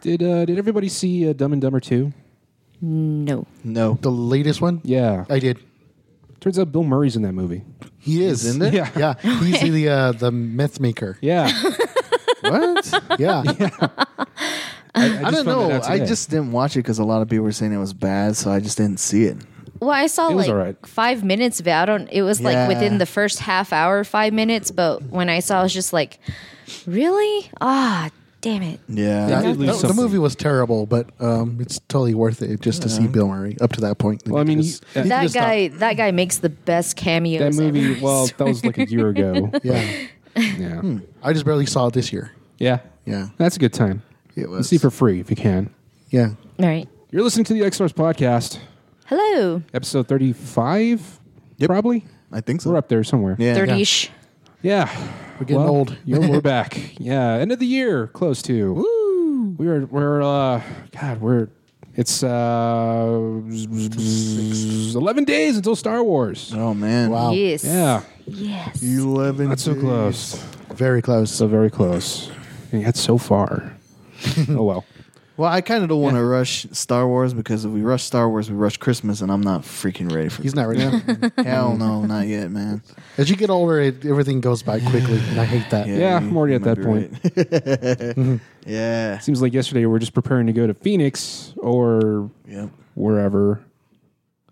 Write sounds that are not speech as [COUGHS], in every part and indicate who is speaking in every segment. Speaker 1: Did uh, did everybody see uh, Dumb and Dumber Two?
Speaker 2: No.
Speaker 3: No,
Speaker 4: The latest one?
Speaker 1: Yeah.
Speaker 4: I did.
Speaker 1: Turns out Bill Murray's in that movie.
Speaker 4: He is.
Speaker 3: isn't it?
Speaker 1: Yeah.
Speaker 4: Yeah. [LAUGHS] He's the uh, the myth maker.
Speaker 3: [LAUGHS]
Speaker 1: Yeah.
Speaker 3: What?
Speaker 4: [LAUGHS] Yeah.
Speaker 1: I,
Speaker 3: I,
Speaker 1: just
Speaker 3: don't
Speaker 1: found that
Speaker 3: know.
Speaker 1: out
Speaker 3: I
Speaker 1: today.
Speaker 3: just didn't watch it because a lot of people were saying it was bad, so I just didn't see it.
Speaker 2: Well, I saw
Speaker 1: It was
Speaker 2: like
Speaker 1: all right.
Speaker 2: five minutes of it. I don't. It was
Speaker 3: Yeah.
Speaker 2: like within the first half hour, five minutes. But when I saw, I was just like, really? Ah, damn it.
Speaker 3: Yeah.
Speaker 1: Yeah.
Speaker 4: That-
Speaker 1: did lose
Speaker 4: that- the
Speaker 1: something.
Speaker 4: movie was terrible, but um, it's totally worth it just to see Bill Murray up to that point.
Speaker 1: Well, I mean, uh,
Speaker 4: Just-
Speaker 1: you-
Speaker 4: you
Speaker 2: That
Speaker 4: just stop.
Speaker 2: guy. That guy makes the best
Speaker 1: that
Speaker 2: cameos.
Speaker 1: movie.
Speaker 2: ever.
Speaker 3: [LAUGHS]
Speaker 1: Well, that was like a year ago.
Speaker 4: Yeah.
Speaker 1: [LAUGHS] Yeah.
Speaker 3: Hmm.
Speaker 4: I just barely saw it this year.
Speaker 1: Yeah.
Speaker 4: Yeah.
Speaker 1: That's a good time.
Speaker 4: It was.
Speaker 1: Let's see for free if you can.
Speaker 4: yeah.
Speaker 2: [LAUGHS] All right.
Speaker 1: You're listening to the X Source Podcast,
Speaker 2: Hello.
Speaker 1: episode 35,
Speaker 3: Yep.
Speaker 1: probably.
Speaker 3: I think so.
Speaker 1: We're up there somewhere.
Speaker 3: Yeah.
Speaker 2: Thirty ish.
Speaker 1: Yeah.
Speaker 4: We're
Speaker 1: [LAUGHS]
Speaker 4: getting old.
Speaker 1: you
Speaker 4: [LAUGHS]
Speaker 1: know, we're back. Yeah, end of the year, close to. Woo! We're we're uh, God, we're it's uh, eleven days until Star Wars.
Speaker 3: Oh man.
Speaker 4: Wow.
Speaker 2: Yes.
Speaker 1: Yeah,
Speaker 2: Yes.
Speaker 3: Eleven.
Speaker 1: that's so close,
Speaker 4: Very close.
Speaker 1: so very close, and yet so
Speaker 4: [LAUGHS]
Speaker 1: far. oh well.
Speaker 3: Well, I kind of don't want to rush Star Wars because if we rush Star Wars, we rush Christmas, and I'm not freaking ready for.
Speaker 4: He's not ready.
Speaker 3: [LAUGHS]
Speaker 1: [LAUGHS]
Speaker 3: Hell no, not yet, man.
Speaker 4: As you get older, it, everything goes by quickly, and I hate that.
Speaker 1: Yeah, I'm already at
Speaker 3: you might
Speaker 1: that
Speaker 3: be
Speaker 1: point. Mm-hmm.
Speaker 3: right. [LAUGHS] yeah.
Speaker 1: Seems like yesterday we were just preparing to go to Phoenix or
Speaker 3: Yep.
Speaker 1: wherever.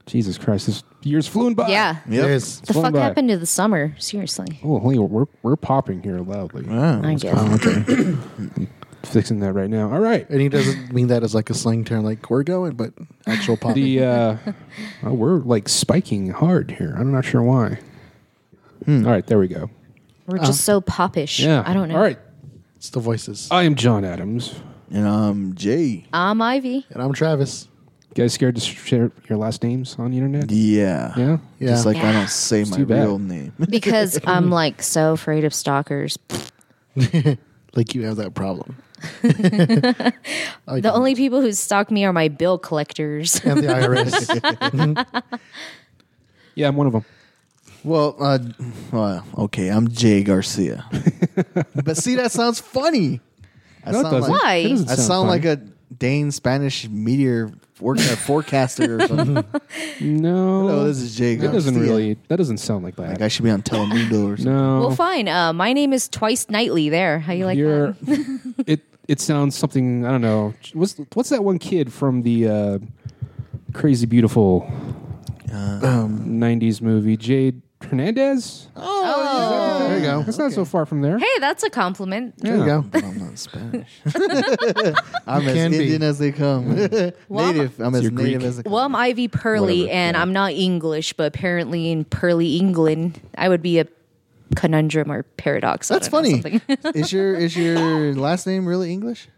Speaker 1: Jesus Christ, this year's flown by.
Speaker 2: Yeah.
Speaker 4: It
Speaker 3: Yep.
Speaker 4: is.
Speaker 2: The
Speaker 1: flown
Speaker 2: fuck
Speaker 1: by.
Speaker 2: happened to the summer? Seriously.
Speaker 1: Oh, holy, we're we're popping here loudly.
Speaker 3: Wow.
Speaker 2: I guess.
Speaker 1: Fixing that right now. All right.
Speaker 4: And he doesn't mean that as like a slang term, like we're going, but actual pop.
Speaker 1: the uh, [LAUGHS] oh, we're like spiking hard here. I'm not sure why.
Speaker 3: Hmm.
Speaker 1: All right, there we go.
Speaker 2: We're just so popish.
Speaker 1: Yeah,
Speaker 2: I don't know.
Speaker 1: All right,
Speaker 4: it's the voices.
Speaker 1: I am John Adams.
Speaker 3: And um, Jay.
Speaker 2: I'm Ivy.
Speaker 4: and I'm Travis.
Speaker 1: You guys scared to share your last names on the internet?
Speaker 3: Yeah.
Speaker 1: Yeah.
Speaker 4: Yeah.
Speaker 3: Just like I
Speaker 2: Yeah.
Speaker 3: don't say my
Speaker 1: too bad.
Speaker 3: real name. [LAUGHS]
Speaker 1: [LAUGHS]
Speaker 2: Because I'm like so afraid of stalkers.
Speaker 4: like you have that problem.
Speaker 2: The only people who stalk me are my bill collectors. [LAUGHS]
Speaker 4: And the
Speaker 3: [LAUGHS]
Speaker 4: IRS.
Speaker 1: Yeah, I'm one of them.
Speaker 3: Well, uh, well, okay, I'm
Speaker 1: [LAUGHS]
Speaker 3: Jay Garcia. but see, that sounds funny. I
Speaker 1: No, it
Speaker 3: sound
Speaker 1: doesn't.
Speaker 3: like,
Speaker 2: Why?
Speaker 1: It doesn't
Speaker 3: I sound like
Speaker 1: funny.
Speaker 3: a Dane Spanish meteor for, uh, forecaster
Speaker 1: [LAUGHS]
Speaker 3: or something.
Speaker 1: no.
Speaker 3: no, Oh, this is Jay
Speaker 1: that
Speaker 3: Garcia.
Speaker 1: doesn't really. That doesn't sound like that.
Speaker 3: Like I should be on Telemundo or something.
Speaker 1: no.
Speaker 2: well, fine. Uh, my name is Twice Nightly there. How you like
Speaker 1: Uh-huh. You're.
Speaker 2: that?
Speaker 1: [LAUGHS]
Speaker 2: [LAUGHS]
Speaker 1: it it sounds something I don't know. What's what's that one kid from the uh, Crazy Beautiful
Speaker 4: Uh,
Speaker 1: '90s movie? Jade Hernandez.
Speaker 4: Oh, there you go.
Speaker 1: That's not so far from there.
Speaker 2: Oh. Hey, that's a compliment.
Speaker 4: There you go.
Speaker 3: But I'm
Speaker 1: [LAUGHS]
Speaker 3: not Spanish. [LAUGHS] I'm as
Speaker 4: can be.
Speaker 3: Indian as they come. [LAUGHS] native. I'm as
Speaker 1: You're
Speaker 3: native
Speaker 1: Greek.
Speaker 3: as they come.
Speaker 2: Well, I'm Ivy Purley,
Speaker 1: Whatever,
Speaker 2: and I'm not English, but apparently in Purley, England, I would be a conundrum or paradox. I
Speaker 3: That's
Speaker 2: don't know,
Speaker 3: funny.
Speaker 2: something.
Speaker 3: [LAUGHS] is your is your last name really English?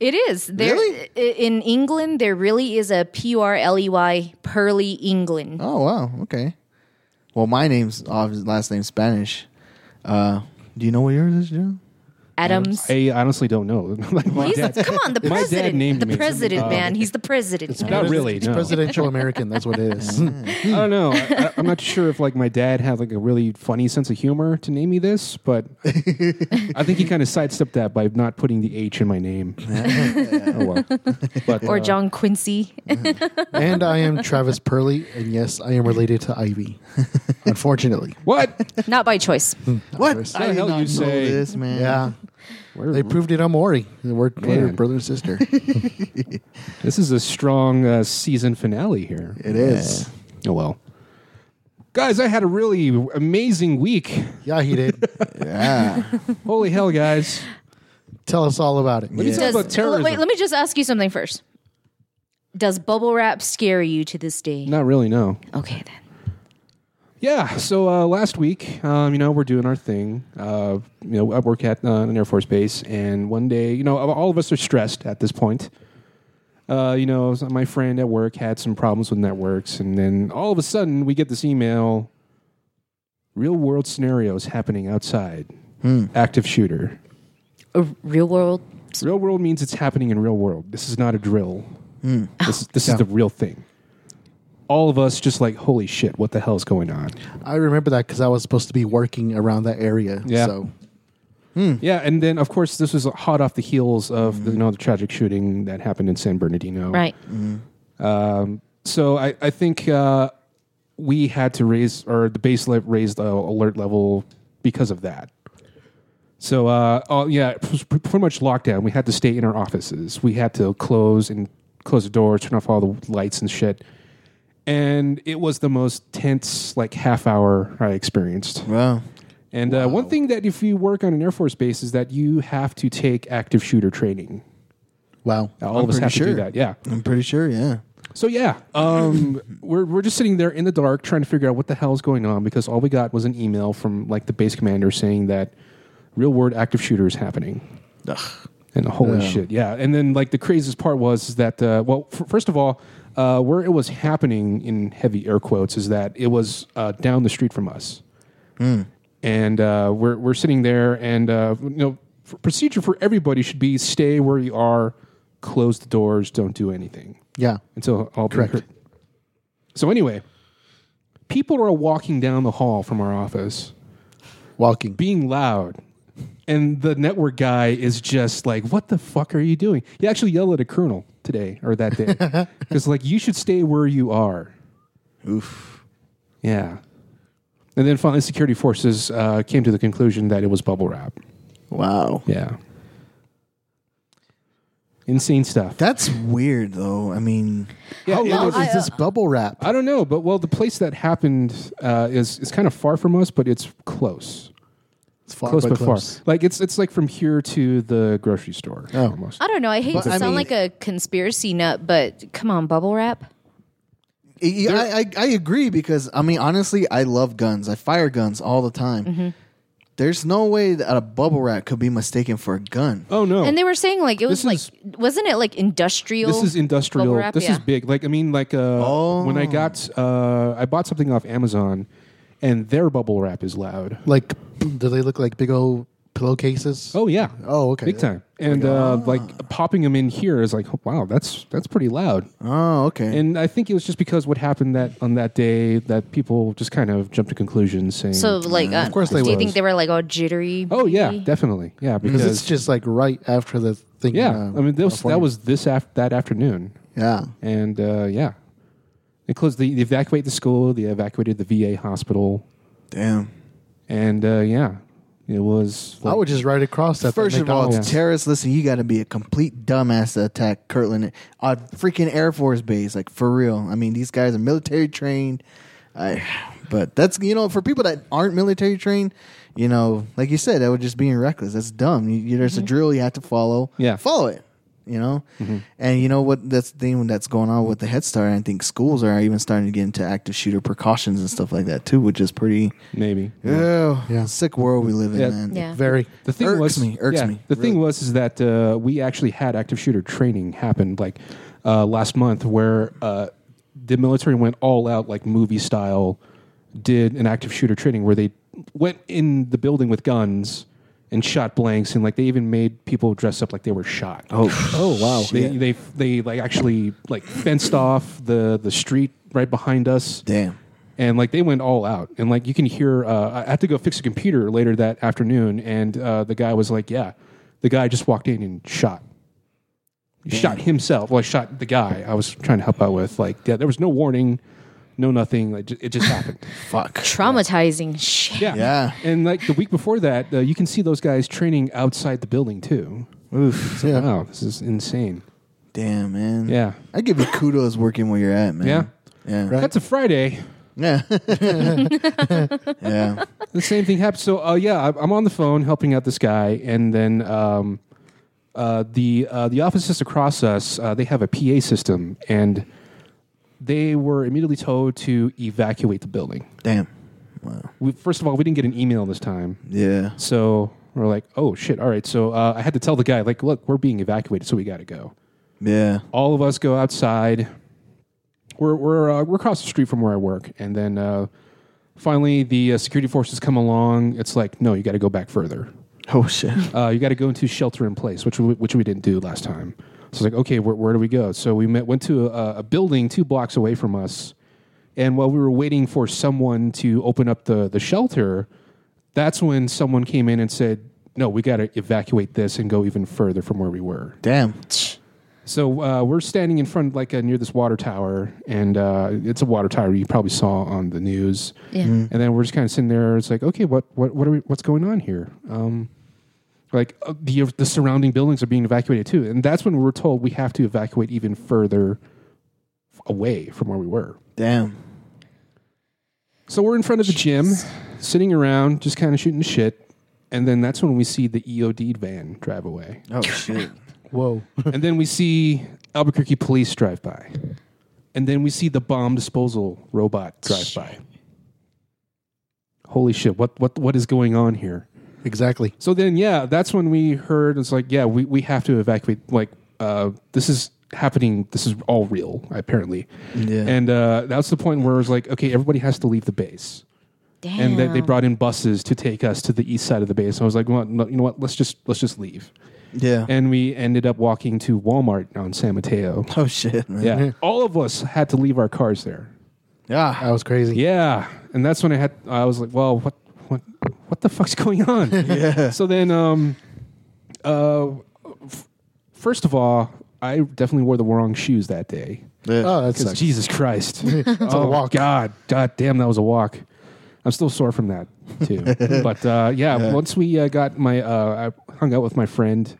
Speaker 2: it is. There,
Speaker 3: Really?
Speaker 2: i- In England, there really is a P U R L E Y, Purley, England.
Speaker 3: Oh wow, okay. Well, my name's obvious last name's Spanish. Uh, do you know what yours is, Joe?
Speaker 2: Adams.
Speaker 1: I honestly don't know. [LAUGHS] Like, my
Speaker 2: He's
Speaker 1: dad-
Speaker 2: [LAUGHS] come on, the
Speaker 1: [LAUGHS] my dad
Speaker 2: president.
Speaker 1: named
Speaker 2: the
Speaker 1: me.
Speaker 2: president,
Speaker 1: Uh,
Speaker 2: man. He's the president. you know?
Speaker 1: Not really.
Speaker 4: It's
Speaker 1: no.
Speaker 4: presidential American. That's what
Speaker 3: [LAUGHS]
Speaker 4: it is.
Speaker 1: I don't know. I, I, I'm not sure if like my dad had like a really funny sense of humor to name me this,
Speaker 4: [LAUGHS]
Speaker 1: but I think he kind of sidestepped that by not putting the H in my
Speaker 4: [LAUGHS]
Speaker 1: name. oh well. But,
Speaker 2: Or
Speaker 1: uh,
Speaker 2: John Quincy. [LAUGHS]
Speaker 4: and I am Travis Purley, and yes, I am related to Ivy. Unfortunately.
Speaker 1: What?
Speaker 2: Not by choice.
Speaker 3: What?
Speaker 1: the hell you say?
Speaker 3: this, man.
Speaker 4: Yeah.
Speaker 1: We're-
Speaker 3: [LAUGHS]
Speaker 4: They proved it on Maury. We're, we're
Speaker 1: Man.
Speaker 4: brother and sister.
Speaker 1: this is a strong uh, season finale here.
Speaker 3: it is.
Speaker 1: Oh well. Guys, I had a really amazing week.
Speaker 4: Yeah,
Speaker 3: [LAUGHS]
Speaker 4: he did.
Speaker 3: Yeah.
Speaker 1: Holy hell, guys!
Speaker 4: Tell us all about it.
Speaker 1: Let me
Speaker 3: Yeah.
Speaker 1: talk
Speaker 2: Does-
Speaker 1: about terrorism.
Speaker 2: Wait, let me just ask you something first. Does bubble wrap scare you to this day?
Speaker 1: Not really. No.
Speaker 2: Okay then.
Speaker 1: Yeah. So uh, last week, um, you know, we're doing our thing. Uh, you know, I work at uh, an Air Force base, and one day, you know, all of us are stressed at this point. Uh, you know, so my friend at work had some problems with networks, and then all of a sudden, we get this email: real world scenarios happening outside,
Speaker 3: Hmm.
Speaker 1: active shooter.
Speaker 2: A real world.
Speaker 1: Real world means it's happening in real world. This is not a drill. This, this is the real thing. All of us just like, holy shit, what the hell is going on?
Speaker 4: I remember that because I was supposed to be working around that area.
Speaker 1: Yeah.
Speaker 4: So
Speaker 1: Yeah, and then of course this was hot off the heels of the, you know the tragic shooting that happened in San Bernardino.
Speaker 2: Right.
Speaker 1: So I I think uh, we had to raise or the base le- raised the alert level because of that. So uh, oh yeah, it was pr- pretty much lockdown. We had to stay in our offices. We had to close and close the doors, turn off all the lights and shit. And it was the most tense like half hour I experienced.
Speaker 3: Wow.
Speaker 1: And uh, one thing that if you work on an Air Force base is that you have to take active shooter training.
Speaker 4: Wow.
Speaker 1: Now, all
Speaker 3: I'm
Speaker 1: of us
Speaker 3: pretty
Speaker 1: have to
Speaker 3: sure.
Speaker 1: do that. Yeah.
Speaker 3: I'm pretty sure, yeah.
Speaker 1: So yeah, um, [LAUGHS] we're we're just sitting there in the dark trying to figure out what the hell is going on because all we got was an email from like the base commander saying that real world active shooter is happening. And holy shit, yeah. And then like the craziest part was is that uh, well, f- first of all, uh, where it was happening in heavy air quotes is that it was uh, down the street from us, and uh, we're we're sitting there, and uh, you know, f- procedure for everybody should be stay where you are, close the doors, don't do anything
Speaker 4: Yeah.
Speaker 1: until all
Speaker 4: Correct.
Speaker 1: Hurt. So anyway, people are walking down the hall from our office,
Speaker 4: Walking.
Speaker 1: being loud, and the network guy is just like, "What the fuck are you doing?" He actually yelled at a colonel today or that
Speaker 4: [LAUGHS]
Speaker 1: day because like you should stay where you are.
Speaker 3: Oof.
Speaker 1: Yeah. And then finally, security forces uh, came to the conclusion that it was bubble wrap.
Speaker 3: Wow.
Speaker 1: Yeah. Insane stuff.
Speaker 3: That's weird though. I mean,
Speaker 1: Yeah,
Speaker 4: How
Speaker 1: it
Speaker 4: loud
Speaker 1: was-
Speaker 4: is this bubble wrap?
Speaker 1: I don't know, but well, the place that happened uh, is is kind of far from us, but it's close,
Speaker 4: It's far,
Speaker 1: close
Speaker 4: but
Speaker 1: but far. Like it's it's like from here to the grocery store.
Speaker 4: Oh.
Speaker 1: almost.
Speaker 2: I don't know. I hate
Speaker 3: But,
Speaker 2: to
Speaker 3: I
Speaker 2: sound
Speaker 3: mean-
Speaker 2: like a conspiracy nut, but come on, bubble wrap.
Speaker 3: I, I, I- I agree because I mean honestly, I love guns. I fire guns all the time. There's no way that a bubble wrap could be mistaken for a gun.
Speaker 1: Oh no!
Speaker 2: And they were saying like it was
Speaker 1: This
Speaker 2: like
Speaker 1: is-
Speaker 2: wasn't it like industrial?
Speaker 1: this is industrial.
Speaker 2: bubble wrap?
Speaker 1: this
Speaker 2: Yeah.
Speaker 1: is big. Like I mean, like uh, when I got uh, I bought something off Amazon, and their bubble wrap is loud.
Speaker 4: Like, do they look like big old pillowcases?
Speaker 1: Oh yeah.
Speaker 4: Oh, okay.
Speaker 1: Big time. And uh, like popping them in here is like, wow, that's that's pretty loud.
Speaker 3: Oh, okay.
Speaker 1: And I think it was just because what happened that on that day that people just kind of jumped to conclusions saying,
Speaker 2: So like, uh,
Speaker 4: course they
Speaker 2: do you
Speaker 4: was.
Speaker 2: think they were like all jittery?
Speaker 1: oh yeah,
Speaker 2: maybe?
Speaker 1: definitely, yeah,
Speaker 4: Because
Speaker 1: because
Speaker 4: it's just like right after the thing.
Speaker 1: Yeah,
Speaker 4: um,
Speaker 1: I mean that was, that
Speaker 4: California.
Speaker 1: was this af- that afternoon,
Speaker 3: yeah.
Speaker 1: and uh, yeah, they closed. The, they evacuated the school. They evacuated the VA hospital,
Speaker 3: Damn.
Speaker 1: and uh, yeah, it was.
Speaker 4: I
Speaker 1: like-
Speaker 4: was just right across that.
Speaker 3: First of all,
Speaker 4: McDonald's.
Speaker 1: McDonald's.
Speaker 3: terrorists, listen, you got to be a complete dumbass to attack Kirtland on freaking Air Force Base, like for real. I mean, these guys are military trained. I, but that's you know, for people that aren't military trained, you know, like you said, that would just being reckless. That's dumb. You, you, there's a drill you have to follow.
Speaker 1: Yeah.
Speaker 3: follow it. You know, and you know what? That's the thing that's going on with the Head Start. I think schools are even starting to get into active shooter precautions and stuff like that too, which is pretty.
Speaker 1: maybe.
Speaker 3: Yeah,
Speaker 4: Yeah.
Speaker 3: sick world we live in,
Speaker 1: Yeah.
Speaker 3: man.
Speaker 2: Yeah.
Speaker 4: very.
Speaker 1: The thing
Speaker 3: Irks
Speaker 1: was
Speaker 3: me, irks
Speaker 1: yeah,
Speaker 3: me.
Speaker 1: The thing was is that uh, we actually had active shooter training happen like uh, last month, where uh, the military went all out like movie style, did an active shooter training where they went in the building with guns and shot blanks, and like they even made people dress up like they were shot. Oh, [LAUGHS] oh wow! They, they they like actually like fenced off the the street right behind us
Speaker 3: Damn.
Speaker 1: and like they went all out and like you can hear uh, i had to go fix a computer later that afternoon and uh, the guy was like yeah the guy just walked in and shot He shot himself well shot the guy i was trying to help out with like yeah, there was no warning no nothing like ju- it just happened
Speaker 3: Fuck.
Speaker 2: traumatizing shit.
Speaker 1: yeah
Speaker 3: Yeah.
Speaker 1: and like the week before that uh, you can see those guys training outside the building too
Speaker 3: Oof.
Speaker 1: yeah. wow this is insane
Speaker 3: Damn, man.
Speaker 1: yeah
Speaker 3: I give you kudos working where you're at, man.
Speaker 1: Yeah.
Speaker 3: Yeah.
Speaker 1: that's a friday
Speaker 3: Yeah. [LAUGHS] yeah.
Speaker 1: the same thing happened. So, uh, yeah, I- I'm on the phone helping out this guy, and then um, uh, the uh, the offices across us uh, they have a PA system, and they were immediately told to evacuate the building.
Speaker 3: Damn. Wow.
Speaker 1: We, first of all, we didn't get an email this time,
Speaker 3: Yeah.
Speaker 1: so we're like, "Oh shit! All right." So uh, I had to tell the guy, like, "Look, we're being evacuated, so we got to go."
Speaker 3: Yeah.
Speaker 1: all of us go outside. We're we're uh, we're across the street from where I work, and then uh, finally the uh, security forces come along. It's like, no, you got to go back further.
Speaker 3: Oh shit.
Speaker 1: Uh, you got to go into shelter in place, which we, which we didn't do last time. So it's like, okay, where, where do we go? So we met, went to a, a building two blocks away from us, and while we were waiting for someone to open up the the shelter, that's when someone came in and said, no, we got to evacuate this and go even further from where we were.
Speaker 3: Damn.
Speaker 1: So uh, we're standing in front, like uh, near this water tower, and uh, it's a water tower you probably saw on the news.
Speaker 2: Yeah.
Speaker 1: And then we're just kind of sitting there. It's like, okay, what, what, what are we, what's going on here? Um, like uh, the the surrounding buildings are being evacuated too, and that's when we were told we have to evacuate even further away from where we were.
Speaker 3: Damn.
Speaker 1: So we're in front of the gym, sitting around, just kind of shooting the shit. And then that's when we see the EOD van drive away.
Speaker 3: Oh shit.
Speaker 4: Whoa. [LAUGHS]
Speaker 1: and then we see Albuquerque police drive by. And then we see the bomb disposal robot drive by. Holy shit, what, what, what is going on here?
Speaker 4: exactly.
Speaker 1: So then, yeah, that's when we heard it's like, yeah, we, we have to evacuate. Like, uh, this is happening. This is all real, apparently.
Speaker 3: Yeah.
Speaker 1: And uh, that's the point where it's like, okay, everybody has to leave the base
Speaker 2: Damn.
Speaker 1: and that they brought in buses to take us to the east side of the base. I was like, well, no, you know what? Let's just let's just leave.
Speaker 3: Yeah.
Speaker 1: And we ended up walking to Walmart on San Mateo.
Speaker 3: oh shit. Man.
Speaker 1: Yeah, all of us had to leave our cars there.
Speaker 3: Yeah.
Speaker 4: That was crazy.
Speaker 1: Yeah, and that's when I had I was like, well, what what what the fuck's going on? yeah. So then, um, uh, f- first of all, I definitely wore the wrong shoes that day.
Speaker 3: Yeah.
Speaker 4: Oh, that
Speaker 1: Because
Speaker 4: sucks.
Speaker 1: Jesus
Speaker 4: [LAUGHS]
Speaker 1: Christ, oh
Speaker 4: walk.
Speaker 1: God, God damn, that was a walk. I'm still sore from that
Speaker 4: [LAUGHS]
Speaker 1: too. but uh, yeah, once we uh, got my, uh, I hung out with my friend.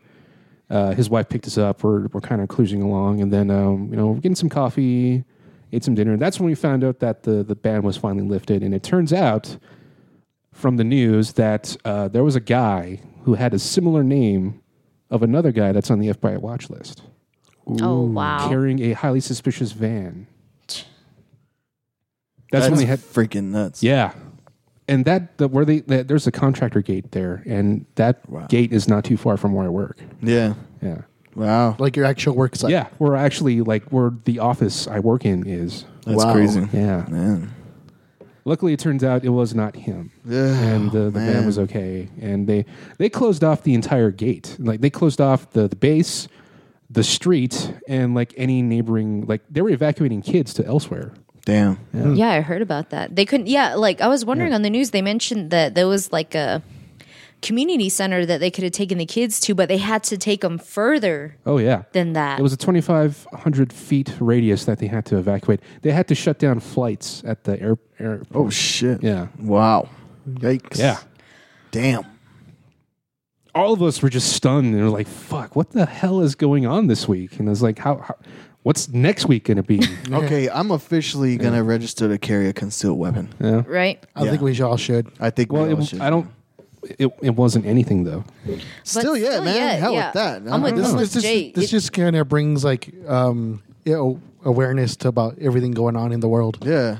Speaker 1: Uh, his wife picked us up. We're we're kind of cruising along, and then um, you know we're getting some coffee, ate some dinner. That's when we found out that the the ban was finally lifted, and it turns out from the news that uh, there was a guy who had a similar name of another guy that's on the FBI watch list
Speaker 2: oh wow.
Speaker 1: carrying a highly suspicious van. That's,
Speaker 3: That's
Speaker 1: when they had,
Speaker 3: freaking nuts.
Speaker 1: yeah, and that the, where they that, there's a contractor gate there, and that
Speaker 3: Wow.
Speaker 1: gate is not too far from where I work.
Speaker 3: Yeah.
Speaker 1: Yeah,
Speaker 3: Wow.
Speaker 4: Like your actual work site.
Speaker 1: yeah, we're actually like where the office I work in is.
Speaker 3: That's
Speaker 4: Wow.
Speaker 3: crazy.
Speaker 1: Yeah,
Speaker 3: Man.
Speaker 1: luckily it turns out it was not him,
Speaker 3: Yeah.
Speaker 1: and the, the van
Speaker 3: man.
Speaker 1: was okay. And they they closed off the entire gate, like they closed off the the base, the street, and like any neighboring like they were evacuating kids to elsewhere.
Speaker 3: Damn.
Speaker 2: Yeah, I heard about that. They couldn't. Yeah, like I was wondering on the news, they mentioned that there was like a community center that they could have taken the kids to, but they had to take them further
Speaker 1: Oh yeah,
Speaker 2: than that.
Speaker 1: It was a 2,500 feet radius that they had to evacuate. They had to shut down flights at the air. air
Speaker 3: Oh shit.
Speaker 1: yeah,
Speaker 3: Wow. Yikes.
Speaker 1: yeah.
Speaker 3: Damn.
Speaker 1: All of us were just stunned and were like, "Fuck, what the hell is going on this week?" And I was like, "How? how what's next week going to be?"
Speaker 3: Okay, I'm officially gonna register to carry a concealed weapon.
Speaker 2: right.
Speaker 4: I think we all should.
Speaker 3: I think.
Speaker 1: well,
Speaker 3: we all
Speaker 1: it,
Speaker 3: should.
Speaker 1: I don't. It, it wasn't anything though.
Speaker 3: Still,
Speaker 2: But
Speaker 3: yeah,
Speaker 2: still
Speaker 3: man.
Speaker 2: yet,
Speaker 3: Hell
Speaker 2: yeah.
Speaker 3: with that.
Speaker 2: I'm with-
Speaker 4: this,
Speaker 2: I'm
Speaker 4: this, just-
Speaker 2: Jake.
Speaker 4: this
Speaker 2: It-
Speaker 4: just kind of brings like um, you know, awareness to about everything going on in the world.
Speaker 3: yeah.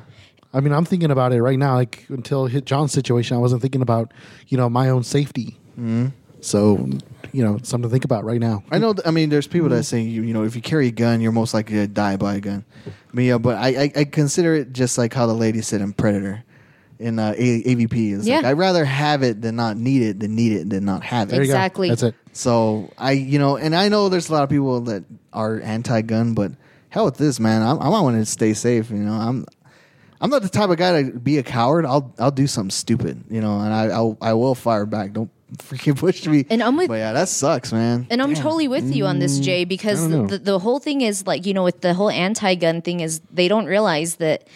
Speaker 4: I mean, I'm thinking about it right now. Like until hit John's situation, I wasn't thinking about you know my own safety.
Speaker 3: Mm-hmm.
Speaker 4: So you know, something to think about right now.
Speaker 3: I know. Th- I mean, there's people that say you, you know if you carry a gun, you're most likely to die by a gun. I mean, yeah, but I, I, I consider it just like how the lady said in Predator, in uh, a- AVP. It's like
Speaker 2: Yeah.
Speaker 3: I'd rather have it than not need it than need it than not have it.
Speaker 4: There you go.
Speaker 2: Exactly.
Speaker 4: That's it.
Speaker 3: So I, you know, and I know there's a lot of people that are anti-gun, but hell with this, man. I'm, I want to stay safe. You know, I'm, I'm not the type of guy to be a coward. I'll, I'll do something stupid. You know, and I, I'll, I will fire back. Don't [LAUGHS] freaking push me.
Speaker 2: And I'm with-
Speaker 3: But yeah, that sucks, man.
Speaker 2: And I'm totally with you on this, Jay, because
Speaker 1: Mm. I don't know.
Speaker 2: the, the whole thing is like, you know, with the whole anti gun thing is they don't realize that,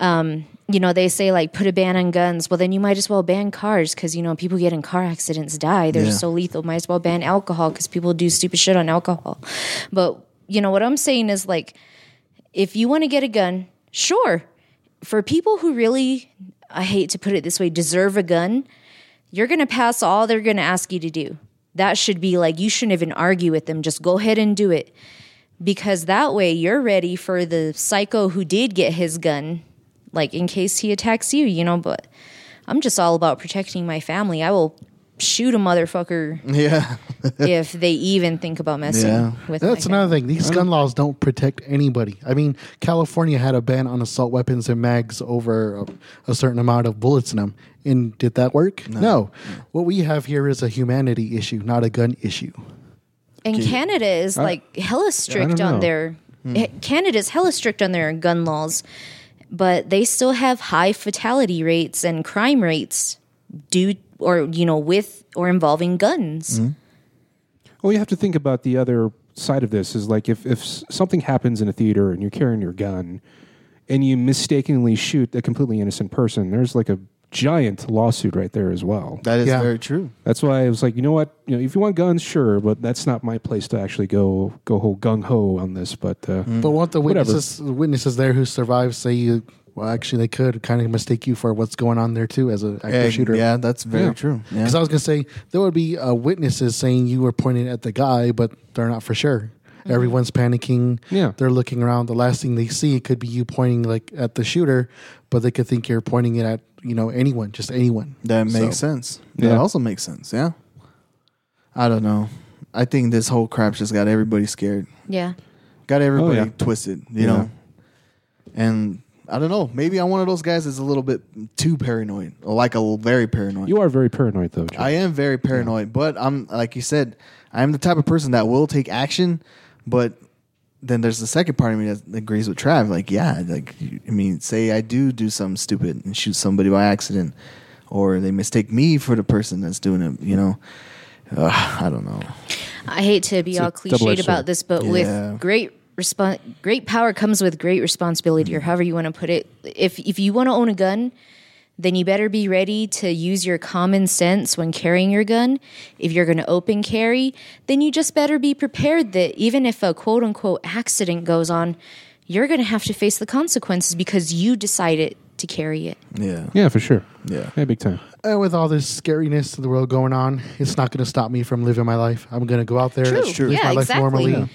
Speaker 2: um, you know, they say like put a ban on guns. Well, then you might as well ban cars because, you know, people get in car accidents, die. They're
Speaker 3: Yeah.
Speaker 2: so lethal. Might as well ban alcohol because people do stupid shit on alcohol. But, you know, what I'm saying is like, if you want to get a gun, sure. For people who really, I hate to put it this way, deserve a gun, you're going to pass all they're going to ask you to do. That should be like, you shouldn't even argue with them. Just go ahead and do it. Because that way you're ready for the psycho who did get his gun, like in case he attacks you, you know. But I'm just all about protecting my family. I will shoot a motherfucker
Speaker 3: [LAUGHS] Yeah.
Speaker 2: if they even think about messing
Speaker 3: Yeah.
Speaker 2: with
Speaker 4: That's
Speaker 2: my
Speaker 4: another thing. These gun laws don't protect anybody. I mean, California had a ban on assault weapons and mags over a, a certain amount of bullets in them. And did that work? No. What we have here is a humanity issue, not a gun issue.
Speaker 2: And Canada is like hella strict
Speaker 1: know.
Speaker 2: on their H- Canada's hella strict on their gun laws, but they still have high fatality rates and crime rates due or you know with or involving guns.
Speaker 1: Well, you have to think about the other side of this is like if, if s- something happens in a theater and you're carrying your gun and you mistakenly shoot a completely innocent person, there's like a giant lawsuit right there as well.
Speaker 3: That is
Speaker 4: Yeah.
Speaker 3: very true.
Speaker 1: That's why I was like, you know what? You know, if you want guns, sure, but that's not my place to actually go go whole gung ho on this. But uh,
Speaker 3: Mm-hmm.
Speaker 4: But what the
Speaker 1: Whatever.
Speaker 4: witnesses the witnesses there who survived say you well actually they could kind of mistake you for what's going on there too as an active
Speaker 3: Egg,
Speaker 4: shooter.
Speaker 3: Yeah, that's very
Speaker 1: Yeah.
Speaker 3: true. Yeah.
Speaker 4: Because I was gonna say there would be uh, witnesses saying you were pointed at the guy, but they're not for sure.
Speaker 2: Mm-hmm.
Speaker 4: Everyone's panicking.
Speaker 1: Yeah.
Speaker 4: they're looking around. The last thing they see could be you pointing like at the shooter, but they could think you're pointing it at you know anyone, just anyone.
Speaker 3: That makes
Speaker 4: So-
Speaker 3: sense. That
Speaker 1: Yeah.
Speaker 3: also makes sense. Yeah. I don't know. I think this whole crap just got everybody scared.
Speaker 2: Yeah.
Speaker 3: Got everybody
Speaker 1: Oh, yeah.
Speaker 3: twisted, you
Speaker 1: Yeah.
Speaker 3: know. And I don't know. Maybe I'm one of those guys that's a little bit too paranoid, like a l- very paranoid.
Speaker 1: you are very paranoid, though. Joe.
Speaker 3: I am very paranoid, but I'm like you said, I'm the type of person that will take action, but then there's the second part of me that agrees with Trav. Like, yeah, like you- I mean, say I do do something stupid and shoot somebody by accident, or they mistake me for the person that's doing it. You know, Ugh, I don't know.
Speaker 2: I hate to be all
Speaker 1: a double-edged
Speaker 2: cliched about
Speaker 1: sword.
Speaker 2: this, but
Speaker 3: Yeah.
Speaker 2: with great respon great power comes with great responsibility,
Speaker 1: Mm.
Speaker 2: or however you want to put it. If if you want to own a gun, then you better be ready to use your common sense when carrying your gun. If you're going to open carry, then you just better be prepared that even if a quote unquote accident goes on, you're going to have to face the consequences because you decided to carry it.
Speaker 3: Yeah,
Speaker 1: yeah, for sure.
Speaker 3: Yeah.
Speaker 1: yeah, big time.
Speaker 4: And with all this scariness of the world going on, it's not going to stop me from living my life. I'm going to go out there,
Speaker 2: True. That's true.
Speaker 4: live
Speaker 2: Yeah,
Speaker 4: my life
Speaker 2: exactly.
Speaker 4: normally,
Speaker 2: Yeah.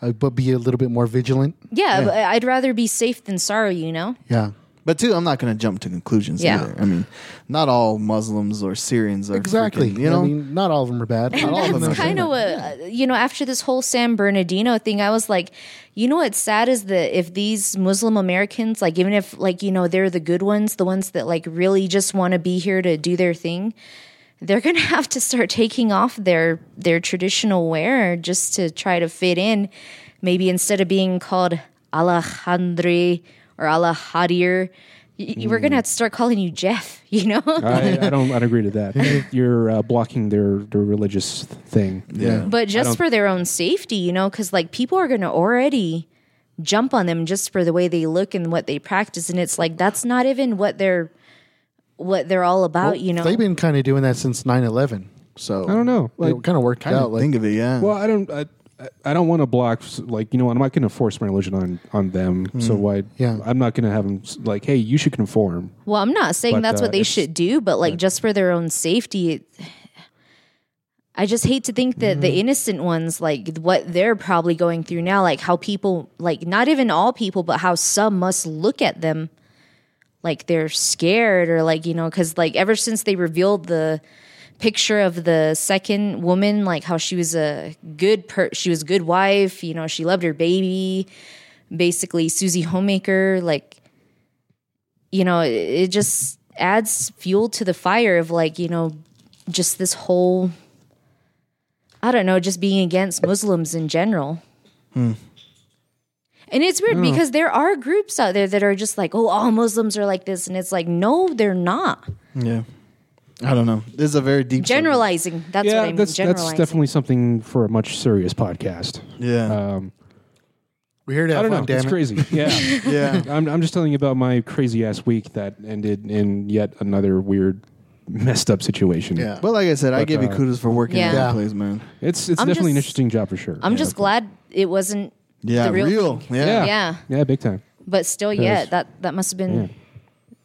Speaker 4: uh, but be a little bit more vigilant.
Speaker 2: Yeah, but I'd rather be safe than sorry, you know?
Speaker 4: Yeah.
Speaker 3: but too, I'm not going to jump to conclusions
Speaker 2: Yeah.
Speaker 3: either. I mean, not all Muslims or Syrians are
Speaker 4: Exactly.
Speaker 3: freaking, you know,
Speaker 4: I mean, not all of them are bad. Not all of
Speaker 2: [LAUGHS]
Speaker 4: them
Speaker 2: That's
Speaker 4: are
Speaker 2: kind of what uh, you know. After this whole San Bernardino thing, I was like, you know, what's sad is that if these Muslim Americans, like, even if like you know they're the good ones, the ones that like really just want to be here to do their thing, they're gonna [LAUGHS] have to start taking off their their traditional wear just to try to fit in. Maybe instead of being called Alejandre or Alahadir, y- y- we're
Speaker 4: Mm.
Speaker 2: gonna have to start calling you Jeff. [LAUGHS] You know,
Speaker 1: I,
Speaker 3: [LAUGHS]
Speaker 1: I don't. I don't agree to that. You're uh, blocking their their religious thing.
Speaker 3: yeah.
Speaker 2: But
Speaker 1: don't-
Speaker 2: just for their own safety, you know, because like people are going to already jump on them just for the way they look and what they practice, and it's like that's not even what they're what they're all about, you know.
Speaker 4: They've been kind of doing that since 9-11. So
Speaker 1: I don't know. Like,
Speaker 4: it kind of worked
Speaker 3: I
Speaker 4: out.
Speaker 3: didn't
Speaker 4: Like,
Speaker 3: think of it, yeah.
Speaker 1: Well, I don't. I, I- I don't want to block. Like you know, what, I'm not going to force my religion on on them. So why?
Speaker 4: Mm. Yeah.
Speaker 1: I'm not going to have them s- like, hey, you should conform.
Speaker 2: well, I'm not saying
Speaker 1: But,
Speaker 2: that's
Speaker 1: uh,
Speaker 2: what they
Speaker 1: it's-
Speaker 2: should do, but like just for their own safety. It, I just hate to think that
Speaker 1: Mm.
Speaker 2: the innocent ones, like what they're probably going through now, like how people, like not even all people, but how some must look at them like they're scared or like, you know, because like ever since they revealed the picture of the second woman, like how she was a good, per- she was a good wife, you know, she loved her baby, basically Susie Homemaker, like, you know, it, it just adds fuel to the fire of like, you know, just this whole I don't know, just being against Muslims in general.
Speaker 1: Hmm.
Speaker 2: And it's weird because there are groups out there that are just like, oh, all Muslims are like this. And it's like, no, they're not.
Speaker 3: yeah. I don't know. This is a very deep
Speaker 2: Generalizing. That's
Speaker 1: yeah,
Speaker 2: what I mean.
Speaker 1: that's that's
Speaker 2: generalizing.
Speaker 1: definitely something for a much serious podcast.
Speaker 3: Yeah.
Speaker 1: Um,
Speaker 4: we heard that
Speaker 1: I don't know.
Speaker 4: fun, Oh, damn
Speaker 1: It's
Speaker 4: it. [LAUGHS]
Speaker 1: crazy. Yeah.
Speaker 3: [LAUGHS] yeah.
Speaker 1: I'm, I'm just telling you about my crazy ass week that ended in yet another weird, messed up situation.
Speaker 4: Yeah.
Speaker 3: But like I said, I give
Speaker 1: uh,
Speaker 3: you kudos for working
Speaker 2: Yeah.
Speaker 3: in that
Speaker 4: Yeah.
Speaker 3: place, man.
Speaker 1: it's it's
Speaker 2: I'm
Speaker 1: definitely an
Speaker 2: just-
Speaker 1: interesting job for sure.
Speaker 2: I'm
Speaker 1: yeah.
Speaker 2: just glad it wasn't
Speaker 3: Yeah,
Speaker 2: the real.
Speaker 3: real.
Speaker 2: thing.
Speaker 3: Yeah.
Speaker 1: yeah.
Speaker 2: yeah.
Speaker 1: yeah, big time.
Speaker 2: But still, yeah, that, that must have been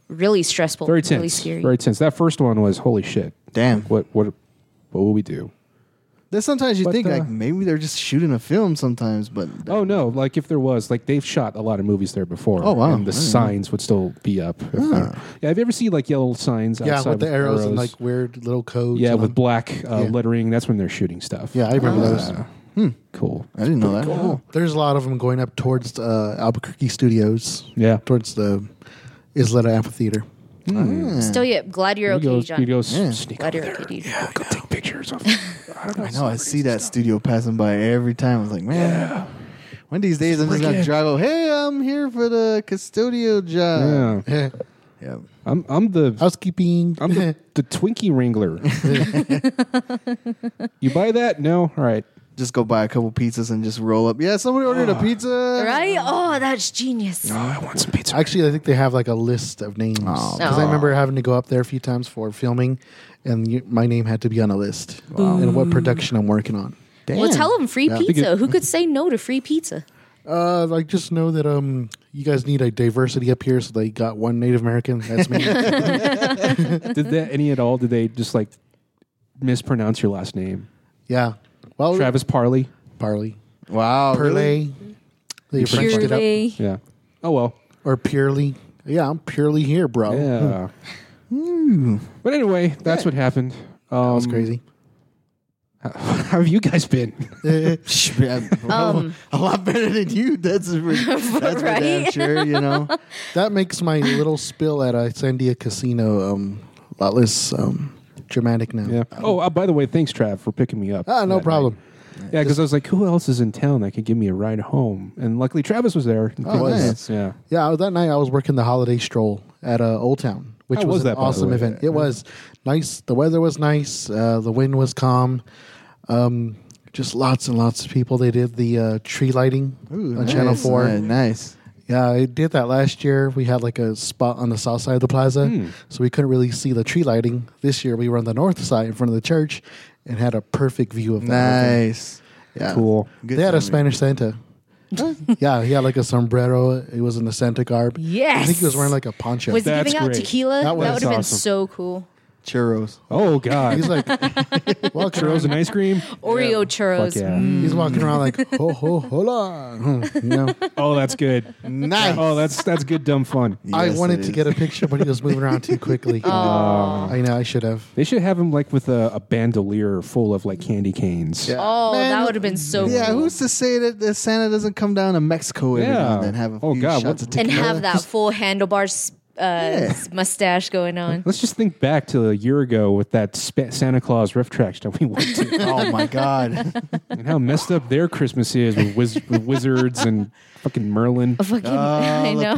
Speaker 2: really stressful.
Speaker 1: Very tense.
Speaker 2: Really scary.
Speaker 1: Very tense. That first one was holy shit.
Speaker 3: Damn.
Speaker 1: What what what will we do?
Speaker 3: Then sometimes you
Speaker 1: But,
Speaker 3: think
Speaker 1: uh,
Speaker 3: like maybe they're just shooting a film sometimes, but
Speaker 1: Oh no! Like if there was, like they've shot a lot of movies there before.
Speaker 3: Oh, wow.
Speaker 1: And the
Speaker 3: I didn't know.
Speaker 1: signs would still be up. if not- Yeah, have you ever seen like yellow signs?
Speaker 4: Yeah,
Speaker 1: outside
Speaker 4: with the
Speaker 1: with
Speaker 4: arrows, and like weird little codes.
Speaker 1: yeah,
Speaker 4: and
Speaker 1: with
Speaker 4: all-
Speaker 1: black uh,
Speaker 4: Yeah.
Speaker 1: lettering. That's when they're shooting stuff. Ah.
Speaker 4: yeah, I remember those. Hmm.
Speaker 1: cool.
Speaker 3: I didn't know that.
Speaker 4: There's a lot of them going up towards uh, Albuquerque Studios,
Speaker 1: Yeah.
Speaker 4: towards the Isleta Amphitheater.
Speaker 3: Oh,
Speaker 2: Still, yeah, glad you're
Speaker 1: You
Speaker 2: okay,
Speaker 1: go,
Speaker 2: John.
Speaker 1: you go s-
Speaker 3: Yeah.
Speaker 1: sneak
Speaker 2: glad
Speaker 1: over
Speaker 2: you're
Speaker 1: there.
Speaker 2: okay, dude.
Speaker 1: Yeah, go take pictures of. I don't know.
Speaker 3: I know. I see that studio passing by every time. I was like, man, one of these days I'm just gonna
Speaker 1: Freaking-
Speaker 3: drive. Oh, hey, I'm here for the custodial job.
Speaker 1: Yeah.
Speaker 4: Yeah.
Speaker 3: Yep.
Speaker 1: I'm I'm the
Speaker 4: [LAUGHS] Oh. Housekeeping.
Speaker 1: I'm
Speaker 4: [LAUGHS]
Speaker 1: the, the Twinkie Wrangler. you buy that? No. All right.
Speaker 3: Just go buy a couple pizzas and just roll up. Yeah, somebody ordered
Speaker 4: Ah.
Speaker 3: a pizza.
Speaker 2: Right? Oh, that's genius.
Speaker 1: Oh, I want some pizza.
Speaker 4: Actually, I think they have like a list of names because I
Speaker 2: Aw.
Speaker 4: remember having to go up there a few times for filming, and you, my name had to be on a list and what production I'm working on.
Speaker 2: Well, tell them free
Speaker 4: Yeah.
Speaker 2: pizza. Who could say no to free pizza?
Speaker 4: Uh, like just know that um, you guys need a diversity up here, so they got one Native American. That's me.
Speaker 1: Did that any at all? Did they just like mispronounce your last name?
Speaker 4: Oh, yeah. Well,
Speaker 1: Travis Parley.
Speaker 4: Parley,
Speaker 3: Wow. Oh, really?
Speaker 4: Perley. They Frenched it up.
Speaker 2: Purely.
Speaker 1: Yeah. Oh well.
Speaker 4: or purely. Yeah, I'm purely here, bro.
Speaker 1: Yeah. Oh. Hmm. But anyway, that's what happened. Um,
Speaker 4: That was crazy.
Speaker 1: [LAUGHS] How have you guys been?
Speaker 3: Shh, man,
Speaker 2: [LAUGHS] Um.
Speaker 3: [LAUGHS] a lot better than you. That's
Speaker 2: [LAUGHS]
Speaker 3: for, that's for damn
Speaker 2: Right?
Speaker 3: sure.
Speaker 2: [LAUGHS]
Speaker 3: You know.
Speaker 4: That makes my little spill at a Sandia casino um, a lot less um, dramatic now.
Speaker 1: Yeah. [LAUGHS] Oh, uh, by the way, thanks, Trav, for picking me up.
Speaker 4: Ah, no
Speaker 1: that
Speaker 4: problem.
Speaker 1: night. Yeah, because I was like, who else is in town that could give me a ride home? And luckily, Travis was there.
Speaker 4: Oh,
Speaker 3: nice.
Speaker 1: Yeah.
Speaker 4: Yeah, that night I was working the holiday stroll at uh, Old Town, which
Speaker 1: How
Speaker 4: was,
Speaker 1: was that,
Speaker 4: an
Speaker 1: by the
Speaker 4: awesome
Speaker 1: way?
Speaker 4: event. It was nice. The weather was nice. Uh, the wind was calm. Um, just lots and lots of people. They did the uh, tree lighting on Channel
Speaker 3: Nice,
Speaker 4: Four.
Speaker 3: man, nice.
Speaker 4: Yeah, I did that last year. We had like a spot on the south side of the plaza,
Speaker 3: Hmm.
Speaker 4: so we couldn't really see the tree lighting. This year we were on the north side in front of the church and had a perfect view of that.
Speaker 3: Nice. Yeah.
Speaker 1: Cool.
Speaker 3: Good
Speaker 4: They had a
Speaker 3: timing.
Speaker 4: Spanish Santa. [LAUGHS] yeah, he had like a sombrero. He was in the Santa garb.
Speaker 2: Yes.
Speaker 4: I think he was wearing like a poncho.
Speaker 2: Was he
Speaker 1: That's
Speaker 2: giving out
Speaker 1: great.
Speaker 2: tequila?
Speaker 4: That
Speaker 2: That,
Speaker 4: was
Speaker 2: would have been
Speaker 1: awesome.
Speaker 2: so cool. [LAUGHS]
Speaker 3: churros.
Speaker 1: Oh, God.
Speaker 4: [LAUGHS] He's like, [LAUGHS] walking
Speaker 1: Churros
Speaker 4: around,
Speaker 1: and ice
Speaker 4: [LAUGHS]
Speaker 1: cream?
Speaker 2: Oreo churros.
Speaker 1: Fuck yeah.
Speaker 2: Mm.
Speaker 4: he's walking around like, ho ho hola. Hmm, [LAUGHS] You know,
Speaker 3: [LAUGHS]
Speaker 1: Oh, that's
Speaker 4: [LAUGHS]
Speaker 1: good.
Speaker 3: Nice.
Speaker 1: Oh, that's that's good, dumb fun.
Speaker 4: I
Speaker 3: Yes,
Speaker 4: wanted
Speaker 3: it
Speaker 4: to
Speaker 3: is.
Speaker 4: get a picture, but he was moving around
Speaker 2: [LAUGHS]
Speaker 4: too quickly. I know I should have.
Speaker 1: They should have him like with a, a bandolier full of like candy canes.
Speaker 3: Yeah.
Speaker 2: Oh,
Speaker 3: Man,
Speaker 2: that would have been so
Speaker 3: Yeah,
Speaker 2: cool.
Speaker 3: who's to say that, that Santa doesn't come down to Mexico every
Speaker 1: Yeah.
Speaker 3: now and then have a
Speaker 1: Oh,
Speaker 3: few
Speaker 1: God,
Speaker 3: shots
Speaker 1: what-
Speaker 3: of
Speaker 2: and
Speaker 3: tequila?
Speaker 2: have that full handlebar s- uh, s- mustache going on.
Speaker 1: Let's just think back to a year ago with that spa Santa Claus riff track that we went
Speaker 3: [LAUGHS]
Speaker 1: to,
Speaker 3: oh my God!
Speaker 2: [LAUGHS]
Speaker 1: and how messed up their Christmas is with, wiz- with wizards and [LAUGHS] fucking Merlin.
Speaker 2: Fucking, [LAUGHS] I know.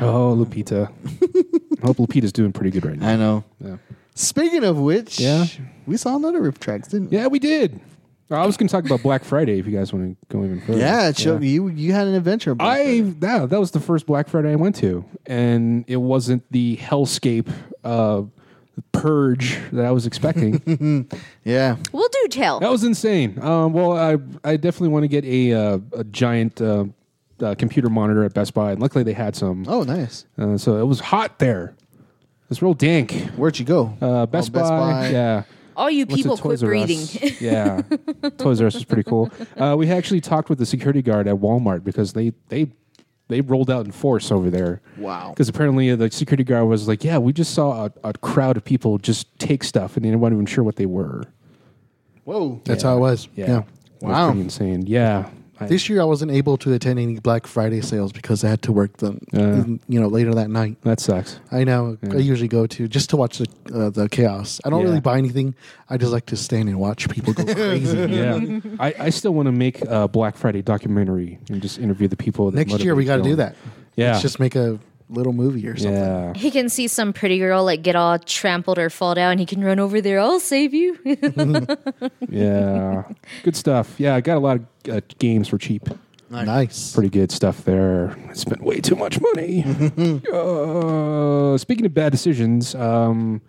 Speaker 1: Oh, Lupita. [LAUGHS] I hope Lupita's doing pretty good right now.
Speaker 3: I know.
Speaker 1: Yeah.
Speaker 3: Speaking of which,
Speaker 1: Yeah.
Speaker 3: we saw another riff tracks, didn't we?
Speaker 1: Yeah, we did. I was going to talk about Black Friday if you guys want to go even further.
Speaker 3: Yeah, it showed you you had an adventure. about
Speaker 1: I
Speaker 3: that.
Speaker 1: yeah, that was the first Black Friday I went to, and it wasn't the hellscape uh, purge that I was
Speaker 3: [LAUGHS]
Speaker 1: expecting.
Speaker 3: yeah,
Speaker 2: We'll do tell.
Speaker 1: that was insane. Um, well, I I definitely want to get a uh, a giant uh, uh, computer monitor at Best Buy, and luckily they had some.
Speaker 3: oh nice.
Speaker 1: Uh, so it was hot there. It's real dank.
Speaker 3: Where'd you go?
Speaker 1: Uh, Best,
Speaker 3: Oh, Best Buy.
Speaker 1: yeah.
Speaker 2: All you
Speaker 1: Went to
Speaker 2: people quit
Speaker 1: Toys R Us.
Speaker 2: breathing. [LAUGHS]
Speaker 1: [LAUGHS] yeah, Toys R Us was pretty cool. Uh, we actually talked with the security guard at Walmart because they they they rolled out in force over there.
Speaker 3: Wow.
Speaker 1: Because apparently the security guard was like, "Yeah, we just saw a, a crowd of people just take stuff, and they weren't even sure what they were."
Speaker 3: Whoa!
Speaker 4: That's how it was.
Speaker 1: Yeah,
Speaker 4: yeah.
Speaker 1: It was
Speaker 3: Wow.
Speaker 1: pretty insane. Yeah, I-
Speaker 4: This year I wasn't able to attend any Black Friday sales because I had to work them, you know, later that night.
Speaker 1: that sucks.
Speaker 4: I know. I usually go to just to watch the uh, the chaos. I don't
Speaker 1: Yeah.
Speaker 4: really buy anything. I just like to stand and watch people
Speaker 3: [LAUGHS]
Speaker 4: go crazy.
Speaker 1: Yeah, I, I still want to make a Black Friday documentary and just interview the people. That
Speaker 4: Next year we got to do that.
Speaker 1: Yeah.
Speaker 4: Let's just make a little movie or something.
Speaker 1: Yeah,
Speaker 2: He can see some pretty girl like get all trampled or fall down. He can run over there. I'll save you. [LAUGHS]
Speaker 1: yeah, good stuff. Yeah, I got a lot of uh, games for cheap.
Speaker 4: Nice.
Speaker 1: pretty good stuff there. I spent way too much
Speaker 3: [LAUGHS]
Speaker 1: money. uh, speaking of bad decisions, um,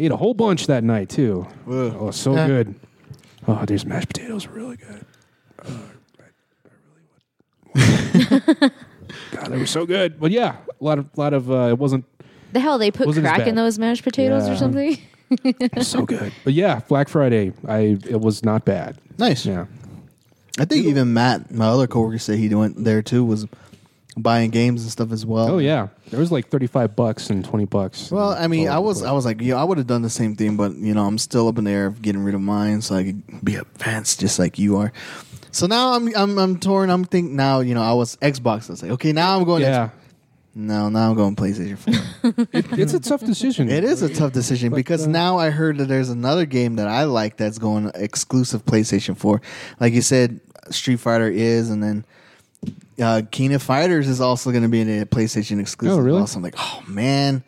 Speaker 1: ate a whole bunch that night too. Oh, so
Speaker 4: Yeah.
Speaker 1: good. Oh, these mashed potatoes were really
Speaker 3: [LAUGHS]
Speaker 1: good. Uh, I, I really would. God, they were so good. But yeah, a lot of lot of uh, it wasn't
Speaker 2: the hell they put
Speaker 1: Wasn't as
Speaker 2: crack in
Speaker 1: bad.
Speaker 2: those mashed potatoes or
Speaker 1: Yeah. [LAUGHS]
Speaker 2: something.
Speaker 1: so good. But yeah, Black Friday, I it was not bad.
Speaker 3: Nice.
Speaker 1: Yeah.
Speaker 3: I think even Matt, my other coworker, said he went there too. Was buying games and stuff as well.
Speaker 1: Oh yeah, there was like thirty five bucks and twenty bucks. Oh,
Speaker 3: Well, I mean, I was I was like, yeah, I would have done the same thing, but you know, I'm still up in the air of getting rid of mine, so I could be advanced just like you are. So now I'm I'm I'm torn. I'm thinking now, you know, I was Xbox. I was like, okay, now I'm going.
Speaker 1: yeah.
Speaker 3: To no, now I'm going PlayStation Four.
Speaker 1: It's a tough decision.
Speaker 3: it is a tough decision because
Speaker 1: uh,
Speaker 3: now I heard that there's another game that I like that's going exclusive PlayStation Four. Like you said, Street Fighter is, and then uh, King of Fighters is also going to be a PlayStation exclusive.
Speaker 1: Oh, really?
Speaker 3: Also, I'm like, oh man.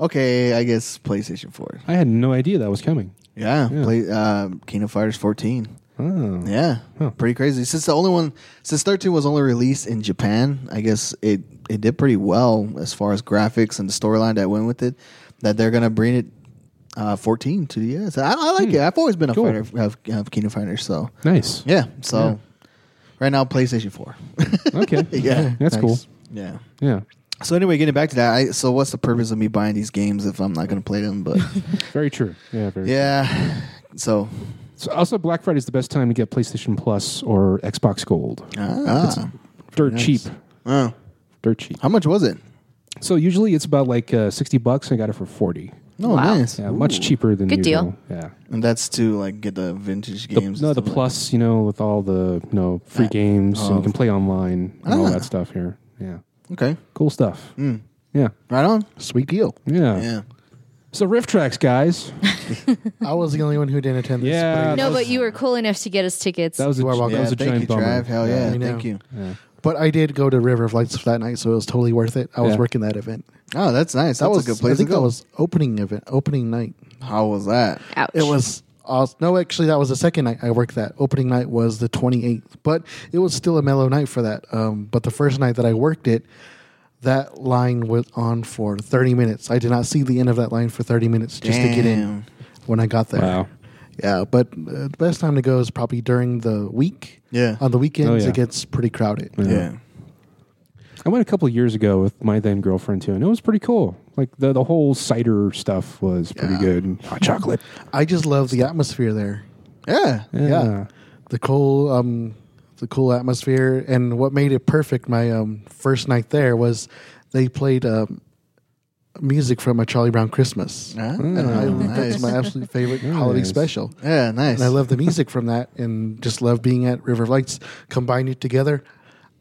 Speaker 3: Okay, I guess PlayStation 4.
Speaker 1: I had no idea that was coming.
Speaker 3: Yeah, Play, uh, King of Fighters 14.
Speaker 1: Oh.
Speaker 3: Yeah, pretty crazy. Since the only one, since 13 was only released in Japan, I guess it it did pretty well as far as graphics and the storyline that went with it. That they're gonna bring it uh, 14 to the US. I, I like it. I've always been a
Speaker 1: Cool.
Speaker 3: fighter of, of King of Fighters. So
Speaker 1: Nice.
Speaker 3: [LAUGHS] yeah, so right now PlayStation 4.
Speaker 1: Okay.
Speaker 3: [LAUGHS] Yeah.
Speaker 1: That's cool.
Speaker 3: yeah.
Speaker 1: Yeah.
Speaker 3: So anyway, getting back to that, I, so what's the purpose of me buying these games if I'm not gonna play them? But
Speaker 1: Very true. Yeah. Very
Speaker 3: yeah, so
Speaker 1: So also, Black Friday is the best time to get PlayStation Plus or Xbox Gold.
Speaker 3: ah,
Speaker 1: Dirt cheap.
Speaker 3: oh.
Speaker 1: Dirt cheap.
Speaker 3: how much was it?
Speaker 1: So usually it's about like uh, sixty bucks. I got it for forty.
Speaker 3: No,
Speaker 2: Wow.
Speaker 3: Oh, nice.
Speaker 1: Yeah, much cheaper than
Speaker 2: Good
Speaker 1: usual.
Speaker 2: deal.
Speaker 1: Yeah.
Speaker 3: And that's to like get the vintage
Speaker 1: The,
Speaker 3: games.
Speaker 1: no,
Speaker 3: and
Speaker 1: the
Speaker 3: stuff like-
Speaker 1: plus, you know, with all the you know free games, and
Speaker 3: oh.
Speaker 1: you can play online and all
Speaker 3: Ah.
Speaker 1: that stuff here. Yeah,
Speaker 3: Okay,
Speaker 1: cool stuff.
Speaker 3: Mm.
Speaker 1: Yeah,
Speaker 3: right on.
Speaker 4: Sweet deal.
Speaker 1: yeah,
Speaker 3: Yeah,
Speaker 1: So riff tracks,
Speaker 3: [LAUGHS]
Speaker 1: guys.
Speaker 4: I was the only one who didn't attend this.
Speaker 1: Yeah.
Speaker 4: but I-
Speaker 2: No, but you were cool enough to get us tickets.
Speaker 1: That was a,
Speaker 4: You are welcome.
Speaker 1: that
Speaker 3: yeah.
Speaker 1: was a
Speaker 3: Thank
Speaker 1: giant
Speaker 3: you,
Speaker 1: bummer.
Speaker 3: Trav. Hell yeah,
Speaker 4: I know.
Speaker 3: thank you.
Speaker 1: yeah.
Speaker 4: But I did go to River of Lights that night, so it was totally worth it. I was
Speaker 1: Yeah.
Speaker 4: working that event.
Speaker 3: Oh, that's nice. That
Speaker 4: that
Speaker 3: was
Speaker 4: was
Speaker 3: a good place
Speaker 4: I think
Speaker 3: to go.
Speaker 4: that was opening event, opening night.
Speaker 3: How was that?
Speaker 2: Ouch.
Speaker 4: It
Speaker 2: [LAUGHS]
Speaker 4: was awesome. no, actually, that was the second night I worked. That opening night was the twenty eighth, but it was still a mellow night for that. Um, but the first night that I worked it, that line went on for thirty minutes. I did not see the end of that line for thirty minutes just to get
Speaker 3: Damn.
Speaker 4: in when I got there.
Speaker 1: Wow.
Speaker 4: Yeah, but uh, the best time to go is probably during the week.
Speaker 3: Yeah.
Speaker 4: on the weekends
Speaker 1: Oh, yeah.
Speaker 4: it gets pretty crowded.
Speaker 3: Yeah.
Speaker 1: I went a couple of years ago with my then girlfriend too, and it was pretty cool. Like the the whole cider stuff was pretty good. And hot chocolate.
Speaker 4: I just love the atmosphere there.
Speaker 3: Yeah.
Speaker 1: Yeah.
Speaker 4: yeah the cool um the cool atmosphere and what made it perfect my um first night there was they played um music from a charlie brown christmas
Speaker 3: Ah,
Speaker 4: and I,
Speaker 3: nice.
Speaker 4: that's my
Speaker 3: [LAUGHS]
Speaker 4: absolute favorite holiday
Speaker 1: Nice.
Speaker 4: special
Speaker 3: Yeah, nice.
Speaker 4: and i love the music from that and just love being at river of lights combined it together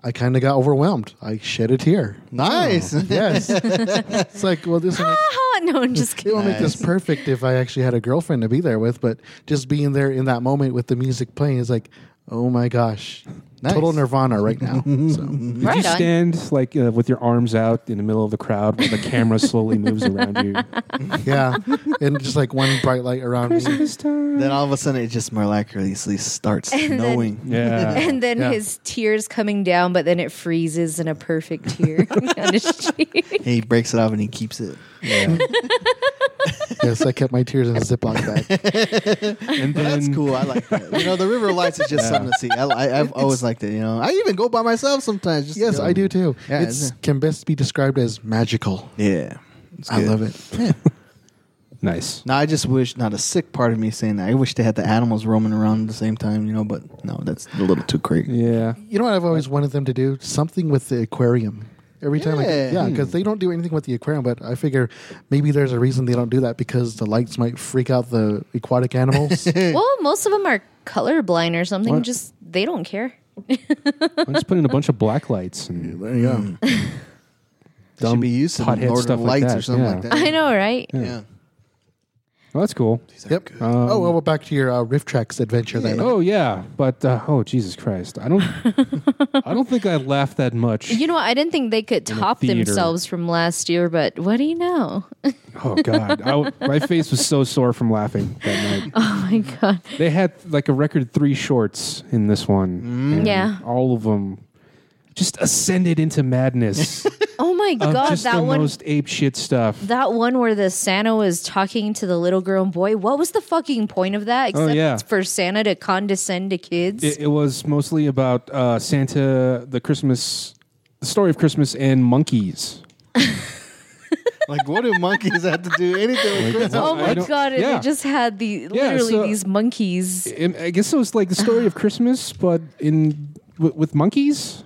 Speaker 4: i kind of got overwhelmed i shed
Speaker 3: [LAUGHS]
Speaker 4: a tear
Speaker 3: Nice.
Speaker 4: yes it's like well
Speaker 3: [LAUGHS]
Speaker 4: this will
Speaker 2: Ah, no, I'm just
Speaker 4: it
Speaker 2: kidding.
Speaker 4: would make this perfect if I actually had a girlfriend to be there with, but just being there in that moment with the music playing is like, oh my gosh,
Speaker 3: Nice.
Speaker 4: total nirvana right now. So
Speaker 3: [LAUGHS]
Speaker 1: Did you
Speaker 2: Right on.
Speaker 1: stand like uh, with your arms out in the middle of the crowd while the camera slowly moves around [LAUGHS] you?
Speaker 4: yeah, and just like one bright light around me.
Speaker 1: This time.
Speaker 3: Then all of a sudden, it just miraculously starts
Speaker 2: then-
Speaker 3: snowing.
Speaker 1: Yeah.
Speaker 2: And then
Speaker 4: Yeah.
Speaker 2: his tears coming down, but then it freezes in a perfect tear [LAUGHS] on his
Speaker 1: [LAUGHS]
Speaker 2: cheek.
Speaker 3: [LAUGHS] he breaks it off and he keeps it.
Speaker 4: Yes, I kept my tears in a
Speaker 3: [LAUGHS]
Speaker 4: Ziploc bag.
Speaker 1: and then
Speaker 3: That's cool. I like that. You know, the river lights is just something to see. I, I, I've always liked it. You know, I even go by myself sometimes. Just to
Speaker 4: Yes,
Speaker 3: go.
Speaker 4: I do too.
Speaker 3: um, Yeah,
Speaker 4: It's
Speaker 3: it's-
Speaker 4: can best be described as magical.
Speaker 3: Yeah, It's
Speaker 4: I
Speaker 3: good.
Speaker 4: love it.
Speaker 1: Nice.
Speaker 3: Now I just wish not a sick part of me saying that. I wish they had the animals roaming around at the same time, you know, but no, that's a little too crazy.
Speaker 1: Yeah.
Speaker 4: You know what I've always wanted them to do? Something with the aquarium. Every time I
Speaker 3: Yeah. Hmm.
Speaker 4: yeah, because they don't do anything with the aquarium, but I figure maybe there's a reason they don't do that because the lights might freak out the aquatic
Speaker 3: [LAUGHS]
Speaker 4: animals.
Speaker 2: well, most of them are colorblind or something.
Speaker 1: What?
Speaker 2: Just they don't care. [LAUGHS]
Speaker 1: I'm just putting a bunch of black lights and
Speaker 4: there you go.
Speaker 3: Mm.
Speaker 2: [LAUGHS]
Speaker 3: They
Speaker 1: dumb
Speaker 3: should be used to the
Speaker 1: pothead
Speaker 3: northern
Speaker 1: stuff like
Speaker 3: lights
Speaker 1: that,
Speaker 3: or something
Speaker 1: yeah.
Speaker 3: like that.
Speaker 2: I know, right?
Speaker 3: Yeah.
Speaker 1: Well, that's cool.
Speaker 4: Yep. oh, well, we're back to your uh, Rift Tracks adventure then.
Speaker 1: Oh Um, yeah, but uh, oh Jesus Christ, I don't, I don't think I laughed that much.
Speaker 2: You know, what? I didn't think they could top
Speaker 1: theater.
Speaker 2: themselves from last year, but what do you know?
Speaker 1: Oh God, I w my face was so sore from laughing that night.
Speaker 2: [LAUGHS] Oh my god!
Speaker 1: They had like a record three shorts in this one. and
Speaker 2: Yeah.
Speaker 1: all of them just ascended into
Speaker 2: [LAUGHS]
Speaker 1: madness. of
Speaker 2: Oh my god!
Speaker 1: just the
Speaker 2: That one,
Speaker 1: most ape shit stuff.
Speaker 2: that one where the Santa was talking to the little girl and boy. What was the fucking point of that? Except
Speaker 1: Oh, yeah.
Speaker 2: it's for Santa to condescend to kids.
Speaker 1: It, it was mostly about uh, Santa, the Christmas, the story of Christmas, and monkeys.
Speaker 3: Like, what do monkeys have to do anything with Christmas?
Speaker 2: oh
Speaker 1: I
Speaker 2: my
Speaker 1: don't-
Speaker 2: god! And
Speaker 1: yeah.
Speaker 2: they just had the literally
Speaker 1: so-
Speaker 2: these monkeys.
Speaker 1: Um, I guess it was like the story
Speaker 2: [SIGHS]
Speaker 1: of Christmas, but in with, with monkeys.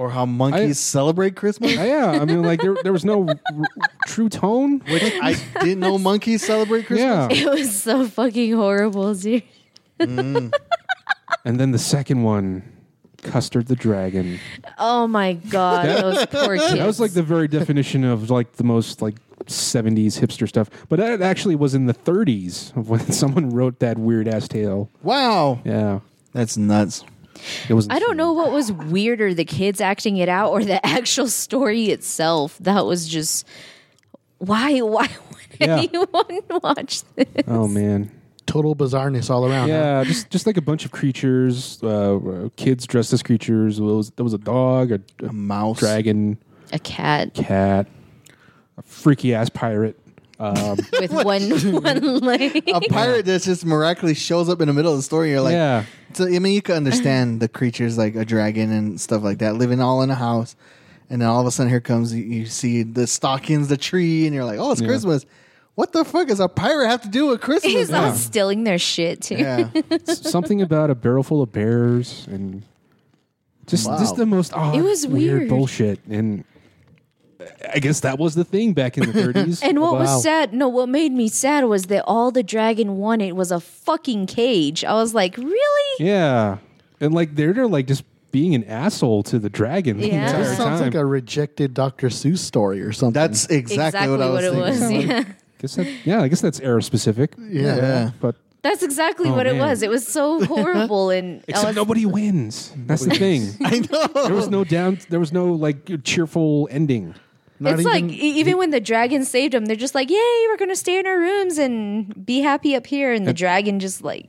Speaker 3: Or how monkeys
Speaker 1: I-
Speaker 3: celebrate Christmas?
Speaker 1: Uh, yeah, I mean, like there there was no r- true tone.
Speaker 3: Which I didn't know monkeys celebrate Christmas.
Speaker 1: Yeah,
Speaker 2: It was so fucking horrible, dude.
Speaker 1: and then the second one, Custard the Dragon.
Speaker 2: Oh my god! Those poor kids.
Speaker 1: That was like the very
Speaker 2: [LAUGHS]
Speaker 1: definition of like the most like. 70s hipster stuff, but that actually was in the [LAUGHS] 30s of when someone wrote that weird ass tale.
Speaker 3: Wow.
Speaker 1: Yeah,
Speaker 3: That's nuts.
Speaker 1: It was.
Speaker 2: I don't know what was weirder, the kids acting it out or the actual story itself. That was just why why would
Speaker 1: Yeah.
Speaker 2: anyone watch this?
Speaker 1: Oh man.
Speaker 4: Total bizarreness all
Speaker 2: Uh-huh.
Speaker 4: around. huh?
Speaker 1: Yeah, just just like a bunch of creatures, uh, kids dressed as creatures. There was, there was a dog, a, a
Speaker 3: A mouse.
Speaker 1: dragon,
Speaker 2: A cat
Speaker 1: cat, a freaky ass pirate. Um, [LAUGHS]
Speaker 2: with one one leg.
Speaker 1: Oh,
Speaker 3: A pirate that just miraculously shows up in the middle of the story. You're like,
Speaker 1: yeah,
Speaker 3: So I mean, you could understand the creatures like a dragon and stuff like that living all in a house, and then all of a sudden here comes you, you see the stockings, the tree, and you're like, oh, it's
Speaker 1: Yeah.
Speaker 3: Christmas. What the fuck does a pirate have to do with Christmas?
Speaker 2: He's all stealing their shit too. [LAUGHS]
Speaker 3: yeah,
Speaker 1: S- something about a barrel full of bears and just
Speaker 3: Wow.
Speaker 1: just the most odd,
Speaker 2: It was weird.
Speaker 1: bullshit. And I guess that was the thing back
Speaker 2: [LAUGHS]
Speaker 1: in the 30s.
Speaker 2: And what
Speaker 4: Wow.
Speaker 2: was sad, no, what made me sad was that all the dragon wanted was a fucking cage. I was like, really?
Speaker 1: yeah, and like they're, they're like just being an asshole to the dragon. the
Speaker 2: Yeah.
Speaker 1: entire
Speaker 4: That
Speaker 1: time.
Speaker 4: sounds like a rejected Dr. Seuss story or something.
Speaker 3: that's exactly, what I was
Speaker 2: it
Speaker 3: thinking.
Speaker 2: was. Yeah.
Speaker 1: Guess that, yeah, I guess that's era specific.
Speaker 4: yeah.
Speaker 3: Yeah.
Speaker 1: But
Speaker 2: That's exactly
Speaker 1: Oh,
Speaker 2: what it
Speaker 1: man.
Speaker 2: was. It was so horrible and I
Speaker 1: except
Speaker 2: was-
Speaker 1: nobody wins. That's the thing.
Speaker 3: I know.
Speaker 1: There was no down. There was no like cheerful ending.
Speaker 4: Not
Speaker 2: it's like
Speaker 4: even-
Speaker 2: like even when the dragon saved them, they're just like, "Yay, we're gonna stay in our rooms and be happy up here." And the dragon just like,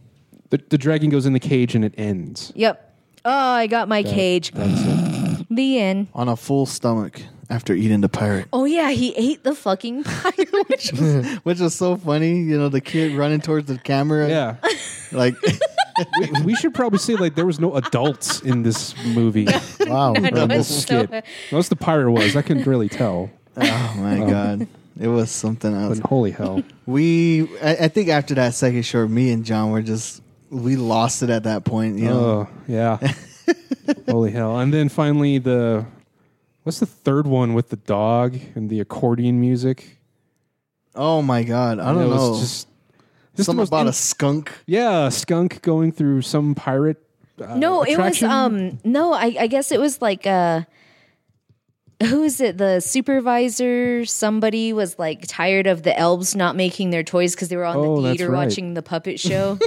Speaker 1: The, the dragon goes in the cage and it ends.
Speaker 2: "Yep, oh, I got my cage."
Speaker 1: That's it.
Speaker 2: The end.
Speaker 3: On a full stomach after eating the pirate, [LAUGHS]
Speaker 2: Oh yeah, he ate the fucking [LAUGHS] pie. which was-
Speaker 3: which was so funny. You know, the kid running towards the camera.
Speaker 1: Yeah,
Speaker 3: like [LAUGHS]
Speaker 1: we, we should probably say like there was no adults in this
Speaker 3: [LAUGHS]
Speaker 1: movie.
Speaker 4: wow.
Speaker 1: or in
Speaker 2: no,
Speaker 1: this
Speaker 2: it's so-
Speaker 1: skit. Unless the pirate was, I couldn't really tell.
Speaker 3: oh my god, it was something else.
Speaker 1: But holy hell!
Speaker 3: We, I, I think after that second short, me and John were just we lost it at that point. You know,
Speaker 1: Oh yeah, holy hell! And then finally the what's the third one with the dog and the accordion music?
Speaker 3: oh my god, I
Speaker 1: It
Speaker 3: don't
Speaker 1: was Just,
Speaker 3: know,
Speaker 1: just the
Speaker 3: something
Speaker 1: most
Speaker 3: about
Speaker 1: in-
Speaker 3: a skunk.
Speaker 1: yeah a skunk going through some pirate. Uh,
Speaker 2: no, it was
Speaker 1: attraction?
Speaker 2: um, no, I, I guess it was like uh, who is it? The supervisor, somebody was like tired of the elves not making their toys because they were on
Speaker 1: Oh,
Speaker 2: the
Speaker 1: that's
Speaker 2: theater
Speaker 1: right.
Speaker 2: watching
Speaker 1: [LAUGHS]
Speaker 2: the puppet show,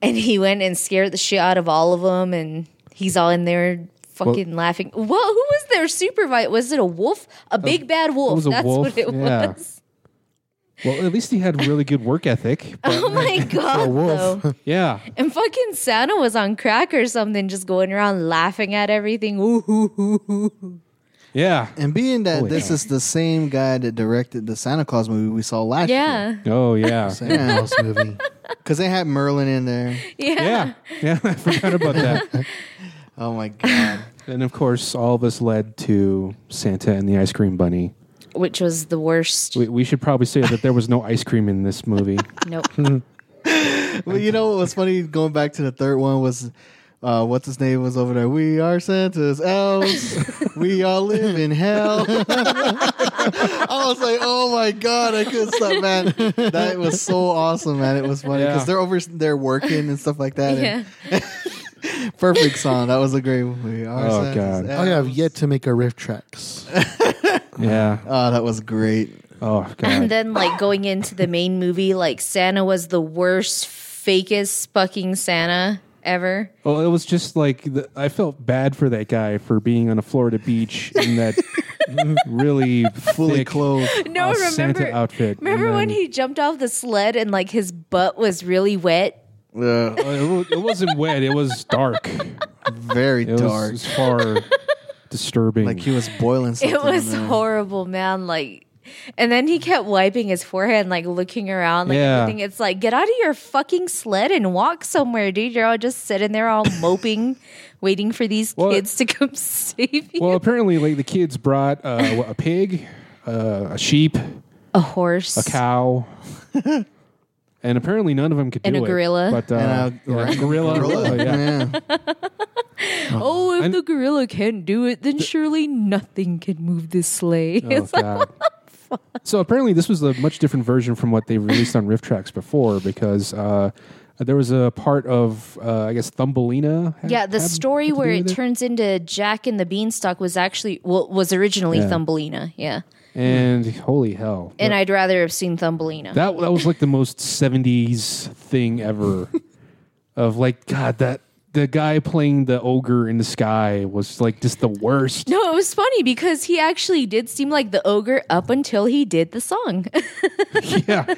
Speaker 2: and he went and scared the shit out of all of them, and he's all in there. Fucking laughing. Whoa, who was their supervisor? Was it a wolf? A big bad wolf.
Speaker 1: was a
Speaker 2: That's
Speaker 1: wolf,
Speaker 2: what it
Speaker 1: yeah.
Speaker 2: was. [LAUGHS]
Speaker 1: Well, at least he had really good work ethic. But
Speaker 2: Oh my
Speaker 1: [LAUGHS]
Speaker 2: god.
Speaker 4: wolf.
Speaker 2: Though.
Speaker 1: yeah,
Speaker 2: And fucking Santa was on crack or something, just going around laughing at everything. Ooh, hoo, hoo, hoo, hoo.
Speaker 1: yeah.
Speaker 3: And being that
Speaker 1: Holy
Speaker 3: this
Speaker 1: hell.
Speaker 3: is the same guy that directed the Santa Claus movie we saw last year,
Speaker 2: Yeah.
Speaker 1: Oh
Speaker 3: [LAUGHS]
Speaker 1: yeah,
Speaker 4: Santa Claus movie.
Speaker 3: because they had Merlin in there.
Speaker 2: Yeah.
Speaker 1: yeah, yeah. [LAUGHS] I forgot about that.
Speaker 2: [LAUGHS]
Speaker 3: Oh my god,
Speaker 1: and of course, all of us led to Santa and the Ice Cream Bunny.
Speaker 2: Which was the worst.
Speaker 1: We, we should probably say that there was no ice cream in this
Speaker 3: [LAUGHS]
Speaker 1: movie.
Speaker 2: Nope.
Speaker 1: [LAUGHS] Mm.
Speaker 3: well, you know what was funny? Going back to the third one was. Uh, what's his name was over there? We are
Speaker 2: [LAUGHS]
Speaker 3: Santa's elves. we all live in hell. [LAUGHS] I was like, oh my god, I couldn't stop, man. That was so awesome, man. It was funny because
Speaker 1: Yeah.
Speaker 3: they're over, they're working and stuff like that.
Speaker 2: yeah.
Speaker 3: and perfect song. That was a great movie. Our
Speaker 1: Oh,
Speaker 3: Santa's
Speaker 1: God.
Speaker 3: elves.
Speaker 4: I have yet to make a riff tracks.
Speaker 1: yeah.
Speaker 3: Oh, that was great.
Speaker 1: Oh
Speaker 2: And
Speaker 1: god.
Speaker 2: then, like, going into the main movie, like, Santa was the worst, fakest fucking Santa ever.
Speaker 1: Well, it was just like the, I felt bad for that guy for being on a Florida beach in
Speaker 3: [LAUGHS]
Speaker 1: that really
Speaker 3: Fully
Speaker 1: thick,
Speaker 3: clothed.
Speaker 1: [LAUGHS]
Speaker 2: No,
Speaker 1: uh,
Speaker 2: remember.
Speaker 1: Santa outfit. and
Speaker 2: Remember when
Speaker 1: then-
Speaker 2: he jumped off the sled and, like, his butt was really wet?
Speaker 3: Yeah,
Speaker 1: Uh, it, wa- it wasn't wet. It was dark.
Speaker 3: very
Speaker 1: It
Speaker 3: dark.
Speaker 1: was, it was
Speaker 3: [LAUGHS]
Speaker 1: far disturbing.
Speaker 3: like he was boiling something.
Speaker 2: It was
Speaker 3: in there.
Speaker 2: horrible, man. Like, and then he kept wiping his forehead, like looking around, like
Speaker 1: Yeah.
Speaker 2: everything. It's like, get out of your fucking sled and walk somewhere, dude. You're all just sitting there, all moping, [LAUGHS] waiting for these
Speaker 1: Well-
Speaker 2: kids to come [LAUGHS] save you.
Speaker 1: Well, apparently, like the kids brought uh, what, a pig, uh, a sheep,
Speaker 2: a horse,
Speaker 1: a cow, [LAUGHS] and apparently none of them could
Speaker 2: And
Speaker 1: do
Speaker 2: a
Speaker 1: it.
Speaker 2: gorilla.
Speaker 1: but uh,
Speaker 3: And a-
Speaker 1: yeah, [LAUGHS]
Speaker 3: right.
Speaker 1: gorilla,
Speaker 3: Gorilla.
Speaker 1: oh,
Speaker 2: [LAUGHS]
Speaker 1: yeah.
Speaker 2: Oh, if
Speaker 1: I'm-
Speaker 2: the gorilla can't do it, then surely nothing can move this sleigh. [LAUGHS]
Speaker 1: Oh, God. So apparently, this was a much different version from what they released on Rift Tracks before, because uh, there was a part of, uh, I guess, Thumbelina. had-
Speaker 2: Yeah, the
Speaker 1: had
Speaker 2: story
Speaker 1: to do
Speaker 2: where it
Speaker 1: with
Speaker 2: turns into Jack and the Beanstalk was actually well, was originally
Speaker 1: Yeah.
Speaker 2: Thumbelina. Yeah,
Speaker 1: and holy hell,
Speaker 2: and I'd rather have seen Thumbelina.
Speaker 1: That
Speaker 2: [LAUGHS]
Speaker 1: that was like the most seventies thing ever. of like, God, that the guy playing the ogre in the sky was like just the worst.
Speaker 2: No, it was funny because he actually did seem like the ogre up until he did the song.
Speaker 1: [LAUGHS]
Speaker 2: [LAUGHS]
Speaker 1: yeah.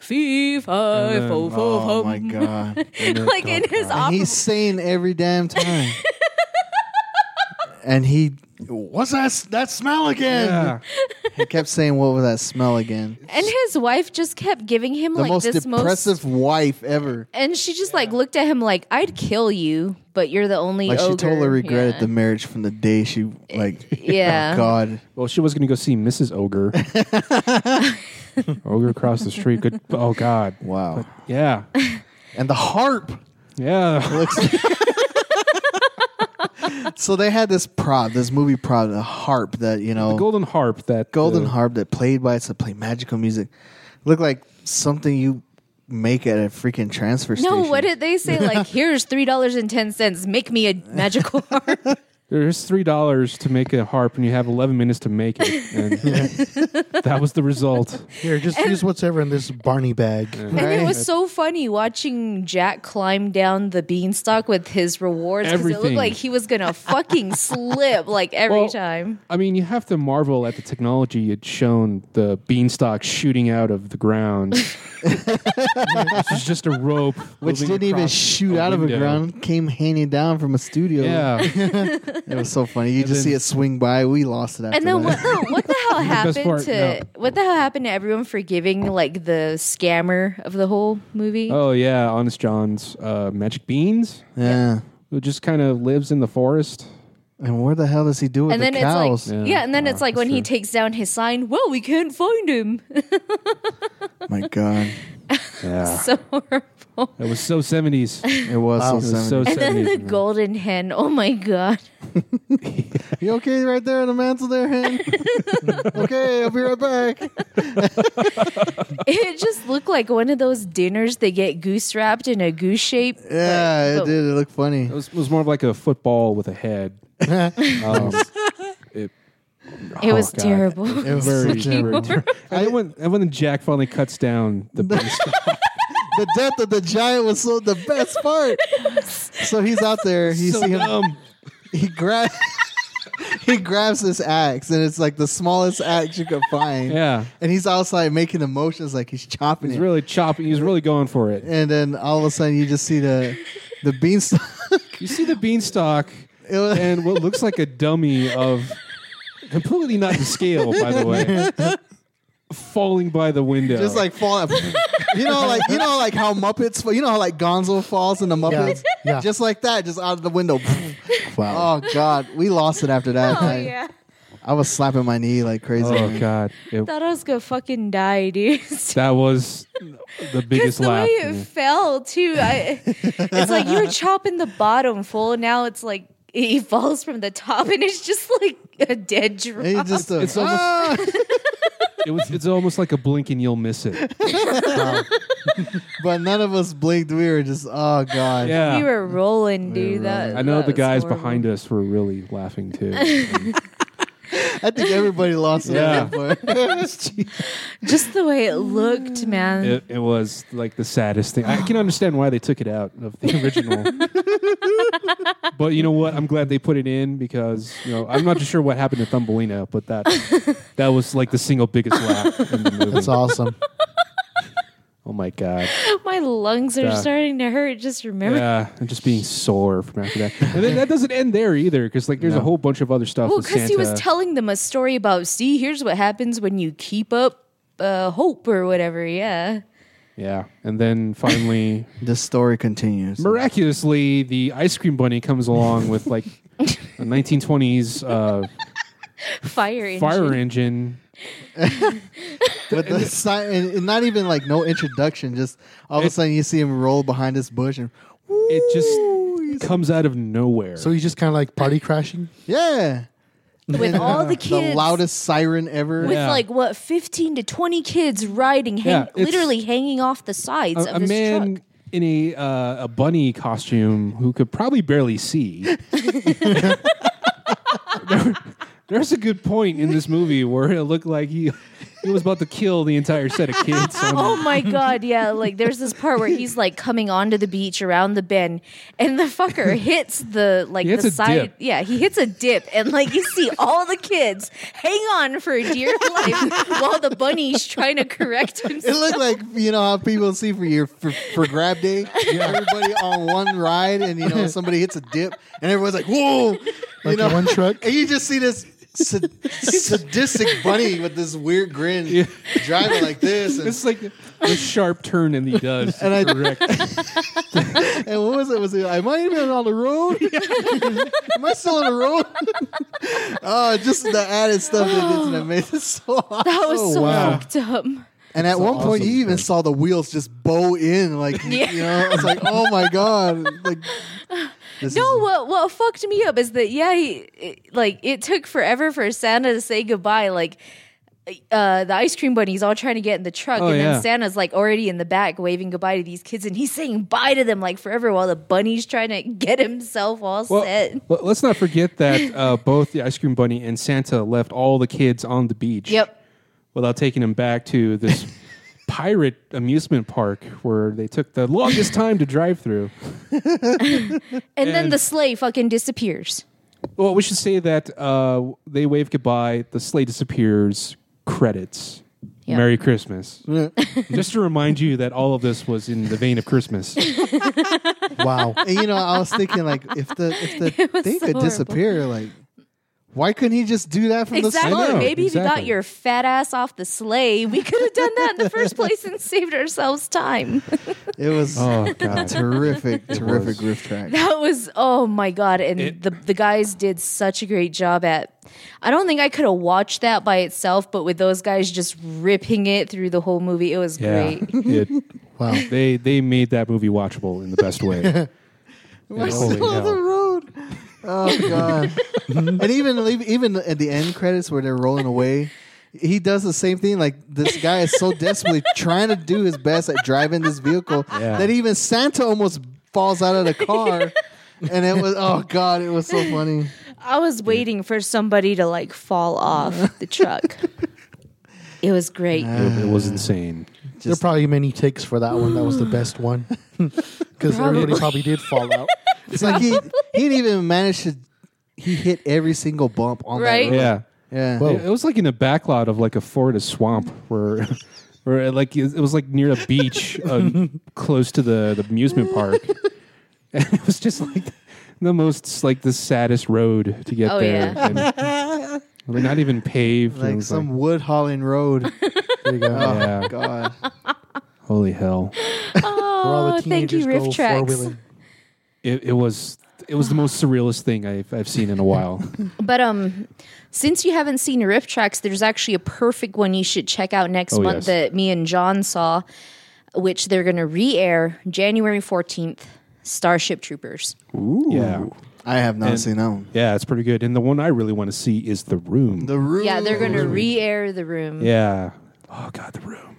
Speaker 2: Fee, fi, fo, fo,
Speaker 3: Oh
Speaker 2: hum. [LAUGHS]
Speaker 3: my god!
Speaker 2: Like in his
Speaker 3: and
Speaker 2: opera.
Speaker 3: he's saying
Speaker 2: [LAUGHS]
Speaker 3: every damn time. and he
Speaker 4: What's that? s- That smell again?
Speaker 1: Yeah.
Speaker 3: he kept saying, "What was that smell again?"
Speaker 2: And his wife just kept giving him
Speaker 3: The
Speaker 2: like
Speaker 3: most
Speaker 2: this most.
Speaker 3: depressive wife ever.
Speaker 2: And she just like looked at him like, I'd kill you, but you're the only
Speaker 3: Like
Speaker 2: ogre.
Speaker 3: she totally regretted
Speaker 2: yeah.
Speaker 3: the marriage from the day she like.
Speaker 2: Yeah.
Speaker 3: Oh [LAUGHS] God.
Speaker 1: Well, she was going to go see Mrs. Ogre. Ogre across the street. Good. Oh God.
Speaker 3: Wow.
Speaker 1: Yeah.
Speaker 3: And the harp.
Speaker 1: Yeah.
Speaker 3: So they had this prop, this movie prop, the harp that you know,
Speaker 1: The golden harp. That
Speaker 3: golden
Speaker 1: uh,
Speaker 3: harp that played by it's to play magical music. Looked like something you make at a freaking transfer station.
Speaker 2: No, what did they say?
Speaker 3: [LAUGHS]
Speaker 2: Like, here's three dollars and ten cents. Make me a magical harp.
Speaker 1: There's three dollars to make a harp, and you have eleven minutes to make it. And that was the result.
Speaker 4: Here, just use whatever in this Barney bag.
Speaker 2: And it
Speaker 3: Right.
Speaker 2: was so funny watching Jack climb down the beanstalk with his rewards because it
Speaker 1: Everything.
Speaker 2: looked like he was gonna fucking slip like every
Speaker 1: Well,
Speaker 2: time.
Speaker 1: I mean, you have to marvel at the technology it's shown the beanstalk shooting out of the ground. Which is just a rope.
Speaker 3: Which
Speaker 1: moving
Speaker 3: didn't even
Speaker 1: across
Speaker 3: shoot
Speaker 1: a
Speaker 3: out of the
Speaker 1: window.
Speaker 3: ground, came hanging down from a studio.
Speaker 1: Yeah.
Speaker 3: It was so funny. You just
Speaker 1: then-
Speaker 3: see it swing by. We lost it after
Speaker 2: And then
Speaker 3: that.
Speaker 2: what the what the hell happened
Speaker 1: part,
Speaker 2: to what the hell happened to everyone forgiving like the scammer of the whole movie?
Speaker 1: Oh yeah, Honest John's uh, magic beans,
Speaker 3: yeah.
Speaker 1: who just kind of lives in the forest.
Speaker 3: And where the hell does he do with
Speaker 2: and
Speaker 3: the
Speaker 2: then [LAUGHS]
Speaker 3: cows?
Speaker 2: it's like
Speaker 1: Yeah.
Speaker 2: yeah, and then it's like when he takes down his sign, well, we can't find him. [LAUGHS]
Speaker 3: My God,
Speaker 1: Yeah, [LAUGHS]
Speaker 2: so horrible.
Speaker 1: it was so seventies.
Speaker 3: it was
Speaker 4: Wow.
Speaker 3: so.
Speaker 1: It was so
Speaker 3: semi-
Speaker 2: And then the
Speaker 1: 70s, man.
Speaker 2: golden hen. Oh my god. [LAUGHS]
Speaker 3: you okay right there on the mantle there,
Speaker 2: [LAUGHS]
Speaker 3: Hen? okay, I'll be right back.
Speaker 2: It just looked like one of those dinners they get goose wrapped in a goose shape.
Speaker 1: Eh,
Speaker 3: Yeah, it
Speaker 2: but-
Speaker 3: did. It looked funny.
Speaker 1: It was, it was more of like a football with a
Speaker 3: [LAUGHS]
Speaker 1: head. Um, it,
Speaker 2: It
Speaker 1: oh,
Speaker 2: was
Speaker 1: God.
Speaker 2: terrible. [LAUGHS]
Speaker 3: It was
Speaker 1: Very,
Speaker 3: such a-
Speaker 1: very ter- and then when and when the Jack finally cuts down
Speaker 3: [LAUGHS]
Speaker 1: the beast,
Speaker 3: the death of the giant was so the best [LAUGHS] part. So he's out there. You
Speaker 1: so
Speaker 3: see him.
Speaker 1: dumb.
Speaker 3: He grabs. [LAUGHS] he grabs this axe, and it's like the smallest axe you could find.
Speaker 1: Yeah,
Speaker 3: And he's outside making the motions like he's chopping
Speaker 1: he's
Speaker 3: it.
Speaker 1: really chopping. He's really going for it.
Speaker 3: and then all of a sudden, you just see the the beanstalk. [LAUGHS]
Speaker 1: You see the beanstalk
Speaker 3: It was-
Speaker 1: and what looks like a dummy of completely not to scale, by the way, falling by the window.
Speaker 3: just like falling. you know, like you know, like how Muppets. You know, how like Gonzo falls in the Muppets.
Speaker 4: Yeah.
Speaker 3: Just like that, just out of the window.
Speaker 4: wow.
Speaker 3: oh God, we lost it after that.
Speaker 2: Oh
Speaker 3: I,
Speaker 2: yeah.
Speaker 3: I was slapping my knee like crazy.
Speaker 1: Oh god, It-
Speaker 2: Thought I was gonna fucking die, dude. [LAUGHS]
Speaker 1: that was the
Speaker 2: Because
Speaker 1: biggest
Speaker 2: the
Speaker 1: laugh.
Speaker 2: way
Speaker 1: for
Speaker 2: it
Speaker 1: me.
Speaker 2: fell too, I, it's like
Speaker 1: [LAUGHS]
Speaker 2: you were chopping the bottom full. Now it's like he falls from the top, and it's just like a dead drop.
Speaker 3: And he
Speaker 2: [LAUGHS]
Speaker 3: just uh,
Speaker 1: It's almost-
Speaker 3: "Ah!"
Speaker 1: It was. It's almost like a blink and you'll miss it.
Speaker 3: but none of us blinked. We were just oh god.
Speaker 1: Yeah,
Speaker 2: We were rolling, dude. That
Speaker 1: I know
Speaker 2: that
Speaker 1: the
Speaker 2: was
Speaker 1: guys
Speaker 2: horrible.
Speaker 1: behind us were really laughing
Speaker 2: [LAUGHS]
Speaker 1: too.
Speaker 3: I think everybody lost it.
Speaker 1: Yeah.
Speaker 3: at that point. [LAUGHS]
Speaker 2: Just the way it looked, man.
Speaker 1: Mm. it, it was like the saddest thing. I can understand why they took it out of the
Speaker 2: [LAUGHS]
Speaker 1: original. but you know what? I'm glad they put it in because you know I'm not just sure what happened to Thumbelina, but that
Speaker 2: [LAUGHS]
Speaker 1: that was like the single biggest laugh in the movie.
Speaker 4: That's awesome.
Speaker 1: Oh my
Speaker 2: [LAUGHS]
Speaker 1: god!
Speaker 2: [LAUGHS] My lungs are
Speaker 1: Yeah.
Speaker 2: starting to hurt. Just remember.
Speaker 1: Yeah, and just being sore from after that. And then that doesn't end there either because like there's a whole bunch of other stuff.
Speaker 2: Well,
Speaker 1: with
Speaker 2: because he was
Speaker 1: Santa.
Speaker 2: telling them a story about, see, here's what happens when you keep up uh, hope or whatever. Yeah.
Speaker 1: yeah, and then finally.
Speaker 3: the story continues.
Speaker 1: miraculously the ice cream bunny comes along with like a 1920s uh,
Speaker 2: Fire engine.
Speaker 1: fire engine
Speaker 3: But the sign, and, and not even like no introduction. Just all of a
Speaker 1: It-
Speaker 3: sudden, you see him roll behind this bush, and
Speaker 1: it
Speaker 3: Ooh,
Speaker 1: just
Speaker 3: he's-
Speaker 1: comes out of nowhere
Speaker 4: So he's just kind of like party crashing.
Speaker 3: yeah,
Speaker 2: With all the
Speaker 3: [LAUGHS] the
Speaker 2: kids.
Speaker 3: loudest siren ever.
Speaker 2: With
Speaker 1: Yeah.
Speaker 2: like what, 15 to 20 kids riding,
Speaker 1: Yeah,
Speaker 2: hang-
Speaker 1: it's-
Speaker 2: literally hanging off the sides
Speaker 1: a,
Speaker 2: of
Speaker 1: a
Speaker 2: his
Speaker 1: man
Speaker 2: truck.
Speaker 1: in a uh, a bunny costume who could probably barely
Speaker 2: [LAUGHS]
Speaker 1: see there, there's a good point in this movie where it looked like he It was about to kill the entire set of
Speaker 2: [LAUGHS]
Speaker 1: kids. So I'm
Speaker 2: Oh
Speaker 1: like, [LAUGHS]
Speaker 2: my god, yeah. Like there's this part where he's like coming onto the beach around the bend and
Speaker 1: [LAUGHS]
Speaker 2: the fucker hits the like
Speaker 1: He hits
Speaker 2: the
Speaker 1: a
Speaker 2: side
Speaker 1: dip.
Speaker 2: yeah, he hits a dip and like you see all the kids hang on
Speaker 1: [LAUGHS]
Speaker 2: for dear life while the bunny's trying to correct
Speaker 3: It
Speaker 2: himself.
Speaker 3: looked like you know how people see for your for, for grab day,
Speaker 1: [LAUGHS]
Speaker 3: everybody on one ride, and you know somebody hits a dip, and everyone's like, "Whoa!" You
Speaker 4: Like
Speaker 3: know,
Speaker 4: in one truck?
Speaker 3: and you just
Speaker 2: [LAUGHS]
Speaker 3: see this sad- sadistic bunny with this weird grin driving like this, and,
Speaker 1: It's like the sharp turn and he does.
Speaker 3: And I-
Speaker 1: correct.
Speaker 3: [LAUGHS] and what was it? Was it? Am I even on
Speaker 2: [LAUGHS]
Speaker 3: the road? [LAUGHS] Am I still on the road? [LAUGHS] oh, just the added stuff that did to them made it so.
Speaker 2: That was
Speaker 1: Oh,
Speaker 2: so
Speaker 4: wow.
Speaker 2: fucked up.
Speaker 3: And at one point,
Speaker 4: awesome
Speaker 3: you even
Speaker 4: place.
Speaker 3: saw the wheels just bow in, like
Speaker 2: Yeah.
Speaker 3: you know, it's like, oh my god,
Speaker 2: [LAUGHS]
Speaker 3: like this
Speaker 2: No,
Speaker 3: is-
Speaker 2: what what fucked me up is that yeah, he, it, like it took forever for Santa to say goodbye. Like uh, the ice cream bunny's all trying to get in the truck,
Speaker 1: Oh,
Speaker 2: and
Speaker 1: yeah.
Speaker 2: then Santa's like already in the back waving goodbye to these kids, and he's saying bye to them like forever while the bunny's trying to get himself all set.
Speaker 1: well, let's not forget that uh, both the ice cream bunny and Santa left all the kids on the beach.
Speaker 2: Yep.
Speaker 1: Without taking them back to
Speaker 2: [LAUGHS]
Speaker 1: this pirate amusement park where they took the longest time to drive through.
Speaker 2: And, then
Speaker 1: And-
Speaker 2: the sleigh fucking disappears.
Speaker 1: Well, we should say that uh, they wave goodbye. The sleigh disappears. Credits.
Speaker 2: Yeah.
Speaker 1: Merry Christmas. Just to remind you that all of this was in the vein of
Speaker 2: [LAUGHS]
Speaker 1: Christmas.
Speaker 4: Wow.
Speaker 3: And, you know, I was thinking like, if the if
Speaker 2: [LAUGHS]
Speaker 3: the
Speaker 2: It was
Speaker 3: thing
Speaker 2: so
Speaker 3: could
Speaker 2: horrible.
Speaker 3: disappear, like, why couldn't he just do that from
Speaker 2: Exactly.
Speaker 3: the
Speaker 1: I know,
Speaker 3: start?
Speaker 2: Maybe if you
Speaker 1: exactly.
Speaker 2: got your fat ass off the sleigh, we could have done that in the first place and saved ourselves time.
Speaker 3: It was
Speaker 1: Oh, God.
Speaker 3: terrific, terrific
Speaker 1: was.
Speaker 3: riff track.
Speaker 2: That was oh my god! And
Speaker 1: It-
Speaker 2: the the guys did such a great job at. I don't think I could have watched that by itself, but with those guys just ripping it through the whole movie, it was
Speaker 1: Yeah.
Speaker 2: great.
Speaker 1: It-
Speaker 4: Wow.
Speaker 1: they, they made that movie watchable in the best
Speaker 2: [LAUGHS]
Speaker 1: way.
Speaker 3: We're
Speaker 1: Yeah,
Speaker 3: still
Speaker 1: holy
Speaker 3: on the
Speaker 1: hell.
Speaker 3: road. Oh
Speaker 1: [LAUGHS]
Speaker 3: god! and even even at the end credits where they're rolling away, he does the same thing. Like this guy is so desperately trying to do his best at driving this vehicle
Speaker 1: Yeah.
Speaker 3: that even Santa almost falls out of the
Speaker 2: [LAUGHS]
Speaker 3: car. and it was oh god, it was so funny.
Speaker 2: I was waiting for somebody to like fall [LAUGHS] off the truck. it was great.
Speaker 1: it, it was insane.
Speaker 4: there are probably many takes for that one. That was the best one. [LAUGHS] Because everybody probably did fall out.
Speaker 3: It's like he he didn't even manage to. He hit every single bump on
Speaker 2: Right?
Speaker 3: that. road.
Speaker 1: Yeah.
Speaker 3: Yeah.
Speaker 4: Well-
Speaker 1: It, it was like in the back lot of like a Florida swamp where, [LAUGHS] where like it it was like near a beach uh, close to the, the amusement park. And it was just like the most like the saddest road to get
Speaker 2: Oh,
Speaker 1: there.
Speaker 2: yeah.
Speaker 1: And- like, not even paved. It
Speaker 3: like
Speaker 1: was
Speaker 3: some wood hauling
Speaker 2: [LAUGHS]
Speaker 3: road.
Speaker 4: There you go.
Speaker 3: Oh
Speaker 1: Yeah.
Speaker 3: god.
Speaker 1: holy hell.
Speaker 4: Where all
Speaker 2: Oh,
Speaker 4: the
Speaker 2: thank you,
Speaker 4: teenagers
Speaker 2: Riff
Speaker 4: go
Speaker 2: Tracks.
Speaker 4: four-wheeling.
Speaker 1: It, it was it was the most surrealist thing I've I've seen in a while.
Speaker 2: But um, since you haven't seen Riff Tracks, there's actually a perfect one you should check out next
Speaker 1: Oh, yes.
Speaker 2: month that me and John saw, which they're going to re-air January 14th. Starship Troopers.
Speaker 1: yeah.
Speaker 3: I have not
Speaker 1: And-
Speaker 3: seen that one.
Speaker 1: Yeah, it's pretty good. And the one I really want to see is The Room.
Speaker 3: The room.
Speaker 2: Yeah, they're going to re-air the room.
Speaker 1: yeah. Oh god, The Room.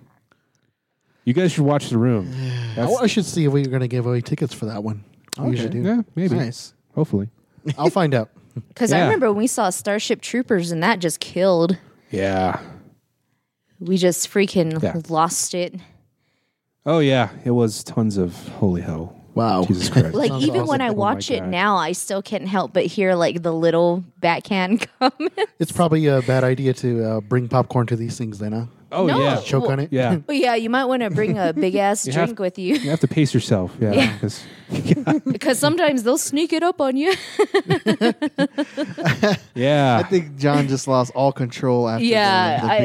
Speaker 1: You guys should watch The Room.
Speaker 4: I, I should see if we are going to give away tickets for that one. We
Speaker 3: Okay.
Speaker 4: should do.
Speaker 1: Yeah, maybe.
Speaker 3: Nice.
Speaker 1: Hopefully.
Speaker 4: I'll find out.
Speaker 2: Because I
Speaker 1: Yeah.
Speaker 2: remember when we saw Starship Troopers and that just killed.
Speaker 1: Yeah.
Speaker 2: We just freaking
Speaker 1: Yeah.
Speaker 2: lost it.
Speaker 1: Oh yeah, it was tons of holy hell.
Speaker 3: Wow.
Speaker 1: [LAUGHS] Jesus Christ.
Speaker 2: Like
Speaker 4: Sounds
Speaker 2: even when
Speaker 4: awesome.
Speaker 2: I
Speaker 1: Oh my
Speaker 2: watch it
Speaker 1: God.
Speaker 2: now, I still can't help but hear like the little [LAUGHS] backhand comment.
Speaker 4: It's probably a bad idea to uh, bring popcorn to these things then, huh?
Speaker 1: oh
Speaker 2: no.
Speaker 1: yeah.
Speaker 4: Choke on it.
Speaker 3: [LAUGHS]
Speaker 1: Yeah.
Speaker 2: But Oh, yeah, you might want to bring a [LAUGHS] big ass
Speaker 1: have-
Speaker 2: drink with you [LAUGHS]
Speaker 1: You have to pace yourself. Yeah.
Speaker 2: Yeah.
Speaker 1: [LAUGHS] 'cause-
Speaker 2: because sometimes they'll sneak it up on you.
Speaker 1: yeah.
Speaker 3: I think John just lost all control after
Speaker 2: Yeah,
Speaker 3: the, the
Speaker 2: I-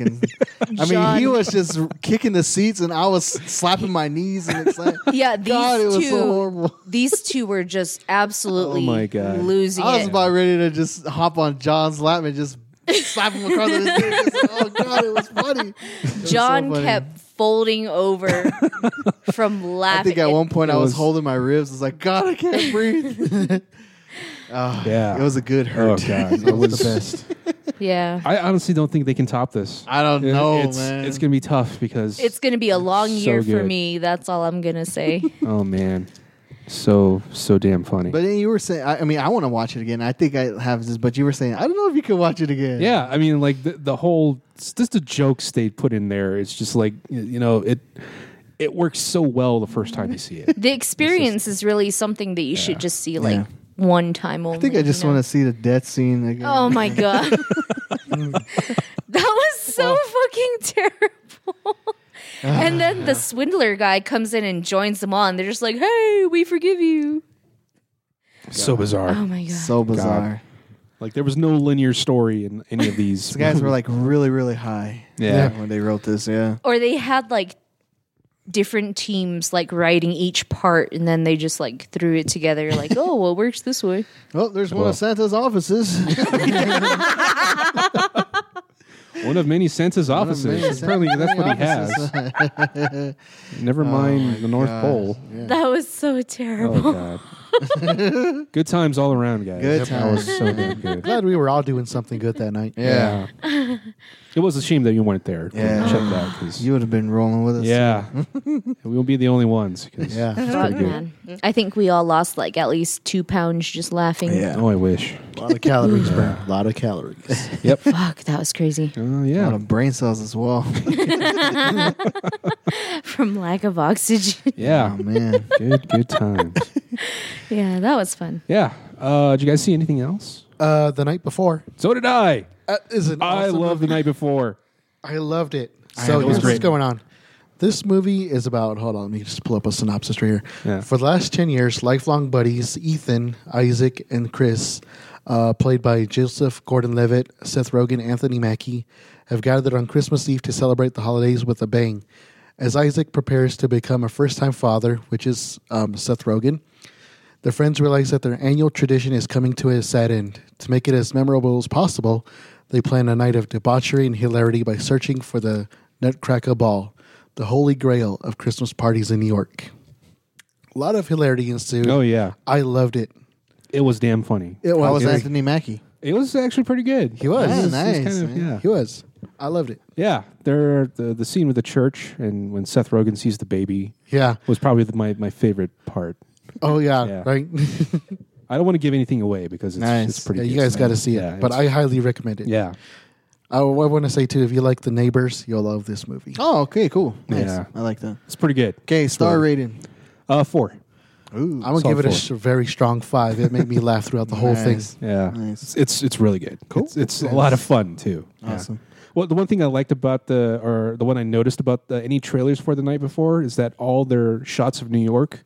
Speaker 2: [LAUGHS]
Speaker 3: and I mean
Speaker 2: John-
Speaker 3: he was just kicking the seats, and I was slapping my knees, and it's like,
Speaker 2: [LAUGHS] [LAUGHS] yeah, these
Speaker 3: God, it was
Speaker 2: two,
Speaker 3: so horrible.
Speaker 2: these two were
Speaker 3: [LAUGHS]
Speaker 2: just absolutely
Speaker 1: Oh my God.
Speaker 2: losing
Speaker 3: I was
Speaker 2: it.
Speaker 3: about ready to just hop on John's lap and just slap him across the face. Oh God, it was funny. It was so
Speaker 2: John
Speaker 3: funny.
Speaker 2: kept folding
Speaker 3: [LAUGHS]
Speaker 2: over from laughing.
Speaker 3: I think at one point I was
Speaker 1: was-
Speaker 3: holding my ribs. I was like, God, I can't
Speaker 1: [LAUGHS]
Speaker 3: breathe. Ah,
Speaker 1: Yeah.
Speaker 3: it was a good hurt.
Speaker 1: Oh, God.
Speaker 3: [LAUGHS] It
Speaker 1: It
Speaker 3: was
Speaker 1: was-
Speaker 3: the best.
Speaker 2: yeah.
Speaker 1: [LAUGHS] I honestly don't think they can top this.
Speaker 3: I don't
Speaker 1: It-
Speaker 3: know,
Speaker 1: it's,
Speaker 3: man.
Speaker 1: It's gonna be tough because
Speaker 2: It's going to be a long
Speaker 1: So
Speaker 2: year for
Speaker 1: good.
Speaker 3: [LAUGHS]
Speaker 2: me. That's all I'm going to say.
Speaker 1: Oh man. so so damn funny.
Speaker 3: But then you were saying, I, I mean, I want to watch it again. I think I have this, but you were saying, I don't know if you could watch it again.
Speaker 1: yeah, I mean, like the, the whole it's just the jokes they put in there. It's just like y- you know it it works so well the first time you see it.
Speaker 2: The experience is really something that you should just see like
Speaker 3: Yeah.
Speaker 2: one time only.
Speaker 3: I think I just want to see the death scene again.
Speaker 2: Oh
Speaker 3: [LAUGHS]
Speaker 2: my god, that was so fucking terrible.
Speaker 3: Ah,
Speaker 2: and then the swindler guy comes in and joins them all, and they're just like, "Hey, we forgive you."
Speaker 1: [LAUGHS] so bizarre.
Speaker 2: Oh my god.
Speaker 3: so bizarre.
Speaker 1: Like there was no linear story in any of these.
Speaker 3: [LAUGHS] The guys were like really, really high.
Speaker 1: [LAUGHS] Yeah.
Speaker 3: when they wrote this, yeah.
Speaker 2: or they had like different teams like writing each part and then they just like threw it together
Speaker 3: [LAUGHS]
Speaker 2: like oh well it works this way
Speaker 3: Oh, there's one of
Speaker 1: [LAUGHS]
Speaker 3: Santa's offices. [LAUGHS]
Speaker 1: one of many Santa's offices.
Speaker 3: many Santa's
Speaker 1: Apparently, that's what he has.
Speaker 3: [LAUGHS] Oh
Speaker 1: Never mind the North Pole.
Speaker 2: that was so terrible
Speaker 1: [LAUGHS] Oh god. good times all around, guys.
Speaker 3: Good
Speaker 1: That was so damn good.
Speaker 4: Glad we were all doing something good that night.
Speaker 3: [LAUGHS] yeah.
Speaker 1: It was a shame that you weren't there.
Speaker 3: Yeah.
Speaker 1: Check that. 'cause-
Speaker 3: you would have been rolling with us.
Speaker 1: yeah. [LAUGHS] we won't be the only ones. 'cause-
Speaker 4: Yeah.
Speaker 2: Fuck, man. Mm-hmm. i think we all lost like at least two pounds just laughing
Speaker 3: Yeah.
Speaker 1: Oh, I wish.
Speaker 4: A lot of calories, bro. A lot of
Speaker 3: [LAUGHS]
Speaker 4: calories.
Speaker 1: Yep.
Speaker 2: fuck that was crazy
Speaker 1: Oh
Speaker 3: a lot
Speaker 1: yeah.
Speaker 3: of brain cells as well.
Speaker 2: from lack of oxygen [LAUGHS]
Speaker 1: Yeah.
Speaker 3: oh man,
Speaker 1: Good, good times.
Speaker 2: yeah that was fun
Speaker 1: Yeah. Uh, did you guys see anything else?
Speaker 4: Uh, the night before.
Speaker 1: So did I.
Speaker 4: Uh, is an
Speaker 1: I
Speaker 4: awesome
Speaker 1: love the
Speaker 4: movie.
Speaker 1: night before.
Speaker 4: I loved it.
Speaker 3: I
Speaker 4: So
Speaker 3: know
Speaker 4: here's
Speaker 3: it's
Speaker 4: what's
Speaker 3: great.
Speaker 4: going on. This movie is about. Hold on, let me just pull up a synopsis right here.
Speaker 1: Yeah.
Speaker 4: For the last ten years, lifelong buddies Ethan, Isaac, and Chris, uh, played by Joseph Gordon-Levitt, Seth Rogen, Anthony Mackie, have gathered on Christmas Eve to celebrate the holidays with a bang. As Isaac prepares to become a first-time father, which is um, Seth Rogen, the friends realize that their annual tradition is coming to a sad end. To make it as memorable as possible, they plan a night of debauchery and hilarity by searching for the Nutcracker Ball, the holy grail of Christmas parties in New York. A lot of hilarity ensued.
Speaker 1: Oh yeah.
Speaker 4: I loved it.
Speaker 1: It was damn funny.
Speaker 4: It
Speaker 3: how was
Speaker 4: was.
Speaker 3: Anthony Mackie?
Speaker 1: It was actually pretty good. He
Speaker 4: was.
Speaker 1: It
Speaker 3: Yeah,
Speaker 1: it was
Speaker 3: nice,
Speaker 1: kind of-
Speaker 3: man.
Speaker 1: yeah.
Speaker 4: He was. I loved it.
Speaker 1: Yeah, there the the scene with the church and when Seth Rogen sees the baby
Speaker 4: Yeah.
Speaker 1: was probably the, my my favorite part.
Speaker 4: Oh yeah.
Speaker 1: Yeah.
Speaker 4: Right.
Speaker 1: I don't want to give anything away because it's,
Speaker 3: Nice.
Speaker 1: it's pretty.
Speaker 4: [LAUGHS] yeah, you
Speaker 1: good.
Speaker 4: guys got to see it.
Speaker 1: Yeah,
Speaker 4: but
Speaker 1: it's-
Speaker 4: I highly recommend it.
Speaker 1: yeah,
Speaker 4: I, I want to say too, if you like The Neighbors, you'll love this movie.
Speaker 3: Oh, okay, cool. Nice.
Speaker 1: Yeah.
Speaker 3: I like that.
Speaker 1: it's pretty good.
Speaker 3: Okay, star
Speaker 1: Sure.
Speaker 3: rating.
Speaker 1: Uh, four.
Speaker 3: Ooh,
Speaker 4: I'm gonna
Speaker 1: Solid
Speaker 4: give it a
Speaker 1: four.
Speaker 4: sh- very strong five.
Speaker 1: [LAUGHS]
Speaker 4: It made me laugh throughout the whole thing.
Speaker 3: Nice.
Speaker 1: Yeah,
Speaker 3: Nice.
Speaker 1: it's, it's it's really good. Cool. It's, it's a lot of fun too. Yeah.
Speaker 3: Awesome.
Speaker 1: Well, the one thing I liked about the or the one I noticed about the, any trailers for the night before is that all their shots of New York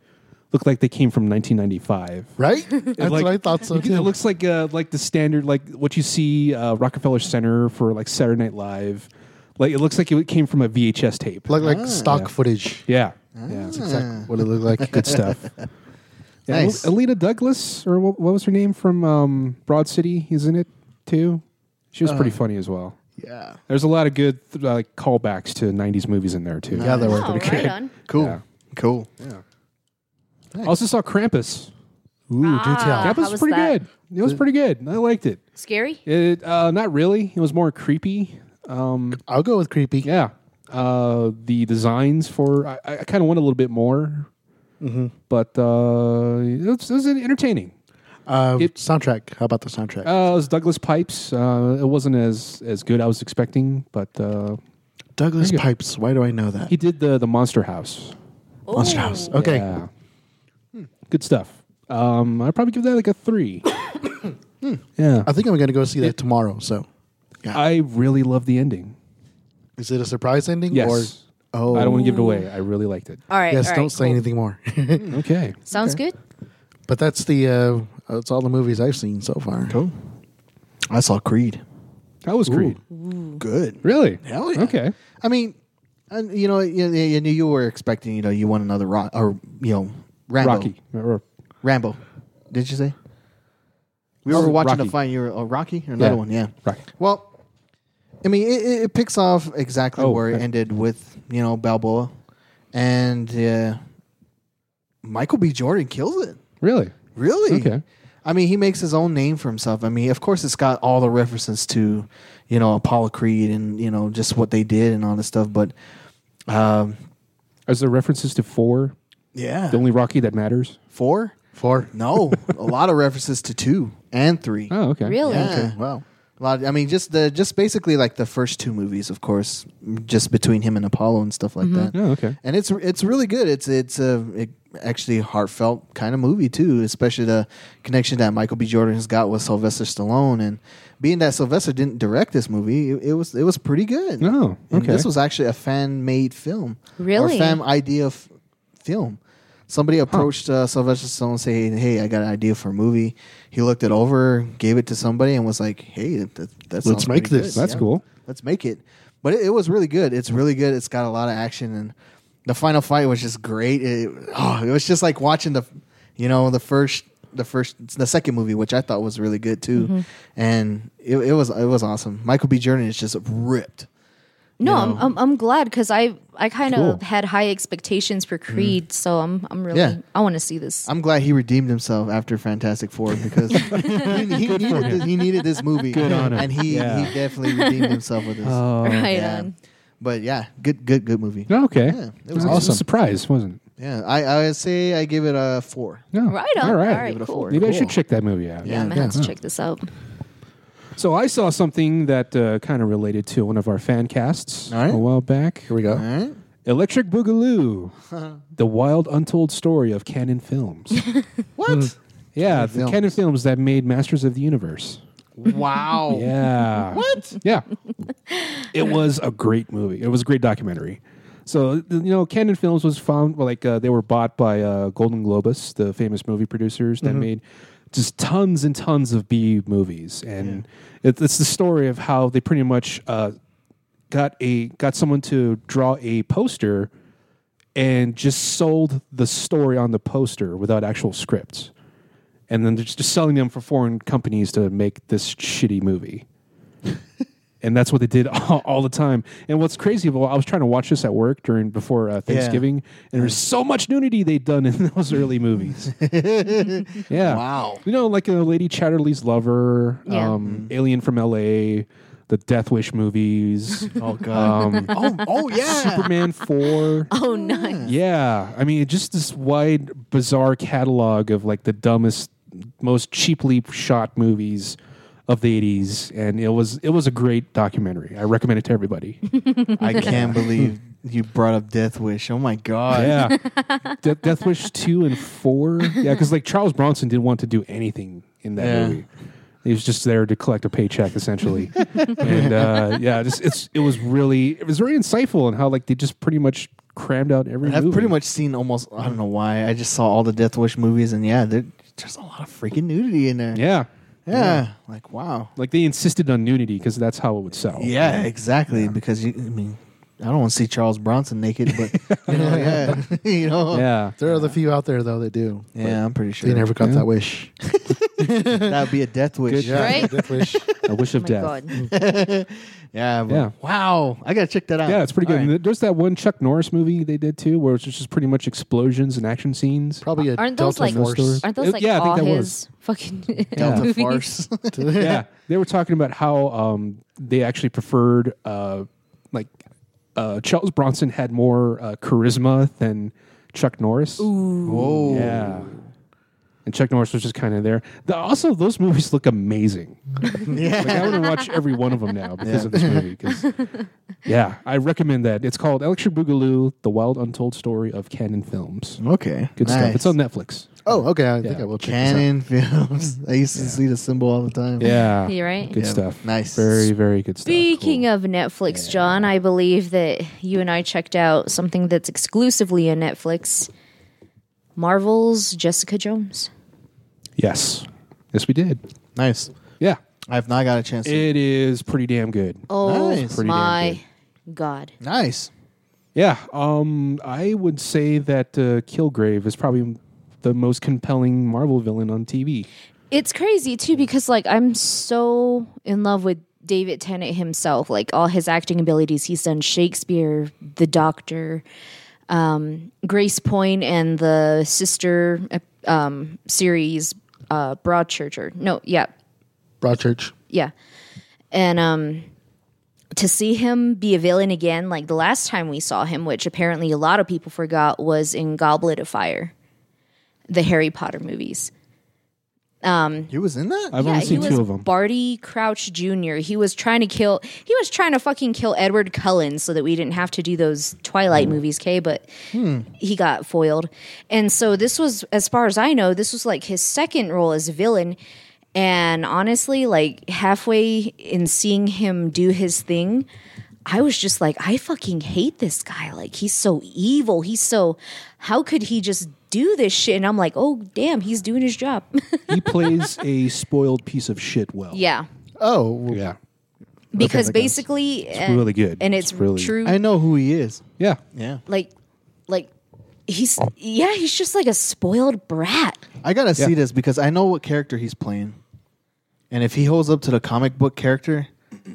Speaker 1: look like they came from 1995.
Speaker 4: Right? That's
Speaker 1: It, like-
Speaker 4: what I thought so
Speaker 1: you can-
Speaker 4: too.
Speaker 1: It looks like uh, like the standard, like what you see uh, Rockefeller Center for like Saturday Night Live. Like it looks like it came from a VHS tape.
Speaker 4: like Ah. like stock
Speaker 1: yeah.
Speaker 4: footage.
Speaker 1: yeah, yeah, it's exact-
Speaker 4: Exactly what it looked like.
Speaker 1: good
Speaker 4: [LAUGHS]
Speaker 1: stuff. Yeah,
Speaker 3: Nice.
Speaker 1: Al- Alita Douglas, or what, what was her name from um, Broad City? Is in it too. She was pretty
Speaker 4: Uh-huh.
Speaker 1: funny as well.
Speaker 4: yeah.
Speaker 1: There's a lot of good th- like callbacks to '90s movies in there too.
Speaker 4: Yeah, there were.
Speaker 2: oh right on
Speaker 3: Cool.
Speaker 1: Yeah.
Speaker 3: Cool.
Speaker 1: Also saw Krampus.
Speaker 4: Ooh, do tell.
Speaker 2: Ah.
Speaker 1: Krampus
Speaker 2: how
Speaker 1: was
Speaker 2: was
Speaker 1: pretty
Speaker 2: that?
Speaker 1: good. It was pretty good. I liked it.
Speaker 2: scary
Speaker 1: It uh, not really. It was more creepy. Um,
Speaker 4: I'll go with creepy.
Speaker 1: yeah, uh, the designs for I, I kind of want a little bit more,
Speaker 4: Mm-hmm.
Speaker 1: but uh, it was, it was entertaining.
Speaker 4: Uh,
Speaker 1: It-
Speaker 4: soundtrack. How about the soundtrack?
Speaker 1: Uh, it was Douglas Pipes. Uh, it wasn't as as good I was expecting, but uh,
Speaker 4: Douglas Pipes. Why do I know that?
Speaker 1: he Oh. did the the Monster House.
Speaker 4: Monster House. Okay.
Speaker 1: Yeah. Hmm. Good stuff. Um, I'd probably give that like a
Speaker 4: [COUGHS]
Speaker 1: three. Hmm. Yeah,
Speaker 4: I think I'm gonna go see that tomorrow. So,
Speaker 1: I really love the ending.
Speaker 4: is it a surprise ending?
Speaker 1: Yes.
Speaker 4: Or oh,
Speaker 1: I don't want to give it away. I really liked it.
Speaker 2: all right
Speaker 4: yes.
Speaker 2: all right,
Speaker 4: don't say
Speaker 2: cool. Hmm.
Speaker 4: anything more. Hmm.
Speaker 1: Okay.
Speaker 2: sounds good
Speaker 4: [LAUGHS] but that's the. Uh, that's all the movies I've seen so far.
Speaker 3: Cool. I saw Creed.
Speaker 1: That was Creed.
Speaker 3: Good.
Speaker 1: Really?
Speaker 3: Hell yeah.
Speaker 1: Okay.
Speaker 3: I mean, and, you know, you, you you knew you were expecting, you know, you want another rock or you know, Rambo.
Speaker 1: Rocky. Or-
Speaker 3: Rambo. Did you say? We
Speaker 1: Oh,
Speaker 3: were watching
Speaker 1: Rocky.
Speaker 3: the fight. You were oh, Rocky or another
Speaker 1: Yeah.
Speaker 3: one? Yeah.
Speaker 1: Rocky.
Speaker 3: Well, I mean, it, it, it picks off exactly
Speaker 1: Oh,
Speaker 3: where it
Speaker 1: okay.
Speaker 3: ended with you know Balboa, and uh, Michael B. Jordan kills it.
Speaker 1: Really?
Speaker 3: Really?
Speaker 1: Okay.
Speaker 3: I mean, he makes his own name for himself. I mean, of course, it's got all the references to, you know, Apollo Creed and you know just what they did and all this stuff. But, um,
Speaker 1: Is there references to four?
Speaker 3: Yeah.
Speaker 1: The only Rocky that matters.
Speaker 3: Four?
Speaker 4: Four.
Speaker 1: [LAUGHS]
Speaker 3: No, a lot of references to two and three.
Speaker 1: Oh, okay.
Speaker 2: Really?
Speaker 3: Yeah.
Speaker 4: Wow.
Speaker 3: A lot. I mean, just the just basically like the first two movies, of course, just between him and Apollo and stuff like that.
Speaker 1: Oh, okay.
Speaker 3: And it's it's really good. It's it's a it, actually heartfelt kind of movie too, especially the connection that Michael B. Jordan has got with Sylvester Stallone, and being that Sylvester didn't direct this movie, it, it was it was pretty good.
Speaker 1: Oh,
Speaker 3: And
Speaker 1: okay.
Speaker 3: this was actually a fan made film,
Speaker 2: Really?
Speaker 3: or fan idea f- film. Somebody approached uh, Sylvester Stallone and say, hey, "Hey, I got an idea for a movie." He looked it over, gave it to somebody, and was like, "Hey, that, that sounds
Speaker 4: make
Speaker 3: pretty
Speaker 4: this.
Speaker 3: good.
Speaker 1: That's cool.
Speaker 3: Let's make it." But it, it was really good. It's really good. It's got a lot of action, and the final fight was just great. It, oh, it was just like watching the, you know, the first, the first, the second movie, which I thought was really good too, and it, it was it was awesome. Michael B. Jordan is just ripped.
Speaker 2: No,
Speaker 3: you
Speaker 2: I'm,
Speaker 3: know.
Speaker 2: I'm I'm glad because I I kind of
Speaker 1: Cool.
Speaker 2: had high expectations for Creed, so I'm I'm really
Speaker 3: Yeah.
Speaker 2: I want to see this.
Speaker 3: I'm glad he redeemed himself after Fantastic Four because he, he needed this, he needed this movie,
Speaker 1: on him.
Speaker 3: and he,
Speaker 1: Yeah.
Speaker 3: he definitely redeemed himself with
Speaker 2: [LAUGHS]
Speaker 3: this.
Speaker 2: right
Speaker 3: yeah.
Speaker 2: on.
Speaker 3: But yeah, good good good movie.
Speaker 1: Oh, okay.
Speaker 3: Oh. Yeah, it was
Speaker 1: a
Speaker 3: awesome.
Speaker 1: surprise, wasn't it?
Speaker 3: Yeah, I I would say I give it a four.
Speaker 1: No.
Speaker 2: Right on.
Speaker 1: Oh, All right.
Speaker 2: All right,
Speaker 3: Give it a
Speaker 2: cool.
Speaker 3: four.
Speaker 1: Maybe I should
Speaker 3: Cool.
Speaker 1: check that movie out.
Speaker 2: Yeah, I'm gonna have to check this out.
Speaker 1: So I saw something that uh, kind of related to one of our fan casts
Speaker 3: All right.
Speaker 1: a while back.
Speaker 4: Here we go.
Speaker 3: All right.
Speaker 1: Electric
Speaker 3: [LAUGHS]
Speaker 1: Boogaloo, the wild untold story of Canon Films.
Speaker 3: What?
Speaker 1: yeah,
Speaker 3: Canon
Speaker 1: the Canon Films that made Masters of the Universe.
Speaker 3: Hmm. wow.
Speaker 1: Yeah.
Speaker 3: What?
Speaker 1: Yeah. it was a great movie. It was a great documentary. So th- you know, Canon Films was found well, like uh, they were bought by uh, Golden Globus, the famous movie producers
Speaker 3: Mm-hmm.
Speaker 1: that made just tons and tons of B movies, and it, it's the story of how they pretty much uh, got a got someone to draw a poster and just sold the story on the poster without actual scripts, and then they're just selling them for foreign companies to make this shitty
Speaker 3: [LAUGHS]
Speaker 1: movie and that's what they did [LAUGHS] all, all the time. And what's crazy, well, I was trying to watch this at work during before uh, Thanksgiving, and there's so much nudity they'd done in [LAUGHS] those early movies.
Speaker 3: [LAUGHS]
Speaker 1: yeah,
Speaker 3: Wow. Mm-hmm.
Speaker 1: You know, like uh, Lady Chatterley's Lover,
Speaker 2: Yeah.
Speaker 1: um, Alien from L.A., the Death Wish movies,
Speaker 3: [LAUGHS]
Speaker 1: um,
Speaker 3: Oh god. oh oh yeah.
Speaker 1: Superman Four.
Speaker 2: [LAUGHS] Oh,
Speaker 3: Mm.
Speaker 2: nice.
Speaker 1: Yeah, I mean, just this wide, bizarre catalog of like the dumbest, most cheaply shot movies of the '80s, and it was it was a great documentary. I recommend it to everybody.
Speaker 3: [LAUGHS] I can't believe you brought up Death Wish. Oh my god.
Speaker 1: yeah, De- Death Wish two and four. Yeah, because like Charles Bronson didn't want to do anything in that
Speaker 3: Yeah.
Speaker 1: movie. He was just there to collect a paycheck,
Speaker 3: [LAUGHS]
Speaker 1: essentially. and uh, yeah, just it's it was really it was very insightful and how like they just pretty much crammed out every.
Speaker 3: I've
Speaker 1: movie.
Speaker 3: pretty much seen almost I don't know why. I just saw all the Death Wish movies and yeah, there, there's a lot of freaking nudity in there.
Speaker 1: yeah.
Speaker 3: Yeah. Like wow.
Speaker 1: Like they insisted on nudity because that's how it would sell.
Speaker 3: Yeah, exactly. Because you, I mean, I don't want to see Charles Bronson naked, but [LAUGHS] you know, yeah, you
Speaker 2: [LAUGHS]
Speaker 3: know,
Speaker 1: Yeah.
Speaker 4: There are the few out there though that do. but
Speaker 3: Yeah, I'm pretty sure
Speaker 4: They never got
Speaker 1: Yeah.
Speaker 2: [LAUGHS]
Speaker 4: that wish.
Speaker 1: [LAUGHS]
Speaker 3: that'd be a death wish.
Speaker 1: job.
Speaker 3: Yeah,
Speaker 2: Right?
Speaker 4: That wish.
Speaker 1: A wish
Speaker 2: Oh
Speaker 1: of
Speaker 2: my
Speaker 1: death.
Speaker 2: god.
Speaker 3: yeah, but
Speaker 1: Yeah.
Speaker 3: Wow, I gotta check that out.
Speaker 1: Yeah, it's pretty good.
Speaker 3: All
Speaker 1: And
Speaker 3: right.
Speaker 1: There's that one Chuck Norris movie they did too, where it's just pretty much explosions and action scenes.
Speaker 4: Probably a
Speaker 2: Aren't those
Speaker 4: Oh, Delta
Speaker 2: like
Speaker 4: Force.
Speaker 2: aren't
Speaker 1: Uh,
Speaker 2: those like
Speaker 1: yeah, I think
Speaker 2: all
Speaker 1: that
Speaker 2: his
Speaker 1: was.
Speaker 2: fucking [LAUGHS]
Speaker 3: Delta
Speaker 2: movies?
Speaker 3: farce.
Speaker 2: [LAUGHS]
Speaker 4: [LAUGHS]
Speaker 1: yeah, they were talking about how um, they actually preferred uh, like uh, Charles Bronson had more uh, charisma than Chuck Norris.
Speaker 3: Whoa.
Speaker 1: Yeah. And Chuck Norris was just kind of there. The, also, those movies look amazing. Like, I want to watch every one of them now because
Speaker 3: Yeah.
Speaker 1: of this movie.
Speaker 3: [LAUGHS]
Speaker 1: 'cause- yeah, I recommend that. It's called Electric Boogaloo: The Wild Untold Story of Canon Films.
Speaker 3: Okay.
Speaker 1: Good stuff.
Speaker 3: Nice.
Speaker 1: It's on Netflix.
Speaker 4: Oh, okay. I think
Speaker 1: Yeah.
Speaker 4: I will check this
Speaker 1: [LAUGHS]
Speaker 3: Canon films. I used to see the symbol all the time.
Speaker 1: Yeah,
Speaker 2: You right?
Speaker 1: Good
Speaker 3: Yeah.
Speaker 1: stuff.
Speaker 3: Nice.
Speaker 1: Very, very good stuff.
Speaker 2: Speaking of Netflix, John, I believe that you and I checked out something that's exclusively on Netflix. Marvel's Jessica Jones.
Speaker 1: yes, yes, we did.
Speaker 3: Nice.
Speaker 1: Yeah,
Speaker 3: I've not got a chance. To-
Speaker 1: it is pretty damn good.
Speaker 2: Oh
Speaker 3: Nice.
Speaker 1: Pretty damn
Speaker 2: my god.
Speaker 3: nice.
Speaker 1: Yeah, um, I would say that uh, Kilgrave is probably the most compelling Marvel villain on TV.
Speaker 2: It's crazy too because like I'm so in love with David Tennant himself, like all his acting abilities. He's done Shakespeare, The Doctor, um, Grace Point, and the sister uh, um, series uh, Broadchurch. Or no, yeah,
Speaker 4: out. Broadchurch.
Speaker 2: yeah, and um, to see him be a villain again, like the last time we saw him, which apparently a lot of people forgot was in Goblet of Fire, the Harry Potter movies.
Speaker 3: He was in that.
Speaker 1: I've
Speaker 2: yeah,
Speaker 1: only
Speaker 2: he
Speaker 1: seen
Speaker 2: was
Speaker 1: two of them.
Speaker 2: Barty Crouch Jr. He was trying to kill. He was trying to fucking kill Edward Cullen so that we didn't have to do those
Speaker 1: Hmm.
Speaker 2: Twilight movies, Kay. But he got foiled, and so this was, as far as I know, this was like his second role as a villain. And honestly, like halfway in seeing him do his thing, I was just like, I fucking hate this guy. Like, he's so evil. He's so, how could he just do this shit? And I'm like, oh, damn, he's doing his job. [LAUGHS]
Speaker 1: he plays a spoiled piece of shit well.
Speaker 2: yeah.
Speaker 4: Oh, well,
Speaker 1: Yeah.
Speaker 2: because
Speaker 4: that goes.
Speaker 2: basically it's
Speaker 1: really good.
Speaker 2: and it's,
Speaker 1: It's really-
Speaker 2: true
Speaker 4: I know who he is.
Speaker 1: Yeah.
Speaker 3: Yeah.
Speaker 2: like like he's yeah he's just like a spoiled brat
Speaker 3: I gotta
Speaker 1: Yeah.
Speaker 3: see this because I know what character he's playing, and if he holds up to the comic book character,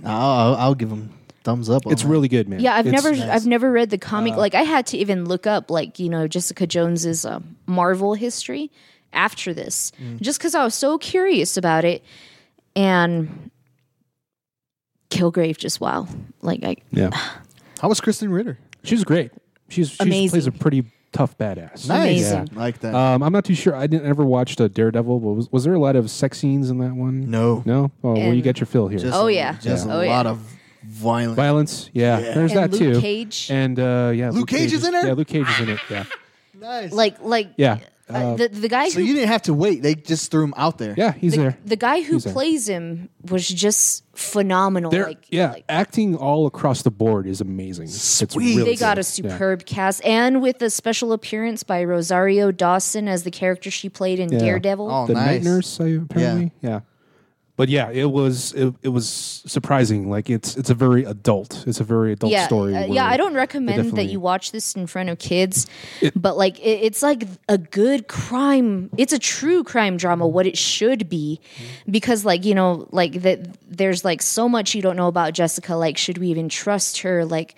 Speaker 3: I'll, I'll, I'll give him thumbs up. on
Speaker 1: It's
Speaker 3: that.
Speaker 1: really good, man.
Speaker 2: yeah i've
Speaker 1: It's- Uh-huh.
Speaker 2: never i've never read the comic like i had to even look up like you know jessica jones's uh, marvel history after this
Speaker 1: Mm.
Speaker 2: just because i was so curious about it and kilgrave just wow like i
Speaker 1: Yeah.
Speaker 3: How was Kristen Ritter?
Speaker 1: She's great. She's she
Speaker 2: Amazing.
Speaker 1: plays a pretty tough badass.
Speaker 2: Amazing.
Speaker 3: I like that.
Speaker 1: Um, I'm not too sure. I didn't ever watch uh, Daredevil, but was, was there a lot of sex scenes in that one?
Speaker 3: no,
Speaker 1: No? Oh, well,
Speaker 2: And-
Speaker 1: you get your fill here.
Speaker 3: Just
Speaker 2: Oh,
Speaker 3: a-
Speaker 2: yeah.
Speaker 3: just
Speaker 2: Yeah.
Speaker 3: a
Speaker 2: Oh, yeah.
Speaker 3: lot of violence.
Speaker 1: Violence, yeah. There's
Speaker 2: And
Speaker 1: that
Speaker 2: Luke
Speaker 1: too.
Speaker 2: Cage.
Speaker 1: And uh, yeah, Luke,
Speaker 3: Cage is in it?
Speaker 1: Yeah, Luke Cage is in it.
Speaker 2: [LAUGHS]
Speaker 1: Yeah,
Speaker 3: Nice.
Speaker 2: like like
Speaker 1: Yeah.
Speaker 2: uh, the, the guy
Speaker 3: so
Speaker 2: who
Speaker 3: you didn't have to wait; they just threw him out there.
Speaker 1: yeah, he's
Speaker 2: the,
Speaker 1: there.
Speaker 2: the guy who
Speaker 1: He's there.
Speaker 2: plays him was just phenomenal
Speaker 1: There,
Speaker 2: like
Speaker 1: yeah,
Speaker 2: like,
Speaker 1: acting all across the board is amazing. It's
Speaker 3: Sweet.
Speaker 1: really
Speaker 2: they got
Speaker 1: good.
Speaker 2: a superb cast and with a special appearance by Rosario Dawson as the character she played in
Speaker 1: Yeah.
Speaker 2: Daredevil.
Speaker 3: Oh,
Speaker 1: the night
Speaker 3: nice.
Speaker 1: nurse, I, apparently. Yeah. But yeah, it was it, it was surprising. Like it's it's a very adult. It's a very adult
Speaker 2: yeah,
Speaker 1: story.
Speaker 2: uh,
Speaker 1: where
Speaker 2: yeah. I don't
Speaker 1: they
Speaker 2: recommend that
Speaker 1: definitely-
Speaker 2: you watch this in front of kids, but like it, it's like a good crime. It's a true crime drama, what it should be, because like you know, like that there's like so much you don't know about Jessica. Like, should we even trust her? Like,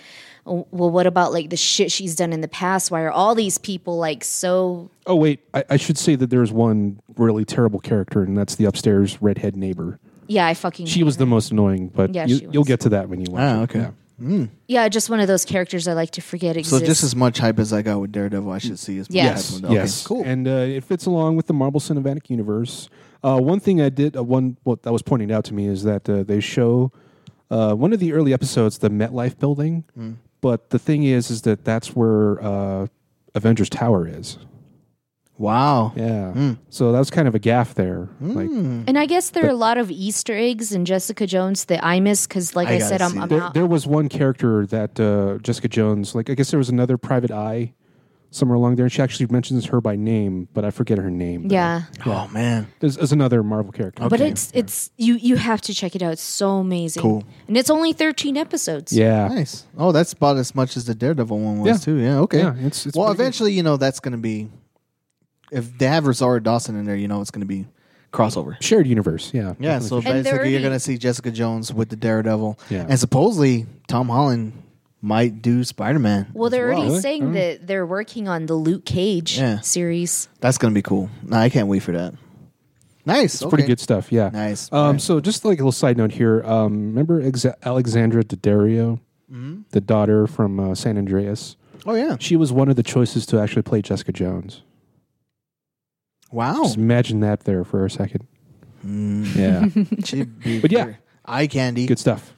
Speaker 2: w- well, what about like the shit she's done in the past? Why are all these people like so
Speaker 1: Oh wait, I, I should say that there's one really terrible character, and that's the upstairs redhead neighbor.
Speaker 2: Yeah, I fucking.
Speaker 1: She was the most annoying, but
Speaker 2: Yeah,
Speaker 1: you,
Speaker 2: she
Speaker 1: you'll
Speaker 2: was.
Speaker 1: get to that when you watch.
Speaker 3: Ah,
Speaker 1: it.
Speaker 3: okay.
Speaker 1: Yeah.
Speaker 2: yeah, just one of those characters I like to forget
Speaker 3: So
Speaker 2: exists.
Speaker 3: just as much hype as I got with Daredevil, I should see as much
Speaker 2: Yes.
Speaker 3: hype.
Speaker 1: Yes,
Speaker 3: with- okay,
Speaker 1: yes,
Speaker 3: cool.
Speaker 1: and uh, it fits along with the Marvel Cinematic Universe. Uh, one thing I did, uh, one what that was pointed out to me is that uh, they show uh, one of the early episodes, the MetLife building.
Speaker 3: Hmm.
Speaker 1: But the thing is, is that that's where uh, Avengers Tower is.
Speaker 3: Wow.
Speaker 1: Yeah,
Speaker 3: Hmm.
Speaker 1: so that was kind of a gaff there. Like
Speaker 2: and I guess there are a lot of Easter eggs in Jessica Jones that I miss because, like I,
Speaker 3: I gotta
Speaker 2: said, I'm,
Speaker 3: see
Speaker 2: I'm
Speaker 3: that.
Speaker 1: there,
Speaker 2: out.
Speaker 1: there was one character that uh, Jessica Jones, like I guess there was another Private Eye somewhere along there, and she actually mentions her by name, but I forget her name. though.
Speaker 2: yeah,
Speaker 3: Oh man.
Speaker 1: there's, there's another Marvel character.
Speaker 2: but it's it's you you have to check it out. It's so amazing.
Speaker 3: Cool.
Speaker 2: And it's only 13 episodes.
Speaker 1: Yeah,
Speaker 3: Nice. Oh, that's about as much as the Daredevil one was
Speaker 1: Yeah.
Speaker 3: too. Yeah. Okay.
Speaker 1: Yeah, it's- it's
Speaker 3: well,
Speaker 1: pretty good.
Speaker 3: eventually, you know, that's going to be if they have Rosario Dawson in there, you know, it's going to be crossover.
Speaker 1: shared universe. Yeah,
Speaker 3: Yeah.
Speaker 1: definitely.
Speaker 3: So
Speaker 2: they're
Speaker 3: basically,
Speaker 2: already-
Speaker 3: you're going to see Jessica Jones with the Daredevil,
Speaker 1: Yeah.
Speaker 3: and supposedly Tom Holland might do Spider Man.
Speaker 2: Well, they're already
Speaker 1: Really?
Speaker 2: saying that they're working on the Luke Cage
Speaker 3: Mm-hmm. Yeah.
Speaker 2: series.
Speaker 3: that's going to be cool. No, I can't wait for that. Nice.
Speaker 1: it's pretty good stuff. Yeah,
Speaker 3: Nice.
Speaker 1: Um, so just like a little side note here. Um, remember Ex- Alexandra Daddario,
Speaker 3: Mm-hmm.
Speaker 1: the daughter from uh, San Andreas.
Speaker 3: Oh yeah.
Speaker 1: She was one of the choices to actually play Jessica Jones.
Speaker 3: Wow. Oh.
Speaker 1: Just imagine that there for a second. Yeah,
Speaker 3: She'd be
Speaker 1: But yeah.
Speaker 3: pure eye candy.
Speaker 1: [LAUGHS] good stuff.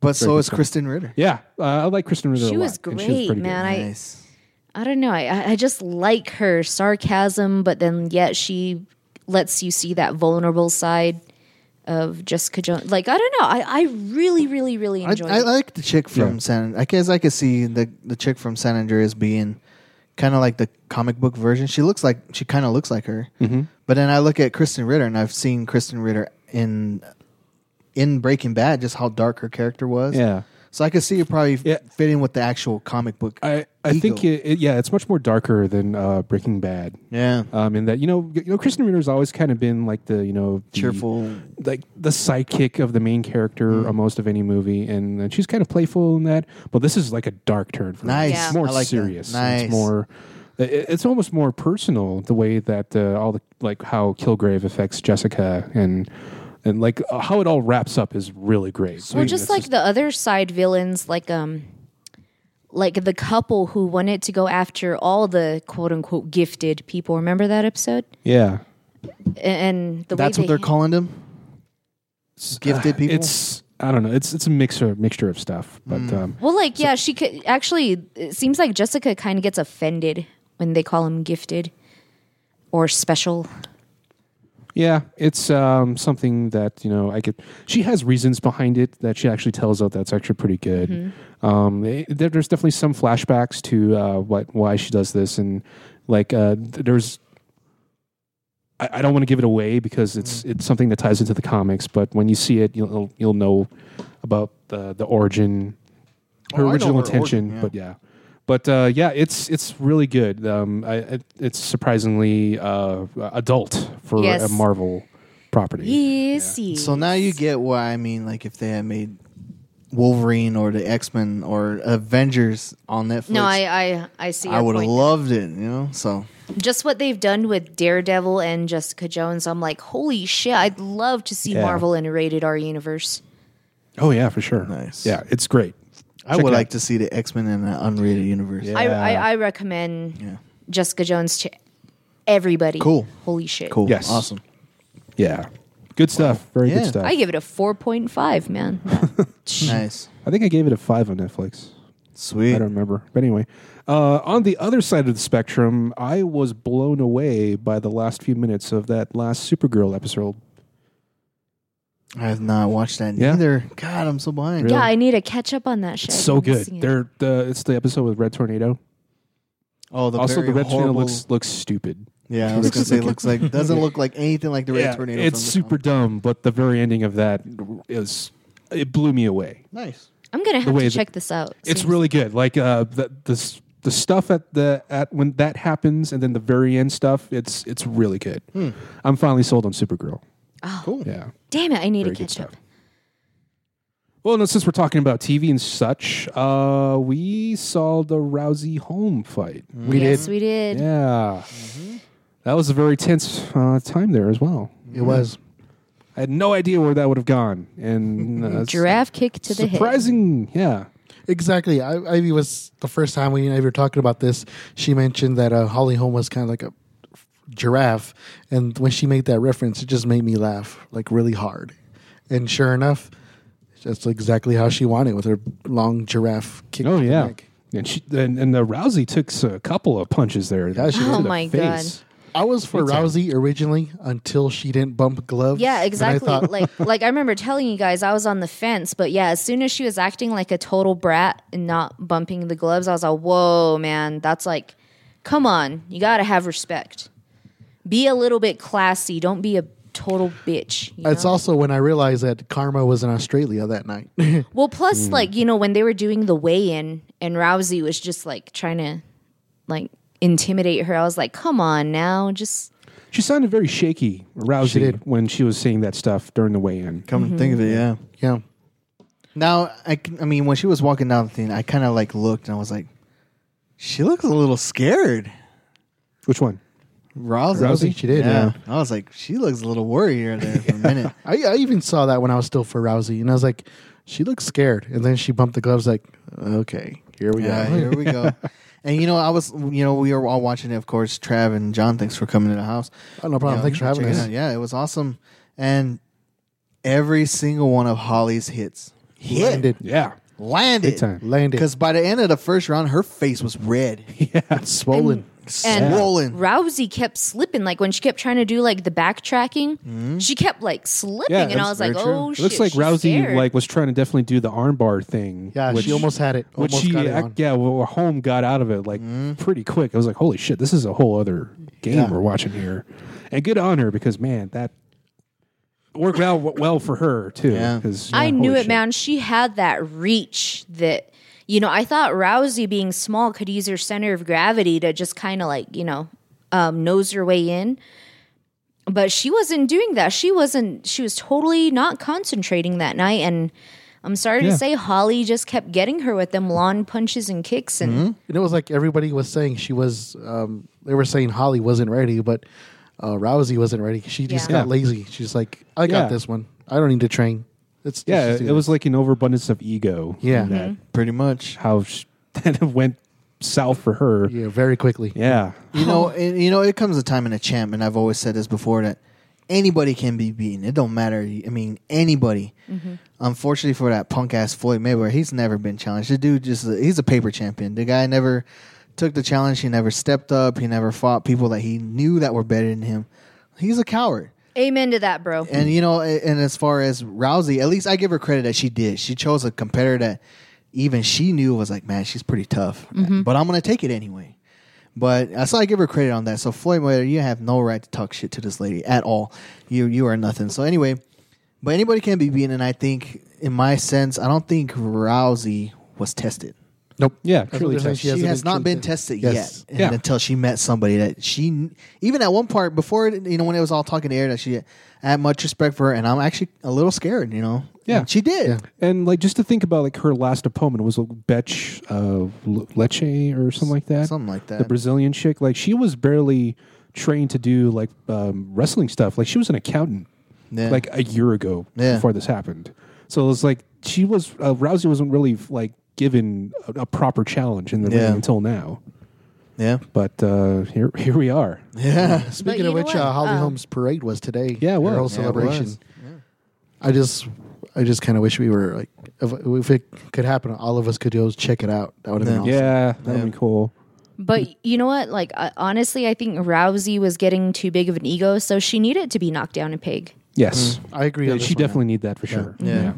Speaker 3: But so
Speaker 1: good
Speaker 3: is
Speaker 1: stuff.
Speaker 3: Kristen Ritter.
Speaker 1: Yeah, uh, I like Kristen Ritter.
Speaker 2: She
Speaker 1: a lot,
Speaker 2: was
Speaker 1: and
Speaker 2: great,
Speaker 1: pretty
Speaker 2: man. I-
Speaker 3: Nice.
Speaker 2: I don't know. I- I, I just like her sarcasm, but then yet she lets you see that vulnerable side of Jessica Jones. Like, I don't know. I, I really, really, really
Speaker 3: I,
Speaker 2: enjoy
Speaker 3: I
Speaker 2: it.
Speaker 3: like the chick from
Speaker 1: Yeah.
Speaker 3: San. I guess I could see the the chick from San Andreas being kind of like the comic book version. She looks like she kind of looks like her.
Speaker 1: Mm-hmm.
Speaker 3: But then I look at Kristen Ritter, and I've seen Kristen Ritter in in Breaking Bad, just how dark her character was.
Speaker 1: Yeah.
Speaker 3: So I could see it probably
Speaker 1: Yeah.
Speaker 3: fitting fit in with the actual comic book.
Speaker 1: I, I think
Speaker 3: ego.
Speaker 1: it, it- yeah, it's much more darker than uh, Breaking Bad.
Speaker 3: yeah,
Speaker 1: Um, in that you know, you know, Kristen Ritter's always kind of been like the you know the-
Speaker 3: cheerful.
Speaker 1: like the sidekick of the main character
Speaker 3: Hmm.
Speaker 1: almost of any movie, and, and she's kind of playful in that. But this is like a dark turn for
Speaker 3: Nice.
Speaker 1: me.
Speaker 2: Yeah.
Speaker 1: It's more
Speaker 3: I like that.
Speaker 1: serious.
Speaker 3: Nice.
Speaker 1: It's more. it- It's almost more personal the way that uh, all the like how Kilgrave affects Jessica and and like uh, how it all wraps up is really great. I
Speaker 2: Well,
Speaker 1: mean,
Speaker 2: just
Speaker 1: it's
Speaker 2: like the other side villains, like um, like the couple who wanted to go after all the quote unquote gifted people. Remember that episode?
Speaker 1: yeah,
Speaker 2: A- And the
Speaker 3: That's
Speaker 2: way
Speaker 3: what they're
Speaker 2: they,
Speaker 3: calling them. Gifted people? Hmm.
Speaker 1: It's I don't know. It's it's a mixer mixture of stuff, but um,
Speaker 2: Well, like yeah, she could actually. It seems like Jessica kind of gets offended when they call him gifted or special.
Speaker 1: yeah, it's um, something that you know I could. She has reasons behind it that she actually tells out. That's actually pretty good. Um, it- there, there's definitely some flashbacks to uh, what why she does this, and like uh, th- there's. I, I don't want to give it away because it's it's something that ties into the comics. But when you see it, you'll you'll know about the the origin her
Speaker 3: Oh, I know
Speaker 1: original
Speaker 3: her
Speaker 1: intention,
Speaker 3: origin, yeah.
Speaker 1: but yeah, but uh, yeah, it's it's really good. Um, I, it, it's surprisingly uh, adult for
Speaker 2: Yes.
Speaker 1: a Marvel property.
Speaker 2: Yes, yes.
Speaker 3: So now you get why I mean. Like if they had made Wolverine or the X Men or Avengers on Netflix,
Speaker 2: No, I I, I see.
Speaker 3: I
Speaker 2: your
Speaker 3: would have
Speaker 2: point.
Speaker 3: loved it. You know, so
Speaker 2: just what they've done with Daredevil and Jessica Jones. I'm like, holy shit! I'd love to see
Speaker 1: Yeah.
Speaker 2: Marvel in a rated R universe.
Speaker 1: Oh yeah, for sure.
Speaker 3: Nice.
Speaker 1: Yeah, it's great.
Speaker 3: I
Speaker 1: Check
Speaker 3: would
Speaker 1: it out.
Speaker 3: like to see the X Men in an unrated universe.
Speaker 1: Yeah.
Speaker 2: I, I I recommend
Speaker 3: Yeah.
Speaker 2: Jessica Jones to everybody.
Speaker 3: Cool.
Speaker 2: Holy shit!
Speaker 3: Cool.
Speaker 1: Yes. [CLEARS THROAT]
Speaker 3: Awesome.
Speaker 1: Yeah, good stuff. Very
Speaker 3: Yeah.
Speaker 1: good stuff.
Speaker 2: I
Speaker 1: I,
Speaker 2: give it a four point five,
Speaker 3: [LAUGHS]
Speaker 2: man.
Speaker 3: Nice.
Speaker 1: think I gave it a five on Netflix.
Speaker 3: Sweet.
Speaker 1: I don't remember, but anyway, uh, on the other side of the spectrum, I was blown away by the last few minutes of that last Supergirl episode.
Speaker 3: I have not watched that
Speaker 1: Yeah?
Speaker 3: either. God, I'm so blind.
Speaker 2: Yeah, I need to catch up on that shit.
Speaker 1: It's so
Speaker 2: I'm
Speaker 1: good.
Speaker 2: missing it.
Speaker 1: They're the it's the episode with Red Tornado.
Speaker 3: Oh, the
Speaker 1: also,
Speaker 3: very
Speaker 1: the Red Tornado
Speaker 3: horrible-
Speaker 1: looks looks stupid.
Speaker 3: Yeah, I was gonna say looks
Speaker 1: [LAUGHS]
Speaker 3: like doesn't look like anything like the Red
Speaker 1: Yeah,
Speaker 3: Tornado.
Speaker 1: It's
Speaker 3: from the
Speaker 1: super dumb, but the very ending of that is it blew me away.
Speaker 3: nice.
Speaker 2: I'm gonna have
Speaker 1: way
Speaker 2: to
Speaker 1: that-
Speaker 2: check this out.
Speaker 1: It's
Speaker 2: Seriously.
Speaker 1: really good. Like uh, the the s- the stuff at the at when that happens, and then the very end stuff. It's it's really good. I'm finally sold on Supergirl.
Speaker 3: Cool.
Speaker 1: Yeah,
Speaker 2: Oh, Damn it! I need
Speaker 1: very
Speaker 2: to
Speaker 1: good
Speaker 2: catch up.
Speaker 1: stuff. Well, no, since we're talking about TV and such, uh, we saw the Rousey home fight.
Speaker 4: We
Speaker 2: yes,
Speaker 4: did.
Speaker 2: we did.
Speaker 1: Yeah, that was a very tense uh, time there as well.
Speaker 4: It was.
Speaker 1: I had no idea where that would have gone, and uh,
Speaker 2: Giraffe kick to the head.
Speaker 1: surprising. Yeah,
Speaker 4: Exactly. I, Ivy was the first time we and Ivy were talking about this. She mentioned that uh, Holly Holm was kind of like a giraffe, and when she made that reference, it just made me laugh like really hard. And sure enough, that's exactly how she wanted with her long giraffe kick.
Speaker 1: Oh
Speaker 4: to the
Speaker 1: yeah,
Speaker 4: neck.
Speaker 1: and she and, and uh, Rousey took s- a couple of punches there.
Speaker 4: Yeah, she
Speaker 1: to
Speaker 4: did.
Speaker 2: Oh
Speaker 1: the
Speaker 2: my
Speaker 1: face.
Speaker 4: I was for
Speaker 1: Big time.
Speaker 4: Rousey originally until she didn't bump gloves.
Speaker 2: Yeah,
Speaker 4: And I
Speaker 2: exactly.
Speaker 1: [LAUGHS]
Speaker 4: thought,
Speaker 2: like like I remember telling you guys I was on the fence, but yeah, as soon as she was acting like a total brat and not bumping the gloves, I was like, "Whoa, man, that's like come on. You got to have respect. Be a little bit classy. Don't be a total bitch." you
Speaker 4: it's
Speaker 2: know?
Speaker 4: also when I realized that Karma was in Australia that night. [LAUGHS]
Speaker 2: Well, plus
Speaker 1: Mm.
Speaker 2: like, you know, when they were doing the weigh-in and Rousey was just like trying to like intimidate her. I was like, "Come on now, just
Speaker 1: She sounded very shaky, Rousey,
Speaker 4: did.
Speaker 1: when she was saying that stuff during the weigh-in.
Speaker 3: Come to think of it,
Speaker 1: Mm-hmm.
Speaker 3: yeah.
Speaker 4: yeah.
Speaker 3: Now I, can- I mean, when she was walking down the thing, I kind of like looked and I was like, she looks a little scared.
Speaker 1: Which one?
Speaker 3: Rousey,
Speaker 4: Rousey, she did,
Speaker 3: I was like, she looks a little worried here and there for a
Speaker 1: [LAUGHS]
Speaker 3: minute.
Speaker 4: I, I even saw that when I was still for Rousey, and I was like, she looks scared. And then she bumped the gloves, like, okay, here we
Speaker 3: Yeah,
Speaker 4: go.
Speaker 3: here we
Speaker 4: [LAUGHS]
Speaker 3: go. And you know, I was, you know, we were all watching it. Of course, Trav and John, thanks for coming to the house.
Speaker 4: Oh, no problem.
Speaker 3: Yeah,
Speaker 4: Thanks for having
Speaker 3: check it
Speaker 4: us.
Speaker 3: out. Yeah, it was awesome. And every single one of Holly's hits hit.
Speaker 4: Landed.
Speaker 1: Yeah,
Speaker 3: Landed.
Speaker 1: Big time.
Speaker 4: Landed.
Speaker 3: Because by the end of the first round, her face was red,
Speaker 4: [LAUGHS] It's swollen.
Speaker 2: And-
Speaker 3: swollen.
Speaker 2: Rousey kept slipping. Like when she kept trying to do like the backtracking, she kept like
Speaker 1: Mm-hmm.
Speaker 2: slipping,
Speaker 1: Yeah,
Speaker 2: and I
Speaker 1: that's
Speaker 2: was like,
Speaker 3: very
Speaker 2: "Oh
Speaker 3: true.
Speaker 1: it
Speaker 2: shit!"
Speaker 1: looks like
Speaker 2: she's
Speaker 1: Rousey
Speaker 2: scared.
Speaker 1: like was trying to definitely do the armbar thing.
Speaker 4: yeah,
Speaker 1: which-
Speaker 4: she almost had it.
Speaker 1: Which
Speaker 4: Almost
Speaker 1: she,
Speaker 4: got it
Speaker 1: ac-
Speaker 4: on. Mm-hmm.
Speaker 1: yeah, well, home got out of it like pretty quick. I was like, "Holy shit, this is a whole other game we're watching here," and good on her because man, that worked out w- well for her too.
Speaker 3: Yeah.
Speaker 1: 'cause,
Speaker 2: I
Speaker 1: yeah,
Speaker 2: knew
Speaker 1: holy
Speaker 2: it,
Speaker 1: shit.
Speaker 2: man. She had that reach that you know. I thought Rousey being small could use her center of gravity to just kind of like you know um, nose her way in, but she wasn't doing that. She wasn't. She was totally not concentrating that night, and. I'm sorry
Speaker 1: Yeah.
Speaker 2: to say, Holly just kept getting her with them lawn punches and kicks, and
Speaker 1: Mm-hmm.
Speaker 4: And it was like everybody was saying she was, um, they were saying Holly wasn't ready, but uh, Rousey wasn't ready. She just
Speaker 2: Yeah.
Speaker 4: got
Speaker 1: Yeah.
Speaker 4: lazy. She's like, I got
Speaker 1: Yeah.
Speaker 4: this one. I don't need to train. Let's let's
Speaker 1: Yeah,
Speaker 4: just do
Speaker 1: it
Speaker 4: this."
Speaker 1: was like an overabundance of ego.
Speaker 4: Yeah.
Speaker 1: in that
Speaker 3: Pretty much.
Speaker 1: how sh- [LAUGHS] that went south for her.
Speaker 4: yeah, very quickly.
Speaker 1: Yeah,
Speaker 3: You know, and, you know, it comes a time in a champ, and I've always said this before that anybody can be beaten. It don't matter. I mean, anybody. Unfortunately for that punk ass Floyd Mayweather, he's never been challenged. The dude just he's a paper champion. The guy never took the challenge. He never stepped up. He never fought people that he knew that were better than him. He's a coward.
Speaker 2: Amen to that, bro.
Speaker 3: And you know, a- and as far as Rousey, at least I give her credit that she did. She chose a competitor that even she knew was like, man, she's pretty tough. But I'm gonna take it anyway. But uh, so I give her credit on that. So Floyd Mayweather, you have no right to talk shit to this lady at all. You you are nothing. So anyway, but anybody can be beaten. And I think, in my sense, I don't think Rousey was tested.
Speaker 4: Nope.
Speaker 1: yeah,
Speaker 4: That's
Speaker 1: truly
Speaker 4: what they're saying.
Speaker 1: tough.
Speaker 4: She
Speaker 3: She
Speaker 4: hasn't
Speaker 3: has
Speaker 4: been
Speaker 3: not been
Speaker 4: tested.
Speaker 3: tested
Speaker 4: Yes.
Speaker 3: yet, and
Speaker 1: Yeah.
Speaker 3: until she met somebody that she even at one part before you know when it was all talking to air that she I had much respect for her, and I'm actually a little scared, you know.
Speaker 1: Yeah.
Speaker 3: And she did.
Speaker 4: Yeah.
Speaker 1: And like just to think about like her last opponent was like Betch uh, L- Leche or something like that.
Speaker 3: Something like that.
Speaker 1: The Brazilian chick, like she was barely trained to do like um, wrestling stuff. Like she was an accountant
Speaker 3: Yeah.
Speaker 1: like a year ago
Speaker 3: Yeah.
Speaker 1: before this happened. So it was like she was uh, Rousey wasn't really like given a, a proper challenge in the
Speaker 3: Yeah.
Speaker 1: ring until now.
Speaker 3: yeah,
Speaker 1: But uh, here here we are.
Speaker 3: [LAUGHS] yeah,
Speaker 4: Speaking
Speaker 2: But you
Speaker 4: of
Speaker 2: know
Speaker 4: which, uh,
Speaker 2: what?
Speaker 4: Holly
Speaker 2: Um,
Speaker 4: Holmes parade was today.
Speaker 1: Yeah, it
Speaker 4: Her
Speaker 1: was.
Speaker 4: whole
Speaker 1: Yeah, it
Speaker 4: celebration.
Speaker 3: was.
Speaker 4: I just, I just kind of wish we were like, if, if it could happen, all of us could go check it out. That would have been awesome.
Speaker 1: Yeah, that would be cool.
Speaker 2: But you know what? Like, I, honestly, I think Rousey was getting too big of an ego, so she needed to be knocked down a peg.
Speaker 1: Yes.
Speaker 3: Mm.
Speaker 4: I agree.
Speaker 1: Yeah,
Speaker 4: on this
Speaker 1: she
Speaker 4: one, yeah.
Speaker 1: definitely need that for sure.
Speaker 3: Yeah.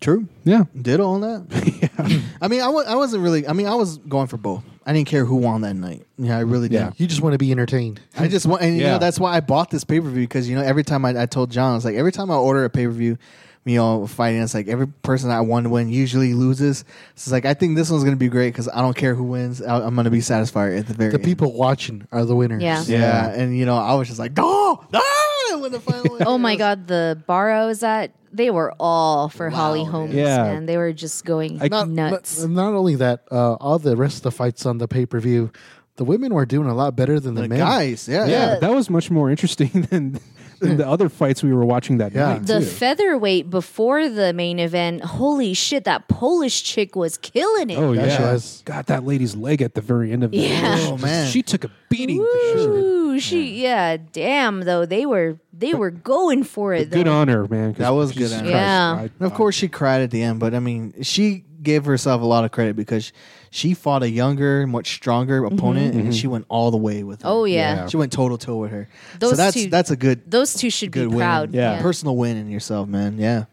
Speaker 3: true.
Speaker 1: Yeah.
Speaker 3: Ditto on that. I mean, I w- I wasn't really. I mean, I was going for both. I didn't care who won that night. Yeah, I really did.
Speaker 1: Yeah.
Speaker 4: You just want to be entertained.
Speaker 3: I just want, and you
Speaker 1: Yeah.
Speaker 3: know, that's why I bought this pay per view because you know, every time I, I told John, I was like, every time I order a pay per view, you know, fighting, it's like every person I want to win usually loses. So it's like I think this one's gonna be great because I don't care who wins, I, I'm gonna be satisfied at the very
Speaker 4: The
Speaker 3: end.
Speaker 4: people watching are the winners.
Speaker 2: Yeah.
Speaker 3: yeah. and you know, I was just like, no, no, when
Speaker 2: [LAUGHS]
Speaker 3: the final.
Speaker 2: Oh my God, the bar I was at, they were all for Holly
Speaker 3: Wow,
Speaker 2: Holmes,
Speaker 1: yeah.
Speaker 2: man. They were just going
Speaker 4: Not,
Speaker 2: nuts.
Speaker 4: Not, not only that, uh, all the rest of the fights on the pay per view, the women were doing a lot better than the,
Speaker 3: The
Speaker 4: men.
Speaker 3: guys, yeah,
Speaker 1: Yeah,
Speaker 2: Yeah.
Speaker 1: that was much more interesting [LAUGHS] than, than the other fights we were watching that
Speaker 4: Yeah.
Speaker 1: night.
Speaker 2: Hmm. the
Speaker 1: too.
Speaker 2: featherweight before the main event, holy shit, that Polish chick was killing it.
Speaker 1: oh
Speaker 4: Yeah, she
Speaker 1: yeah,
Speaker 4: was.
Speaker 1: God, that lady's leg at the very end of it.
Speaker 2: Yeah. [LAUGHS]
Speaker 3: Oh, man.
Speaker 1: she took a beating for sure.
Speaker 2: Ooh, she yeah. damn though they were they were going for [LAUGHS] it.
Speaker 1: Good
Speaker 2: though.
Speaker 1: on her, man. 'cause
Speaker 3: That was
Speaker 1: Jesus
Speaker 3: good on
Speaker 1: Christ,
Speaker 2: Oh,
Speaker 3: her.
Speaker 2: Yeah.
Speaker 1: I-
Speaker 3: And of course, she cried at the end, but I mean, she gave herself a lot of credit because she fought a younger, much stronger opponent, and she went all the way with her.
Speaker 2: Mm-hmm. Oh, yeah.
Speaker 1: Yeah.
Speaker 3: she went toe to toe with her. so
Speaker 2: Those
Speaker 3: that's
Speaker 2: two-
Speaker 3: that's a good
Speaker 2: Those two should
Speaker 3: good
Speaker 2: be
Speaker 3: win.
Speaker 2: proud.
Speaker 1: Yeah.
Speaker 3: personal win in yourself, man. Yeah,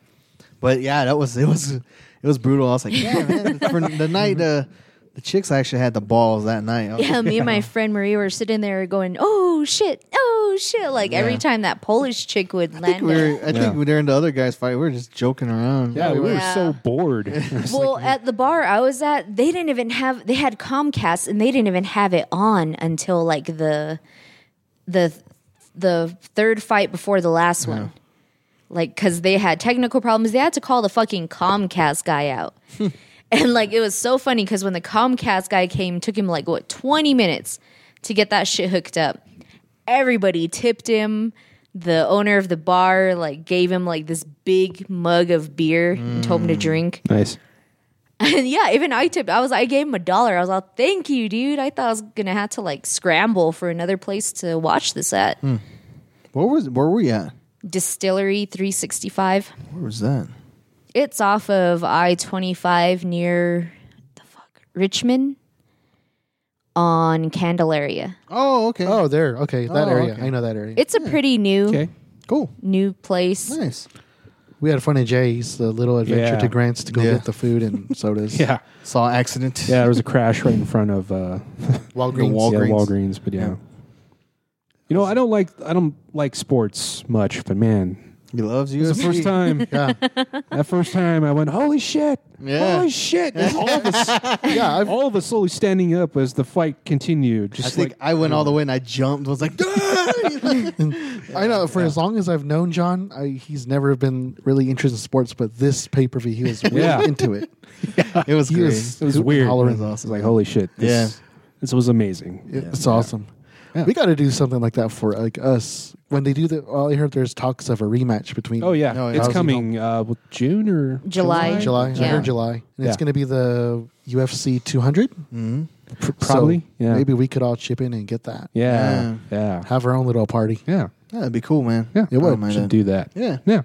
Speaker 3: but yeah, that was it was it was brutal. I was like, yeah, man. [LAUGHS] For the night, uh, the chicks actually had the balls that night. I was
Speaker 2: Yeah, me
Speaker 1: [LAUGHS]
Speaker 2: and my friend Marie were sitting there going, "Oh shit, oh shit!" Like every time that Polish chick would
Speaker 3: I think
Speaker 2: land.
Speaker 3: we were.
Speaker 2: it.
Speaker 3: I think during the other guys' fight, we were just joking around.
Speaker 1: yeah, we were
Speaker 2: Yeah.
Speaker 1: so bored. [LAUGHS]
Speaker 2: [LAUGHS]
Speaker 1: It's like,
Speaker 2: Well, at the bar I was at, they didn't even have. They had Comcast, and they didn't even have it on until like the the the third fight before the last one. Like, because they had technical problems, they had to call the fucking Comcast
Speaker 1: [LAUGHS]
Speaker 2: guy out. and like, it was so funny because when the Comcast guy came, took him like what twenty minutes to get that shit hooked up. Everybody tipped him. The owner of the bar like gave him like this big mug of beer and told him
Speaker 1: Mm.
Speaker 2: to drink.
Speaker 1: nice.
Speaker 2: And [LAUGHS] yeah, even I tipped. I was I gave him a dollar. I was like, "Thank you, dude." I thought I was gonna have to like scramble for another place to watch this at
Speaker 4: Hmm.
Speaker 3: Where was where were we at?
Speaker 2: Distillery 365.
Speaker 3: Where was that?
Speaker 2: It's off of I 25 near the fuck Richmond on Candelaria.
Speaker 3: Oh, okay.
Speaker 4: Oh, there. Okay, that
Speaker 3: Oh,
Speaker 4: area.
Speaker 3: okay.
Speaker 4: I know that area.
Speaker 2: It's a pretty new
Speaker 1: Okay,
Speaker 3: cool.
Speaker 2: new place.
Speaker 3: Nice.
Speaker 4: we had fun at Jay's, the little adventure
Speaker 1: Yeah.
Speaker 4: to Grant's to go
Speaker 3: Yeah.
Speaker 4: get the food and
Speaker 1: [LAUGHS]
Speaker 4: sodas.
Speaker 1: yeah,
Speaker 3: Saw accident.
Speaker 1: yeah. There was a crash right in front of uh, [LAUGHS]
Speaker 4: Walgreens.
Speaker 3: Wal- Walgreens.
Speaker 1: Yeah, Walgreens, but yeah. You know, I don't like I don't like sports much, but man,
Speaker 3: He loves you.
Speaker 1: the
Speaker 3: [LAUGHS]
Speaker 1: first time
Speaker 4: yeah,
Speaker 1: that first time I went, holy shit,
Speaker 3: Yeah.
Speaker 1: holy shit! And all of us,
Speaker 4: yeah. I've,
Speaker 1: all of us slowly standing up as the fight continued. Just
Speaker 3: I think
Speaker 1: like
Speaker 3: I went all the way and I jumped. Was like, [LAUGHS]
Speaker 4: I know for as long as I've known John, I, he's never been really interested in sports, but this pay per view, he was really
Speaker 1: Yeah.
Speaker 4: into it.
Speaker 3: it was
Speaker 4: He
Speaker 3: great.
Speaker 4: was-
Speaker 1: it was weird.
Speaker 4: hollering.
Speaker 1: It was like holy shit. This,
Speaker 3: Yeah.
Speaker 1: this was amazing.
Speaker 4: It's awesome.
Speaker 1: Yeah.
Speaker 4: We got to do something like that for like us when they do the. Well, I heard there's talks of a rematch between.
Speaker 1: Oh yeah,
Speaker 3: No, yeah.
Speaker 1: it's
Speaker 4: How's it
Speaker 1: coming uh, with June or
Speaker 2: July.
Speaker 4: July. I
Speaker 2: Yeah.
Speaker 4: heard July, and
Speaker 1: Yeah.
Speaker 4: it's going to be the UFC 200.
Speaker 3: Mm-hmm.
Speaker 1: Pr- probably.
Speaker 4: So
Speaker 1: yeah.
Speaker 4: Maybe we could all chip in and get that.
Speaker 1: Yeah. Yeah.
Speaker 4: Have our own little party.
Speaker 1: Yeah.
Speaker 3: That'd be cool, man.
Speaker 1: Yeah. Oh,
Speaker 3: I don't
Speaker 4: would.
Speaker 3: mind
Speaker 1: Should
Speaker 3: that. [LAUGHS]
Speaker 1: do that.
Speaker 3: Yeah.
Speaker 1: Yeah.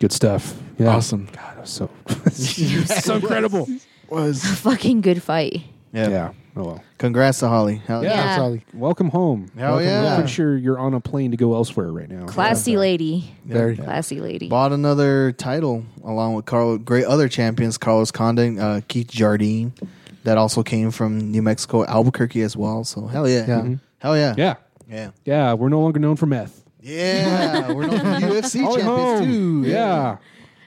Speaker 1: Good stuff. Yeah.
Speaker 4: Awesome.
Speaker 1: God, it was so so incredible.
Speaker 3: Was
Speaker 2: Fucking good fight.
Speaker 3: yeah.
Speaker 1: Yeah. Oh well.
Speaker 3: Congrats to Holly. Hell
Speaker 1: Yeah.
Speaker 2: Yeah.
Speaker 4: Solid.
Speaker 1: Welcome home.
Speaker 3: Hell
Speaker 1: Welcome home.
Speaker 3: yeah.
Speaker 1: I'm pretty sure you're on a plane to go elsewhere right now.
Speaker 2: Classy lady.
Speaker 4: Very.
Speaker 2: Classy lady.
Speaker 3: Bought another title along with Carl, great other champions, Carlos Condon, uh, Keith Jardine, that also came from New Mexico, Albuquerque as well. So hell yeah, Mm-hmm.
Speaker 4: Yeah. Mhm.
Speaker 3: hell yeah,
Speaker 1: Yeah.
Speaker 3: yeah,
Speaker 1: Yeah. We're no longer known for meth.
Speaker 3: yeah. We're not UFC
Speaker 4: Oh,
Speaker 1: All at
Speaker 3: champions
Speaker 1: home.
Speaker 3: too.
Speaker 1: Yeah.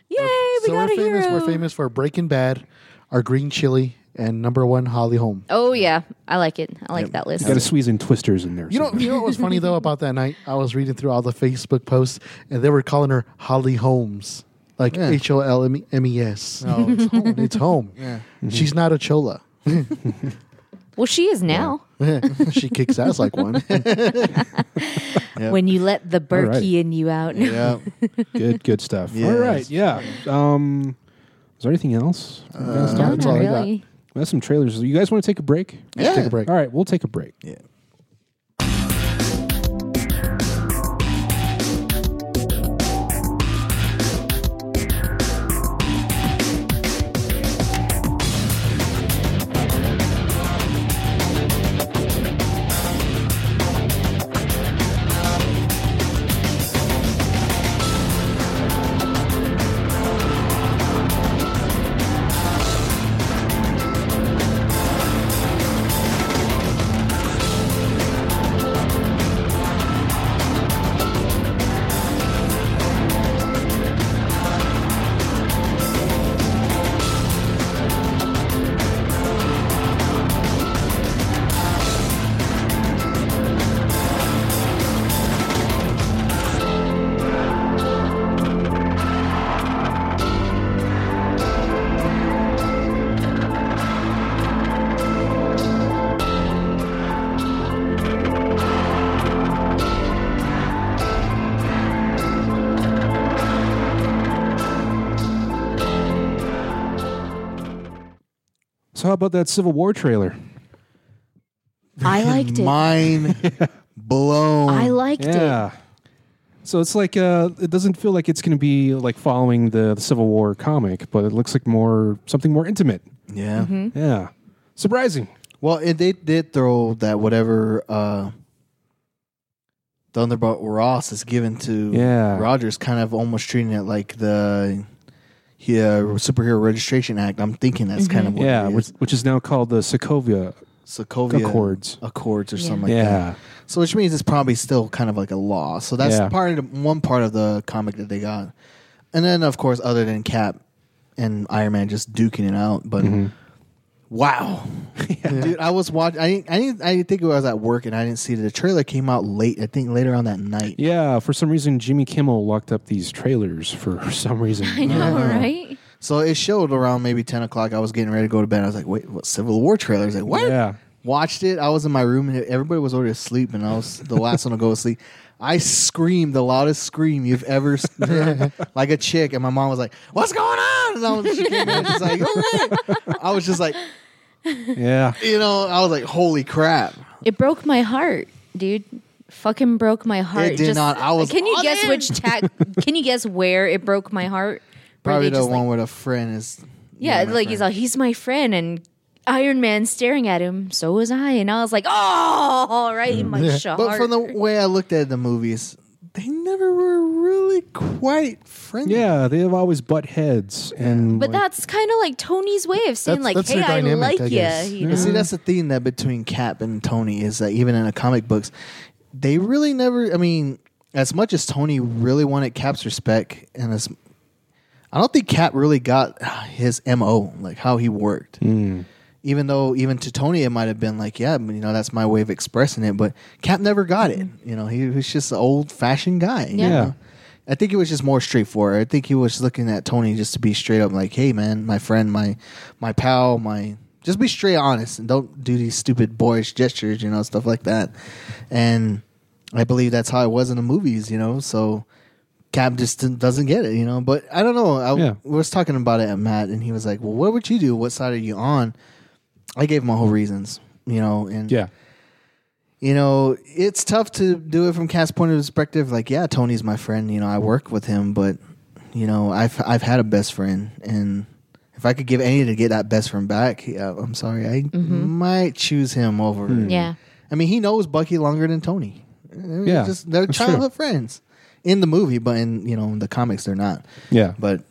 Speaker 2: Yay, we
Speaker 4: so
Speaker 2: got
Speaker 4: we're
Speaker 2: a
Speaker 4: famous.
Speaker 2: hero.
Speaker 4: We're famous for Breaking Bad, our green chili, and number one Holly Holm.
Speaker 2: Oh yeah, I like it. I like that list.
Speaker 1: Got to squeeze in twisters in there.
Speaker 4: You know, [LAUGHS] you know what was funny though about that night? I was reading through all the Facebook posts, and they were calling her Holly Holmes, like
Speaker 3: Yeah.
Speaker 4: H O L M M E S.
Speaker 3: No, it's home.
Speaker 4: [LAUGHS] It's home.
Speaker 3: Yeah.
Speaker 4: She's not a chola.
Speaker 2: well, she is now.
Speaker 4: she kicks ass like one.
Speaker 3: Yeah.
Speaker 2: When you let the
Speaker 1: right.
Speaker 2: Berkey in you out. [LAUGHS]
Speaker 3: yeah.
Speaker 1: good good stuff.
Speaker 3: Yes.
Speaker 1: All right, yeah. Um, is there anything else?
Speaker 2: no,
Speaker 4: Uh, that's
Speaker 2: not
Speaker 4: all I got.
Speaker 2: really.
Speaker 1: We have some trailers. You guys want to take a break?
Speaker 3: Yeah.
Speaker 4: Take a break.
Speaker 1: All right, we'll take a break.
Speaker 3: Yeah.
Speaker 1: So, how about that Civil War trailer?
Speaker 2: I liked it. [LAUGHS]
Speaker 3: Mine blown.
Speaker 2: I liked it.
Speaker 1: yeah. So it's like uh, it doesn't feel like it's going to be like following the, the Civil War comic, but it looks like more something more intimate.
Speaker 3: yeah.
Speaker 2: Mm-hmm.
Speaker 1: Yeah, surprising.
Speaker 3: Well, it, they did throw that whatever uh, Thunderbolt Ross is given to
Speaker 1: Yeah.
Speaker 3: Rogers, kind of almost treating it like the yeah, superhero registration act. I'm thinking that's kind of what
Speaker 1: Mm-hmm. yeah,
Speaker 3: it
Speaker 1: which,
Speaker 3: is.
Speaker 1: which is now called the Sokovia
Speaker 3: Sokovia
Speaker 1: Accords.
Speaker 3: Accords or
Speaker 2: Yeah.
Speaker 3: something like that.
Speaker 1: yeah,
Speaker 3: So which means it's probably still kind of like a law. So that's
Speaker 1: Yeah.
Speaker 3: part of the, one part of the comic that they got, and then of course other than Cap and Iron Man just duking it out, but. Wow, [LAUGHS] dude! I was watching. I didn't, I didn't. I didn't think I was at work, and I didn't see that the trailer came out late. I think later on that night.
Speaker 1: yeah. For some reason, Jimmy Kimmel locked up these trailers for [LAUGHS] some reason.
Speaker 2: I know, right?
Speaker 3: So it showed around maybe ten o'clock. I was getting ready to go to bed. I was like, "Wait, what? Civil War trailer?" I was like, "What?"
Speaker 1: Yeah.
Speaker 3: Watched it. I was in my room, and everybody was already asleep, and I was the last one to go to sleep. I screamed the loudest scream you've ever s- heard, like a chick, and my mom was like, "What's going on?" And I was, she came in, she's like, [LAUGHS] "Oh, wait." I was just like,
Speaker 1: Yeah,
Speaker 3: you know, I was like, "Holy crap!"
Speaker 2: It broke my heart, dude. Fucking broke my heart.
Speaker 3: did not. I was
Speaker 2: Can you
Speaker 3: all
Speaker 2: guess
Speaker 3: in.
Speaker 2: which
Speaker 3: [LAUGHS]
Speaker 2: tag? can you guess where it broke my heart? Where
Speaker 3: Probably
Speaker 2: they
Speaker 3: the
Speaker 2: just, like,
Speaker 3: one where the friend is.
Speaker 2: Yeah,
Speaker 3: my
Speaker 2: like
Speaker 3: friend.
Speaker 2: he's all, he's my friend, and Iron Man staring at him. So was I, and I was like, oh, right in my
Speaker 4: Yeah.
Speaker 2: heart.
Speaker 3: But from the way I looked at the movies, they never were really quite friendly.
Speaker 1: yeah. They have always butt heads, and
Speaker 2: But
Speaker 1: like,
Speaker 2: that's kind of like Tony's way of saying, like,
Speaker 4: That's- that's
Speaker 2: hey,
Speaker 4: their
Speaker 2: I
Speaker 4: dynamic,
Speaker 2: like
Speaker 4: I guess.
Speaker 2: you. you
Speaker 3: But
Speaker 2: know?
Speaker 3: see, that's the thing that between Cap and Tony is that even in the comic books, they really never. I mean, as much as Tony really wanted Cap's respect, and as I don't think Cap really got his mo, like how he worked. Even though, even to Tony, it might have been like, yeah, you know, that's my way of expressing it. But Cap never got it. You know, he was just an old fashioned guy. you
Speaker 2: Yeah.
Speaker 1: Yeah.
Speaker 3: know? I think it was just more straightforward. I think he was looking at Tony just to be straight up, like, "Hey, man, my friend, my my pal, my Just be straight honest and don't do these stupid boyish gestures, you know, stuff like that. And I believe that's how it was in the movies, you know. So Cap just didn't- doesn't get it, you know. But I don't know. I
Speaker 1: Yeah.
Speaker 3: was talking about it at Matt, and he was like, "Well, what would you do? What side are you on?" I gave my whole reasons, you know, and
Speaker 1: Yeah.
Speaker 3: you know, it's tough to do it from Cat's point of perspective. Like, yeah, Tony's my friend. You know, I work with him, but you know, I've I've had a best friend, and if I could give any to get that best friend back, yeah, I'm sorry, I might choose him over.
Speaker 1: Hmm.
Speaker 2: Yeah.
Speaker 3: I mean, he knows Bucky longer than Tony. They're
Speaker 1: Yeah,
Speaker 3: just they're
Speaker 1: that's true.
Speaker 3: childhood friends in the movie, but in you know, in the comics, they're not.
Speaker 1: Yeah.
Speaker 3: But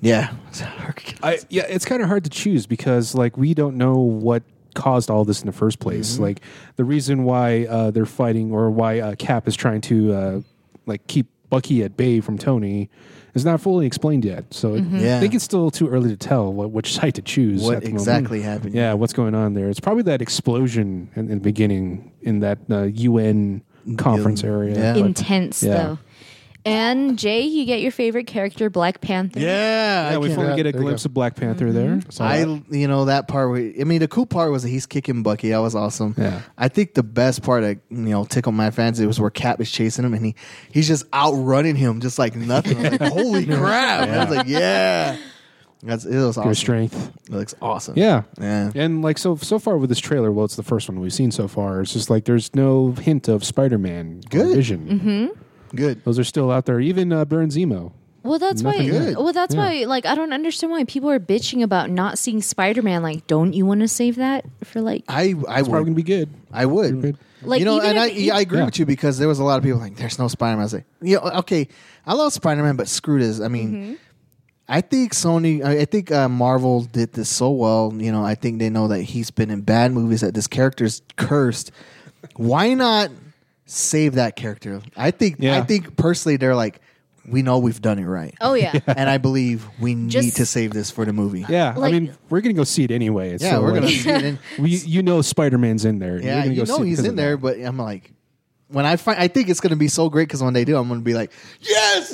Speaker 3: yeah, [LAUGHS]
Speaker 1: I yeah, it's kind of hard to choose because like we don't know what caused all this in the first place. Like the reason why uh, they're fighting or why uh, Cap is trying to uh, like keep Bucky at bay from Tony is not fully explained yet. So it-
Speaker 3: Yeah.
Speaker 1: I think it's still too early to tell what which [LAUGHS] side to choose.
Speaker 3: what
Speaker 1: at the moment.
Speaker 3: exactly happened?
Speaker 1: Yeah, what's going on there? It's probably that explosion in, in the beginning in that uh, UN conference area.
Speaker 3: Yeah.
Speaker 1: but-
Speaker 2: Intense
Speaker 1: yeah.
Speaker 2: though. And Jay, you get your favorite character, Black Panther.
Speaker 3: yeah, I
Speaker 1: yeah, we
Speaker 3: can't-
Speaker 1: finally
Speaker 4: Yeah,
Speaker 1: get a
Speaker 4: there you
Speaker 1: glimpse
Speaker 4: go.
Speaker 1: of Black Panther there.
Speaker 3: I you know that part. Where, I mean, the cool part was that he's kicking Bucky. That was awesome.
Speaker 1: Yeah.
Speaker 3: I think the best part that you know tickled my fancy was where Cap is chasing him and he he's just outrunning him just like nothing. I was like,
Speaker 1: [LAUGHS]
Speaker 3: Holy crap! I was like, yeah. That's it was
Speaker 1: Your
Speaker 3: awesome.
Speaker 1: strength.
Speaker 3: It looks awesome.
Speaker 1: Yeah.
Speaker 3: Yeah.
Speaker 1: And like so so far with this trailer, well, it's the first one we've seen so far. It's just like there's no hint of Spider-Man
Speaker 3: Good.
Speaker 1: or Vision.
Speaker 2: Mm-hmm.
Speaker 3: Good.
Speaker 1: Those are still out there. Even uh, Baron Zemo.
Speaker 2: Well, that's
Speaker 1: Nothing
Speaker 2: why.
Speaker 1: good.
Speaker 2: Well, that's
Speaker 1: Yeah.
Speaker 2: why. Like, I don't understand why people are bitching about not seeing Spider Man. Like, don't you want to save that for like?
Speaker 1: [LAUGHS]
Speaker 3: I
Speaker 1: Probably
Speaker 3: I
Speaker 1: gonna
Speaker 3: would.
Speaker 1: be good.
Speaker 3: I would.
Speaker 1: good.
Speaker 2: Like,
Speaker 3: you know,
Speaker 2: even
Speaker 3: and
Speaker 2: if
Speaker 3: I,
Speaker 2: he-
Speaker 3: I agree
Speaker 1: Yeah.
Speaker 3: with you because there was a lot of people like, "There's no Spider-Man." I was like, "Yeah, okay, I love Spider-Man, but screw this." I mean,
Speaker 2: Mm-hmm.
Speaker 3: I think Sony, I I think uh, Marvel did this so well. You know, I think they know that he's been in bad movies, that this character's cursed. Why not save that character? I think, I
Speaker 1: Yeah.
Speaker 3: think personally, they're like, we know we've done it right,
Speaker 2: oh yeah.
Speaker 3: and I believe we need
Speaker 2: Just-
Speaker 3: to save this for the movie.
Speaker 1: Yeah.
Speaker 2: Like-
Speaker 1: I mean, we're gonna go see it anyway.
Speaker 3: yeah,
Speaker 1: so,
Speaker 3: we're
Speaker 1: like,
Speaker 3: gonna
Speaker 2: [LAUGHS]
Speaker 3: see it. In.
Speaker 1: we, you know Spider-Man's in there. You're
Speaker 3: Yeah,
Speaker 1: gonna
Speaker 3: you
Speaker 1: go see
Speaker 3: know
Speaker 1: it
Speaker 3: he's
Speaker 1: because
Speaker 3: in
Speaker 1: of
Speaker 3: there,
Speaker 1: that.
Speaker 3: but I'm like, when I find, I think it's gonna be so great because when they do, I'm gonna be like,
Speaker 1: [LAUGHS]
Speaker 3: yes,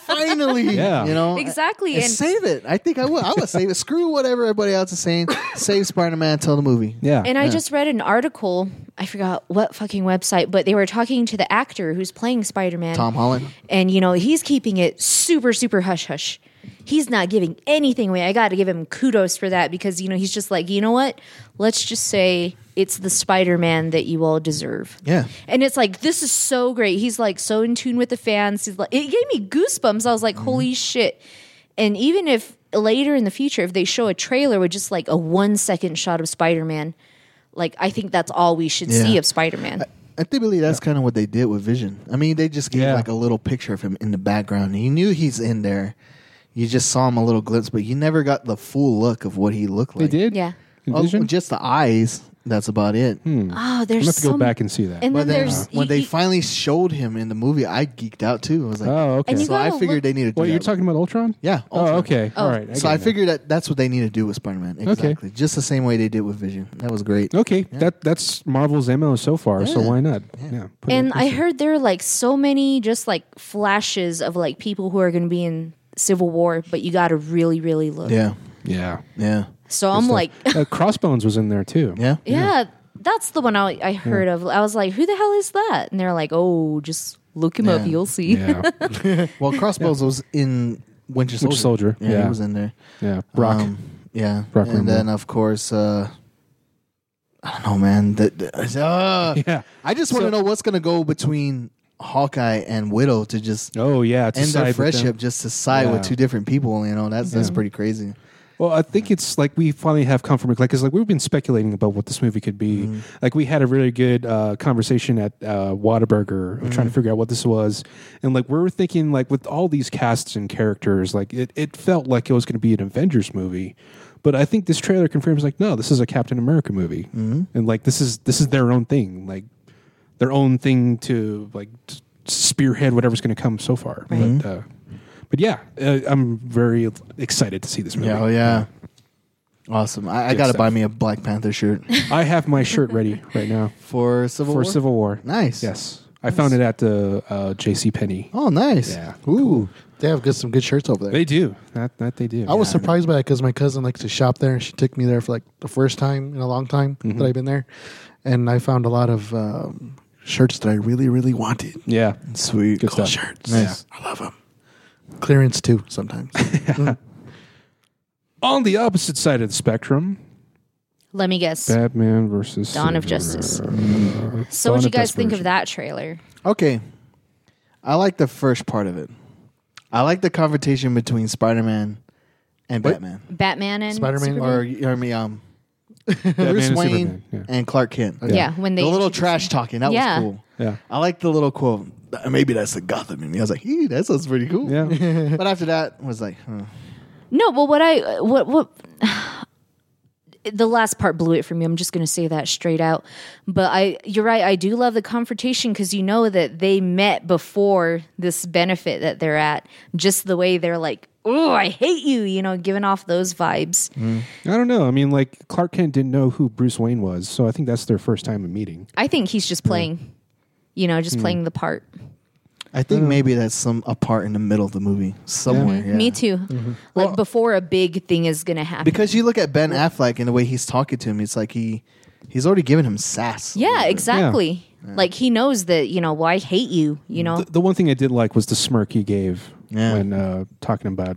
Speaker 3: finally,
Speaker 1: Yeah.
Speaker 3: you know,
Speaker 2: Exactly,
Speaker 3: And
Speaker 2: and-
Speaker 3: save it. I think I will. I would save it. Screw whatever everybody else is saying. Save Spider-Man till the movie.
Speaker 1: Yeah.
Speaker 2: And I just read an article. I forgot what fucking website, but they were talking to the actor who's playing Spider Man.
Speaker 3: Tom Holland.
Speaker 2: And you know, he's keeping it super, super hush hush. He's not giving anything away. I got to give him kudos for that because you know he's just like, you know what? Let's just say it's the Spider Man that you all deserve.
Speaker 3: Yeah.
Speaker 2: And it's like this is so great. He's like so in tune with the fans. He's like, it gave me goosebumps. I was like, holy shit! And even if later in the future, if they show a trailer with just like a one second shot of Spider Man, like I think that's all we should see
Speaker 3: Yeah.
Speaker 2: of Spider Man.
Speaker 3: I think believe that's kind of what they did with Vision. I mean, they just gave
Speaker 1: Yeah.
Speaker 3: like a little picture of him in the background. You knew he's in there. You just saw him a little glimpse, but you never got the full look of what he looked
Speaker 1: they
Speaker 3: like.
Speaker 1: did.
Speaker 2: Yeah.
Speaker 1: In
Speaker 3: Oh,
Speaker 1: Vision? Hmm.
Speaker 3: just the eyes. That's about it.
Speaker 2: Oh,
Speaker 1: I'm
Speaker 2: there's
Speaker 1: gonna have to
Speaker 2: so
Speaker 1: go back and see that.
Speaker 2: And
Speaker 3: But
Speaker 2: then,
Speaker 3: then uh,
Speaker 2: there's
Speaker 3: when
Speaker 2: you-
Speaker 3: they
Speaker 2: you-
Speaker 3: finally showed him in the movie, I geeked out too. I was like,
Speaker 1: Oh, okay.
Speaker 2: And you
Speaker 3: So I
Speaker 2: gotta
Speaker 3: figured
Speaker 2: look-
Speaker 3: they needed. to do
Speaker 1: Wait, you're
Speaker 3: that.
Speaker 1: talking about Ultron?
Speaker 3: Yeah.
Speaker 1: Oh,
Speaker 3: Ultron.
Speaker 1: okay.
Speaker 2: Oh.
Speaker 1: All right.
Speaker 3: So I
Speaker 1: get it now.
Speaker 3: figured that that's what they need to do with Spider-Man. Exactly. Just the same way they did with Vision. That was great.
Speaker 1: Okay, that that's Marvel's MO so far. So
Speaker 3: Yeah.
Speaker 1: why not? Yeah. put it
Speaker 2: and
Speaker 1: up
Speaker 2: I
Speaker 1: there.
Speaker 2: heard there are like so many just like flashes of like people who are going to be in Civil War, but you got to really, really look.
Speaker 3: Yeah.
Speaker 1: yeah.
Speaker 3: Yeah.
Speaker 2: So
Speaker 1: [LAUGHS]
Speaker 2: I'm like, [LAUGHS]
Speaker 1: uh, Crossbones was in there too.
Speaker 3: Yeah.
Speaker 2: yeah, that's the one I, I heard of. I was like, who the hell is that? And they're like, oh, just look him up,
Speaker 3: Yeah.
Speaker 2: you'll
Speaker 1: [LAUGHS]
Speaker 2: see.
Speaker 1: Yeah.
Speaker 3: Well, Crossbones was in Winter Soldier.
Speaker 1: Winter Soldier,
Speaker 3: Yeah, he
Speaker 1: yeah.
Speaker 3: was in there.
Speaker 1: Yeah. Rock.
Speaker 3: Um, yeah.
Speaker 1: Brock
Speaker 3: and
Speaker 1: Rumble.
Speaker 3: then of course, uh, I don't know, man. The, the- uh,
Speaker 1: [LAUGHS] yeah.
Speaker 3: I just want to
Speaker 1: So-
Speaker 3: know what's gonna go between Hawkeye and Widow to just
Speaker 1: Oh yeah. to
Speaker 3: end
Speaker 1: side
Speaker 3: their
Speaker 1: with them.
Speaker 3: friendship just to side
Speaker 1: Yeah.
Speaker 3: with two different people. You know, that's that's pretty crazy.
Speaker 1: Well, I think it's like we finally have confirmation. Like, 'cause, like we've been speculating about what this movie could be.
Speaker 3: Mm-hmm.
Speaker 1: Like, we had a really good uh, conversation at uh, Whataburger of
Speaker 3: Mm-hmm.
Speaker 1: trying to figure out what this was, and like we were thinking, like with all these casts and characters, like it, it felt like it was going to be an Avengers movie. But I think this trailer confirms, like, no, this is a Captain America movie,
Speaker 3: Mm-hmm.
Speaker 1: and like this is this is their own thing, like their own thing to like s- spearhead whatever's going to come so far. But, uh, but yeah, uh, I'm very excited to see this movie.
Speaker 3: Yeah, oh yeah. Awesome. I, I gotta
Speaker 1: stuff.
Speaker 3: buy me a
Speaker 1: [LAUGHS]
Speaker 3: Black Panther shirt
Speaker 1: I have my shirt ready right now
Speaker 3: for Civil
Speaker 1: for
Speaker 3: War.
Speaker 1: Civil War.
Speaker 3: Nice.
Speaker 1: Yes. I found it at the uh, J.C. Penney.
Speaker 4: Oh, nice.
Speaker 1: Yeah,
Speaker 4: Ooh, they have good, some good shirts over there.
Speaker 1: They do that. That they do.
Speaker 4: I was surprised by that because my cousin likes to shop there. She took me there for like the first time in a long time that I've been there, and I found a lot of um, shirts that I really, really wanted.
Speaker 1: Yeah,
Speaker 3: Sweet.
Speaker 1: Good
Speaker 4: Cool
Speaker 1: stuff.
Speaker 4: shirts.
Speaker 1: Nice.
Speaker 4: I love them. Clearance too sometimes. Mm.
Speaker 1: On the opposite side of the spectrum,
Speaker 2: [LAUGHS] Let me guess.
Speaker 1: Batman versus
Speaker 2: Dawn of
Speaker 1: Superman.
Speaker 2: Justice. So, what
Speaker 1: Dawn
Speaker 2: do you
Speaker 1: of
Speaker 2: guys think
Speaker 1: Desperation.
Speaker 2: of that trailer?
Speaker 3: Okay. I like the first part of it. I like the confrontation between Spider Man and
Speaker 4: What?
Speaker 3: Batman.
Speaker 2: Batman and
Speaker 4: Spider-Man
Speaker 2: Superman?
Speaker 3: Or, or me, um,
Speaker 1: Batman
Speaker 3: Bruce
Speaker 1: and
Speaker 3: Wayne
Speaker 1: Superman, yeah.
Speaker 3: and Clark Kent.
Speaker 2: yeah. when they
Speaker 3: the little
Speaker 2: introduced
Speaker 3: trash
Speaker 2: him.
Speaker 3: talking. That
Speaker 2: Yeah.
Speaker 3: was cool.
Speaker 1: Yeah.
Speaker 3: I like the little quote. "Uh, Maybe that's the Gotham in me. I was like, "Ee, that sounds pretty cool.
Speaker 1: Yeah.
Speaker 3: [LAUGHS] but after that, I was like, huh.
Speaker 2: No, but what I uh, what what [SIGHS] the last part blew it for me. I'm just going to say that straight out. But I you're right. I do love the confrontation because you know that they met before this benefit that they're at. Just the way they're like, "Oh, I hate you," you know, giving off those vibes.
Speaker 1: I don't know. I mean, like Clark Kent didn't know who Bruce Wayne was, so I think that's their first time of meeting.
Speaker 2: I think he's just playing, you know,
Speaker 3: Hmm.
Speaker 2: just playing the part.
Speaker 3: I think maybe that's some a part in the middle of the movie somewhere. yeah. Mm-hmm.
Speaker 2: Me too. Like before a big thing is going to happen.
Speaker 3: Because you look at Ben Affleck and the way he's talking to him, it's like he he's already given him sass. a little
Speaker 2: yeah,
Speaker 3: bit.
Speaker 2: exactly. Like he knows that you know. Well, I hate you. You
Speaker 3: Mm.
Speaker 2: know.
Speaker 1: The one thing I did like was the smirk he gave
Speaker 3: Yeah.
Speaker 1: when uh, talking about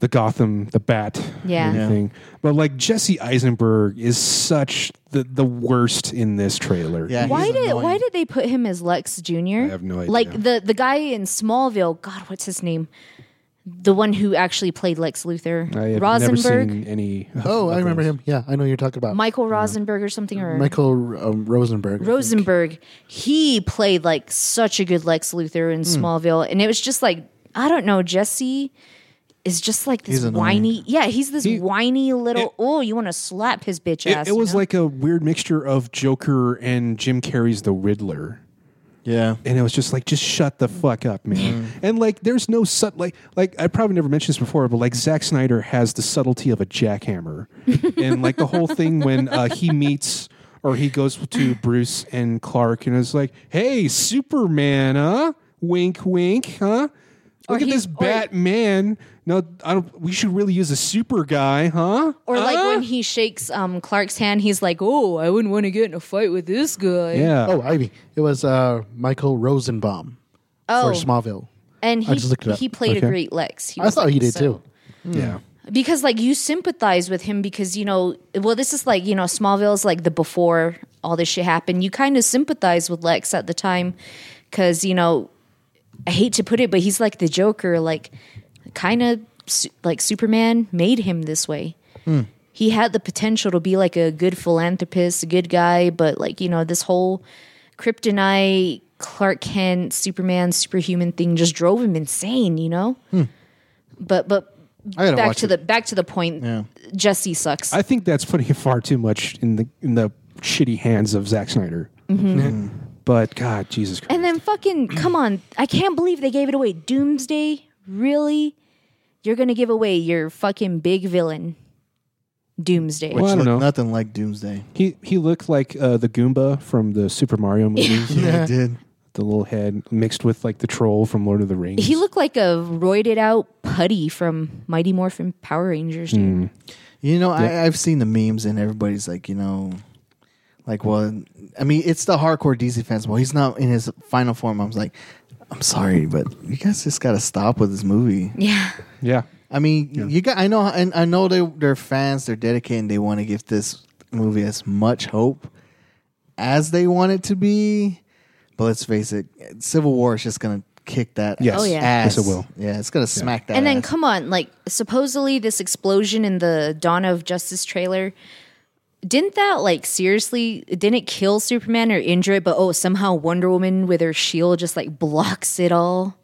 Speaker 1: the Gotham, the Bat,
Speaker 2: Yeah.
Speaker 1: and
Speaker 2: Yeah.
Speaker 1: everything. But like Jesse Eisenberg is such the the worst in this trailer.
Speaker 3: Yeah.
Speaker 1: He-
Speaker 3: What?
Speaker 2: Why
Speaker 3: He's
Speaker 2: did
Speaker 3: annoying.
Speaker 2: why did they put him as Lex Jr.? I
Speaker 1: have no idea.
Speaker 2: Like the the guy in Smallville, God, what's his name? The one who actually played Lex Luthor,
Speaker 1: I have
Speaker 2: Rosenberg,
Speaker 1: never seen any. of-
Speaker 4: oh,
Speaker 1: of
Speaker 4: I remember
Speaker 1: those.
Speaker 4: him. Yeah, I know who you're talking about
Speaker 2: Michael Rosenberg, or something, or
Speaker 4: Michael um, Rosenberg. I think.
Speaker 2: Rosenberg. He played like such a good Lex Luthor in
Speaker 1: Hmm.
Speaker 2: Smallville, and it was just like I don't know, Jesse. Is just like this
Speaker 3: He's annoying.
Speaker 2: whiny, yeah. He's this
Speaker 1: He-
Speaker 2: whiny little.
Speaker 1: it-
Speaker 2: oh, you want to slap his bitch
Speaker 1: It,
Speaker 2: ass?
Speaker 1: it was
Speaker 2: you know?
Speaker 1: like a weird mixture of Joker and Jim Carrey's The Riddler.
Speaker 3: Yeah.
Speaker 1: and it was just like just shut the fuck up man and like there's no sub like like i probably never mentioned this before but like Zack snyder has the subtlety of a jackhammer
Speaker 2: [LAUGHS]
Speaker 1: and like the whole thing when uh, he meets or he goes to bruce and clark and it's like hey superman huh wink wink huh Look at
Speaker 2: he-
Speaker 1: this
Speaker 2: or-
Speaker 1: Batman. No, I don't, we should really use a super guy, huh?
Speaker 2: Or like
Speaker 1: Huh?
Speaker 2: when he shakes um, Clark's hand, he's like, "Oh, I wouldn't want to get in a fight with this guy."
Speaker 1: yeah.
Speaker 4: Oh, Ivy. It was uh, Michael Rosenbaum
Speaker 2: Oh.
Speaker 4: for Smallville.
Speaker 2: and he
Speaker 4: just looked it up.
Speaker 2: he played
Speaker 1: Okay.
Speaker 2: a great Lex.
Speaker 4: I
Speaker 2: was
Speaker 4: thought
Speaker 2: like,
Speaker 4: he did
Speaker 2: so-
Speaker 4: too.
Speaker 1: yeah.
Speaker 2: because like you sympathize with him because you know well this is like you know Smallville's like the before all this shit happened. You kind of sympathize with Lex at the time because you know I hate to put it, but he's like the Joker, like kind of su- like Superman made him this way.
Speaker 3: Hmm.
Speaker 2: He had the potential to be like a good philanthropist, a good guy, but like you know this whole kryptonite. Clark Kent, Superman, superhuman thing just drove him insane, you know. But but
Speaker 3: Hmm. I gotta
Speaker 2: back
Speaker 3: watch
Speaker 2: to
Speaker 3: it.
Speaker 2: the back to the point.
Speaker 3: Yeah.
Speaker 2: Jesse sucks.
Speaker 1: I think that's putting far too much in the in the shitty hands of Zack Snyder. But God, Jesus Christ!
Speaker 2: Mm-hmm. and then fucking come on, I can't believe they gave it away. Doomsday, really? You're gonna give away your fucking big villain, Doomsday?
Speaker 1: Well, I don't
Speaker 3: Looked
Speaker 1: know.
Speaker 3: Nothing
Speaker 1: [LAUGHS]
Speaker 3: like Doomsday.
Speaker 1: he he looked like uh, the Goomba from the Super Mario movies,
Speaker 2: [LAUGHS]
Speaker 3: Yeah, it did.
Speaker 1: the little head mixed with like the troll from Lord of the Rings.
Speaker 2: He looked like a roided out putty from Mighty Morphin Power Rangers. dude.
Speaker 3: You know, I, I've seen the memes and everybody's like, you know, like, well, I mean, it's the hardcore DC fans. Well, he's not in his final form. I was like, I'm sorry, but you guys just got to stop with this movie.
Speaker 2: Yeah,
Speaker 1: yeah,
Speaker 3: I mean, you got. I know, and I know they they're fans. They're dedicated. and They want to give this movie as much hope as they want it to be. But let's face it, Civil War is just gonna kick that.
Speaker 1: Yes.
Speaker 2: Oh, yeah.
Speaker 3: ass.
Speaker 1: Yes, it will.
Speaker 3: Yeah, it's gonna smack that.
Speaker 2: and then
Speaker 3: ass.
Speaker 2: come on, like supposedly this explosion in the Dawn of Justice trailer. Didn't that like seriously? it Didn't kill Superman or injure it? But oh, somehow Wonder Woman with her shield just like blocks it all.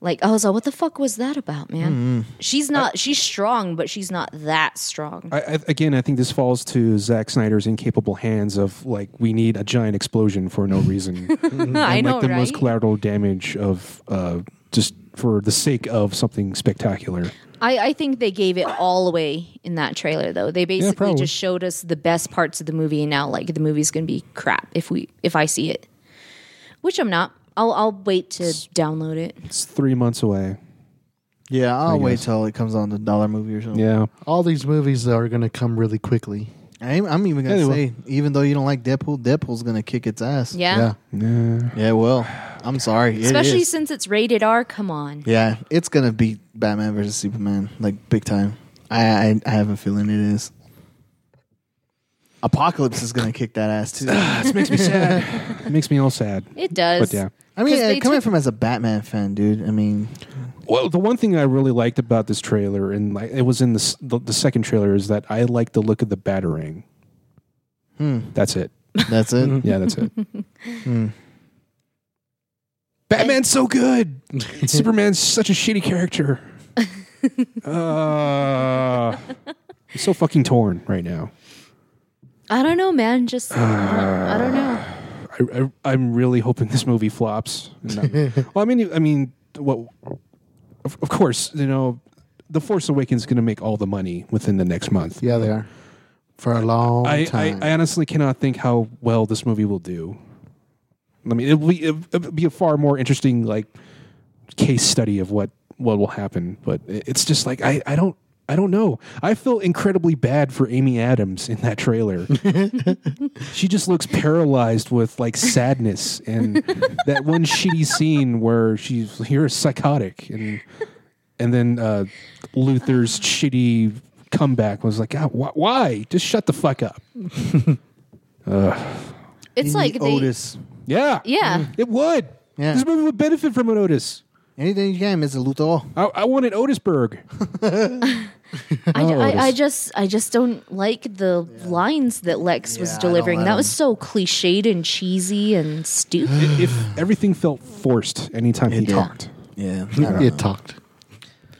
Speaker 2: Like I was like, what the fuck was that about,
Speaker 1: Mm-hmm.
Speaker 2: man? She's not. she's strong, but she's not that strong.
Speaker 1: I, I, again, I think this falls to Zack Snyder's incapable hands of like we need a giant explosion for no
Speaker 2: [LAUGHS]
Speaker 1: reason, and
Speaker 2: I know,
Speaker 1: like the most
Speaker 2: right?
Speaker 1: collateral damage of uh, just for the sake of something spectacular.
Speaker 2: I, I think they gave it all away in that trailer, though. They basically
Speaker 1: probably.
Speaker 2: just showed us the best parts of the movie, and now like the movie's gonna be crap if we if I see it. which I'm not. I'll I'll wait to download it.
Speaker 1: It's three months away.
Speaker 3: Yeah, I'll
Speaker 1: I
Speaker 3: wait
Speaker 1: guess.
Speaker 3: till it comes on the dollar movie or something.
Speaker 1: Yeah.
Speaker 4: All these movies that are going to come
Speaker 1: [LAUGHS]
Speaker 4: really quickly.
Speaker 3: I'm, I'm even gonna
Speaker 1: Anyway.
Speaker 3: say, even though you don't like Deadpool, Deadpool's gonna kick its ass.
Speaker 2: Yeah.
Speaker 1: Yeah.
Speaker 3: yeah. Well, I'm sorry. It
Speaker 2: Especially
Speaker 3: is.
Speaker 2: since it's rated R. Come on.
Speaker 3: yeah, it's gonna beat Batman versus Superman like big time. I I, I have a feeling it is. Apocalypse is gonna kick that
Speaker 2: [SIGHS]
Speaker 3: ass too. I
Speaker 1: This makes me sad. it makes me all sad.
Speaker 2: It does.
Speaker 1: But yeah.
Speaker 3: mean,
Speaker 2: 'Cause
Speaker 3: uh,
Speaker 2: they
Speaker 3: coming
Speaker 2: took-
Speaker 3: from as a Batman fan, dude. I mean,
Speaker 1: Well, the one thing I really liked about this trailer, and like, it was in the, s- the the second trailer, is that I like the look of the batarang. That's it.
Speaker 3: hmm, that's it.
Speaker 1: [LAUGHS]
Speaker 3: Hmm.
Speaker 1: Yeah, that's it. Batman's so good. Superman's such a shitty character. uh, I'm so fucking torn right now.
Speaker 2: I don't know,
Speaker 1: [SIGHS]
Speaker 2: man. Just I don't know.
Speaker 1: I, I, I'm really hoping this movie flops. And I'm- well, I mean, I mean, what? Of, of course, you know, The Force Awakens is going to make all the money within the next month.
Speaker 4: Yeah, they are. For a long
Speaker 1: I,
Speaker 4: time.
Speaker 1: I, I honestly cannot think how well this movie will do. I mean, it'll be, it'll be a far more interesting like case study of what what will happen. But it- it's just like I, I don't I don't know. I feel incredibly bad for Amy Adams in that trailer. she just looks paralyzed with like sadness and that one shitty scene where she's you're psychotic and and then uh, Luther's shitty comeback was like, God, wh- why? Just shut the fuck up.
Speaker 2: It's
Speaker 3: You
Speaker 2: like
Speaker 3: need
Speaker 2: they,
Speaker 3: Otis.
Speaker 1: Yeah. [LAUGHS]
Speaker 2: Yeah.
Speaker 1: It would.
Speaker 3: Yeah.
Speaker 1: This movie would benefit from an Otis.
Speaker 3: Anything you can, Mr. Luthor.
Speaker 1: I, I wanted
Speaker 3: [SIGHS]
Speaker 1: Otisberg.
Speaker 2: I,
Speaker 1: Otis.
Speaker 2: I, I just I just don't like the lines that Lex
Speaker 3: Yeah, I
Speaker 2: was
Speaker 3: don't
Speaker 2: delivering.
Speaker 3: let
Speaker 2: That
Speaker 3: him-
Speaker 2: was so cliched and cheesy and stupid.
Speaker 1: if everything felt forced anytime he
Speaker 3: It did.
Speaker 1: talked. [LAUGHS]
Speaker 3: Yeah.
Speaker 4: it talked.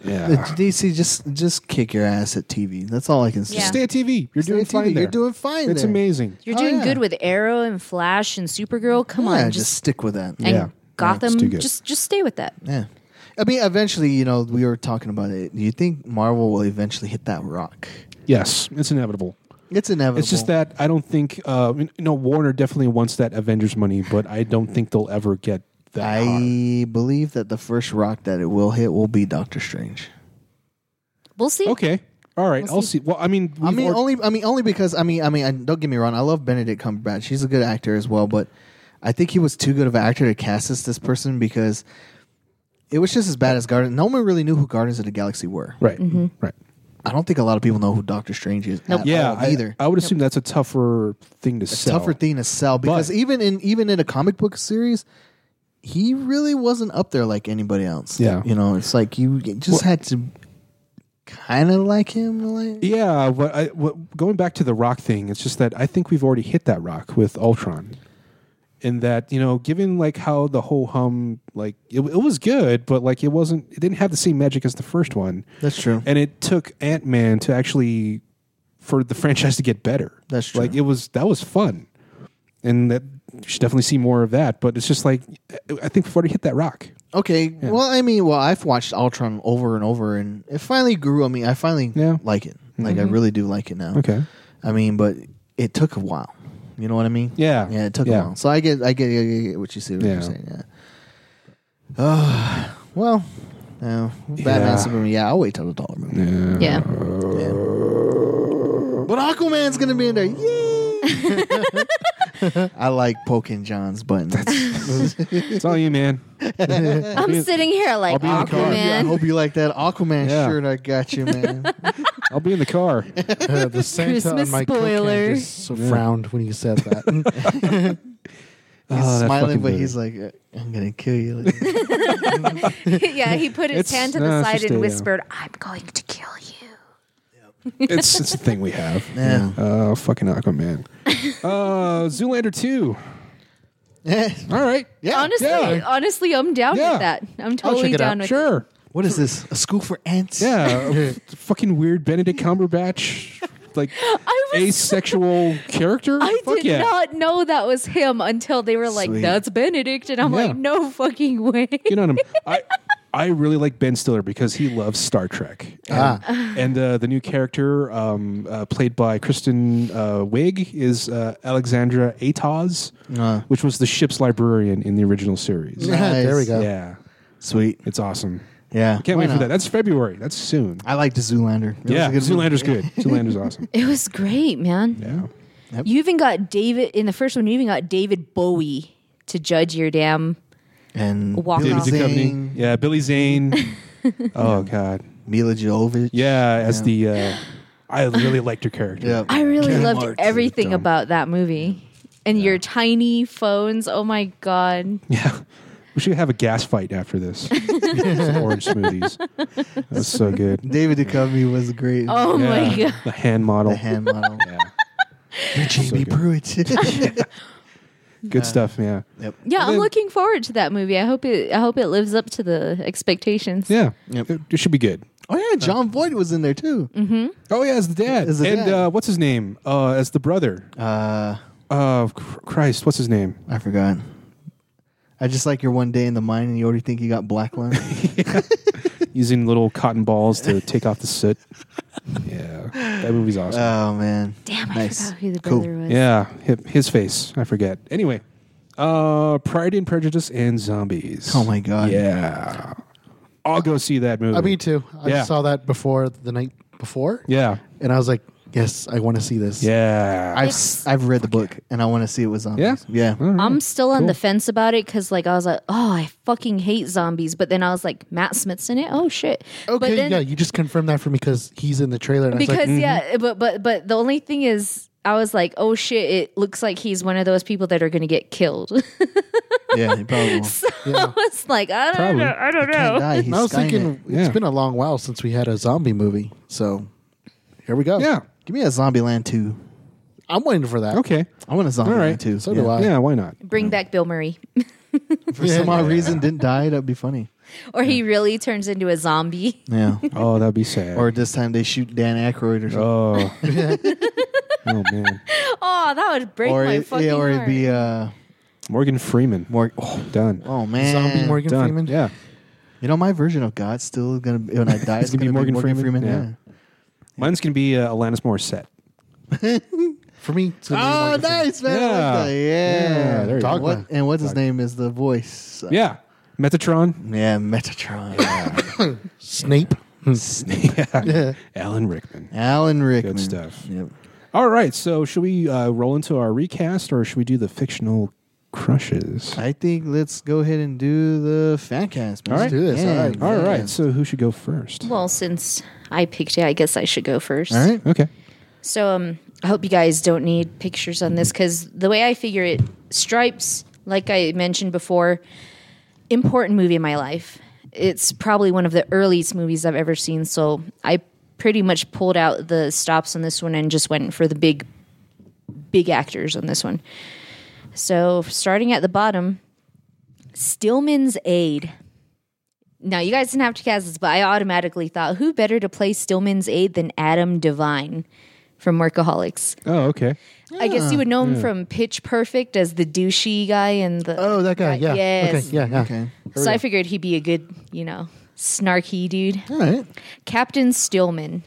Speaker 1: Yeah.
Speaker 3: DC, Uh, just just kick your ass at TV. That's all I can say.
Speaker 2: Yeah.
Speaker 1: Stay at TV. You're doing
Speaker 3: Stay at
Speaker 1: fine.
Speaker 3: TV.
Speaker 1: there.
Speaker 3: You're doing fine.
Speaker 1: It's
Speaker 3: there.
Speaker 1: amazing.
Speaker 2: You're
Speaker 3: Oh,
Speaker 2: doing
Speaker 3: yeah.
Speaker 2: good with Arrow and Flash and Supergirl. Come
Speaker 3: Yeah,
Speaker 2: on,
Speaker 3: just
Speaker 2: just
Speaker 3: stick with that.
Speaker 2: and
Speaker 1: Yeah.
Speaker 2: Gotham.
Speaker 1: It's too good.
Speaker 2: just just stay with that.
Speaker 3: Yeah. I mean, eventually, you know, we were talking about it. Do you think Marvel will eventually hit that rock?
Speaker 1: Yes, it's inevitable.
Speaker 3: It's inevitable.
Speaker 1: It's just that I don't think uh you know Warner definitely wants that Avengers money, but I don't think they'll ever get that. hard.
Speaker 3: I believe that the first rock that it will hit will be Doctor Strange.
Speaker 2: We'll see.
Speaker 1: Okay. All right. I'll see. Well, I mean,
Speaker 3: I
Speaker 1: we've
Speaker 3: mean,
Speaker 1: already-
Speaker 3: only I mean, only because I mean, I mean, I, don't get me wrong. I love Benedict Cumberbatch. He's a good actor as well, but I think he was too good of an actor to cast as this person because it was just as bad as Guardians. No one really knew who Guardians of the Galaxy were.
Speaker 1: right, right.
Speaker 3: I don't think a lot of people know who Doctor Strange is. at
Speaker 1: Yeah,
Speaker 3: all
Speaker 1: I,
Speaker 3: either.
Speaker 1: I would assume that's a tougher thing to sell.
Speaker 3: tougher thing to sell because even in even in a comic book series, he really wasn't up there like anybody else.
Speaker 1: Yeah.
Speaker 3: you know, it's like you just had to kind of like him. Like,
Speaker 1: Yeah, but I, what, going back to the rock thing, it's just that I think we've already hit that rock with Ultron. In that, you know, given like how the whole hum, like it, it was good, but like it wasn't, it didn't have the same magic as the first one.
Speaker 3: That's true.
Speaker 1: And it took Ant Man to actually, for the [LAUGHS] franchise to get better.
Speaker 3: That's true.
Speaker 1: Like it was, that was fun. And that, you should definitely see more of that. But it's just like, I think we've already hit that rock.
Speaker 3: okay, well, I mean, well, I've watched Ultron over and over, and it finally grew on me. I finally
Speaker 1: Yeah. Mm-hmm.
Speaker 3: like it. Like, I really do like it now.
Speaker 1: Okay.
Speaker 3: I mean, but it took a while. You know what I mean?
Speaker 1: Yeah.
Speaker 3: Yeah, it took
Speaker 1: Yeah.
Speaker 3: a while. So I get, I get, I get what you see. What
Speaker 1: Yeah.
Speaker 3: you're saying. Yeah. Uh, well, no, Batman
Speaker 1: Yeah.
Speaker 3: Superman. Yeah, I'll wait till the dollar movie.
Speaker 2: Yeah.
Speaker 3: But Aquaman's gonna be in there. Yay! [LAUGHS] I like [LAUGHS] poking John's buttons.
Speaker 1: It's all you, man.
Speaker 2: I'm sitting here like
Speaker 1: be in the car.
Speaker 3: I
Speaker 2: Aquaman.
Speaker 3: hope you like that Aquaman
Speaker 1: Yeah.
Speaker 3: shirt I got
Speaker 1: [LAUGHS]
Speaker 3: you, man.
Speaker 1: I'll be in [LAUGHS] the
Speaker 3: [LAUGHS]
Speaker 1: car.
Speaker 4: Uh, the Santa
Speaker 2: Christmas
Speaker 4: on my cocaine
Speaker 2: spoiler.
Speaker 4: just [LAUGHS] frowned when you
Speaker 1: [LAUGHS]
Speaker 4: said that. [LAUGHS]
Speaker 1: Oh,
Speaker 3: He's
Speaker 1: that
Speaker 3: smiling,
Speaker 1: fucking
Speaker 3: but
Speaker 1: movie.
Speaker 3: he's like, "Uh, "I'm gonna
Speaker 1: [LAUGHS]
Speaker 3: kill you." [LAUGHS]
Speaker 2: [LAUGHS] yeah, he put his
Speaker 1: It's-
Speaker 2: hand to
Speaker 1: no,
Speaker 2: the
Speaker 1: it's
Speaker 2: side
Speaker 1: just
Speaker 2: and
Speaker 1: a- uh,
Speaker 2: whispered, "I'm going to kill you."
Speaker 1: it's, it's the thing we [LAUGHS] have.
Speaker 3: yeah.
Speaker 1: Uh, fucking Aquaman. uh, Zoolander 2. All right. Yeah.
Speaker 2: Honestly,
Speaker 1: Yeah.
Speaker 2: honestly, I'm down
Speaker 1: Yeah.
Speaker 2: with that. I'm
Speaker 1: I'll
Speaker 2: totally
Speaker 1: check it
Speaker 2: down
Speaker 1: out.
Speaker 2: with it.
Speaker 1: Sure.
Speaker 3: What is this? A school for ants?
Speaker 1: Yeah. [LAUGHS] a f- fucking weird Benedict Cumberbatch, like
Speaker 2: [LAUGHS] I was
Speaker 1: asexual character.
Speaker 2: I
Speaker 1: Fuck
Speaker 2: did
Speaker 1: yeah. [LAUGHS]
Speaker 2: not know that was him until they were like,
Speaker 3: Sweet.
Speaker 2: "That's Benedict," and I'm
Speaker 1: Yeah. [LAUGHS]
Speaker 2: like, "No fucking way!" [LAUGHS]
Speaker 1: Get on him. I, I really like Ben Stiller because he loves Star Trek. And, and uh, the new character um, uh, played by Kristen uh, Wiig is uh, Alexandra Atoz, which was the ship's librarian in the original series.
Speaker 4: Yeah, there we go.
Speaker 1: Yeah,
Speaker 3: [LAUGHS] Sweet.
Speaker 1: it's awesome.
Speaker 3: Yeah.
Speaker 1: Can't wait
Speaker 3: Why
Speaker 1: for
Speaker 3: not?
Speaker 1: that. That's February. That's soon.
Speaker 3: I liked Zoolander. It was
Speaker 1: yeah,
Speaker 3: a good movie.
Speaker 1: Zoolander's good. Zoolander's
Speaker 2: [LAUGHS]
Speaker 1: awesome.
Speaker 2: It was great, man.
Speaker 1: Yeah.
Speaker 2: You even got David in the first one. You even got David Bowie to judge your damn.
Speaker 3: And
Speaker 2: Walk
Speaker 3: Billy
Speaker 2: David
Speaker 1: David Duchovny.
Speaker 3: Zane,
Speaker 1: Yeah, Billy Zane.
Speaker 2: [LAUGHS]
Speaker 1: oh God.
Speaker 3: Mila Jovovich.
Speaker 1: Yeah, as the uh, I really liked your character.
Speaker 3: Yeah.
Speaker 2: I really
Speaker 3: Ken
Speaker 2: loved
Speaker 3: Marks.
Speaker 2: everything
Speaker 3: Dumb.
Speaker 2: about that movie. And your tiny phones. Oh my god.
Speaker 1: [LAUGHS] Yeah. We should have a gas fight after this.
Speaker 2: [LAUGHS]
Speaker 1: Some orange smoothies. That's so good.
Speaker 3: David Duchovny was great.
Speaker 2: Oh my
Speaker 1: Yeah.
Speaker 2: god.
Speaker 1: The hand model.
Speaker 3: The hand model.
Speaker 1: [LAUGHS] Yeah.
Speaker 3: You're Jamie
Speaker 1: good.
Speaker 3: Pruitt.
Speaker 2: [LAUGHS]
Speaker 3: [LAUGHS]
Speaker 1: Good stuff, yeah.
Speaker 3: yep.
Speaker 2: Yeah, I'm
Speaker 1: Then-
Speaker 2: looking forward to that movie. I hope it I hope it lives up to the expectations.
Speaker 1: Yeah.
Speaker 3: Yep.
Speaker 1: It, it should be good.
Speaker 3: Oh yeah, John Voight was in there too.
Speaker 2: Mm.
Speaker 1: Oh yeah, as the dad.
Speaker 3: As the
Speaker 1: and
Speaker 3: dad.
Speaker 1: Uh, what's his name? Uh, as the brother.
Speaker 3: Uh,
Speaker 1: Uh, cr- Christ, what's his name?
Speaker 3: I forgot. I just like your one day in the mine, and you already think you
Speaker 1: [LAUGHS]
Speaker 3: got blackline.
Speaker 1: Using little cotton balls
Speaker 3: [LAUGHS]
Speaker 1: to take off the soot. Yeah. That movie's awesome.
Speaker 3: oh man,
Speaker 2: Damn, I
Speaker 3: Nice.
Speaker 2: forgot who the
Speaker 3: Cool.
Speaker 2: brother was.
Speaker 1: Yeah, hi- his face. I forget. Anyway, uh, Pride and Prejudice and Zombies.
Speaker 3: Oh my God.
Speaker 1: Yeah, I'll go see that movie.
Speaker 4: Uh, me too. I
Speaker 1: Yeah.
Speaker 4: saw that before the night before,
Speaker 1: Yeah,
Speaker 4: and I was like, "Yes, I want to see this."
Speaker 1: yeah.
Speaker 3: I've
Speaker 2: It's-
Speaker 3: I've read the book, and I want to see it with zombies.
Speaker 1: Yeah? All right.
Speaker 2: I'm still on
Speaker 1: Cool.
Speaker 2: the fence about it because, like, I was like, "Oh, I fucking hate zombies," but then I was like, "Matt Smith's in it. Oh shit!" but
Speaker 4: Okay,
Speaker 2: then,
Speaker 4: yeah, you just confirmed that for me because he's in the trailer. And
Speaker 2: because
Speaker 4: I was like,
Speaker 2: yeah, but but but the only thing is, I was like, "Oh shit!" It looks like he's one of those people that are going to get killed. [LAUGHS]
Speaker 3: yeah, yeah. He probably will.
Speaker 2: I was like, "I don't
Speaker 1: Probably.
Speaker 2: know, I don't
Speaker 3: Can't
Speaker 2: know."
Speaker 3: die. He's
Speaker 4: I was
Speaker 3: Skynet.
Speaker 4: thinking it's
Speaker 1: Yeah.
Speaker 4: been a long while since we had a zombie movie, so here we go.
Speaker 1: yeah.
Speaker 3: give me a Zombieland two.
Speaker 4: I'm waiting for that.
Speaker 1: Okay.
Speaker 3: I want a Zombieland
Speaker 1: right.
Speaker 3: two.
Speaker 4: So
Speaker 3: yeah.
Speaker 4: do I.
Speaker 1: Yeah. Why not?
Speaker 2: Bring back Bill Murray, [LAUGHS]
Speaker 3: For some odd reason, didn't die. That'd be funny.
Speaker 2: or he really turns into a zombie. [LAUGHS]
Speaker 3: Yeah.
Speaker 1: Oh, that'd be sad.
Speaker 3: or this time they shoot Dan Aykroyd or something. [LAUGHS]
Speaker 1: oh. oh man,
Speaker 2: Oh, that would break
Speaker 3: or
Speaker 2: my
Speaker 3: it,
Speaker 2: fucking
Speaker 3: yeah, or it'd
Speaker 2: heart.
Speaker 3: be uh,
Speaker 1: Morgan Freeman.
Speaker 3: more. Oh,
Speaker 1: Done.
Speaker 3: oh, man,
Speaker 4: Zombie Morgan
Speaker 1: Done.
Speaker 4: Freeman.
Speaker 1: Yeah.
Speaker 3: You know, my version of God's still gonna be when I die. it's
Speaker 1: gonna be Morgan Freeman?
Speaker 3: Yeah.
Speaker 1: Mine's gonna be uh, Alanis Morissette.
Speaker 4: For me, it's gonna be
Speaker 3: Oh,
Speaker 4: Morgan Freeman.
Speaker 3: nice man! I
Speaker 1: Yeah.
Speaker 3: like that. Yeah,
Speaker 1: Yeah, there you
Speaker 4: go.
Speaker 3: What, and what's his name is the voice?
Speaker 1: Yeah. Metatron.
Speaker 3: yeah, Metatron.
Speaker 4: Snape. Hmm.
Speaker 1: [LAUGHS] yeah. Alan Rickman.
Speaker 3: [LAUGHS] Alan Rickman.
Speaker 1: stuff.
Speaker 3: Yep.
Speaker 1: All right. So, should we uh, roll into our recast, or should we do the fictional crushes?
Speaker 3: I think let's go ahead and do the fan cast. man.
Speaker 1: All right.
Speaker 4: do this.
Speaker 3: Yeah,
Speaker 4: All right.
Speaker 1: All right.
Speaker 3: yeah.
Speaker 1: So, who should go first?
Speaker 2: well, since I picked it, I guess I should go first.
Speaker 3: uh, All right.
Speaker 1: Okay.
Speaker 2: So um, I hope you guys don't need pictures on this because the way I figure it, Stripes, like I mentioned before, important movie in my life. It's probably one of the earliest movies I've ever seen. So I pretty much pulled out the stops on this one and just went for the big, big actors on this one. So starting at the bottom, Stillman's aide. Now you guys didn't have to cast this, but I automatically thought, who better to play Stillman's aide than Adam Devine from Workaholics?
Speaker 1: Oh, okay.
Speaker 2: I guess you would know him from Pitch Perfect as the douchey guy and the.
Speaker 4: Oh, that guy. Yeah.
Speaker 2: Yes.
Speaker 4: Okay. Yeah. Yeah.
Speaker 3: Okay.
Speaker 2: so I figured he'd be a good, you know, snarky dude.
Speaker 3: All right.
Speaker 2: Captain Stillman.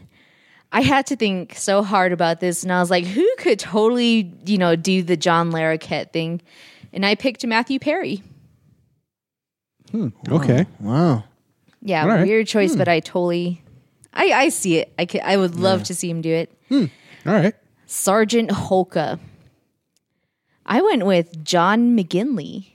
Speaker 2: I had to think so hard about this, and I was like, who could totally, you know, do the John Larroquette thing? And I picked Matthew Perry.
Speaker 1: Okay.
Speaker 3: Wow.
Speaker 2: Yeah,
Speaker 1: All right. Hmm.
Speaker 2: weird choice, but I totally, I, I see it. I could, I would love to see him do it.
Speaker 1: All right.
Speaker 2: Sergeant Holka. I went with John McGinley.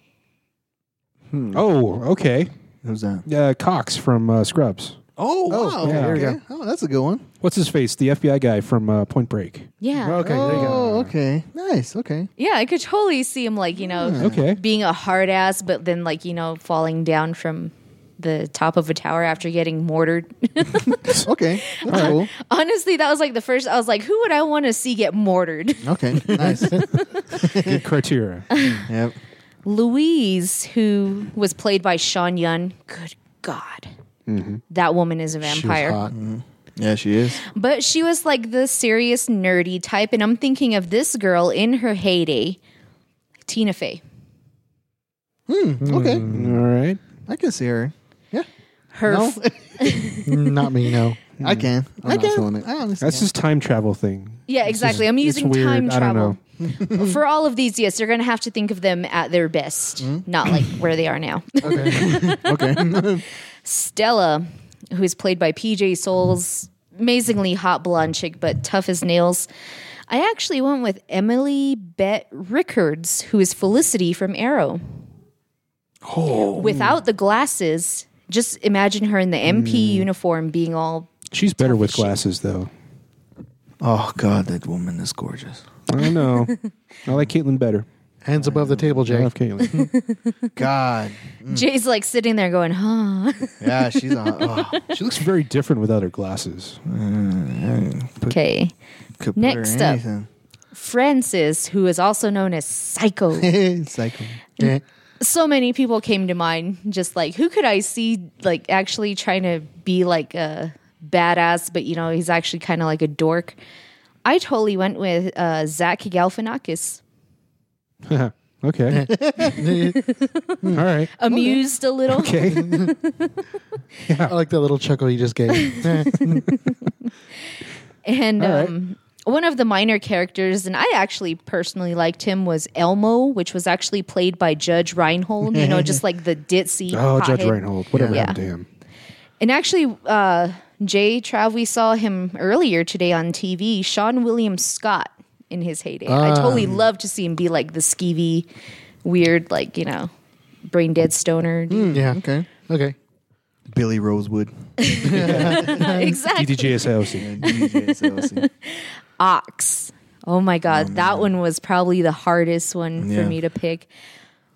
Speaker 1: Oh, okay.
Speaker 3: Who's that?
Speaker 1: Uh, Cox from uh, Scrubs.
Speaker 3: Oh, wow.
Speaker 1: yeah.
Speaker 3: okay.
Speaker 1: There we
Speaker 3: Oh, that's a good one.
Speaker 1: What's his face? The FBI guy from uh, Point Break.
Speaker 2: Yeah,
Speaker 4: Okay.
Speaker 3: oh,
Speaker 4: There you go.
Speaker 3: okay. Nice.
Speaker 4: [LAUGHS]
Speaker 3: Okay.
Speaker 2: yeah, I could totally see him like you know,
Speaker 1: Okay.
Speaker 2: being a hard ass, but then like you know, falling down from the top of a tower after getting mortared. [LAUGHS]
Speaker 3: Okay. That's cool.
Speaker 2: Honestly, that was like the first. I was like, who would I want to see get mortared? [LAUGHS]
Speaker 3: Okay. Nice.
Speaker 4: [LAUGHS]
Speaker 1: Good criteria.
Speaker 3: yep.
Speaker 2: Louise, who was played by Sean Yun. Good God, that woman is a
Speaker 4: Mm-hmm. She was
Speaker 2: vampire.
Speaker 4: hot.
Speaker 3: Yeah, she is.
Speaker 2: But she was like the serious nerdy type, and I'm thinking of this girl in her heyday, Tina Fey.
Speaker 3: Okay.
Speaker 4: Hmm.
Speaker 1: All right.
Speaker 3: I can see her. Yeah.
Speaker 2: her.
Speaker 3: No?
Speaker 2: f-
Speaker 4: Mm, Not me, no.
Speaker 3: I can.
Speaker 4: Hmm. I'm
Speaker 3: I
Speaker 4: not
Speaker 3: can.
Speaker 4: feeling it.
Speaker 3: I honestly.
Speaker 1: That's
Speaker 3: can.
Speaker 1: this time travel thing.
Speaker 2: yeah,
Speaker 1: It's
Speaker 2: exactly.
Speaker 1: just-
Speaker 2: I'm
Speaker 1: it's
Speaker 2: using
Speaker 1: weird.
Speaker 2: time
Speaker 1: I don't
Speaker 2: travel.
Speaker 1: know.
Speaker 2: [LAUGHS] For all of these, yes, you're going to have to think of them at their best,
Speaker 1: Hmm?
Speaker 2: not like where they are now.
Speaker 3: okay.
Speaker 2: [LAUGHS] Stella, who is played by PJ Souls, amazingly hot blonde chick, but tough as nails. I actually went with Emily Bett Rickards, who is Felicity from Arrow. Oh. Without the glasses, just imagine her in the MP
Speaker 1: Mm.
Speaker 2: uniform being all.
Speaker 1: She's better with glasses, though.
Speaker 3: [LAUGHS] oh God, that woman is gorgeous.
Speaker 1: I don't know. I like Caitlyn better.
Speaker 4: Hands above the table,
Speaker 1: I
Speaker 4: Jay.
Speaker 1: love Caitlyn.
Speaker 3: God.
Speaker 1: Mm.
Speaker 2: Jay's like sitting there going, huh.
Speaker 3: Yeah, she's on. Oh,
Speaker 1: she looks very different without her glasses.
Speaker 2: Okay.
Speaker 3: could put
Speaker 2: Next
Speaker 3: her
Speaker 2: up.
Speaker 3: [LAUGHS] in
Speaker 2: Frances, who is also known as
Speaker 1: [LAUGHS]
Speaker 2: Psycho.
Speaker 3: anything. Psycho.
Speaker 4: Eh.
Speaker 2: so many people came to mind just like who could i see like actually trying to be like a badass but you know he's actually kind of like a dork i totally went with uh, zach galifianakis
Speaker 1: [LAUGHS] Okay. All right.
Speaker 2: amused a little
Speaker 1: Oh, [LAUGHS] Okay.
Speaker 4: I like that little chuckle you
Speaker 3: [LAUGHS]
Speaker 4: just gave. Eh.
Speaker 2: and
Speaker 1: All right.
Speaker 2: um, one of the minor characters and i actually personally liked him was elmo which was actually played by judge reinhold you
Speaker 1: [LAUGHS]
Speaker 2: know just like the ditzy
Speaker 1: Oh, Judge
Speaker 2: hothead.
Speaker 1: Reinhold. Whatever
Speaker 2: Yeah.
Speaker 1: happened to him?
Speaker 2: And actually, uh, Jay Trav, we saw him earlier today on TV, Sean William Scott in his heyday. I totally love to see him be like the skeevy, weird, like, you know, brain dead stoner. dude.
Speaker 4: yeah.
Speaker 3: Okay.
Speaker 4: Okay.
Speaker 3: Billy Rosewood.
Speaker 2: [LAUGHS] exactly.
Speaker 1: DDJ SLC.
Speaker 3: DJ
Speaker 4: [LAUGHS]
Speaker 3: SLC.
Speaker 2: Ox. Oh my God. that one was probably the hardest one
Speaker 3: Yeah.
Speaker 2: for me to pick.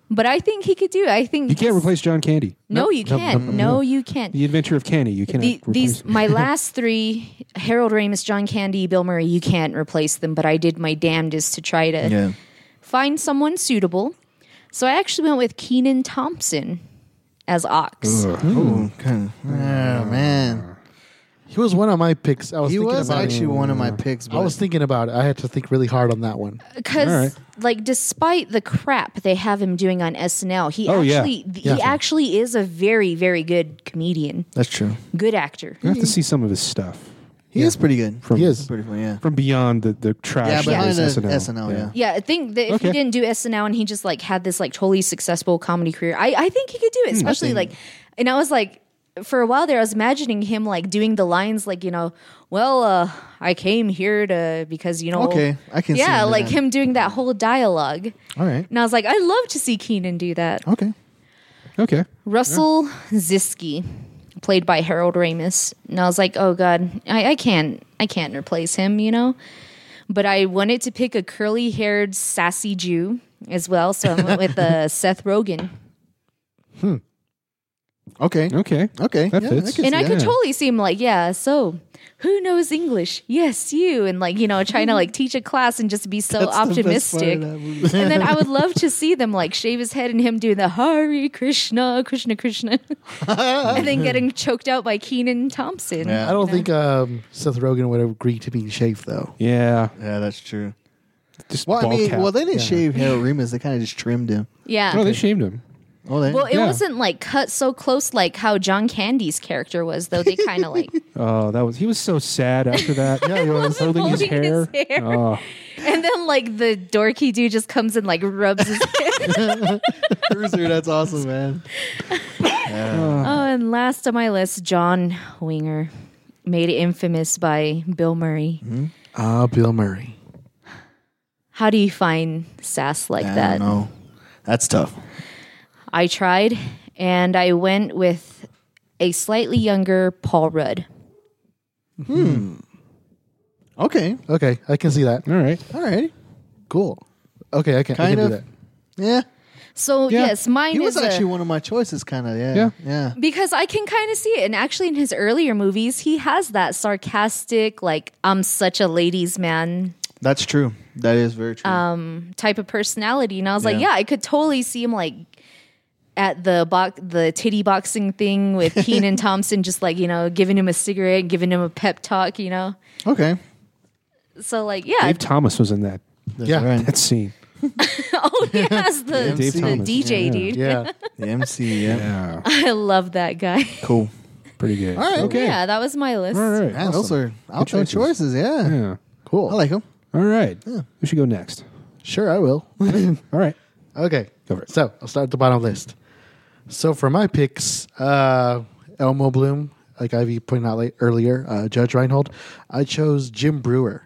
Speaker 2: But I think he could do it. I think.
Speaker 1: You can't replace John Candy.
Speaker 2: No, you can't. No, you can't.
Speaker 1: The Adventure of Candy. You can't
Speaker 2: the,
Speaker 1: replace.
Speaker 2: these my last three Harold Ramis, John Candy, Bill Murray. You can't replace them, but I did my damnedest to try to
Speaker 3: Yeah.
Speaker 2: find someone suitable. So I actually went with Keenan Thompson as Ox.
Speaker 4: Hmm.
Speaker 3: Ooh, kind
Speaker 4: Ah,
Speaker 3: of. Oh man.
Speaker 4: He was one of my picks. I was
Speaker 3: He
Speaker 4: thinking
Speaker 3: was
Speaker 4: about it.
Speaker 3: actually one of my picks. But
Speaker 4: I was thinking about it. I had to think really hard on that one.
Speaker 2: Because
Speaker 1: All right.
Speaker 2: like despite the crap they have him doing on SNL, he
Speaker 1: Oh, yeah.
Speaker 2: actually th- he
Speaker 4: Yeah.
Speaker 2: actually is a very very good comedian,
Speaker 3: that's true.
Speaker 2: good actor.
Speaker 1: I have to see some of his stuff
Speaker 3: He is pretty good.
Speaker 1: from
Speaker 4: He is.
Speaker 3: Pretty funny, yeah.
Speaker 1: from beyond the the
Speaker 3: Yeah,
Speaker 1: trash. that
Speaker 3: behind
Speaker 1: is
Speaker 3: the
Speaker 1: SNL.
Speaker 3: SNL, yeah.
Speaker 2: Yeah, I think that if he
Speaker 1: Okay.
Speaker 2: didn't do SNL and he just like had this like totally successful comedy career, I, I think he could do it.
Speaker 1: Hmm.
Speaker 2: Especially like, and I was like, for a while there, I was imagining him like doing the lines like you know, well, uh, I came here to because you know,
Speaker 3: Okay, I can see
Speaker 2: yeah,
Speaker 3: him do
Speaker 2: like
Speaker 3: that.
Speaker 2: him doing that whole dialogue.
Speaker 3: All right.
Speaker 2: And I was like, I love to see Keenan do that.
Speaker 3: Okay.
Speaker 1: Okay.
Speaker 2: Russell Ziski, played by Harold Ramis. And I was like, oh God, I, I can't I can't replace him, you know? But I wanted to pick a curly haired sassy Jew as well, so I went with uh, Seth Rogen.
Speaker 3: Okay.
Speaker 1: Okay.
Speaker 3: Okay.
Speaker 1: That
Speaker 3: Yeah,
Speaker 1: fits.
Speaker 3: I can
Speaker 2: And I could
Speaker 1: Yeah.
Speaker 2: totally see him like, yeah, so who knows English? Yes, you. And like, you know, trying to like teach a class and just be so optimistic. And then I would love to see them like shave his head and him do the Hari Krishna, Krishna, Krishna. [LAUGHS] and then getting choked out by Keenan Thompson.
Speaker 3: Yeah.
Speaker 4: I don't think um, Seth Rogen would agree to being shaved, though.
Speaker 1: Yeah.
Speaker 3: Yeah, that's true.
Speaker 1: Just
Speaker 3: Well, I
Speaker 1: bald
Speaker 3: mean,
Speaker 1: cap.
Speaker 3: well, they didn't
Speaker 4: Yeah.
Speaker 3: shave Harold Remus. They kind of just trimmed him.
Speaker 2: Yeah.
Speaker 1: No, they shamed him.
Speaker 3: Oh, they.
Speaker 2: well,
Speaker 3: [LAUGHS]
Speaker 2: it
Speaker 1: yeah.
Speaker 2: wasn't like cut so close like how John Candy's character was, though. They kind
Speaker 1: [LAUGHS]
Speaker 2: of like.
Speaker 1: Oh, that was he was so sad after that. yeah, he was [LAUGHS] holding, his
Speaker 2: holding
Speaker 1: hair.
Speaker 2: his hair.
Speaker 1: Oh,
Speaker 2: And then like the dorky dude just comes and like
Speaker 1: [LAUGHS]
Speaker 2: rubs his head.
Speaker 3: Cruiser, that's
Speaker 2: [LAUGHS]
Speaker 3: awesome, man.
Speaker 2: oh, and last on my list, John Winger, made infamous by Bill Murray.
Speaker 4: Ah, Bill Murray.
Speaker 2: How do you find sass like
Speaker 3: I
Speaker 2: that?
Speaker 3: don't know. That's tough.
Speaker 2: I tried and I went with a slightly younger Paul Rudd.
Speaker 3: Okay.
Speaker 4: Okay, I can see that.
Speaker 1: all right.
Speaker 3: All right.
Speaker 4: Cool. Okay, I can, I
Speaker 3: Kind
Speaker 4: can
Speaker 3: of.
Speaker 4: do that.
Speaker 3: Yeah.
Speaker 2: So
Speaker 1: Yeah.
Speaker 2: yes, mine
Speaker 3: He was
Speaker 2: is a-
Speaker 3: actually one of my choices, kind of. Yeah.
Speaker 1: Yeah.
Speaker 3: Yeah.
Speaker 2: because I can kind of see it. And actually, in his earlier movies, he has that sarcastic, like "I'm such a ladies' man"
Speaker 3: That's true. That is very true.
Speaker 2: Um, type of personality. And I was like,
Speaker 3: Yeah.
Speaker 2: yeah, I could totally see him like at the box, the titty boxing
Speaker 1: [LAUGHS]
Speaker 2: thing with Keenan Thompson, just like you know, giving him a cigarette, giving him a pep talk, you know.
Speaker 3: okay.
Speaker 2: So like, yeah,
Speaker 1: Dave Thomas was in that
Speaker 3: That's
Speaker 4: Yeah.
Speaker 3: right.
Speaker 1: [LAUGHS] that scene.
Speaker 2: [LAUGHS]
Speaker 1: [LAUGHS]
Speaker 2: oh yes, the,
Speaker 1: Dave
Speaker 2: the
Speaker 1: Thomas.
Speaker 2: DJ [LAUGHS]
Speaker 1: Yeah.
Speaker 2: dude.
Speaker 4: Yeah.
Speaker 3: The MC. Yeah.
Speaker 1: Yeah.
Speaker 2: I love that guy. [LAUGHS]
Speaker 3: Cool.
Speaker 1: Pretty good.
Speaker 3: All right.
Speaker 1: Okay.
Speaker 2: Yeah, that was my list.
Speaker 1: All right.
Speaker 3: Man, Those
Speaker 4: Awesome.
Speaker 3: are outro
Speaker 1: choices.
Speaker 3: choices. Yeah.
Speaker 1: Yeah.
Speaker 4: Cool.
Speaker 3: I like them.
Speaker 1: All right. We should go next.
Speaker 4: Sure, I will. [LAUGHS]
Speaker 1: All right.
Speaker 4: okay.
Speaker 1: Go for it.
Speaker 4: So I'll start at the bottom list. So for my picks, uh, Elmo Bloom, like Ivy pointed out late, earlier, uh, Judge Reinhold, I chose Jim Brewer.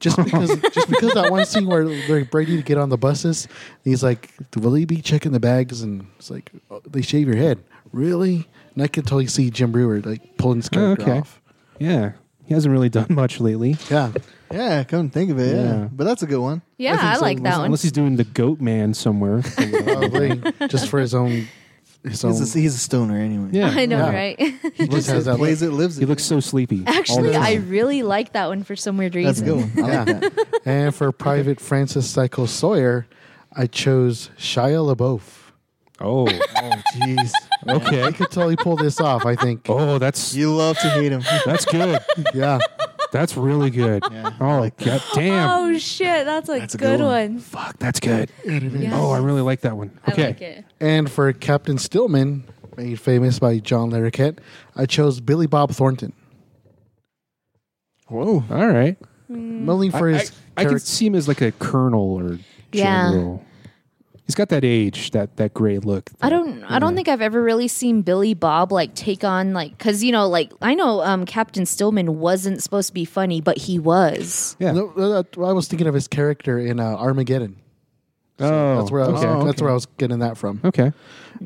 Speaker 4: Just because, just because that one scene where they're Brady to get on the buses, he's like, "Will he be checking the bags?" And it's like, oh, "They shave your head, really?" And I can totally see Jim Brewer like pulling his character
Speaker 1: okay.
Speaker 4: off.
Speaker 1: Yeah. He hasn't really done much lately.
Speaker 4: Yeah,
Speaker 3: Yeah. Come to think of it. Yeah.
Speaker 1: Yeah.
Speaker 3: But that's a good one.
Speaker 2: Yeah, I, like that one.
Speaker 1: Unless he's doing the goat man
Speaker 2: [LAUGHS]
Speaker 1: somewhere.
Speaker 4: probably just for his own, his own.
Speaker 3: He's a, he's a stoner anyway.
Speaker 1: yeah.
Speaker 2: [LAUGHS] I know,
Speaker 4: Yeah.
Speaker 2: right?
Speaker 4: he just has that.
Speaker 3: Plays it, lives it.
Speaker 1: He looks so sleepy. all the
Speaker 2: Actually, I
Speaker 1: time.
Speaker 2: really like that one for some weird reason.
Speaker 3: That's a good one. I like that.
Speaker 4: and for Private Francis Psycho Sawyer, I chose Shia LaBeouf.
Speaker 1: Oh.
Speaker 3: Jeez.
Speaker 1: Okay.
Speaker 4: I could totally pull this off. I think.
Speaker 1: Oh, that's
Speaker 3: You love to hate him. [LAUGHS]
Speaker 1: that's good.
Speaker 4: Yeah,
Speaker 1: That's really good. Oh, god damn.
Speaker 2: Oh shit, that's a,
Speaker 3: a
Speaker 2: good,
Speaker 3: good one.
Speaker 2: one.
Speaker 1: Fuck, that's good.
Speaker 2: Yes.
Speaker 1: Oh, I really like that one. Okay.
Speaker 2: I like it.
Speaker 4: and for Captain Stillman, made famous by John Larroquette, I chose Billy Bob Thornton.
Speaker 1: Whoa. All right.
Speaker 4: Mainly for
Speaker 1: Mm. I,
Speaker 4: his
Speaker 1: I can
Speaker 4: character.
Speaker 1: see him as like a colonel or
Speaker 2: Yeah.
Speaker 1: general. He's got that age, that that gray look.
Speaker 2: I don't. I don't think I've ever really seen Billy Bob like take on like because you know like I know um, Captain Stillman wasn't supposed to be funny, but he was.
Speaker 1: Yeah.
Speaker 4: No, no, that- I was thinking of his character in uh, Armageddon.
Speaker 1: oh,
Speaker 4: That's where I was.
Speaker 1: okay. Hmm.
Speaker 4: That's where I was getting that from.
Speaker 1: Okay.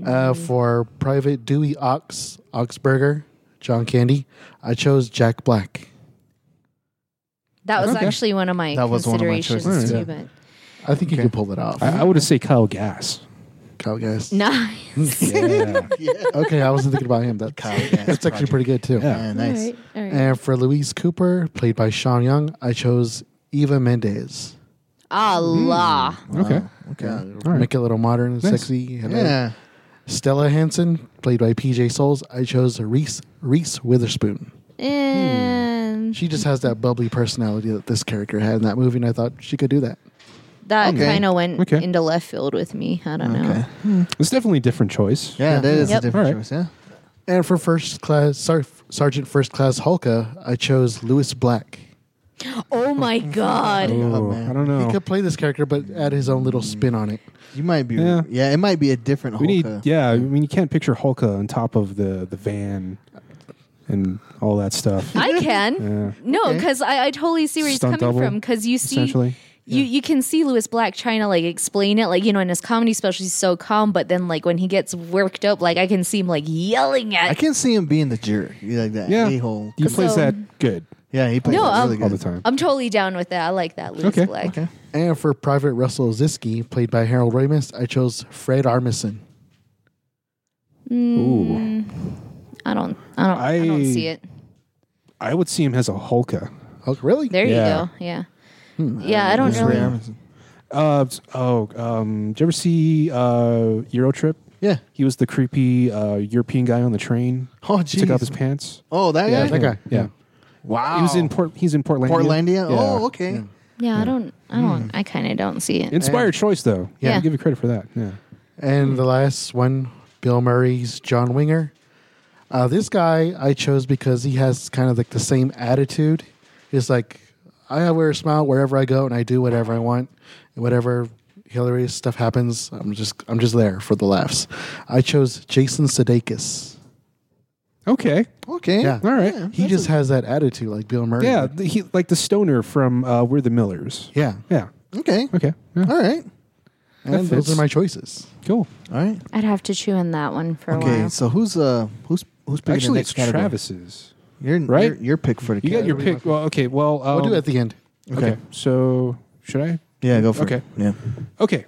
Speaker 4: Uh, for Private Dewey Ox Oxberger, John Candy, I chose Jack Black.
Speaker 2: That was
Speaker 1: Okay.
Speaker 2: actually one of my
Speaker 3: That was one of my
Speaker 2: considerations
Speaker 3: choices,
Speaker 2: too.
Speaker 4: yeah.
Speaker 2: But [LAUGHS]
Speaker 4: I think you can pull that off.
Speaker 1: I, I would have say Kyle Gass.
Speaker 4: Kyle Gass.
Speaker 2: nice.
Speaker 1: Yeah.
Speaker 4: okay, I wasn't thinking about him. That's,
Speaker 3: Kyle Gass
Speaker 4: that's actually pretty good too.
Speaker 1: Yeah.
Speaker 3: Yeah, nice.
Speaker 2: [LAUGHS] All right. All right.
Speaker 4: And for Louise Cooper, played by Sean Young, I chose Eva Mendes.
Speaker 2: Ah,
Speaker 3: Hmm.
Speaker 2: Allah.
Speaker 1: okay.
Speaker 3: Okay.
Speaker 4: Make it a little modern and sexy. Hello.
Speaker 3: Yeah.
Speaker 4: Stella Hansen, played by PJ Souls, I chose Reese Reese Witherspoon.
Speaker 3: Hmm.
Speaker 2: And
Speaker 4: She just has that bubbly personality that this character had in that movie, and I thought she could do that.
Speaker 2: that
Speaker 3: Okay.
Speaker 2: kind of went
Speaker 1: Okay.
Speaker 2: into left field with me. I don't know.
Speaker 3: Okay.
Speaker 1: It's definitely a different choice.
Speaker 3: Yeah, that is
Speaker 2: Yep.
Speaker 3: a different
Speaker 1: All right.
Speaker 3: choice. Yeah.
Speaker 4: And for first class Sar- Sergeant First Class Hulka, I chose Lewis Black.
Speaker 2: Oh my
Speaker 3: [LAUGHS]
Speaker 2: god.
Speaker 1: Oh,
Speaker 3: man.
Speaker 1: I don't know.
Speaker 4: He could play this character, but add his own little spin on it.
Speaker 3: You might be.
Speaker 1: Yeah.
Speaker 3: Yeah. it might be a different. uh,
Speaker 1: we need.
Speaker 3: Hulka.
Speaker 1: Yeah. I mean, you can't picture Hulka on top of the the van and all that stuff.
Speaker 2: I [LAUGHS] can.
Speaker 1: Yeah.
Speaker 2: No, because I, I totally see where he's
Speaker 1: Stunt
Speaker 2: coming
Speaker 1: double,
Speaker 2: from. Because you see,
Speaker 1: essentially.
Speaker 2: you you can see Lewis Black trying to like explain it, like you know, in his comedy special, he's so calm. But then, like when he gets worked up, like I can see him like yelling
Speaker 3: I
Speaker 2: at.
Speaker 3: can see him being the jerk, You like that
Speaker 1: Yeah.
Speaker 3: a-hole.
Speaker 1: He plays
Speaker 2: So-
Speaker 1: that good
Speaker 3: Yeah, he plays
Speaker 2: No,
Speaker 3: it really
Speaker 2: um,
Speaker 3: good
Speaker 1: all the time.
Speaker 2: I'm totally down with that. I like that Lewis
Speaker 1: Okay.
Speaker 2: Black.
Speaker 3: Okay.
Speaker 4: And for Private Russell Ziski, played by Harold Ramis, I chose Fred Armisen.
Speaker 1: Um, Ooh.
Speaker 2: I don't, I don't, I, don't
Speaker 1: I-
Speaker 2: see it.
Speaker 1: I would see him as a Hulka.
Speaker 4: Oh, really?
Speaker 2: There
Speaker 1: Yeah. Hmm,
Speaker 2: you go. Yeah, yeah. I don't
Speaker 3: It's Ray
Speaker 2: really.
Speaker 3: Armisen.
Speaker 1: Uh, oh, um, did you ever see uh, Euro Trip?
Speaker 3: Yeah.
Speaker 1: He was the creepy uh, European guy on the train.
Speaker 3: Oh,
Speaker 1: Took off
Speaker 3: jeez.
Speaker 1: his pants.
Speaker 3: Oh, that
Speaker 4: Yeah,
Speaker 3: guy.
Speaker 4: that guy.
Speaker 1: Yeah.
Speaker 3: Wow.
Speaker 1: He was in Port. He's in Portlandia.
Speaker 3: Portlandia.
Speaker 1: Yeah.
Speaker 3: Oh, okay.
Speaker 2: Yeah, I don't, I don't,
Speaker 1: Hmm.
Speaker 2: I kind of don't see it.
Speaker 1: Inspired choice though.
Speaker 2: Yeah.
Speaker 1: I'll give you credit for that. Yeah.
Speaker 4: And the last one, Bill Murray's John Winger. Uh, this guy I chose because he has kind of like the same attitude. He's like, I wear a smile wherever I go, and I do whatever I want, and whatever hilarious stuff happens. I'm just, I'm just there for the laughs. I chose Jason Sudeikis.
Speaker 1: Okay.
Speaker 3: Okay.
Speaker 4: Yeah.
Speaker 1: All right.
Speaker 4: He just has that attitude, like Bill Murray.
Speaker 1: Yeah. the- he like the stoner from uh, We're the Millers.
Speaker 4: yeah.
Speaker 1: Yeah.
Speaker 3: Okay.
Speaker 1: Okay. Yeah.
Speaker 3: All right.
Speaker 4: And those
Speaker 1: fits.
Speaker 4: are my choices.
Speaker 1: Cool.
Speaker 3: All right.
Speaker 2: I'd have to chew on that one for a
Speaker 3: Okay.
Speaker 2: while.
Speaker 3: So who's uh who's who's picking
Speaker 1: Actually,
Speaker 3: the
Speaker 1: it's
Speaker 3: next category?
Speaker 1: Travis's.
Speaker 3: You're
Speaker 1: right?
Speaker 3: Your, your pick for the.
Speaker 1: You got your
Speaker 3: category.
Speaker 1: pick. Well, okay. Well, um,
Speaker 4: We'll do it at the end.
Speaker 1: okay.
Speaker 3: Okay.
Speaker 1: So should I?
Speaker 3: Yeah, go for it.
Speaker 1: Okay.
Speaker 3: Yeah.
Speaker 1: Okay.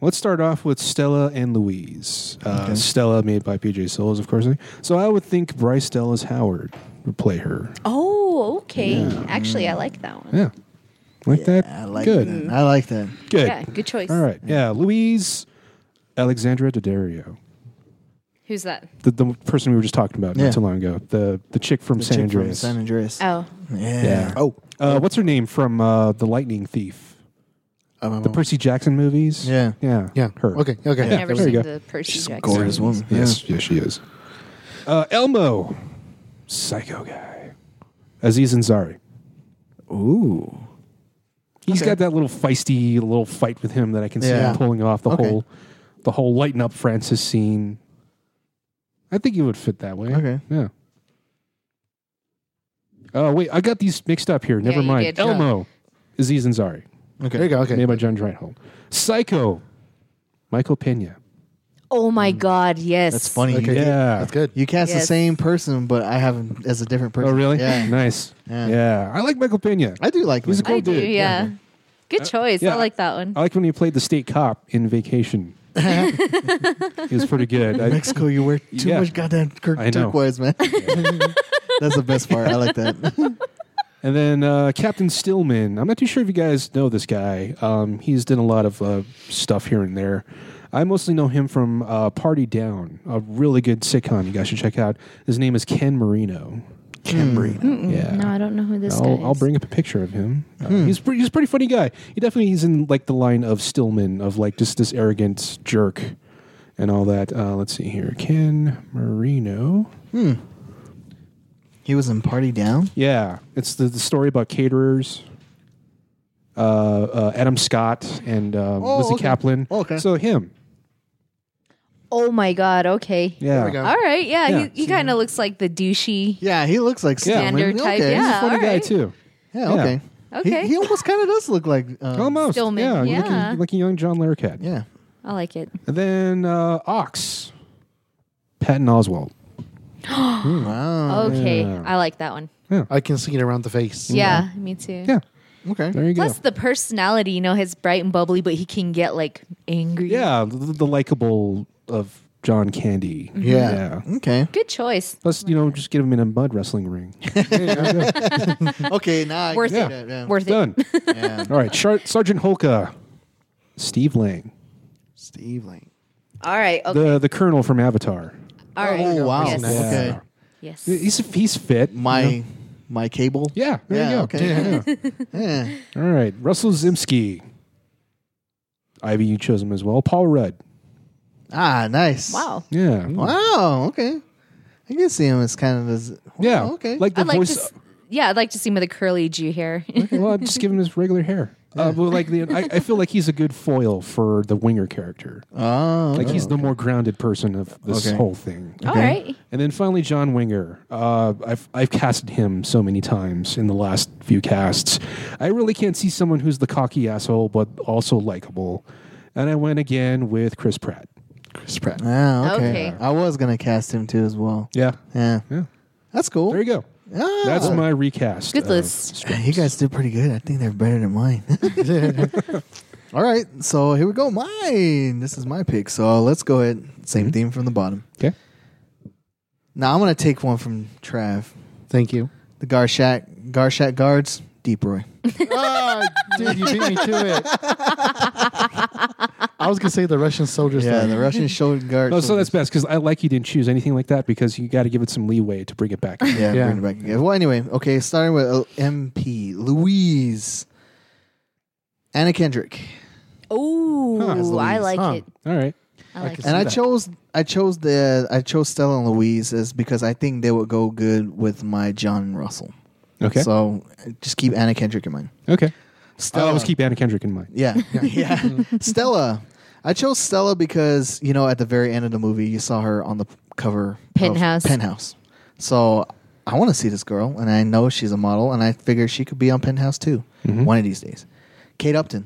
Speaker 1: Let's start off with Stella and Louise. Uh,
Speaker 3: Okay.
Speaker 1: Stella, made by PJ Souls, of course. So I would think Bryce Dallas Howard would play her.
Speaker 2: Oh, okay. Actually, I like that one.
Speaker 1: Yeah, like that.
Speaker 3: I like
Speaker 1: good.
Speaker 3: that. I like that.
Speaker 1: Good.
Speaker 2: Yeah, good choice.
Speaker 1: All right. Yeah, Louise Alexandra Daddario,
Speaker 2: Who's that?
Speaker 1: the, the person we were just talking about
Speaker 3: Yeah.
Speaker 1: not too long ago, the the chick from
Speaker 3: The
Speaker 1: San
Speaker 3: chick from
Speaker 1: Andreas.
Speaker 3: San Andreas.
Speaker 2: Oh,
Speaker 3: Yeah.
Speaker 1: yeah.
Speaker 3: Oh.
Speaker 1: Uh, what's her name from uh, the Lightning Thief,
Speaker 3: Oh,
Speaker 4: Um,
Speaker 1: the Percy Jackson movies?
Speaker 3: Yeah.
Speaker 1: Yeah.
Speaker 4: yeah.
Speaker 1: Her.
Speaker 4: Okay. Okay.
Speaker 2: I've never
Speaker 1: there you go.
Speaker 2: seen the Percy
Speaker 3: She's a
Speaker 2: Jackson.
Speaker 3: gorgeous woman.
Speaker 1: Yes. Yes, she is. Uh, Elmo, psycho guy, Aziz Ansari.
Speaker 3: Ooh.
Speaker 1: He's got that little feisty little fight with him that I can see
Speaker 3: Yeah.
Speaker 1: him pulling off the
Speaker 3: Okay.
Speaker 1: whole the whole lighten up Francis scene. I think he would fit that way.
Speaker 3: Okay.
Speaker 1: Yeah. Oh wait, I got these mixed up here. Never
Speaker 2: you
Speaker 1: mind.
Speaker 2: did.
Speaker 1: Elmo, Aziz Ansari,
Speaker 3: Okay.
Speaker 4: There you go. Okay.
Speaker 1: made by John Dreinhold. Psycho, Michael Pena.
Speaker 2: Oh my God! Yes,
Speaker 3: That's funny.
Speaker 4: Okay.
Speaker 3: You,
Speaker 1: Yeah.
Speaker 4: That's good.
Speaker 3: you cast the
Speaker 2: Yes.
Speaker 3: same person, but I have him as a different person.
Speaker 1: Oh really?
Speaker 3: Yeah.
Speaker 1: nice.
Speaker 3: Yeah.
Speaker 1: Yeah. I like Michael Pena.
Speaker 3: I do like
Speaker 1: He's
Speaker 3: him.
Speaker 1: a cool
Speaker 5: I do,
Speaker 1: dude.
Speaker 5: yeah. Good choice.
Speaker 1: Uh, yeah. Oh,
Speaker 5: I like that one.
Speaker 1: I like when he played the state cop in Vacation. he was pretty good. I,
Speaker 3: [LAUGHS] Mexico, you wear too
Speaker 1: Yeah.
Speaker 3: much goddamn cur-
Speaker 1: I know.
Speaker 3: turquoise, [LAUGHS] man. That's the best part. I like that. [LAUGHS]
Speaker 1: And then uh, Captain Stillman. I'm not too sure if you guys know this guy. Um, he's done a lot of uh, stuff here and there. I mostly know him from uh, Party Down, a really good sitcom you guys should check out. His name is Ken Marino.
Speaker 3: Ken Marino.
Speaker 1: Yeah.
Speaker 2: No, I don't know who this guy is.
Speaker 1: I'll, I'll bring up a picture of him. Uh,
Speaker 3: Hmm.
Speaker 1: he's pretty, he's a pretty funny guy. He definitely he's in like the line of Stillman of like just this arrogant jerk and all that. Uh, let's see here, Ken Marino.
Speaker 3: He was in Party Down.
Speaker 1: Yeah, it's the, the story about caterers. Uh, uh, Adam Scott and um,
Speaker 3: Oh,
Speaker 1: Lizzie
Speaker 3: okay.
Speaker 1: Kaplan.
Speaker 3: Oh, okay.
Speaker 1: So him.
Speaker 5: Oh my god, okay.
Speaker 1: Yeah.
Speaker 4: we go.
Speaker 5: All right, yeah,
Speaker 1: Yeah.
Speaker 5: he, he kind of looks like the douchey.
Speaker 3: Yeah, he looks like
Speaker 1: Yeah.
Speaker 3: Stillman.
Speaker 5: Standard type,
Speaker 3: Okay.
Speaker 1: He's
Speaker 5: yeah.
Speaker 1: a funny
Speaker 5: all
Speaker 1: guy
Speaker 5: right.
Speaker 1: too.
Speaker 3: Yeah,
Speaker 1: Yeah.
Speaker 3: okay.
Speaker 5: Okay.
Speaker 3: He, he almost kind of does look like. Uh,
Speaker 1: Almost.
Speaker 5: Stillman,
Speaker 1: Yeah. you're
Speaker 5: yeah.
Speaker 1: Looking, looking young John Larroquette.
Speaker 3: Yeah.
Speaker 5: I like it.
Speaker 1: And then uh, Ox, Patton Oswald.
Speaker 3: Hmm. Wow.
Speaker 5: Okay,
Speaker 1: Yeah.
Speaker 5: I like that one.
Speaker 4: I can see it around the face.
Speaker 5: Yeah, me too.
Speaker 1: Yeah.
Speaker 5: Oh.
Speaker 3: Okay.
Speaker 1: There you
Speaker 5: Plus
Speaker 1: go.
Speaker 5: the personality, you know, he's bright and bubbly, but he can get like angry.
Speaker 1: Yeah, the, the likable of John Candy.
Speaker 5: Mm-hmm.
Speaker 4: Yeah.
Speaker 3: Okay.
Speaker 5: Good choice.
Speaker 1: Plus, you know, just get him in a mud wrestling
Speaker 5: [LAUGHS]
Speaker 1: ring.
Speaker 3: Okay. Now I
Speaker 5: Worth
Speaker 3: can
Speaker 5: it.
Speaker 3: see that, yeah.
Speaker 5: Worth
Speaker 1: Done.
Speaker 3: it. Yeah.
Speaker 1: All right, Shar- Sergeant Holka, Steve Lang,
Speaker 3: Steve Lane.
Speaker 5: it. All right. Okay.
Speaker 1: the the Colonel from Avatar.
Speaker 5: All right.
Speaker 3: Oh wow.
Speaker 5: Yes.
Speaker 4: Yeah.
Speaker 3: Okay.
Speaker 5: Yes.
Speaker 1: He's he's fit. you
Speaker 3: My
Speaker 1: know?
Speaker 3: my cable. Eh.
Speaker 1: yeah. There
Speaker 3: Yeah,
Speaker 1: you go.
Speaker 3: okay.
Speaker 1: Yeah.
Speaker 3: Yeah.
Speaker 1: [LAUGHS] All right, Russell Zimski. Ivy, you chose him as well. Paul Rudd.
Speaker 3: Ah, nice.
Speaker 5: Wow.
Speaker 1: Yeah.
Speaker 3: Oh, Wow. Okay. I can see him as kind of as.
Speaker 1: Yeah.
Speaker 3: Oh, okay.
Speaker 1: Like the
Speaker 5: I'd like
Speaker 1: voice.
Speaker 5: to. s- Yeah, I'd like to see him with a curly G hair.
Speaker 1: Okay, well, just give him his regular
Speaker 3: [LAUGHS]
Speaker 1: hair. Uh, but like the, I, I feel like he's a good foil for the winger character.
Speaker 3: oh.
Speaker 1: Like
Speaker 3: okay.
Speaker 1: he's the more grounded person of this
Speaker 3: Okay.
Speaker 1: whole thing.
Speaker 5: [LAUGHS] All right.
Speaker 1: And then finally, John Winger. Uh, I've I've casted him so many times in the last few casts. I really can't see someone who's the cocky asshole but also likable. And I went again with Chris Pratt.
Speaker 4: Chris Pratt.
Speaker 3: Ah, okay.
Speaker 5: Okay.
Speaker 3: I was gonna cast him too as well.
Speaker 1: Yeah,
Speaker 3: Yeah.
Speaker 1: yeah.
Speaker 3: That's cool.
Speaker 1: There you go.
Speaker 3: Ah.
Speaker 1: That's my recast.
Speaker 5: Good
Speaker 1: of
Speaker 5: list.
Speaker 1: Scrubs.
Speaker 3: [LAUGHS] You guys did pretty good. I think they're better than mine. [LAUGHS] All right, so here we go. Mine. This is my pick. So let's go ahead.
Speaker 1: Mm-hmm.
Speaker 3: Same theme from the bottom.
Speaker 1: Okay.
Speaker 3: Now I'm gonna take one from Trav.
Speaker 4: Thank you.
Speaker 3: The Garshak Garshak guards. Deep Roy.
Speaker 4: [LAUGHS] Ah, dude, you beat me to it. I was gonna say the Russian soldiers.
Speaker 3: Yeah,
Speaker 4: thing.
Speaker 3: the Russian shoulder guard.
Speaker 1: Oh, so that's best because I like you didn't choose anything like that because you got to give it some leeway to bring it back.
Speaker 3: [LAUGHS] Yeah,
Speaker 4: Yeah.
Speaker 3: bring it back again. Well, anyway, okay, starting with uh, MP Louise, Anna Kendrick,
Speaker 1: Huh.
Speaker 5: Oh, I
Speaker 3: Louise.
Speaker 5: like
Speaker 4: Huh.
Speaker 5: it.
Speaker 1: All right.
Speaker 5: I like it.
Speaker 4: see
Speaker 3: and I
Speaker 4: that.
Speaker 3: chose I chose the I chose Stella and Louise is because I think they would go good with my John Russell.
Speaker 1: Okay.
Speaker 3: So uh, just keep Anna Kendrick in mind.
Speaker 1: okay. I'll
Speaker 3: Stella,
Speaker 1: always keep Anna Kendrick in mind.
Speaker 3: [LAUGHS] yeah, yeah. Stella, I chose Stella because you know at the very end of the movie you saw her on the cover of
Speaker 5: Penthouse.
Speaker 3: Penthouse. So I want to see this girl, and I know she's a model, and I figure she could be on Penthouse too
Speaker 1: Mm-hmm.
Speaker 3: one of these days. Kate Upton.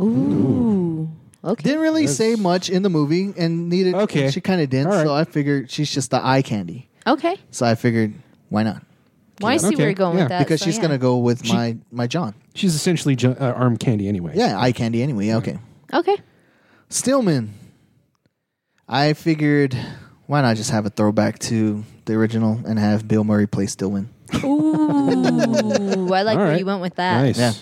Speaker 5: Ooh. Okay.
Speaker 3: Didn't really say much in the movie and needed.
Speaker 1: Okay.
Speaker 3: She kind of didn't.
Speaker 1: All right.
Speaker 3: So I figured she's just the eye candy.
Speaker 5: Okay.
Speaker 3: So I figured why not?
Speaker 5: Well, I see where
Speaker 1: Okay.
Speaker 5: you're going
Speaker 1: Yeah.
Speaker 5: with that.
Speaker 3: Because
Speaker 5: so
Speaker 3: she's
Speaker 5: yeah.
Speaker 3: gonna go with my my John.
Speaker 1: She's essentially ju- uh, arm candy anyway.
Speaker 3: Yeah, eye candy anyway. Yeah, Okay.
Speaker 5: Okay.
Speaker 3: Stillman. I figured why not just have a throwback to the original and have Bill Murray play Stillman.
Speaker 5: Ooh, I like
Speaker 1: All
Speaker 5: where
Speaker 1: right.
Speaker 5: you went with that.
Speaker 1: Nice.
Speaker 3: Yeah.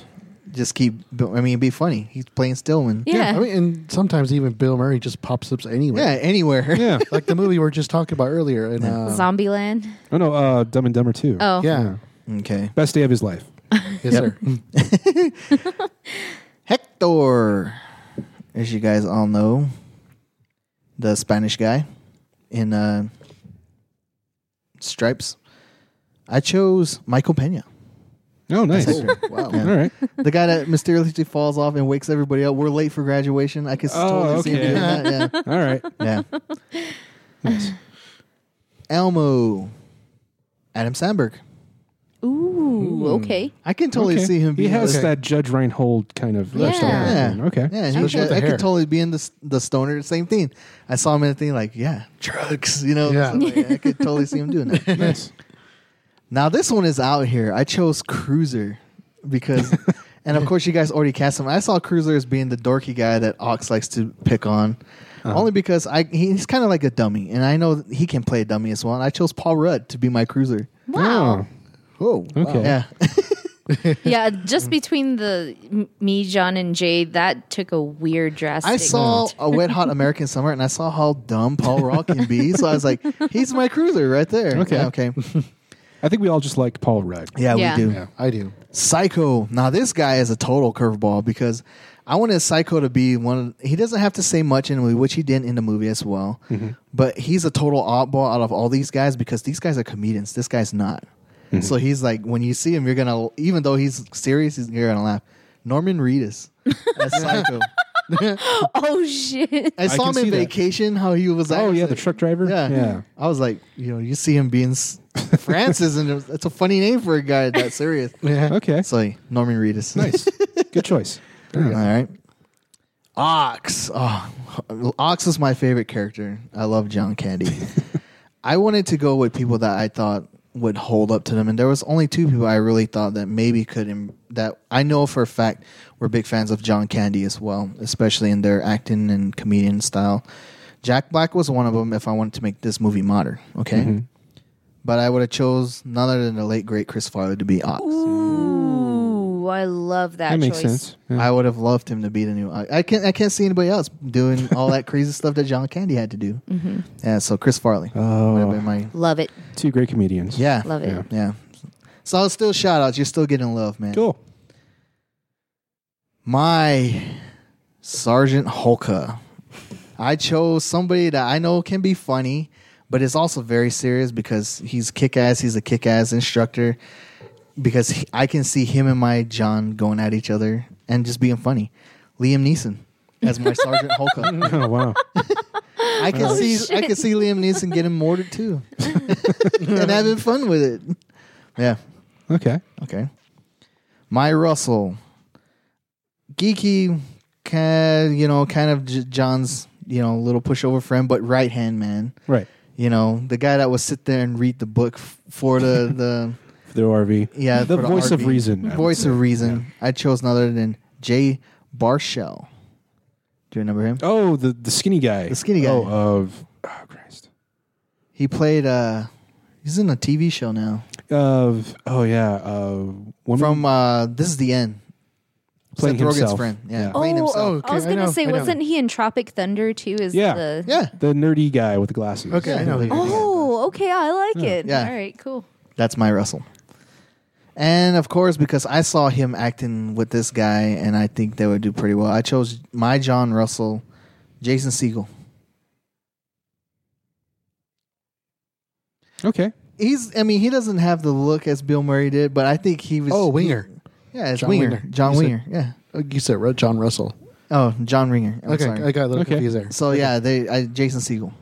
Speaker 3: Just keep. I mean, it'd be funny. He's playing Stillman.
Speaker 5: Yeah.
Speaker 4: I mean, and sometimes even Bill Murray just pops up anywhere.
Speaker 3: Yeah, anywhere. [LAUGHS]
Speaker 1: Yeah.
Speaker 4: like the movie we were just talking about earlier. In, uh,
Speaker 3: Um,
Speaker 5: Zombieland.
Speaker 1: Oh no, uh, Dumb and Dumber too.
Speaker 5: Oh.
Speaker 4: Yeah,
Speaker 3: Okay.
Speaker 1: Best day of his life.
Speaker 4: yes, sir.
Speaker 3: Hector, as you guys all know, the Spanish guy in uh, stripes. I chose Michael Pena.
Speaker 1: Oh, nice. [LAUGHS]
Speaker 3: Wow.
Speaker 1: All
Speaker 3: [LAUGHS]
Speaker 1: right.
Speaker 3: The guy that mysteriously falls off and wakes everybody up. We're late for graduation. I could
Speaker 1: Oh,
Speaker 3: totally see him
Speaker 1: okay.
Speaker 3: doing that.
Speaker 1: All right.
Speaker 3: Yeah. yeah. [LAUGHS] Elmo. Adam Sandberg.
Speaker 5: Ooh, okay.
Speaker 3: I can totally
Speaker 1: Okay.
Speaker 3: see him
Speaker 1: He
Speaker 3: being
Speaker 1: has
Speaker 3: like-
Speaker 1: that Judge Reinhold kind of lifestyle.
Speaker 3: Yeah.
Speaker 1: Okay.
Speaker 3: Yeah, he
Speaker 4: Mm, Especially with
Speaker 3: could,
Speaker 4: the
Speaker 3: I could
Speaker 4: hair.
Speaker 3: totally be in the the stoner. Same thing. I saw him in the thing like, yeah, drugs. You know,
Speaker 4: Yeah.
Speaker 3: So, like, I could totally see him doing
Speaker 4: [LAUGHS]
Speaker 3: that.
Speaker 1: Nice.
Speaker 3: Now this one is out here. I chose Cruiser
Speaker 4: [LAUGHS]
Speaker 3: because, and of course you guys already cast him. I saw Cruiser as being the dorky guy that Ox likes to pick on,
Speaker 4: Uh-huh.
Speaker 3: only because I he's kind of like a dummy, and I know he can play a dummy as well. And I chose Paul Rudd to be my Cruiser.
Speaker 5: Wow.
Speaker 4: Oh,
Speaker 1: Okay.
Speaker 3: Yeah,
Speaker 5: Yeah, just between the m- me, John, and Jay, that took a weird drastic.
Speaker 3: I saw [LAUGHS] a Wet Hot American Summer, and I saw how dumb Paul Rudd can be. So I was like, he's my Cruiser right there.
Speaker 1: Okay.
Speaker 3: Yeah, okay.
Speaker 1: I think we all just liked Paul Rudd.
Speaker 3: Yeah,
Speaker 5: Yeah.
Speaker 3: we do.
Speaker 4: yeah, I do.
Speaker 3: Psycho. Now this guy is a total curveball because I wanted Psycho to be one. Of, he doesn't have to say much in the movie, which he did in the movie as well.
Speaker 1: Mm-hmm.
Speaker 3: But he's a total oddball out of all these guys because these guys are comedians. This guy's not.
Speaker 1: Mm-hmm.
Speaker 3: So he's like, when you see him, you're gonna, even though he's serious, he's, you're gonna laugh. Norman Reedus, as
Speaker 1: [LAUGHS]
Speaker 3: Psycho.
Speaker 5: Oh shit!
Speaker 3: I saw
Speaker 1: can
Speaker 3: him in
Speaker 1: see that.
Speaker 3: Vacation. How he was.
Speaker 1: Oh yeah,
Speaker 3: acting.
Speaker 1: the truck driver.
Speaker 3: Yeah.
Speaker 1: Yeah.
Speaker 3: I was like, you know, you see him being s- Francis, and it's it's a funny name for a guy that's
Speaker 1: [LAUGHS]
Speaker 3: serious.
Speaker 4: Yeah.
Speaker 1: Okay.
Speaker 3: So Norman Reedus.
Speaker 1: nice.
Speaker 3: [LAUGHS]
Speaker 1: Good choice.
Speaker 3: All right. Ox. Oh, Ox is my favorite character. I love John Candy. I wanted to go with people that I thought would hold up to them, and there was only two people I really thought that maybe could Im- that I know for a fact were big fans of John Candy as well, especially in their acting and comedian style. Jack Black was one of them. If I wanted to make this movie modern, okay,
Speaker 1: Mm-hmm.
Speaker 3: but I would have chose none other than the late great Chris Farley to be Ox.
Speaker 5: Ooh, I love that.
Speaker 1: That makes
Speaker 5: choice.
Speaker 1: sense. Yeah.
Speaker 3: I would have loved him to be the new. I, I can't. I can't see anybody else doing
Speaker 1: [LAUGHS]
Speaker 3: all that crazy stuff that John Candy had to do. Mm-hmm. Yeah. So Chris Farley.
Speaker 1: Oh.
Speaker 3: would have been my.
Speaker 5: Love it.
Speaker 1: Two great comedians.
Speaker 3: Yeah.
Speaker 5: Love it.
Speaker 1: Yeah.
Speaker 3: Yeah. So it's still shout outs. You're still getting love, man.
Speaker 1: Cool.
Speaker 3: My Sergeant Holka. I chose somebody that I know can be funny, but is also very serious because he's kick ass. He's a kick ass instructor. Because he, I can see him and my John going at each other and just being funny. Liam Neeson as my Sergeant Holka.
Speaker 1: Oh
Speaker 3: [LAUGHS]
Speaker 1: wow.
Speaker 3: I can see I can see Liam Neeson getting mortared too, [LAUGHS] and having fun with it. Yeah.
Speaker 1: Okay.
Speaker 3: Okay. My Russell, geeky, kind you know, kind of J- John's you know little pushover friend, but right hand man.
Speaker 1: Right.
Speaker 3: You know, the guy that would sit there and read the book f-
Speaker 1: [LAUGHS]
Speaker 3: for the the
Speaker 1: For the ORV.
Speaker 3: yeah
Speaker 1: The
Speaker 3: for
Speaker 1: voice of
Speaker 3: RV.
Speaker 1: reason. I would
Speaker 3: voice
Speaker 1: say.
Speaker 3: of reason. I chose none other than Jay Barshell. Do you remember him?
Speaker 1: Oh, the the skinny guy.
Speaker 3: The skinny guy.
Speaker 1: Oh, of oh Christ.
Speaker 3: He played. uh He's in a TV show now.
Speaker 1: Of oh yeah. Of woman
Speaker 3: from uh, this is the end.
Speaker 1: playing
Speaker 3: Seth Rogen's
Speaker 1: himself.
Speaker 3: friend, yeah,
Speaker 1: yeah.
Speaker 3: playing
Speaker 5: oh,
Speaker 3: himself.
Speaker 4: okay,
Speaker 5: I was
Speaker 4: I
Speaker 5: gonna
Speaker 4: know, I
Speaker 5: say,
Speaker 4: know.
Speaker 5: wasn't he in Tropic Thunder too? Is
Speaker 1: Yeah.
Speaker 2: oh.
Speaker 5: the
Speaker 3: Yeah,
Speaker 1: The nerdy guy with the glasses.
Speaker 4: Okay, I know. who you mean.
Speaker 5: oh okay? I like it.
Speaker 3: Yeah.
Speaker 5: All right, cool.
Speaker 3: that's my Russell. And of course, because I saw him acting with this guy, and I think they would do pretty well. I chose my John Russell, Jason Siegel.
Speaker 1: Okay.
Speaker 3: He's, I mean, he doesn't have the look as Bill Murray did, but I think he was.
Speaker 4: Oh, Winger.
Speaker 3: yeah, as
Speaker 4: John
Speaker 3: Winger,
Speaker 4: Winger.
Speaker 3: John
Speaker 4: You said-
Speaker 3: Winger, yeah.
Speaker 5: Oh.
Speaker 4: Uh, You said Ru- John Russell.
Speaker 3: Oh, John Ringer. I'm
Speaker 4: okay,
Speaker 3: sorry.
Speaker 4: I got a little
Speaker 1: Okay.
Speaker 4: confused there.
Speaker 3: So yeah, they I, Jason Siegel.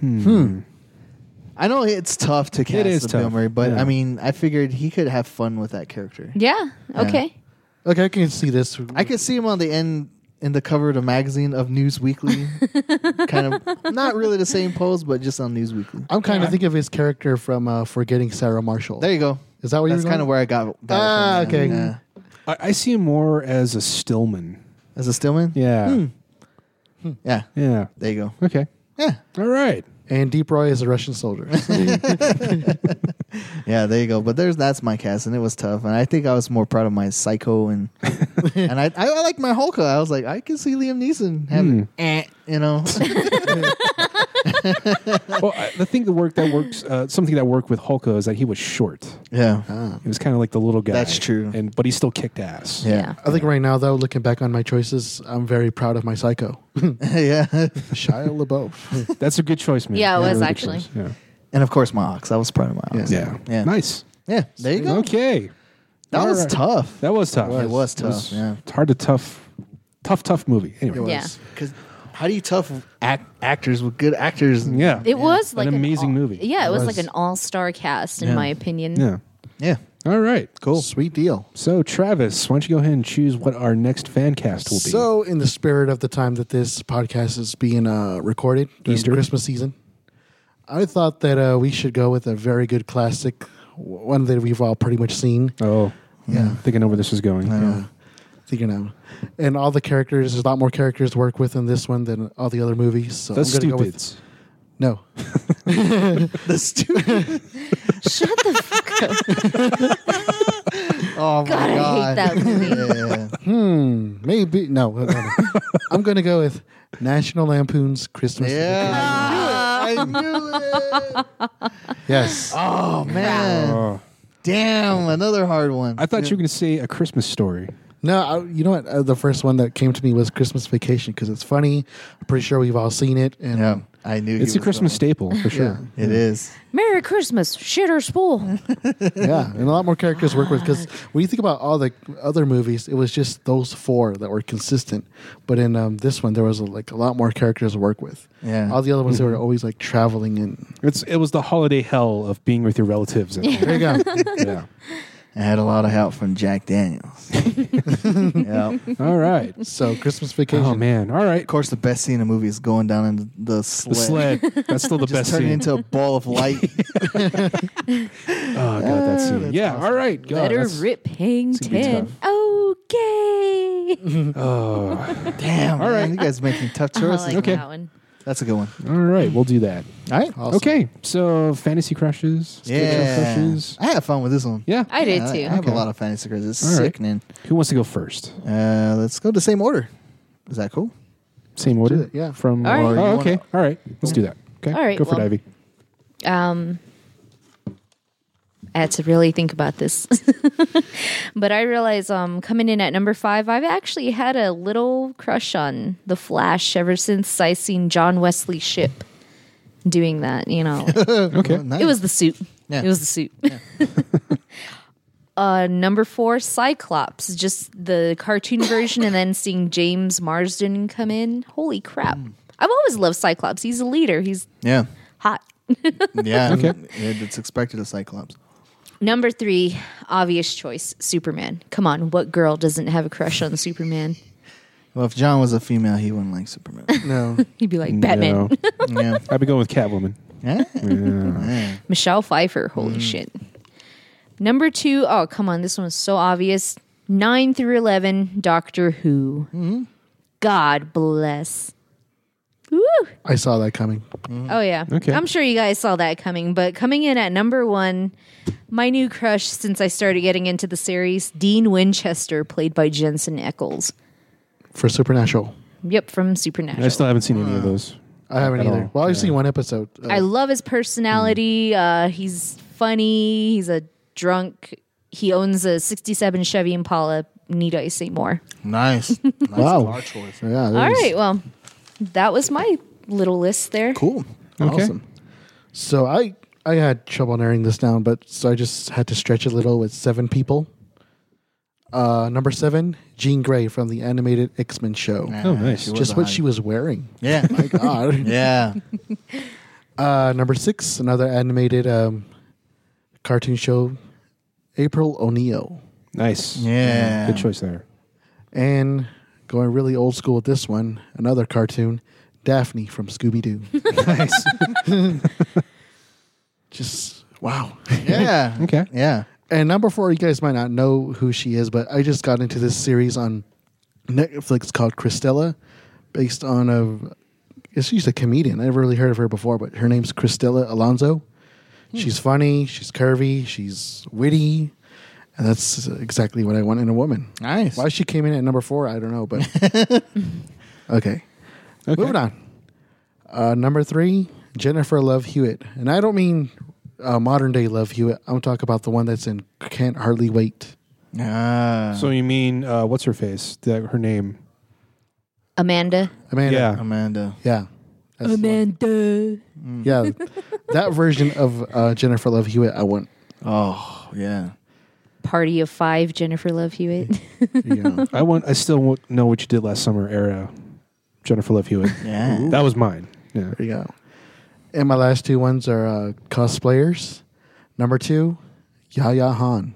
Speaker 1: Hmm.
Speaker 3: I know it's tough to cast
Speaker 1: is
Speaker 3: a Bill
Speaker 1: tough.
Speaker 3: Murray, but
Speaker 1: Yeah.
Speaker 3: I mean, I figured he could have fun with that character.
Speaker 5: Yeah. Okay.
Speaker 4: Okay, I can see this.
Speaker 3: I could see him on the end in the cover of the magazine of News Weekly. kind of not really the same pose, but just on News Weekly.
Speaker 4: I'm kind of thinking of his character from uh, Forgetting Sarah Marshall.
Speaker 3: There you go.
Speaker 4: Is that what
Speaker 3: That's
Speaker 4: you're
Speaker 3: kind of
Speaker 4: going-
Speaker 3: where I got. got it from,
Speaker 4: Ah,
Speaker 3: yeah.
Speaker 4: okay.
Speaker 3: Yeah.
Speaker 1: I, I see him more as a Stillman. Hmm.
Speaker 3: As a Stillman.
Speaker 1: Yeah.
Speaker 3: Yeah.
Speaker 1: Yeah.
Speaker 3: There you go.
Speaker 1: Okay.
Speaker 3: Yeah.
Speaker 1: All right.
Speaker 4: And Deep Roy is a Russian [LAUGHS] soldier.
Speaker 3: Yeah. There you go. But there's that's my cast, and it was tough. And I think I was more proud of my Psycho and and I I, I like my Hulk. I was like I can see Liam Neeson having eh, you know.
Speaker 1: well, I, the thing that worked that works uh, something that worked with Hulka is that he was short.
Speaker 3: yeah.
Speaker 1: He was kind of like the little guy.
Speaker 3: That's true.
Speaker 1: And but he still kicked ass.
Speaker 3: Yeah.
Speaker 4: I think right now, though, looking back on my choices, I'm very proud of my psycho,
Speaker 3: [LAUGHS] Yeah.
Speaker 4: Shia LaBeouf. [LAUGHS]
Speaker 1: That's a good choice, man.
Speaker 5: Yeah, it was
Speaker 1: really good
Speaker 5: actually.
Speaker 1: choice. Yeah.
Speaker 3: And of course, my ox. I was proud of my ox.
Speaker 1: Yeah.
Speaker 3: Yeah.
Speaker 1: Nice.
Speaker 3: Yeah. There you go.
Speaker 1: Okay.
Speaker 3: That was
Speaker 1: Alright.
Speaker 3: tough.
Speaker 1: That was tough.
Speaker 3: It was tough, yeah.
Speaker 1: It's hard to tough, tough, tough movie. Anyway.
Speaker 2: Yeah.
Speaker 3: Because how do you tough act, actors with good actors?
Speaker 1: Yeah.
Speaker 2: It was like
Speaker 1: an amazing
Speaker 2: all-
Speaker 1: movie.
Speaker 2: Yeah, it was,
Speaker 4: was.
Speaker 2: like an all-star cast in
Speaker 3: Yeah.
Speaker 2: my opinion.
Speaker 1: Yeah.
Speaker 3: Yeah.
Speaker 1: All right.
Speaker 4: Cool. Sweet deal.
Speaker 1: So Travis, why don't you go ahead and choose what our next fan cast will be?
Speaker 4: So, in the spirit of the time that this podcast is being uh, recorded, during
Speaker 1: Easter.
Speaker 4: the Christmas season, I thought that uh, we should go with a very good classic, w- one that we've all pretty much seen.
Speaker 1: oh, yeah. Thinking over this is going. Yeah.
Speaker 4: Thinking out, and all the characters. There's a lot more characters to work with in this one than all the other movies. So
Speaker 1: The
Speaker 4: I'm gonna go with-
Speaker 1: stupids.
Speaker 4: no,
Speaker 3: [LAUGHS] The stupid.
Speaker 2: [LAUGHS] Shut the fuck up.
Speaker 3: Oh, my
Speaker 2: God, I hate
Speaker 3: God.
Speaker 2: that movie.
Speaker 3: Yeah.
Speaker 4: hmm, maybe no. no, no.
Speaker 1: [LAUGHS]
Speaker 4: I'm going to go with National Lampoon's Christmas.
Speaker 3: Yeah. Ah, I knew it. I knew it.
Speaker 4: Vacation. Yes.
Speaker 3: Oh, man.
Speaker 1: Oh.
Speaker 3: Damn. Another hard one.
Speaker 1: I thought you were going to say a Christmas story.
Speaker 4: No, I, you know what? Uh, the first one that came to me was Christmas Vacation because it's funny. I'm pretty sure we've all seen it, and
Speaker 3: Yeah. I knew he
Speaker 1: It's a
Speaker 3: was
Speaker 1: Christmas
Speaker 3: going.
Speaker 1: staple for sure.
Speaker 3: It is.
Speaker 2: Merry Christmas, shitter spool.
Speaker 4: [LAUGHS] yeah, and a lot more characters work with. Because when you think about all the other movies, it was just those four that were consistent. But in um, this one, there was like a lot more characters to work with.
Speaker 3: Yeah.
Speaker 4: all the other ones they were always like traveling and
Speaker 1: It's it was the holiday hell of being with your relatives. And
Speaker 4: [LAUGHS] there you go.
Speaker 1: [LAUGHS] yeah.
Speaker 3: I had a lot of help from Jack [LAUGHS] Daniels. yeah.
Speaker 1: All right.
Speaker 4: so Christmas Vacation.
Speaker 1: Oh man. All right.
Speaker 3: Of course, the best scene in the movie is going down in the sled.
Speaker 1: The sled. That's still the
Speaker 3: Just
Speaker 1: best
Speaker 3: turning
Speaker 1: scene.
Speaker 3: into a ball
Speaker 1: [LAUGHS]
Speaker 3: of light.
Speaker 1: oh god, that scene. [LAUGHS] Yeah. All right. God,
Speaker 2: Better
Speaker 1: that's-
Speaker 2: rip hang
Speaker 1: gonna be
Speaker 2: ten. Okay.
Speaker 1: Oh.
Speaker 3: Damn. All right. You guys making
Speaker 2: [LAUGHS]
Speaker 3: tough
Speaker 2: I
Speaker 3: choices.
Speaker 2: Uh-huh, like
Speaker 1: Okay.
Speaker 2: that one.
Speaker 3: That's a good one.
Speaker 1: All right. We'll do that.
Speaker 3: All right.
Speaker 4: Awesome.
Speaker 1: Okay. So fantasy crushes. spiritual
Speaker 3: Yeah.
Speaker 1: Crushes.
Speaker 3: I had fun with this one.
Speaker 1: Yeah.
Speaker 2: I did
Speaker 3: Yeah,
Speaker 2: too.
Speaker 3: I, I have
Speaker 1: Okay.
Speaker 3: a lot of fantasy crushes. It's
Speaker 1: All right.
Speaker 3: sickening.
Speaker 1: Who wants to go first?
Speaker 3: Uh, let's go the same order. Is that cool?
Speaker 1: Same
Speaker 4: do
Speaker 1: order.
Speaker 4: it, yeah.
Speaker 1: From.
Speaker 2: All right.
Speaker 1: Oh, okay. All right. Let's do that. Okay.
Speaker 2: All right,
Speaker 1: Go for
Speaker 2: well-
Speaker 1: it, Ivy.
Speaker 2: um I had to really think about this. [LAUGHS] but I realize um coming in at number five, I've actually had a little crush on the Flash ever since I seen John Wesley Ship doing that, you know.
Speaker 1: Okay.
Speaker 3: Oh, nice.
Speaker 2: it was the suit.
Speaker 3: [LAUGHS] Yeah.
Speaker 2: It was the suit. [LAUGHS] uh number four, Cyclops. Just the cartoon version and then seeing James Marsden come in. Holy crap.
Speaker 3: Hmm.
Speaker 2: I've always loved Cyclops. He's a leader. He's
Speaker 3: Yeah.
Speaker 2: hot.
Speaker 3: [LAUGHS] Yeah.
Speaker 1: Okay.
Speaker 3: It- it's expected of Cyclops.
Speaker 2: Number three, obvious choice, Superman. Come on, what girl doesn't have a crush on Superman?
Speaker 3: Well, if John was a female, he wouldn't like Superman.
Speaker 4: No,
Speaker 2: He'd be like, Batman. [LAUGHS]
Speaker 1: No.
Speaker 3: yeah.
Speaker 1: I'd be going with Catwoman.
Speaker 3: Yeah.
Speaker 1: Yeah.
Speaker 3: Yeah.
Speaker 2: Michelle Pfeiffer,
Speaker 1: Mm.
Speaker 2: holy shit. Number two, oh, come on, this one was so obvious. Nine through 11, Doctor Who.
Speaker 1: Mm-hmm.
Speaker 2: God bless. Woo!
Speaker 4: I saw that coming.
Speaker 2: Oh, yeah.
Speaker 1: Mm-hmm. Okay.
Speaker 2: I'm sure you guys saw that coming, but coming in at number one, my new crush since I started getting into the series, Dean Winchester, played by Jensen Eccles.
Speaker 4: for Supernatural.
Speaker 2: Yep, from Supernatural.
Speaker 1: I still haven't seen any of those.
Speaker 4: I haven't
Speaker 1: At
Speaker 4: either.
Speaker 1: all.
Speaker 4: Well, I've
Speaker 1: Yeah.
Speaker 4: seen one episode. Uh,
Speaker 5: Oh.
Speaker 2: I love his personality. Uh, he's funny. He's a drunk. He owns a 67 Chevy Impala. Need I say more?
Speaker 3: Nice. nice
Speaker 4: Wow.
Speaker 3: car choice.
Speaker 4: yeah,
Speaker 2: All
Speaker 4: it was-
Speaker 2: right. Well, that was my little list there.
Speaker 3: Cool.
Speaker 1: Okay.
Speaker 3: Awesome.
Speaker 4: So I I had trouble narrowing this down, but so I just had to stretch a little with seven people. Uh, number seven, Jean Grey from the animated X Men show.
Speaker 3: Yeah,
Speaker 1: Oh, nice.
Speaker 3: she was
Speaker 4: Just what
Speaker 3: hot.
Speaker 4: she was wearing.
Speaker 3: [LAUGHS] Yeah.
Speaker 4: My God.
Speaker 3: yeah.
Speaker 4: uh, number six, another animated um, cartoon show, April O'Neil.
Speaker 1: Nice.
Speaker 3: Yeah.
Speaker 1: Good choice
Speaker 3: [LAUGHS]
Speaker 1: there.
Speaker 4: And going really old school with this one, another cartoon, Daphne from Scooby
Speaker 3: [LAUGHS]
Speaker 4: Doo.
Speaker 1: nice.
Speaker 4: Just wow.
Speaker 3: Yeah.
Speaker 1: Okay.
Speaker 3: Yeah.
Speaker 4: And number four, you guys might not know who she is, but I just got into this series on Netflix called Christella, based on a. She's a comedian. I never really heard of her before, but her name's Christella Alonso. She's funny. She's curvy. She's witty, and that's exactly what I want in a woman.
Speaker 3: Nice.
Speaker 4: Why she came in at number four, I don't know, but okay. Moving on. Uh, number three, Jennifer Love Hewitt, and I don't mean uh, modern day Love Hewitt. I'm talking about the one that's in Can't Hardly Wait.
Speaker 3: Ah.
Speaker 1: So you mean uh, what's her face? The, her name?
Speaker 2: Amanda.
Speaker 4: Amanda.
Speaker 1: Yeah.
Speaker 3: Amanda.
Speaker 4: yeah, That's the one.
Speaker 2: Amanda.
Speaker 4: yeah. that version of uh, Jennifer Love Hewitt, I want.
Speaker 3: Oh yeah.
Speaker 5: Party of Five, Jennifer Love Hewitt.
Speaker 4: [LAUGHS] Yeah.
Speaker 1: I want. I still won't know what you did last summer, era. Jennifer Love
Speaker 3: [LAUGHS]
Speaker 1: Hewitt.
Speaker 3: Yeah.
Speaker 1: that was mine. Yeah.
Speaker 4: There you go. And my last two ones are uh, cosplayers. Number two, Yaya Han.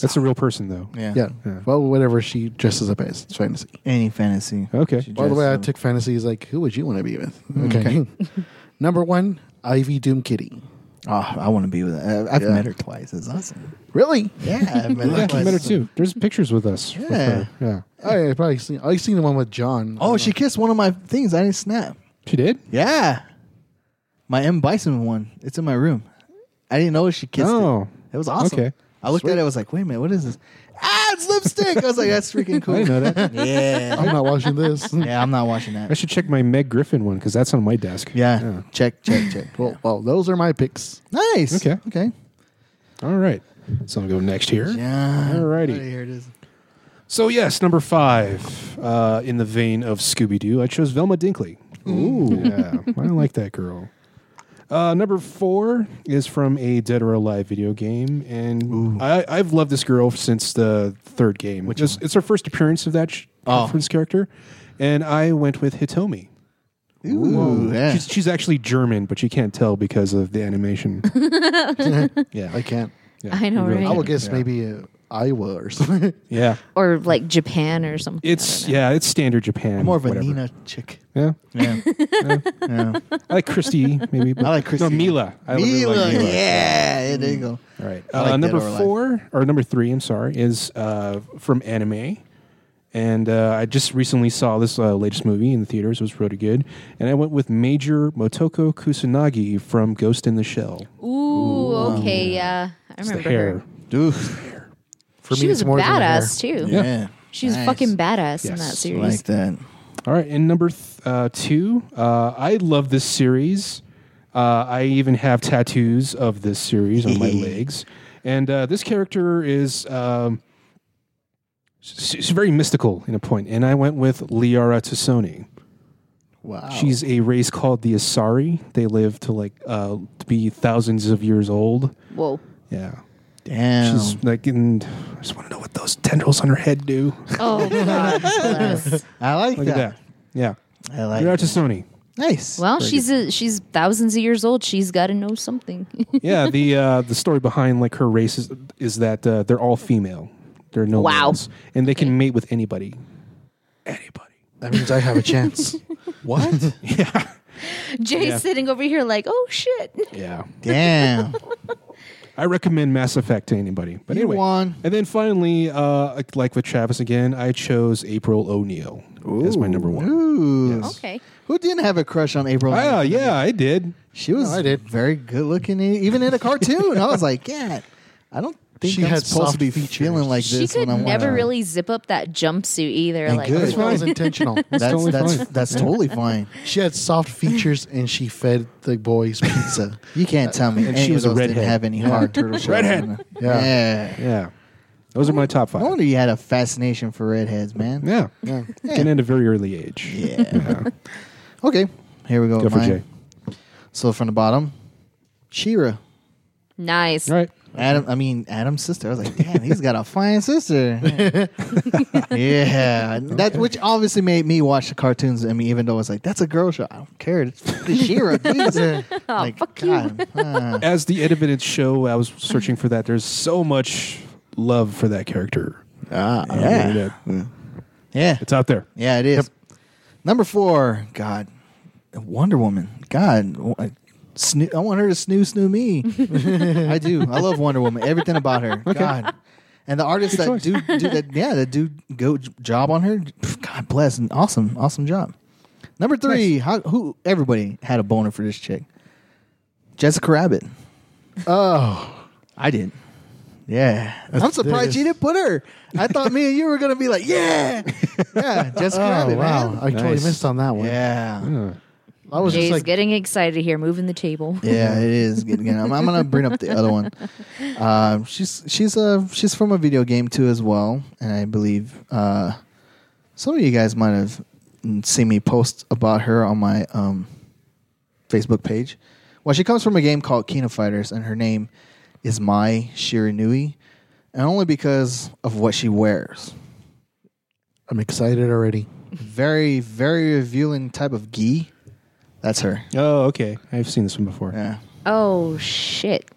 Speaker 1: That's a real person, though.
Speaker 3: Yeah.
Speaker 4: Yeah.
Speaker 1: Yeah.
Speaker 4: Well, whatever she dresses up as, it's fantasy.
Speaker 3: Any fantasy.
Speaker 1: Okay.
Speaker 3: She uh,
Speaker 4: By the way, I
Speaker 3: dressed up.
Speaker 4: took fantasy as like, who would you want to be with? Okay. [LAUGHS] Number one, Ivy Doom Kitty.
Speaker 3: Oh, I want to be with. Her. I- I've
Speaker 4: Yeah.
Speaker 3: met her twice. It's awesome.
Speaker 4: Really?
Speaker 3: Yeah, I've met
Speaker 1: Yeah, I met her too. There's pictures with us. with
Speaker 3: Yeah.
Speaker 1: her. yeah.
Speaker 4: I, I Oh, probably seen. I seen the one with John.
Speaker 3: Oh, she kissed one of my things. I didn't snap.
Speaker 1: She did.
Speaker 3: Yeah, my M Bison one. It's in my room. I didn't know she kissed
Speaker 1: Oh.
Speaker 3: it. It was awesome.
Speaker 1: Okay.
Speaker 3: I looked at it. I was like, wait a minute, what is this? Ah, it's lipstick. I was like, that's freaking
Speaker 1: [LAUGHS]
Speaker 3: cool.
Speaker 1: I didn't know that.
Speaker 3: [LAUGHS] Yeah.
Speaker 4: I'm not watching [LAUGHS] this.
Speaker 3: yeah, I'm not watching
Speaker 1: I
Speaker 3: that.
Speaker 1: should check my Meg Griffin one because that's on my desk.
Speaker 3: Yeah. Check, check, check.
Speaker 4: Well, well, those are my picks.
Speaker 3: Nice.
Speaker 1: Okay.
Speaker 3: Okay.
Speaker 1: All right. So I'll go next here.
Speaker 3: Yeah.
Speaker 1: Alrighty.
Speaker 3: Alright, Here it is.
Speaker 1: So yes, number five, uh, in the vein of Scooby Doo, I chose Velma Dinkley. Ooh, yeah, I like that girl. Uh, number four is from a Dead or Alive video game, and I, I've loved this girl since the third game, which is it's her first appearance of that sh-
Speaker 3: Oh.
Speaker 1: of this character, and I went with Hitomi.
Speaker 3: Ooh, yeah.
Speaker 1: She's, she's actually German, but you can't tell because of the
Speaker 3: [LAUGHS]
Speaker 1: animation. yeah,
Speaker 4: I can't.
Speaker 1: yeah,
Speaker 5: I know,
Speaker 1: you
Speaker 5: right?
Speaker 4: I will
Speaker 1: can't.
Speaker 4: guess
Speaker 1: Yeah.
Speaker 4: maybe uh, Iowa or something.
Speaker 1: Yeah,
Speaker 5: or like Japan or something. I
Speaker 1: it's
Speaker 5: don't know.
Speaker 1: yeah, it's standard Japan.
Speaker 3: I'm more of a
Speaker 1: whatever.
Speaker 3: Nina chick.
Speaker 1: Yeah. [LAUGHS]
Speaker 3: Yeah. yeah.
Speaker 1: I like Christy, maybe. but-
Speaker 3: I like Christy.
Speaker 1: No, Mila. I really
Speaker 3: Mila,
Speaker 1: like Mila.
Speaker 3: yeah, there you go.
Speaker 1: All right.
Speaker 3: I
Speaker 1: Uh,
Speaker 3: like Dead
Speaker 1: number
Speaker 3: or Alive.
Speaker 1: four, or number three, I'm sorry, is uh, from anime. And uh, I just recently saw this uh, latest movie in the theaters. It was really good. And I went with Major Motoko Kusanagi from Ghost in the Shell.
Speaker 5: Ooh, okay, yeah. I
Speaker 1: It's the
Speaker 5: remember
Speaker 1: hair.
Speaker 5: her.
Speaker 3: Dude,
Speaker 4: For
Speaker 5: she was a
Speaker 4: it's more than the hair.
Speaker 5: badass too.
Speaker 3: yeah,
Speaker 5: She was
Speaker 3: Nice.
Speaker 5: fucking badass in that
Speaker 1: Yes,
Speaker 3: I
Speaker 5: series.
Speaker 3: like that.
Speaker 1: All right. And number th- uh, two, uh, I love this series. Uh, I even have tattoos of this series on my legs. And uh, this character is um, s- she's very mystical in a point. And I went with Liara Tassoni.
Speaker 3: Wow,
Speaker 1: She's a race called the Asari. They live to like uh, to be thousands of years old.
Speaker 5: Whoa.
Speaker 1: Yeah.
Speaker 3: damn.
Speaker 1: She's like, and I just want to know what those tendrils on her head do.
Speaker 4: [LAUGHS]
Speaker 5: Oh God bless.
Speaker 3: I like
Speaker 1: Look
Speaker 3: [LAUGHS] that.
Speaker 1: at that. Yeah.
Speaker 3: I like
Speaker 1: Liara
Speaker 3: that.
Speaker 1: Tassoni.
Speaker 3: nice.
Speaker 5: Well, she's a, she's thousands of years old. She's got to know something. [LAUGHS]
Speaker 1: yeah, the uh, the story behind like her race is, is that uh, they're all female. They're no
Speaker 5: Wow.
Speaker 1: males, and they can mate with anybody. [LAUGHS] Anybody.
Speaker 4: [LAUGHS] That means I have a [LAUGHS] chance.
Speaker 3: what?
Speaker 5: Jay's
Speaker 1: Yeah.
Speaker 5: sitting over here like, oh shit.
Speaker 1: Yeah. [LAUGHS]
Speaker 3: damn.
Speaker 1: I recommend Mass Effect to anybody. But
Speaker 3: You
Speaker 1: anyway.
Speaker 3: won.
Speaker 1: And then finally, uh, like with Travis again, I chose April O'Neil as my number one.
Speaker 3: Ooh.
Speaker 5: [LAUGHS]
Speaker 1: Yes.
Speaker 5: Okay.
Speaker 3: Who didn't have a crush on April?
Speaker 1: Ah,
Speaker 3: O'Neil?
Speaker 1: yeah, I did.
Speaker 3: she was.
Speaker 4: No, I did.
Speaker 3: very good looking, e- even in a cartoon. I was like, yeah. I don't think
Speaker 4: She
Speaker 3: I'm
Speaker 4: had
Speaker 3: supposed
Speaker 4: soft
Speaker 3: to be
Speaker 4: features.
Speaker 3: feeling like
Speaker 5: She
Speaker 3: this
Speaker 5: could
Speaker 3: when I'm
Speaker 5: never
Speaker 3: watching.
Speaker 5: really zip up that jumpsuit either.
Speaker 3: And
Speaker 5: like, oh,
Speaker 3: good.
Speaker 4: [LAUGHS] That was intentional.
Speaker 3: That's
Speaker 1: totally
Speaker 3: that's
Speaker 1: fine.
Speaker 3: that's totally fine.
Speaker 4: She had soft features and she fed the boys [LAUGHS] pizza.
Speaker 3: You can't tell me.
Speaker 1: And
Speaker 3: any
Speaker 1: she
Speaker 3: of
Speaker 1: was a
Speaker 3: those
Speaker 1: redhead.
Speaker 3: Didn't have any hard turtle shells.
Speaker 1: Redhead.
Speaker 4: Yeah.
Speaker 3: yeah.
Speaker 1: Yeah. Those are my top
Speaker 3: No
Speaker 1: five.
Speaker 3: wonder you had a fascination for redheads, man.
Speaker 1: Yeah.
Speaker 4: Yeah.
Speaker 1: And at a very early age.
Speaker 3: Yeah.
Speaker 1: [LAUGHS]
Speaker 3: okay. Here we go.
Speaker 1: Go
Speaker 3: with
Speaker 1: for
Speaker 3: mine.
Speaker 1: Jay.
Speaker 3: So from the bottom, Shira.
Speaker 5: nice.
Speaker 1: All right.
Speaker 3: Adam. I mean Adam's sister. I was like, damn, he's got a
Speaker 1: [LAUGHS]
Speaker 3: fine sister. yeah. That which obviously made me watch the cartoons. I mean, even though I was like, that's a girl show. I don't care. It's the
Speaker 1: [LAUGHS]
Speaker 3: Shira. Jesus. like,
Speaker 5: Oh, fuck you.
Speaker 3: God. uh,
Speaker 1: As the edited show, I was searching for that. There's so much love for that character.
Speaker 3: ah,
Speaker 1: I don't
Speaker 3: yeah.
Speaker 1: know that.
Speaker 3: Yeah.
Speaker 1: It's out there.
Speaker 3: Yeah, it is. Number four, God, Wonder Woman. God, I, snoo- I want her to snoo snoo me. [LAUGHS] I do. I love Wonder Woman. Everything about her. God. And the artists that do, do that, yeah, that do go j- job on her. pff, God bless, and awesome, awesome job. Number three, how, who everybody had a boner for this chick, Jessica Rabbit.
Speaker 4: Oh,
Speaker 3: I did. Yeah, I'm surprised
Speaker 4: is-
Speaker 3: you didn't put her. I thought me and you were gonna be like, yeah, yeah, Jessica
Speaker 4: oh
Speaker 3: Rabbit,
Speaker 4: wow!
Speaker 3: man.
Speaker 4: I totally
Speaker 1: Nice.
Speaker 4: missed on that one.
Speaker 3: Yeah,
Speaker 4: I was
Speaker 5: Jay's
Speaker 4: just like,
Speaker 5: getting excited here, moving the table.
Speaker 3: Yeah, it is. Good. Again, I'm, I'm gonna bring up the other
Speaker 4: [LAUGHS]
Speaker 3: one. Um, she's she's uh she's from a video game too as well, and I believe uh, some of you guys might have mm, seen me post about her on my um, Facebook page. Well, she comes from a game called Kino Fighters, and her name is Mai Shiranui, and only because of what she wears.
Speaker 4: I'm excited already.
Speaker 3: Very, very revealing type of gi. That's her.
Speaker 1: Oh, okay. I've seen this one before.
Speaker 3: Yeah.
Speaker 5: Oh shit.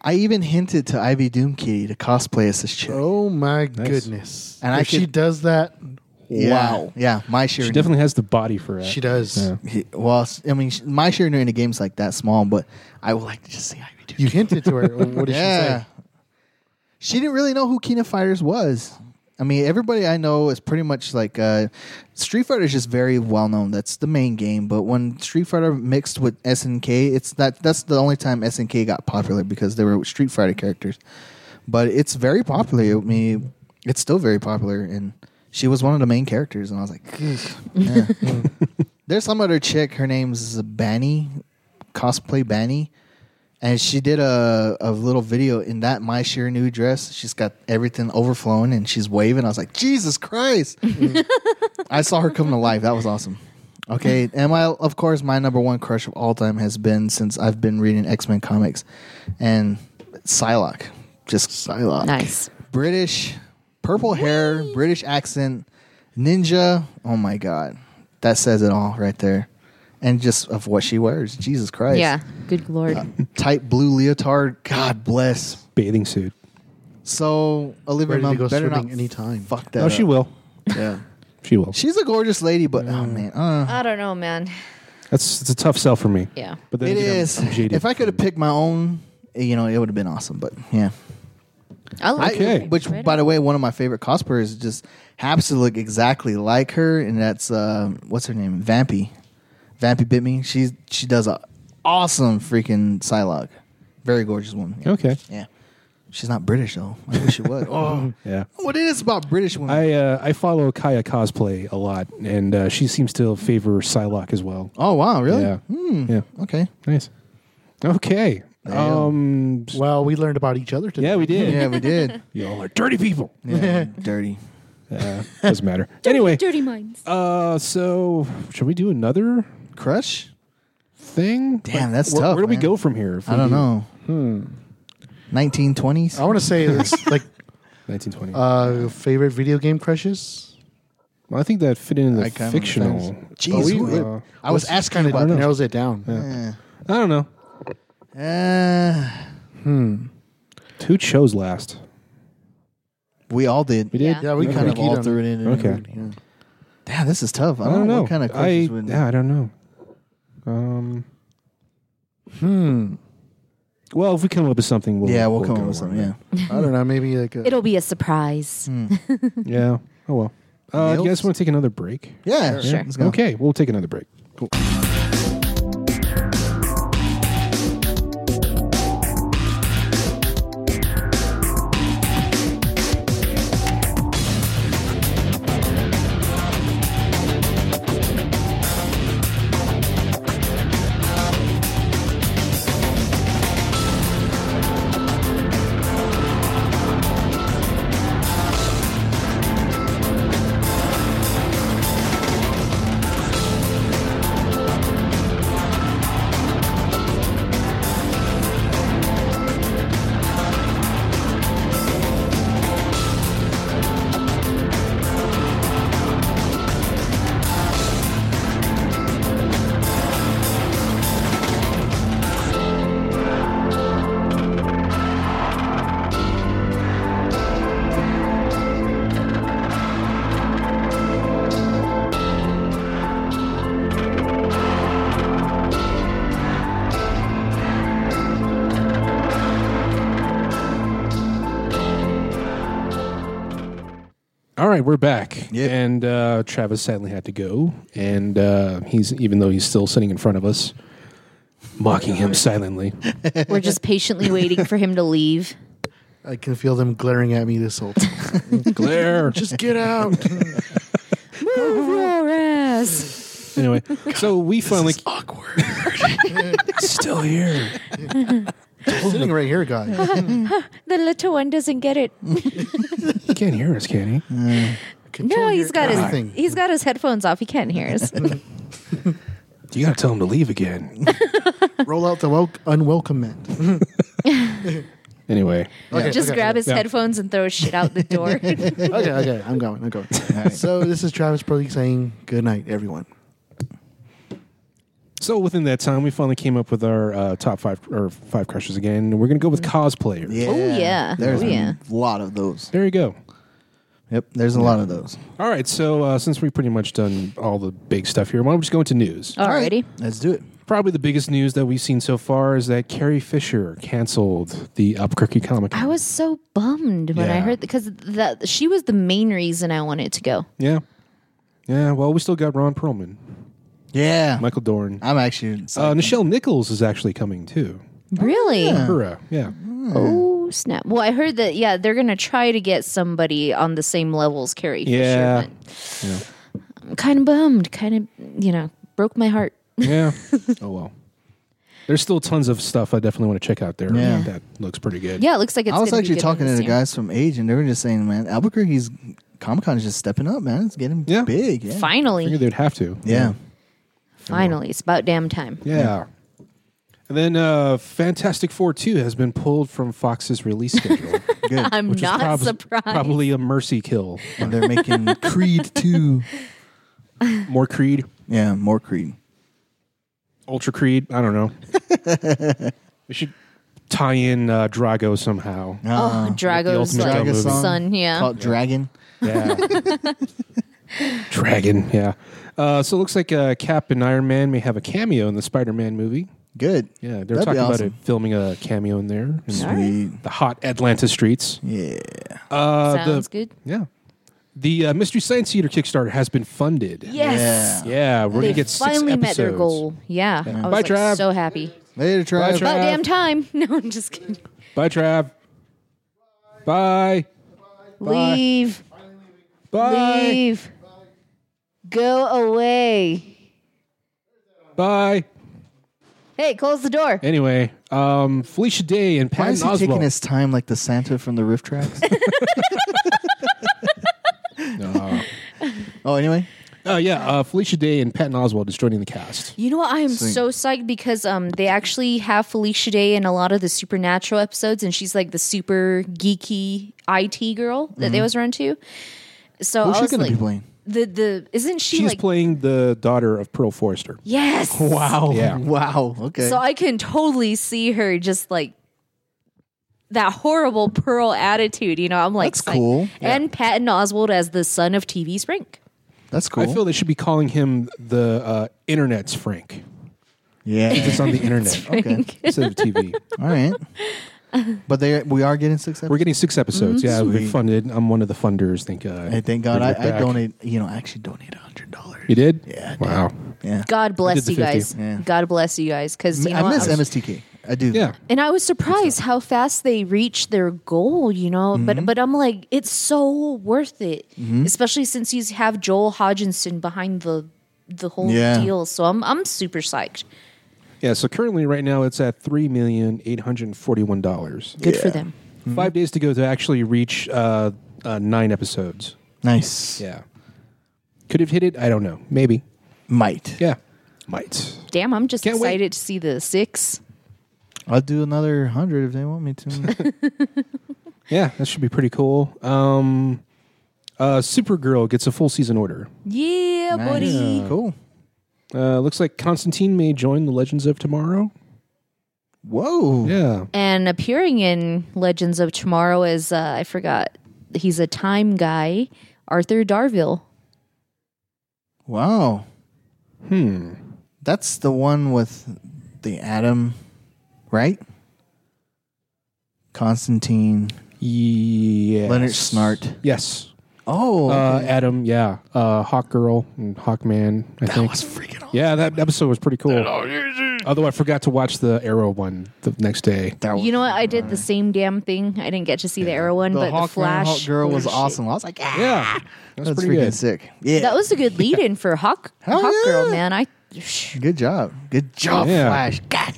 Speaker 3: I even hinted to Ivy Doom Kitty to cosplay as this chick.
Speaker 4: Oh my goodness!
Speaker 3: And
Speaker 4: And
Speaker 3: I
Speaker 4: if she
Speaker 3: could-
Speaker 4: does that,
Speaker 3: Yeah.
Speaker 4: wow,
Speaker 3: Yeah, Mai
Speaker 1: She
Speaker 3: Shiranui.
Speaker 1: definitely has the body for it.
Speaker 4: she does.
Speaker 1: Yeah.
Speaker 3: He- well, s- I mean, sh- my share in the game's like that small, but I would like to just see Ivy do.
Speaker 4: You hinted to her. What did she say?
Speaker 3: She didn't really know who King of Fighters was. I mean, everybody I know is pretty much like uh, Street Fighter is just very well known. That's the main game, but when Street Fighter mixed with SNK, it's that that's the only time SNK got popular because they were Street Fighter characters. But it's very popular. I mean, it's still very popular, and she was one of the main characters. And I was like, yeah. There's some other chick. Her name's Banny, cosplay Banny, and she did a, a little video in that my sheer new dress. She's got everything overflowing, and she's waving. I was like, Jesus Christ! I saw her come to life. That was awesome. Okay, and my of course my number one crush of all time has been since I've been reading X Men comics, and Psylocke, just Psylocke,
Speaker 5: Nice.
Speaker 3: British, purple hair, British accent, ninja. Oh my god, that says it all right there. And just of what she wears, Jesus Christ.
Speaker 5: Yeah. Good lord.
Speaker 3: Tight blue leotard. God bless.
Speaker 1: Bathing suit.
Speaker 3: So Olivia
Speaker 4: Ready to
Speaker 3: Munn
Speaker 4: go
Speaker 3: better
Speaker 4: swimming
Speaker 3: not
Speaker 4: anytime.
Speaker 3: Fuck that.
Speaker 1: Oh, she
Speaker 3: up.
Speaker 1: will.
Speaker 3: Yeah.
Speaker 1: She will.
Speaker 3: She's a gorgeous lady, but oh man, uh,
Speaker 5: I don't know, man.
Speaker 1: That's it's a tough sell for me.
Speaker 5: Yeah.
Speaker 1: But then
Speaker 3: it
Speaker 1: again, I'm-
Speaker 3: is.
Speaker 1: I'm jaded.
Speaker 3: if I could have picked my own, you know, it would have been awesome. But yeah.
Speaker 5: I like
Speaker 1: Okay.
Speaker 5: it.
Speaker 3: Which,
Speaker 5: Right
Speaker 3: by
Speaker 5: on.
Speaker 3: the way, one of my favorite cosplayers just happens to look exactly like her, and that's uh, what's her name, Vampy. Vampy bit me. She she does a awesome freaking Psylocke. Very gorgeous woman. Yeah.
Speaker 1: Okay.
Speaker 3: Yeah. She's not British though. I wish she was. oh,
Speaker 1: Yeah.
Speaker 3: what it is about British women?
Speaker 1: I uh, I follow Kaya cosplay a lot, and uh, she seems to favor Psylocke as well.
Speaker 3: oh wow, really?
Speaker 1: Yeah.
Speaker 3: Hmm.
Speaker 1: Yeah.
Speaker 3: Okay.
Speaker 1: Nice. Okay. Um. s-
Speaker 4: Well, we learned about each other today.
Speaker 1: Yeah, we did.
Speaker 3: Yeah,
Speaker 1: [LAUGHS]
Speaker 3: we did.
Speaker 1: Y'all are dirty people.
Speaker 3: Yeah, dirty.
Speaker 1: Uh, doesn't matter. Anyway.
Speaker 2: Dirty minds.
Speaker 1: Uh. So should we do another
Speaker 3: Crush?
Speaker 1: thing?
Speaker 3: Damn, that's
Speaker 1: where,
Speaker 3: tough,
Speaker 1: Where do we
Speaker 3: man.
Speaker 1: go from here? if
Speaker 3: I
Speaker 1: we
Speaker 3: don't
Speaker 1: do
Speaker 3: know. Hmm. 1920s.
Speaker 1: Oh.
Speaker 4: I want to say [LAUGHS] it's like
Speaker 1: 1920.
Speaker 4: uh, favorite video game crushes.
Speaker 1: well, I think that fit in the
Speaker 3: I kinda
Speaker 1: fictional.
Speaker 3: understand.
Speaker 1: but
Speaker 3: Jeez,
Speaker 1: we,
Speaker 3: who-
Speaker 1: uh,
Speaker 3: I was
Speaker 4: Let's
Speaker 3: asking
Speaker 4: kinda
Speaker 3: about. that.
Speaker 4: narrows it down.
Speaker 3: Yeah.
Speaker 1: I don't know.
Speaker 3: Uh,
Speaker 1: Who chose last?
Speaker 3: we all did.
Speaker 1: We did.
Speaker 5: Yeah.
Speaker 4: Yeah, we
Speaker 1: Okay.
Speaker 4: kind of
Speaker 3: Keyed
Speaker 4: all
Speaker 3: on
Speaker 4: threw
Speaker 3: it.
Speaker 4: it in.
Speaker 1: Okay.
Speaker 4: Yeah.
Speaker 3: Damn, this is tough. I
Speaker 1: I don't
Speaker 3: don't, know,
Speaker 1: know.
Speaker 3: Oh, what kind of
Speaker 1: I,
Speaker 3: questions would.
Speaker 1: yeah, I don't know. Um.
Speaker 4: Hmm.
Speaker 1: Well, if we come up with something, we'll
Speaker 3: yeah, we'll
Speaker 1: we'll
Speaker 3: come
Speaker 1: go
Speaker 3: up with something.
Speaker 1: around
Speaker 3: Yeah.
Speaker 1: it.
Speaker 4: I don't know. Maybe like uh, a,
Speaker 5: It'll be a surprise.
Speaker 1: Yeah. Oh well. Uh, you
Speaker 3: Nails?
Speaker 1: guys want to take another break?
Speaker 3: Yeah,
Speaker 5: Sure.
Speaker 3: Let's go.
Speaker 1: Okay, we'll take another break. Cool. All right, we're back.
Speaker 3: Yep.
Speaker 1: And uh, Travis sadly had to go, and uh, he's even though he's still sitting in front of us, mocking him silently.
Speaker 5: We're just patiently waiting for him to leave.
Speaker 4: I can feel them glaring at me this whole time.
Speaker 1: [LAUGHS] Glare.
Speaker 4: Just
Speaker 3: [LAUGHS]
Speaker 4: get out.
Speaker 5: Move your ass.
Speaker 1: anyway, so we finally [LAUGHS]
Speaker 4: Awkward.
Speaker 1: still here.
Speaker 4: Sitting right
Speaker 5: [LAUGHS]
Speaker 4: here, guy.
Speaker 5: The little one doesn't get it.
Speaker 1: He can't hear us, can he?
Speaker 5: No, he's got
Speaker 4: everything.
Speaker 5: his
Speaker 2: [LAUGHS]
Speaker 3: [LAUGHS]
Speaker 5: he's got his headphones off. He can't hear us.
Speaker 1: You got to tell him to leave again.
Speaker 4: Roll out the wel- unwelcome mat.
Speaker 1: [LAUGHS] Anyway,
Speaker 4: Okay,
Speaker 2: Just
Speaker 4: okay,
Speaker 2: grab his
Speaker 1: Yeah.
Speaker 2: headphones and throw his shit out
Speaker 3: [LAUGHS]
Speaker 2: the door.
Speaker 4: okay, okay. I'm going. I'm going. So this is Travis Brody saying good night, everyone.
Speaker 1: so within that time, we finally came up with our uh, top five or five crushes again. We're gonna go with cosplayers.
Speaker 3: Yeah.
Speaker 2: yeah.
Speaker 3: There's
Speaker 2: Oh, yeah.
Speaker 3: a lot of those.
Speaker 1: There you go.
Speaker 3: Yep. There's a lot of those.
Speaker 1: All right, so uh, since we've pretty much done all the big stuff here, why don't we just go into news?
Speaker 2: Alrighty.
Speaker 3: Let's do it.
Speaker 1: Probably the biggest news that we've seen so far is that Carrie Fisher canceled the Albuquerque Comic Con.
Speaker 2: I was so bummed when I
Speaker 1: Yeah.
Speaker 2: heard because that she was the main reason I wanted to go.
Speaker 1: yeah, yeah. Well, we still got Ron Perlman,
Speaker 3: Yeah.
Speaker 1: Michael Dorn,
Speaker 3: I'm actually.
Speaker 1: uh, Nichelle Nichols is actually coming too.
Speaker 2: Really?
Speaker 1: Hurrah! Yeah,
Speaker 2: Oh snap! Well, I heard that. Yeah, they're gonna try to get somebody on the same level as Carrie.
Speaker 1: Yeah.
Speaker 2: Fisher, but I'm kind of bummed. Kind of, you know, broke my heart.
Speaker 1: yeah. oh well. There's still tons of stuff I definitely want to check out there.
Speaker 3: Yeah.
Speaker 1: that looks pretty good.
Speaker 2: Yeah, it looks like it's.
Speaker 3: I was
Speaker 2: gonna be
Speaker 3: actually
Speaker 2: good
Speaker 3: talking to
Speaker 2: this
Speaker 3: the
Speaker 2: year.
Speaker 3: guys from Age, and they were just saying, man, Albuquerque's Comic Con is just stepping up, man. It's getting
Speaker 1: Yeah.
Speaker 3: big. Yeah.
Speaker 1: I figured
Speaker 2: Finally,
Speaker 1: they'd have to.
Speaker 3: Yeah.
Speaker 2: finally, it's about damn time.
Speaker 1: Yeah. And then uh, Fantastic Four 2 has been pulled from Fox's release schedule.
Speaker 3: Good.
Speaker 2: I'm
Speaker 1: which was
Speaker 2: not
Speaker 1: prob-
Speaker 2: surprised.
Speaker 1: Probably a mercy kill.
Speaker 3: and they're making
Speaker 2: [LAUGHS]
Speaker 3: [LAUGHS] Creed 2.
Speaker 1: More Creed,
Speaker 3: Yeah, more Creed.
Speaker 1: Ultra Creed. I don't know. we should tie in uh, Drago somehow.
Speaker 2: Oh,
Speaker 3: Uh,
Speaker 2: Drago's
Speaker 1: the
Speaker 2: like
Speaker 1: Ultimate Drago
Speaker 3: song.
Speaker 2: son. Yeah.
Speaker 3: Called Dragon.
Speaker 1: Yeah. Dragon. Yeah. Uh, so it looks like uh, Cap and Iron Man may have a cameo in the Spider Man movie.
Speaker 3: Good.
Speaker 1: Yeah, they were
Speaker 3: That'd
Speaker 1: talking
Speaker 3: be
Speaker 1: about
Speaker 3: awesome.
Speaker 1: it, filming a cameo in there. in
Speaker 3: Sweet.
Speaker 1: The hot Atlanta streets.
Speaker 3: Yeah.
Speaker 1: Uh, the-
Speaker 2: Sounds good.
Speaker 1: Yeah. The uh, Mystery Science Theater Kickstarter has been funded.
Speaker 2: Yes.
Speaker 1: Yeah, we're
Speaker 2: They
Speaker 1: gonna get six
Speaker 2: finally
Speaker 1: episodes.
Speaker 2: met their goal. Yeah. I was
Speaker 1: Bye,
Speaker 2: like,
Speaker 1: Trav.
Speaker 2: so happy.
Speaker 3: Later,
Speaker 1: Bye, Trav.
Speaker 3: Trav.
Speaker 2: About damn time. [LAUGHS] No, I'm just kidding.
Speaker 1: Bye, Trav. Bye. Bye.
Speaker 2: Leave.
Speaker 1: Bye.
Speaker 2: Leave. Go away.
Speaker 1: Bye.
Speaker 2: Hey, close the door.
Speaker 1: Anyway, um, Felicia Day and
Speaker 3: Why
Speaker 1: Patton
Speaker 3: is he
Speaker 1: Oswalt.
Speaker 3: taking his time like the Santa from the
Speaker 2: [LAUGHS]
Speaker 3: riff tracks? oh, anyway.
Speaker 1: uh, yeah, uh, Felicia Day and Patton Oswald is joining the cast.
Speaker 2: You know what? I am so psyched because um, they actually have Felicia Day in a lot of the Supernatural episodes, and she's like the super geeky IT girl that
Speaker 1: Mm-hmm.
Speaker 2: they always run to. So
Speaker 3: Who's
Speaker 2: I
Speaker 3: she
Speaker 2: was
Speaker 3: going
Speaker 2: like,
Speaker 3: to be playing?
Speaker 2: the the isn't she
Speaker 1: She's
Speaker 2: like
Speaker 1: playing the daughter of Pearl Forrester.
Speaker 2: yes?
Speaker 3: Wow.
Speaker 1: Yeah.
Speaker 3: Wow. Okay.
Speaker 2: So I can totally see her just like that horrible Pearl attitude. You know, I'm like,
Speaker 3: That's
Speaker 2: psyched.
Speaker 3: cool.
Speaker 2: And Patton Oswald as the son of TV Sprink.
Speaker 3: That's cool.
Speaker 1: I feel they should be calling him the uh, Internet's Frank.
Speaker 2: [LAUGHS]
Speaker 3: yeah.
Speaker 1: It's on the internet
Speaker 3: okay.
Speaker 1: instead of TV.
Speaker 3: All right. But they we are getting six
Speaker 1: We're
Speaker 3: episodes.
Speaker 1: getting six episodes. Yeah, we
Speaker 3: Sweet.
Speaker 1: funded. I'm one of the funders. Thank God.
Speaker 3: Hey, thank God
Speaker 1: Bring
Speaker 3: I,
Speaker 1: it
Speaker 3: I
Speaker 1: back.
Speaker 3: donate. You know, I actually donate a hundred dollars.
Speaker 1: You did?
Speaker 3: Yeah, I did.
Speaker 1: Wow.
Speaker 3: Yeah.
Speaker 2: God bless
Speaker 1: the
Speaker 2: you
Speaker 1: 50.
Speaker 2: guys.
Speaker 3: Yeah.
Speaker 2: God bless you guys. Because you know,
Speaker 3: I
Speaker 2: what?
Speaker 3: miss
Speaker 2: was-
Speaker 3: MSTK. I do.
Speaker 1: Yeah.
Speaker 2: and I was surprised how fast they reached their goal. You know,
Speaker 3: Mm-hmm.
Speaker 2: but but I'm like, it's so worth it, especially since you have Joel Hodgson behind the the whole
Speaker 3: Yeah.
Speaker 2: deal. So I'm I'm super psyched.
Speaker 1: Yeah. So currently, right now, it's at three million eight hundred forty-one dollars.
Speaker 2: Good for them.
Speaker 3: Mm-hmm.
Speaker 1: Five days to go to actually reach uh, uh, nine episodes.
Speaker 3: Nice.
Speaker 1: Yeah. Could have hit it. I don't know. Maybe.
Speaker 3: Might.
Speaker 1: Yeah. Might.
Speaker 2: Damn, I'm just
Speaker 1: Can't wait.
Speaker 2: excited to see the six.
Speaker 3: I'll do another hundred if they want
Speaker 1: [LAUGHS]
Speaker 3: me to.
Speaker 1: Yeah, that should be pretty cool. Um, uh, Supergirl gets a full season order.
Speaker 2: Yeah,
Speaker 3: Nice.
Speaker 2: buddy.
Speaker 3: Cool.
Speaker 1: Uh, looks like Constantine may join the Legends of Tomorrow.
Speaker 3: Whoa.
Speaker 1: Yeah.
Speaker 2: and appearing in Legends of Tomorrow is uh, I forgot he's a time guy, Arthur Darville.
Speaker 3: Wow.
Speaker 1: Hmm.
Speaker 3: That's the one with the Adam, right? Constantine,
Speaker 1: Yeah.
Speaker 3: Leonard Snart.
Speaker 1: Yes.
Speaker 3: Oh,
Speaker 1: Uh,
Speaker 3: okay.
Speaker 1: Adam, yeah. Uh, Hawk Girl and Hawkman, I
Speaker 3: that
Speaker 1: think.
Speaker 3: was freaking awesome.
Speaker 1: yeah, that episode was pretty cool. Although I forgot to watch the Arrow one the next day.
Speaker 3: That was
Speaker 2: You know what? I did the same damn thing. I didn't get to see the Arrow one, but
Speaker 3: Hawk
Speaker 2: the Flash
Speaker 3: Hawk Girl
Speaker 2: holy
Speaker 3: was
Speaker 2: shit.
Speaker 3: awesome. I was like, "Ah, yeah,
Speaker 1: Yeah. That was
Speaker 3: that's
Speaker 1: pretty
Speaker 3: freaking
Speaker 1: good.
Speaker 3: sick. Yeah,
Speaker 2: That was a good lead-in for Hawk,
Speaker 3: [LAUGHS] Hell
Speaker 2: Hawk Girl,
Speaker 3: yeah.
Speaker 2: man. I shh,
Speaker 3: good job. Good job,
Speaker 1: Yeah.
Speaker 3: Flash. [LAUGHS] God,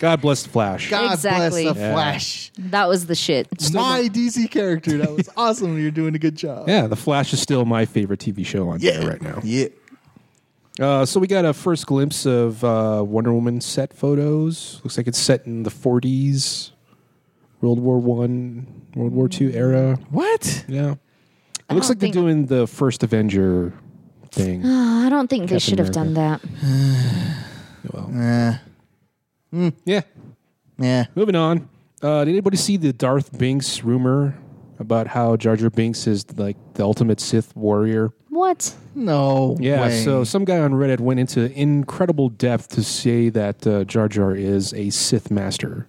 Speaker 1: God bless the Flash.
Speaker 3: God
Speaker 2: Exactly.
Speaker 3: bless the
Speaker 1: Yeah.
Speaker 3: Flash.
Speaker 2: that was the shit.
Speaker 3: My DC character. That was awesome. You're doing a good job.
Speaker 1: Yeah, the Flash is still my favorite TV show on
Speaker 3: Yeah.
Speaker 1: there right now.
Speaker 3: Yeah.
Speaker 1: Uh, so we got a first glimpse of uh, Wonder Woman set photos. Looks like it's set in the 40s, World War One, World War Two era.
Speaker 3: What?
Speaker 1: Yeah, it
Speaker 5: I don't
Speaker 1: looks like they're
Speaker 5: think-
Speaker 1: doing the first Avenger
Speaker 5: [GASPS]
Speaker 1: thing.
Speaker 2: Uh,
Speaker 5: Oh, I don't think they
Speaker 1: Captain
Speaker 5: should have done that.
Speaker 1: well,
Speaker 3: Nah.
Speaker 1: yeah.
Speaker 3: Yeah.
Speaker 1: Moving on. Uh, did anybody see the Darth Binks rumor about how Jar Jar Binks is like the ultimate Sith warrior?
Speaker 5: What?
Speaker 3: No.
Speaker 1: Yeah,
Speaker 3: way.
Speaker 1: so some guy on Reddit went into incredible depth to say that uh, Jar Jar is a Sith [LAUGHS] master.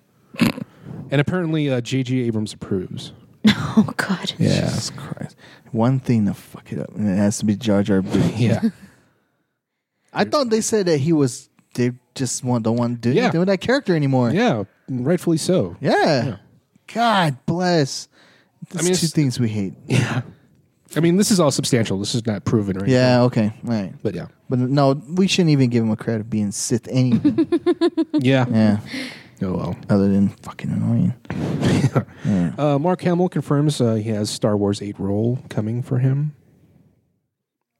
Speaker 1: and apparently uh, J.J. Abrams approves.
Speaker 5: Oh God.
Speaker 3: Jesus Christ. One thing to fuck it up, and it has to be Jar Jar
Speaker 1: [LAUGHS]
Speaker 3: Binks.
Speaker 1: Yeah.
Speaker 3: I thought they said that he was. They just want don't want to do
Speaker 1: Yeah.
Speaker 3: anything with that character anymore.
Speaker 1: yeah, rightfully so.
Speaker 3: Yeah. God bless. That's
Speaker 1: mean,
Speaker 3: two
Speaker 1: it's-
Speaker 3: things
Speaker 1: [LAUGHS]
Speaker 3: we hate.
Speaker 1: I mean, this is all substantial. This is not proven right
Speaker 3: Yeah. Okay. All right.
Speaker 1: But yeah.
Speaker 3: But no, we shouldn't even give him a credit of being Sith anyway.
Speaker 1: [LAUGHS] Yeah.
Speaker 3: yeah.
Speaker 1: Oh, well.
Speaker 3: Other than
Speaker 1: [LAUGHS]
Speaker 3: fucking annoying.
Speaker 1: Uh, Mark Hamill confirms uh, he has Star Wars 8 role coming for him.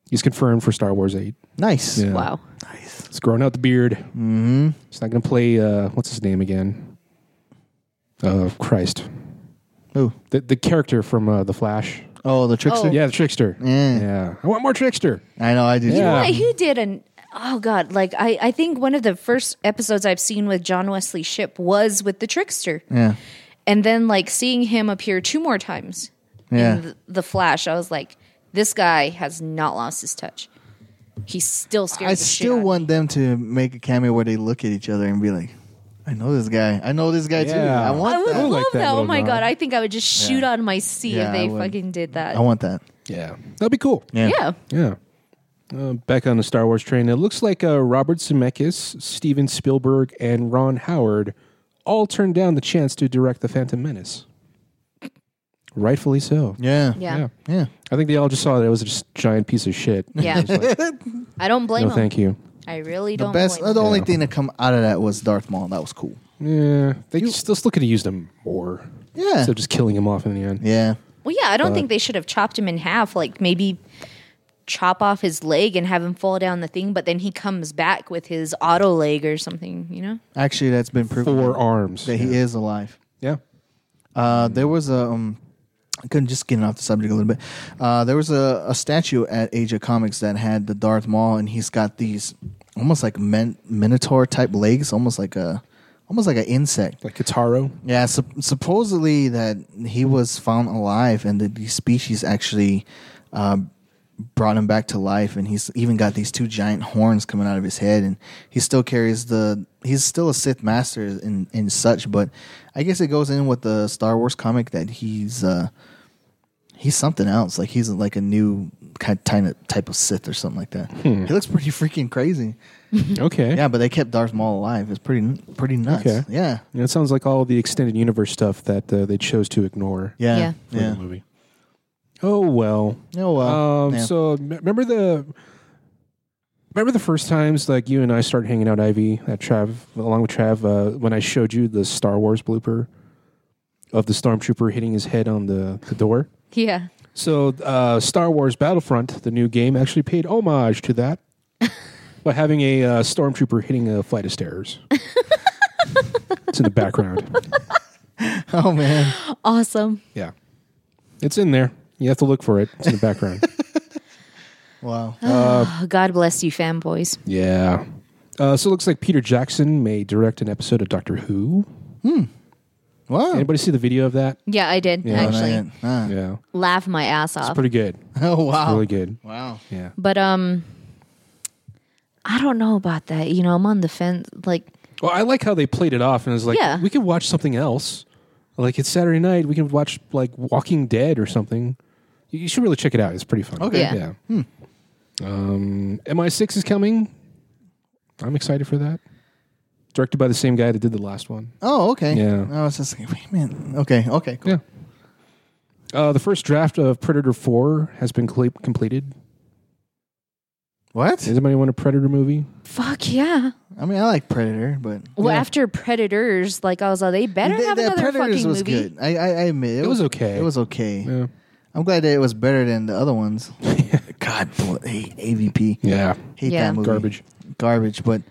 Speaker 1: He's confirmed for Star Wars 8.
Speaker 3: Nice.
Speaker 1: Yeah.
Speaker 5: Wow.
Speaker 3: Nice.
Speaker 1: He's growing out the beard.
Speaker 3: Mm-hmm.
Speaker 1: He's not going to play, uh, what's his name again? Uh, Christ.
Speaker 3: Who?
Speaker 1: The, the character from uh, The Flash.
Speaker 3: Oh, the trickster.
Speaker 1: Yeah, the trickster.
Speaker 3: Yeah.
Speaker 1: Yeah. I want more trickster.
Speaker 3: I know. I do.
Speaker 1: Yeah.
Speaker 2: Like, he did an oh god, like I I think one of the first episodes I've seen with John Wesley Ship was with the trickster,
Speaker 3: too. Yeah.
Speaker 2: and then like seeing him appear two more times
Speaker 3: Yeah.
Speaker 2: in the, the Flash, I was like, this guy has not lost his touch. He's still scared.
Speaker 3: I
Speaker 2: the shit
Speaker 3: still
Speaker 2: out of me.
Speaker 3: want them to make a cameo where they look at each other and be like, "I know this guy. I know this guy too.
Speaker 1: Yeah.
Speaker 3: I
Speaker 2: I
Speaker 3: want
Speaker 2: would
Speaker 3: that.
Speaker 2: love
Speaker 1: like that
Speaker 2: that. Oh
Speaker 1: little
Speaker 2: my
Speaker 1: nod.
Speaker 2: god, I think I would just shoot
Speaker 3: Yeah.
Speaker 2: on my seat if
Speaker 3: Yeah, I
Speaker 2: they
Speaker 3: would.
Speaker 2: fucking did that.
Speaker 3: I want that."
Speaker 1: Yeah. That'd be cool.
Speaker 2: yeah.
Speaker 1: Yeah. Uh, back on the Star Wars train. It looks like uh, Robert Zemeckis, Steven Spielberg, and Ron Howard all turned down the chance to direct The Phantom Menace. Rightfully so.
Speaker 3: Yeah.
Speaker 5: Yeah.
Speaker 3: Yeah.
Speaker 1: I think they all just saw that it was just a giant piece of shit.
Speaker 3: [LAUGHS]
Speaker 5: Yeah.
Speaker 1: It's like,
Speaker 5: I don't blame
Speaker 1: no,
Speaker 5: them.
Speaker 1: thank you.
Speaker 5: I really
Speaker 3: The
Speaker 5: don't.
Speaker 3: best.
Speaker 5: blame
Speaker 3: The only
Speaker 1: Yeah.
Speaker 3: thing that come out of that was Darth Maul. That was cool.
Speaker 1: Yeah. They still still could have used him more.
Speaker 3: Yeah.
Speaker 1: Instead of just killing him off in the end.
Speaker 3: Yeah.
Speaker 2: Well, yeah, I don't think they should have chopped him in half. Like maybe chop off his leg and have him fall down the thing, but then he comes back with his auto leg or something. You know?
Speaker 3: Actually, that's been proven
Speaker 1: Four arms.
Speaker 3: that he is alive.
Speaker 1: yeah.
Speaker 3: Uh, there was a. Um, I couldn't just getting off the subject a little bit. Uh, there was a, a statue at Age of Comics that had the Darth Maul, and he's got these almost like men, minotaur type legs, almost like a, almost like an insect.
Speaker 1: Like [LAUGHS] Kataro.
Speaker 3: Yeah, sup- supposedly that he was found alive, and that these species actually um, brought him back to life, and he's even got these two giant horns coming out of his head, and he still carries the. He's still a Sith master and and such, but I guess it goes in with the Star Wars comic that he's uh, he's something else. Like he's like a new kind type of type of Sith or something like that. He looks pretty freaking crazy.
Speaker 1: Okay.
Speaker 3: Yeah, but they kept Darth Maul alive. It's pretty pretty nuts.
Speaker 1: Okay.
Speaker 3: Yeah.
Speaker 1: Yeah, it sounds like all the extended universe stuff that uh, they chose to ignore
Speaker 3: Yeah.
Speaker 5: Yeah.
Speaker 1: for the movie. Oh well.
Speaker 3: Oh well.
Speaker 1: Um,
Speaker 3: Yeah.
Speaker 1: So m- remember the remember the first times like you and I started hanging out, Ivy, at Trav, along with Trav, uh, when I showed you the Star Wars blooper of the stormtrooper hitting his head on the, the door.
Speaker 5: Yeah.
Speaker 1: So uh, Star Wars Battlefront, the new game, actually paid homage to
Speaker 3: [LAUGHS]
Speaker 1: that by having a uh, stormtrooper hitting a flight of
Speaker 3: [LAUGHS]
Speaker 1: stairs. it's in the background.
Speaker 3: [LAUGHS] Oh man.
Speaker 5: Awesome.
Speaker 1: Yeah. It's in there. You have to look for it. It's in the background.
Speaker 5: [LAUGHS]
Speaker 3: Wow.
Speaker 5: Oh, God bless you, fanboys.
Speaker 1: yeah. Uh, so it looks like Peter Jackson may direct an episode of Doctor Who.
Speaker 3: wow.
Speaker 1: Anybody see the video of that?
Speaker 5: Yeah, I did
Speaker 1: Yeah.
Speaker 5: actually
Speaker 3: Ah.
Speaker 1: Yeah.
Speaker 5: laugh my ass off.
Speaker 1: Pretty good.
Speaker 3: [LAUGHS] Oh wow.
Speaker 1: Really good.
Speaker 3: Wow.
Speaker 1: Yeah.
Speaker 5: but um, I don't know about that. You know, I'm on the fence. Like,
Speaker 1: Well, I like how they played it off and it's like,
Speaker 5: Yeah.
Speaker 1: we could watch something else. Like it's Saturday night. We can watch like Walking Dead or something. You you should really check it out. It's pretty fun.
Speaker 3: Okay.
Speaker 5: Yeah.
Speaker 1: Yeah. Um, MI6 is coming. I'm excited for that. Directed by the same guy that did the last one.
Speaker 3: Oh okay.
Speaker 1: Yeah.
Speaker 3: I was just like, wait a minute. Okay. Okay. Cool.
Speaker 1: Yeah. Uh, the first draft of Predator 4 has been cle- completed.
Speaker 3: What?
Speaker 1: Does anybody want a Predator movie?
Speaker 5: fuck yeah.
Speaker 3: I mean, I like Predator, but
Speaker 5: Well,
Speaker 1: Yeah.
Speaker 5: after Predators, like I was like, they better
Speaker 3: Th-
Speaker 5: have
Speaker 3: that
Speaker 5: another
Speaker 3: Predators
Speaker 5: fucking
Speaker 3: was
Speaker 5: movie.
Speaker 3: good. I, I I admit
Speaker 1: It was okay.
Speaker 3: It was okay.
Speaker 1: Yeah. [LAUGHS]
Speaker 3: I'm glad that it was better than the other ones. God, bl- hate AVP.
Speaker 1: Yeah.
Speaker 3: hate
Speaker 2: Yeah.
Speaker 3: that movie.
Speaker 1: Garbage.
Speaker 3: garbage. But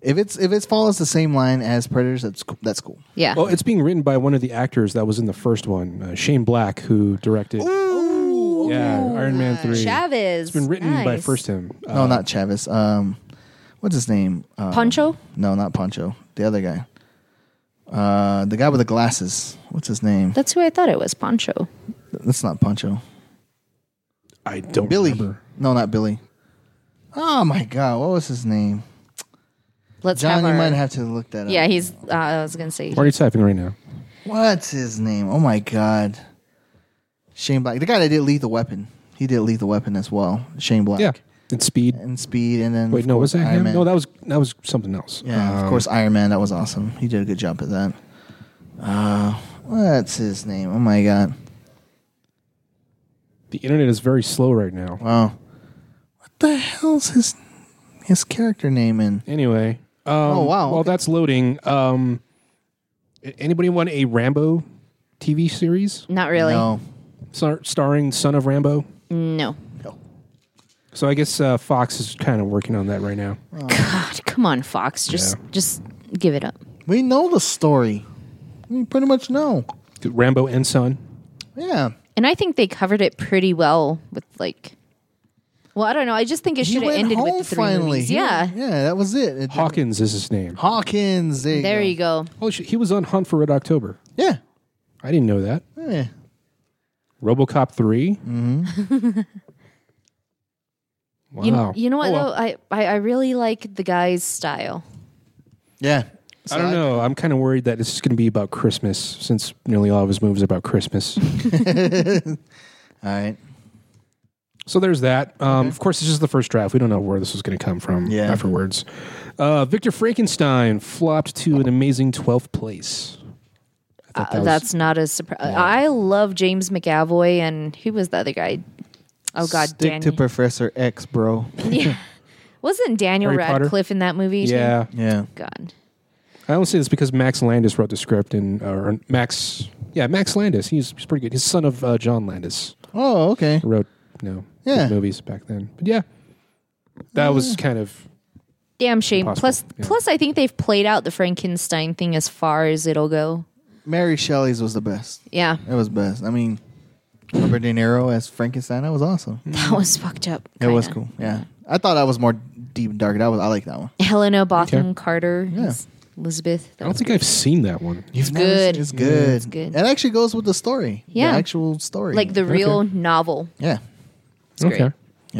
Speaker 3: if it's if it follows the same line as Predators, that's cool. that's cool.
Speaker 2: Yeah.
Speaker 1: Well, it's being written by one of the actors that was in the first one, uh, Shane Black, who directed yeah, Iron Man 3.
Speaker 2: Chavez.
Speaker 1: It's been written by first him. Uh,
Speaker 3: No, not Chavez. Um, what's his name? Um,
Speaker 2: Poncho?
Speaker 3: No, not Poncho. The other guy. Uh, the guy with the glasses. What's his name?
Speaker 2: That's who I thought it was, Poncho.
Speaker 3: That's not Poncho.
Speaker 1: I don't
Speaker 3: Billy.
Speaker 1: remember.
Speaker 3: No, not Billy. Oh my God! What was his name?
Speaker 2: Let's
Speaker 3: John,
Speaker 2: have
Speaker 3: you
Speaker 2: our,
Speaker 3: might have to look that up.
Speaker 2: Yeah, he's. Uh, I was gonna say.
Speaker 1: What are you typing right now?
Speaker 3: What's his name? Oh my God! Shane Black, the guy that did Lethal Weapon. He did Lethal Weapon as well. Shane Black.
Speaker 1: Yeah. And Speed.
Speaker 3: and Speed, and then
Speaker 1: Wait,
Speaker 3: of
Speaker 1: no, was
Speaker 3: course,
Speaker 1: that
Speaker 3: Iron
Speaker 1: him?
Speaker 3: Man.
Speaker 1: No, that was that was something else.
Speaker 3: yeah, of
Speaker 1: Um,
Speaker 3: course Iron Man. That was awesome. He did a good job at that. Uh, what's his name? Oh my god!
Speaker 1: The internet is very slow right now.
Speaker 3: Wow, what the hell's his his character name in?
Speaker 1: Anyway. Um,
Speaker 3: Oh, wow,
Speaker 1: While
Speaker 3: okay.
Speaker 1: that's loading, um, a- anybody want a Rambo TV series
Speaker 2: Not really.
Speaker 3: No,
Speaker 1: Star- starring Son of Rambo?
Speaker 2: No.
Speaker 1: So I guess uh, Fox is kind of working on that right now.
Speaker 3: Oh.
Speaker 2: God, come on, Fox. Just, just give it up.
Speaker 3: we know the story. We pretty much know.
Speaker 1: Rambo and Son.
Speaker 3: Yeah,
Speaker 2: And I think they covered it pretty well with like. Well, I don't know. I just think it
Speaker 3: he
Speaker 2: should have
Speaker 3: went
Speaker 2: ended
Speaker 3: home
Speaker 2: with the three
Speaker 3: finally.
Speaker 2: movies.
Speaker 3: He-
Speaker 2: Yeah.
Speaker 3: yeah, that was it. It-
Speaker 1: Hawkins is his name.
Speaker 3: Hawkins. There,
Speaker 2: There
Speaker 3: you
Speaker 2: you go.
Speaker 1: Holy shit, he was on Hunt for Red October.
Speaker 3: go. Yeah,
Speaker 1: I didn't know that.
Speaker 3: yeah.
Speaker 1: RoboCop 3. Mm-hmm. wow.
Speaker 2: You, kn- you know what
Speaker 1: Oh, well.
Speaker 2: though? I, I I really like the guy's style.
Speaker 3: yeah.
Speaker 1: I don't know. I'm kind of worried that it's just going to be about Christmas since nearly all of his movies are about Christmas.
Speaker 2: [LAUGHS]
Speaker 3: All right.
Speaker 1: so there's that. Um, Of course, this is the first draft. We don't know where this was going to come from
Speaker 3: Yeah.
Speaker 1: afterwards. Uh, Victor Frankenstein flopped to an amazing 12th place. I thought that
Speaker 2: Uh,
Speaker 1: was-
Speaker 2: that's not a surprise. I love James McAvoy and who was the other guy? Oh God,
Speaker 3: Stick to
Speaker 2: Daniel.
Speaker 3: Professor X, bro.
Speaker 2: Wasn't Daniel
Speaker 1: Harry Potter?
Speaker 2: Radcliffe in that movie? too?
Speaker 1: yeah.
Speaker 3: Yeah.
Speaker 2: God.
Speaker 1: I only say this because Max Landis wrote the script and uh, or Max, yeah, Max Landis. He's, he's pretty good. He's son of uh, John Landis.
Speaker 3: Oh, okay.
Speaker 1: Wrote you know
Speaker 3: Yeah.
Speaker 1: good movies back then. But yeah, that
Speaker 2: Uh.
Speaker 1: was kind of
Speaker 2: Damn shame.
Speaker 1: Impossible,
Speaker 2: Plus,
Speaker 1: yeah.
Speaker 2: plus, I think they've played out the Frankenstein thing as far as it'll go.
Speaker 3: Mary Shelley's was the best.
Speaker 2: Yeah, [LAUGHS]
Speaker 3: It was best. I mean, Robert De Niro as Frankenstein. That was awesome.
Speaker 2: that was fucked up.
Speaker 3: It was
Speaker 2: Mm. kinda.
Speaker 3: cool. Yeah, I thought that was more deep and dark. That was I like that one.
Speaker 2: Helena Botham Carter, as Elizabeth.
Speaker 1: I don't think I've seen that one.
Speaker 3: It's
Speaker 2: never good. seen-
Speaker 3: It's good.
Speaker 2: It's good.
Speaker 3: It actually goes with the story.
Speaker 2: Yeah.
Speaker 3: the actual story.
Speaker 2: like the real novel.
Speaker 3: yeah,
Speaker 2: It's great. [LAUGHS]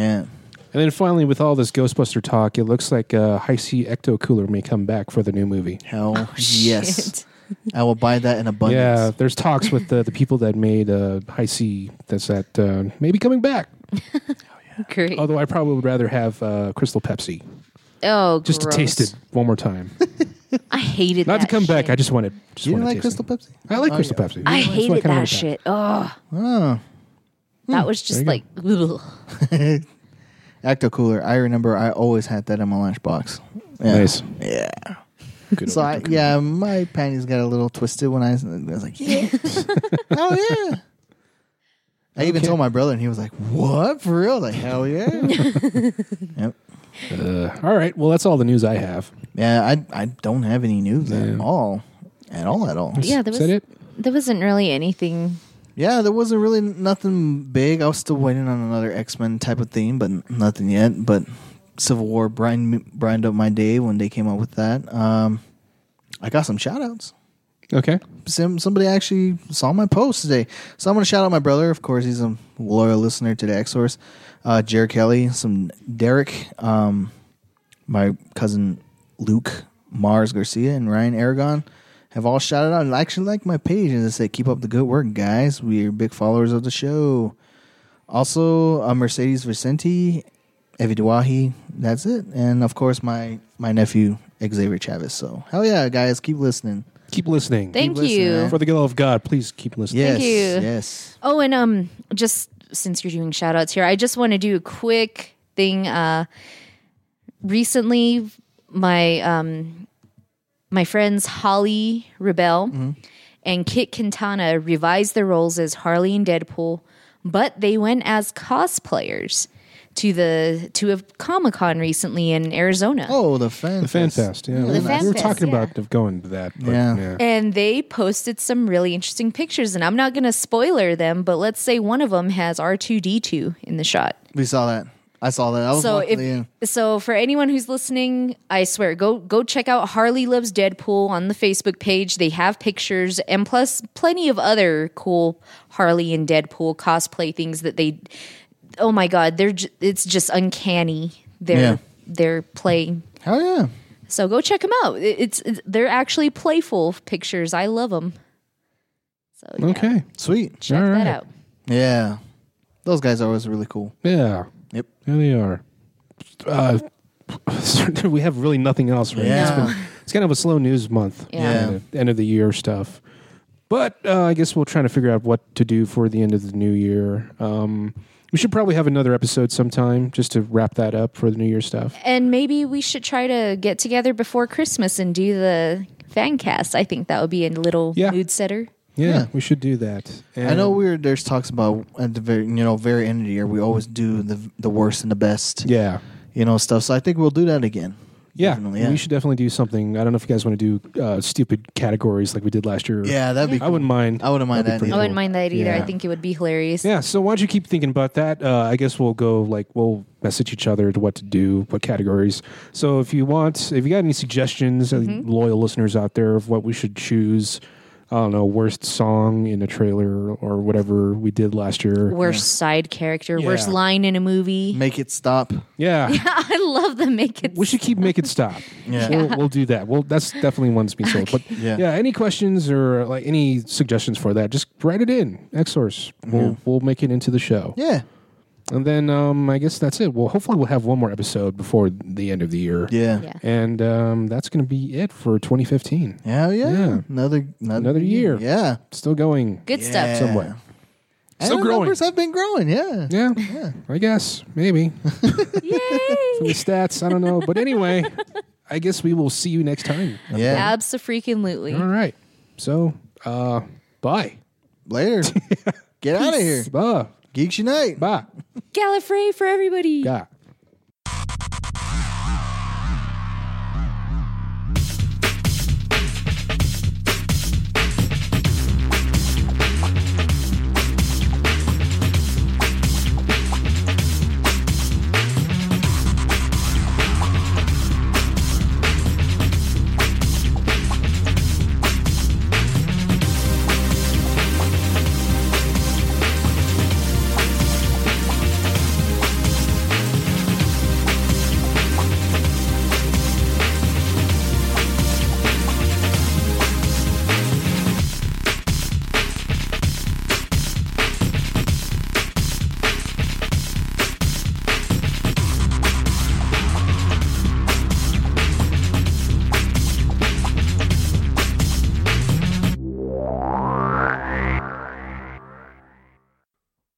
Speaker 1: And
Speaker 3: yeah.
Speaker 1: then finally, with all this Ghostbuster talk, it looks like uh, High C Ecto Cooler may come back for the new movie.
Speaker 3: Hell
Speaker 2: Oh,
Speaker 3: yes, I will buy that in abundance.
Speaker 1: Yeah, there's talks with the, the people that made uh, High C that's that uh, maybe coming back.
Speaker 2: Great.
Speaker 1: Although I probably would rather have uh, Crystal Pepsi
Speaker 2: Oh,
Speaker 1: just
Speaker 2: gross.
Speaker 1: to taste it one more time.
Speaker 2: I hated
Speaker 1: Not to
Speaker 2: that
Speaker 1: come back.
Speaker 2: shit.
Speaker 1: I just want it. Just
Speaker 3: You
Speaker 1: want
Speaker 3: didn't
Speaker 1: to
Speaker 3: like
Speaker 1: taste
Speaker 3: Crystal
Speaker 1: it.
Speaker 3: Pepsi?
Speaker 1: I like
Speaker 3: Oh,
Speaker 1: Crystal
Speaker 3: yeah.
Speaker 1: Pepsi.
Speaker 2: I
Speaker 1: That's why
Speaker 2: hated
Speaker 1: kinda Ah.
Speaker 2: that
Speaker 1: went back.
Speaker 2: shit. Oh,
Speaker 3: Oh,
Speaker 2: that
Speaker 1: Hmm.
Speaker 2: was just like. ugh.
Speaker 3: Acto Cooler. I remember I always had that in my lunchbox. Yeah.
Speaker 1: Nice.
Speaker 3: Yeah.
Speaker 1: Good
Speaker 3: So
Speaker 1: old
Speaker 3: I,
Speaker 1: Ecto Cooler.
Speaker 3: yeah, my panties got a little twisted when I was, I was
Speaker 1: [LAUGHS]
Speaker 3: like, yeah, oh yeah. I even told my brother, and he was like, "What for real? Like hell
Speaker 2: [LAUGHS]
Speaker 3: yeah." yep.
Speaker 1: Uh, all right. Well, that's all the news I have.
Speaker 3: Yeah, I I don't have any news at
Speaker 1: Yeah.
Speaker 3: all, at all, at all.
Speaker 2: Yeah, there
Speaker 1: Is
Speaker 2: was.
Speaker 1: that it?
Speaker 2: There wasn't really anything.
Speaker 3: Yeah, there wasn't really nothing big. I was still waiting on another X Men type of theme, but n- nothing yet. But Civil War brightened, brightened up my day when they came out with that. Um, I got some shout outs.
Speaker 1: Okay.
Speaker 3: some, somebody actually saw my post today. So I'm going to shout out my brother. Of course, he's a loyal listener to the X Source. Uh, Jared Kelly, some Derek, um, my cousin Luke, Mars Garcia, and Ryan Aragon have all shouted out and actually like my page. And they said, keep up the good work, guys. We're big followers of the show. Also, uh, Mercedes Vicente, Evie Duahi. That's it. And of course, my, my nephew, Xavier Chavez. So, hell yeah, guys, keep listening.
Speaker 1: Keep listening.
Speaker 2: Thank
Speaker 3: listening,
Speaker 2: you.
Speaker 3: man.
Speaker 1: For the love of God, please keep listening.
Speaker 3: Yes.
Speaker 2: you.
Speaker 3: Yes.
Speaker 2: Oh, and um, just since you're doing shout outs here, I just want to do a quick thing. Uh, recently, my um, my friends Holly Rebel and Kit Quintana revised their roles as Harley and Deadpool, but they went as cosplayers. to the to a Comic Con recently in Arizona.
Speaker 3: Oh, the fan.
Speaker 1: The Fan Fest. Yeah, we,
Speaker 2: The Fan
Speaker 1: we were
Speaker 2: Fest,
Speaker 1: talking
Speaker 2: yeah.
Speaker 1: about going to that. But,
Speaker 3: Yeah.
Speaker 1: yeah.
Speaker 2: And they posted some really interesting pictures, and I'm not going to spoiler them, but let's say one of them has R2D2 in the shot.
Speaker 3: We saw that. I saw that. I was
Speaker 2: So
Speaker 3: walking
Speaker 2: if
Speaker 3: in.
Speaker 2: so, for anyone who's listening, I swear, go go check out Harley Loves Deadpool on the Facebook page. They have pictures and plus plenty of other cool Harley and Deadpool cosplay things that they. Oh my God, they're j- it's just uncanny. Their
Speaker 3: Yeah.
Speaker 2: their play.
Speaker 3: Hell yeah.
Speaker 2: So go check them out. It- It's, it's they're actually playful pictures. I love them. So yeah,
Speaker 1: Okay.
Speaker 3: Sweet.
Speaker 2: check
Speaker 1: All right.
Speaker 2: that out.
Speaker 3: Yeah. Those guys are always really cool.
Speaker 1: Yeah.
Speaker 3: Yep.
Speaker 1: There they are. Uh, [LAUGHS] we have really nothing else right now.
Speaker 3: Yeah.
Speaker 1: It's, been, it's kind of a slow news month.
Speaker 2: Yeah.
Speaker 1: Uh, End of the year stuff. But uh, I guess we'll try to figure out what to do for the end of the new year. Um, we should probably have another episode sometime just to wrap that up for the new year stuff.
Speaker 2: And maybe we should try to get together before Christmas and do the fan cast. I think that would be a little
Speaker 1: Yeah.
Speaker 2: mood setter.
Speaker 1: Yeah,
Speaker 3: Yeah.
Speaker 1: we should do that. And
Speaker 3: I know we were, there's talks about at the very you know very end of the year we always do the the worst and the best
Speaker 1: Yeah.
Speaker 3: you know stuff. So I think we'll do that again.
Speaker 1: Yeah,
Speaker 3: Definitely, yeah.
Speaker 1: we should definitely do something. I don't know if you guys want to do uh, stupid categories like we did last year.
Speaker 3: Yeah, that'd be.
Speaker 1: I wouldn't mind.
Speaker 3: I wouldn't mind
Speaker 1: That'd
Speaker 3: that.
Speaker 1: be pretty
Speaker 2: I
Speaker 3: either.
Speaker 2: wouldn't mind that either.
Speaker 1: Yeah.
Speaker 2: I think it would be hilarious.
Speaker 1: Yeah, so why don't you keep thinking about that? Uh, I guess we'll go like we'll message each other to what to do, what categories. So if you want, if you got any suggestions, uh loyal listeners out there, of what we should choose, I don't know, worst song in a trailer or whatever we did last year.
Speaker 2: Worst side character, worst
Speaker 1: Yeah.
Speaker 2: line in a movie.
Speaker 3: Make it stop.
Speaker 1: Yeah,
Speaker 2: [LAUGHS] I love the make it.
Speaker 1: we should keep make it stop.
Speaker 3: Yeah.
Speaker 1: We'll, we'll do that. Well, that's definitely one's been sold. But yeah.
Speaker 3: Yeah.
Speaker 1: any questions or like any suggestions for that, just write it in. Xsource. We'll we'll make it into the show.
Speaker 3: Yeah.
Speaker 1: And then um, I guess that's it. Well, hopefully we'll have one more episode before the end of the year.
Speaker 3: Yeah.
Speaker 2: Yeah.
Speaker 1: And um, that's going to be it for 2015.
Speaker 3: Hell yeah.
Speaker 1: Yeah.
Speaker 3: Another, another
Speaker 1: Another year.
Speaker 3: Yeah.
Speaker 1: Still going
Speaker 2: Good
Speaker 3: Yeah.
Speaker 2: stuff.
Speaker 1: somewhere.
Speaker 3: And
Speaker 1: Still
Speaker 3: the
Speaker 1: growing.
Speaker 3: numbers have been growing. Yeah.
Speaker 1: Yeah, I guess maybe. [LAUGHS] From the stats, I don't know. But anyway, I guess we will see you next time.
Speaker 3: yeah.
Speaker 2: Absolutely.
Speaker 1: All right. So, uh, bye.
Speaker 3: Later.
Speaker 1: [LAUGHS]
Speaker 3: Get out of here.
Speaker 1: Bye.
Speaker 3: Geeks Unite.
Speaker 1: Bye.
Speaker 2: Gallifrey for everybody.
Speaker 1: Yeah.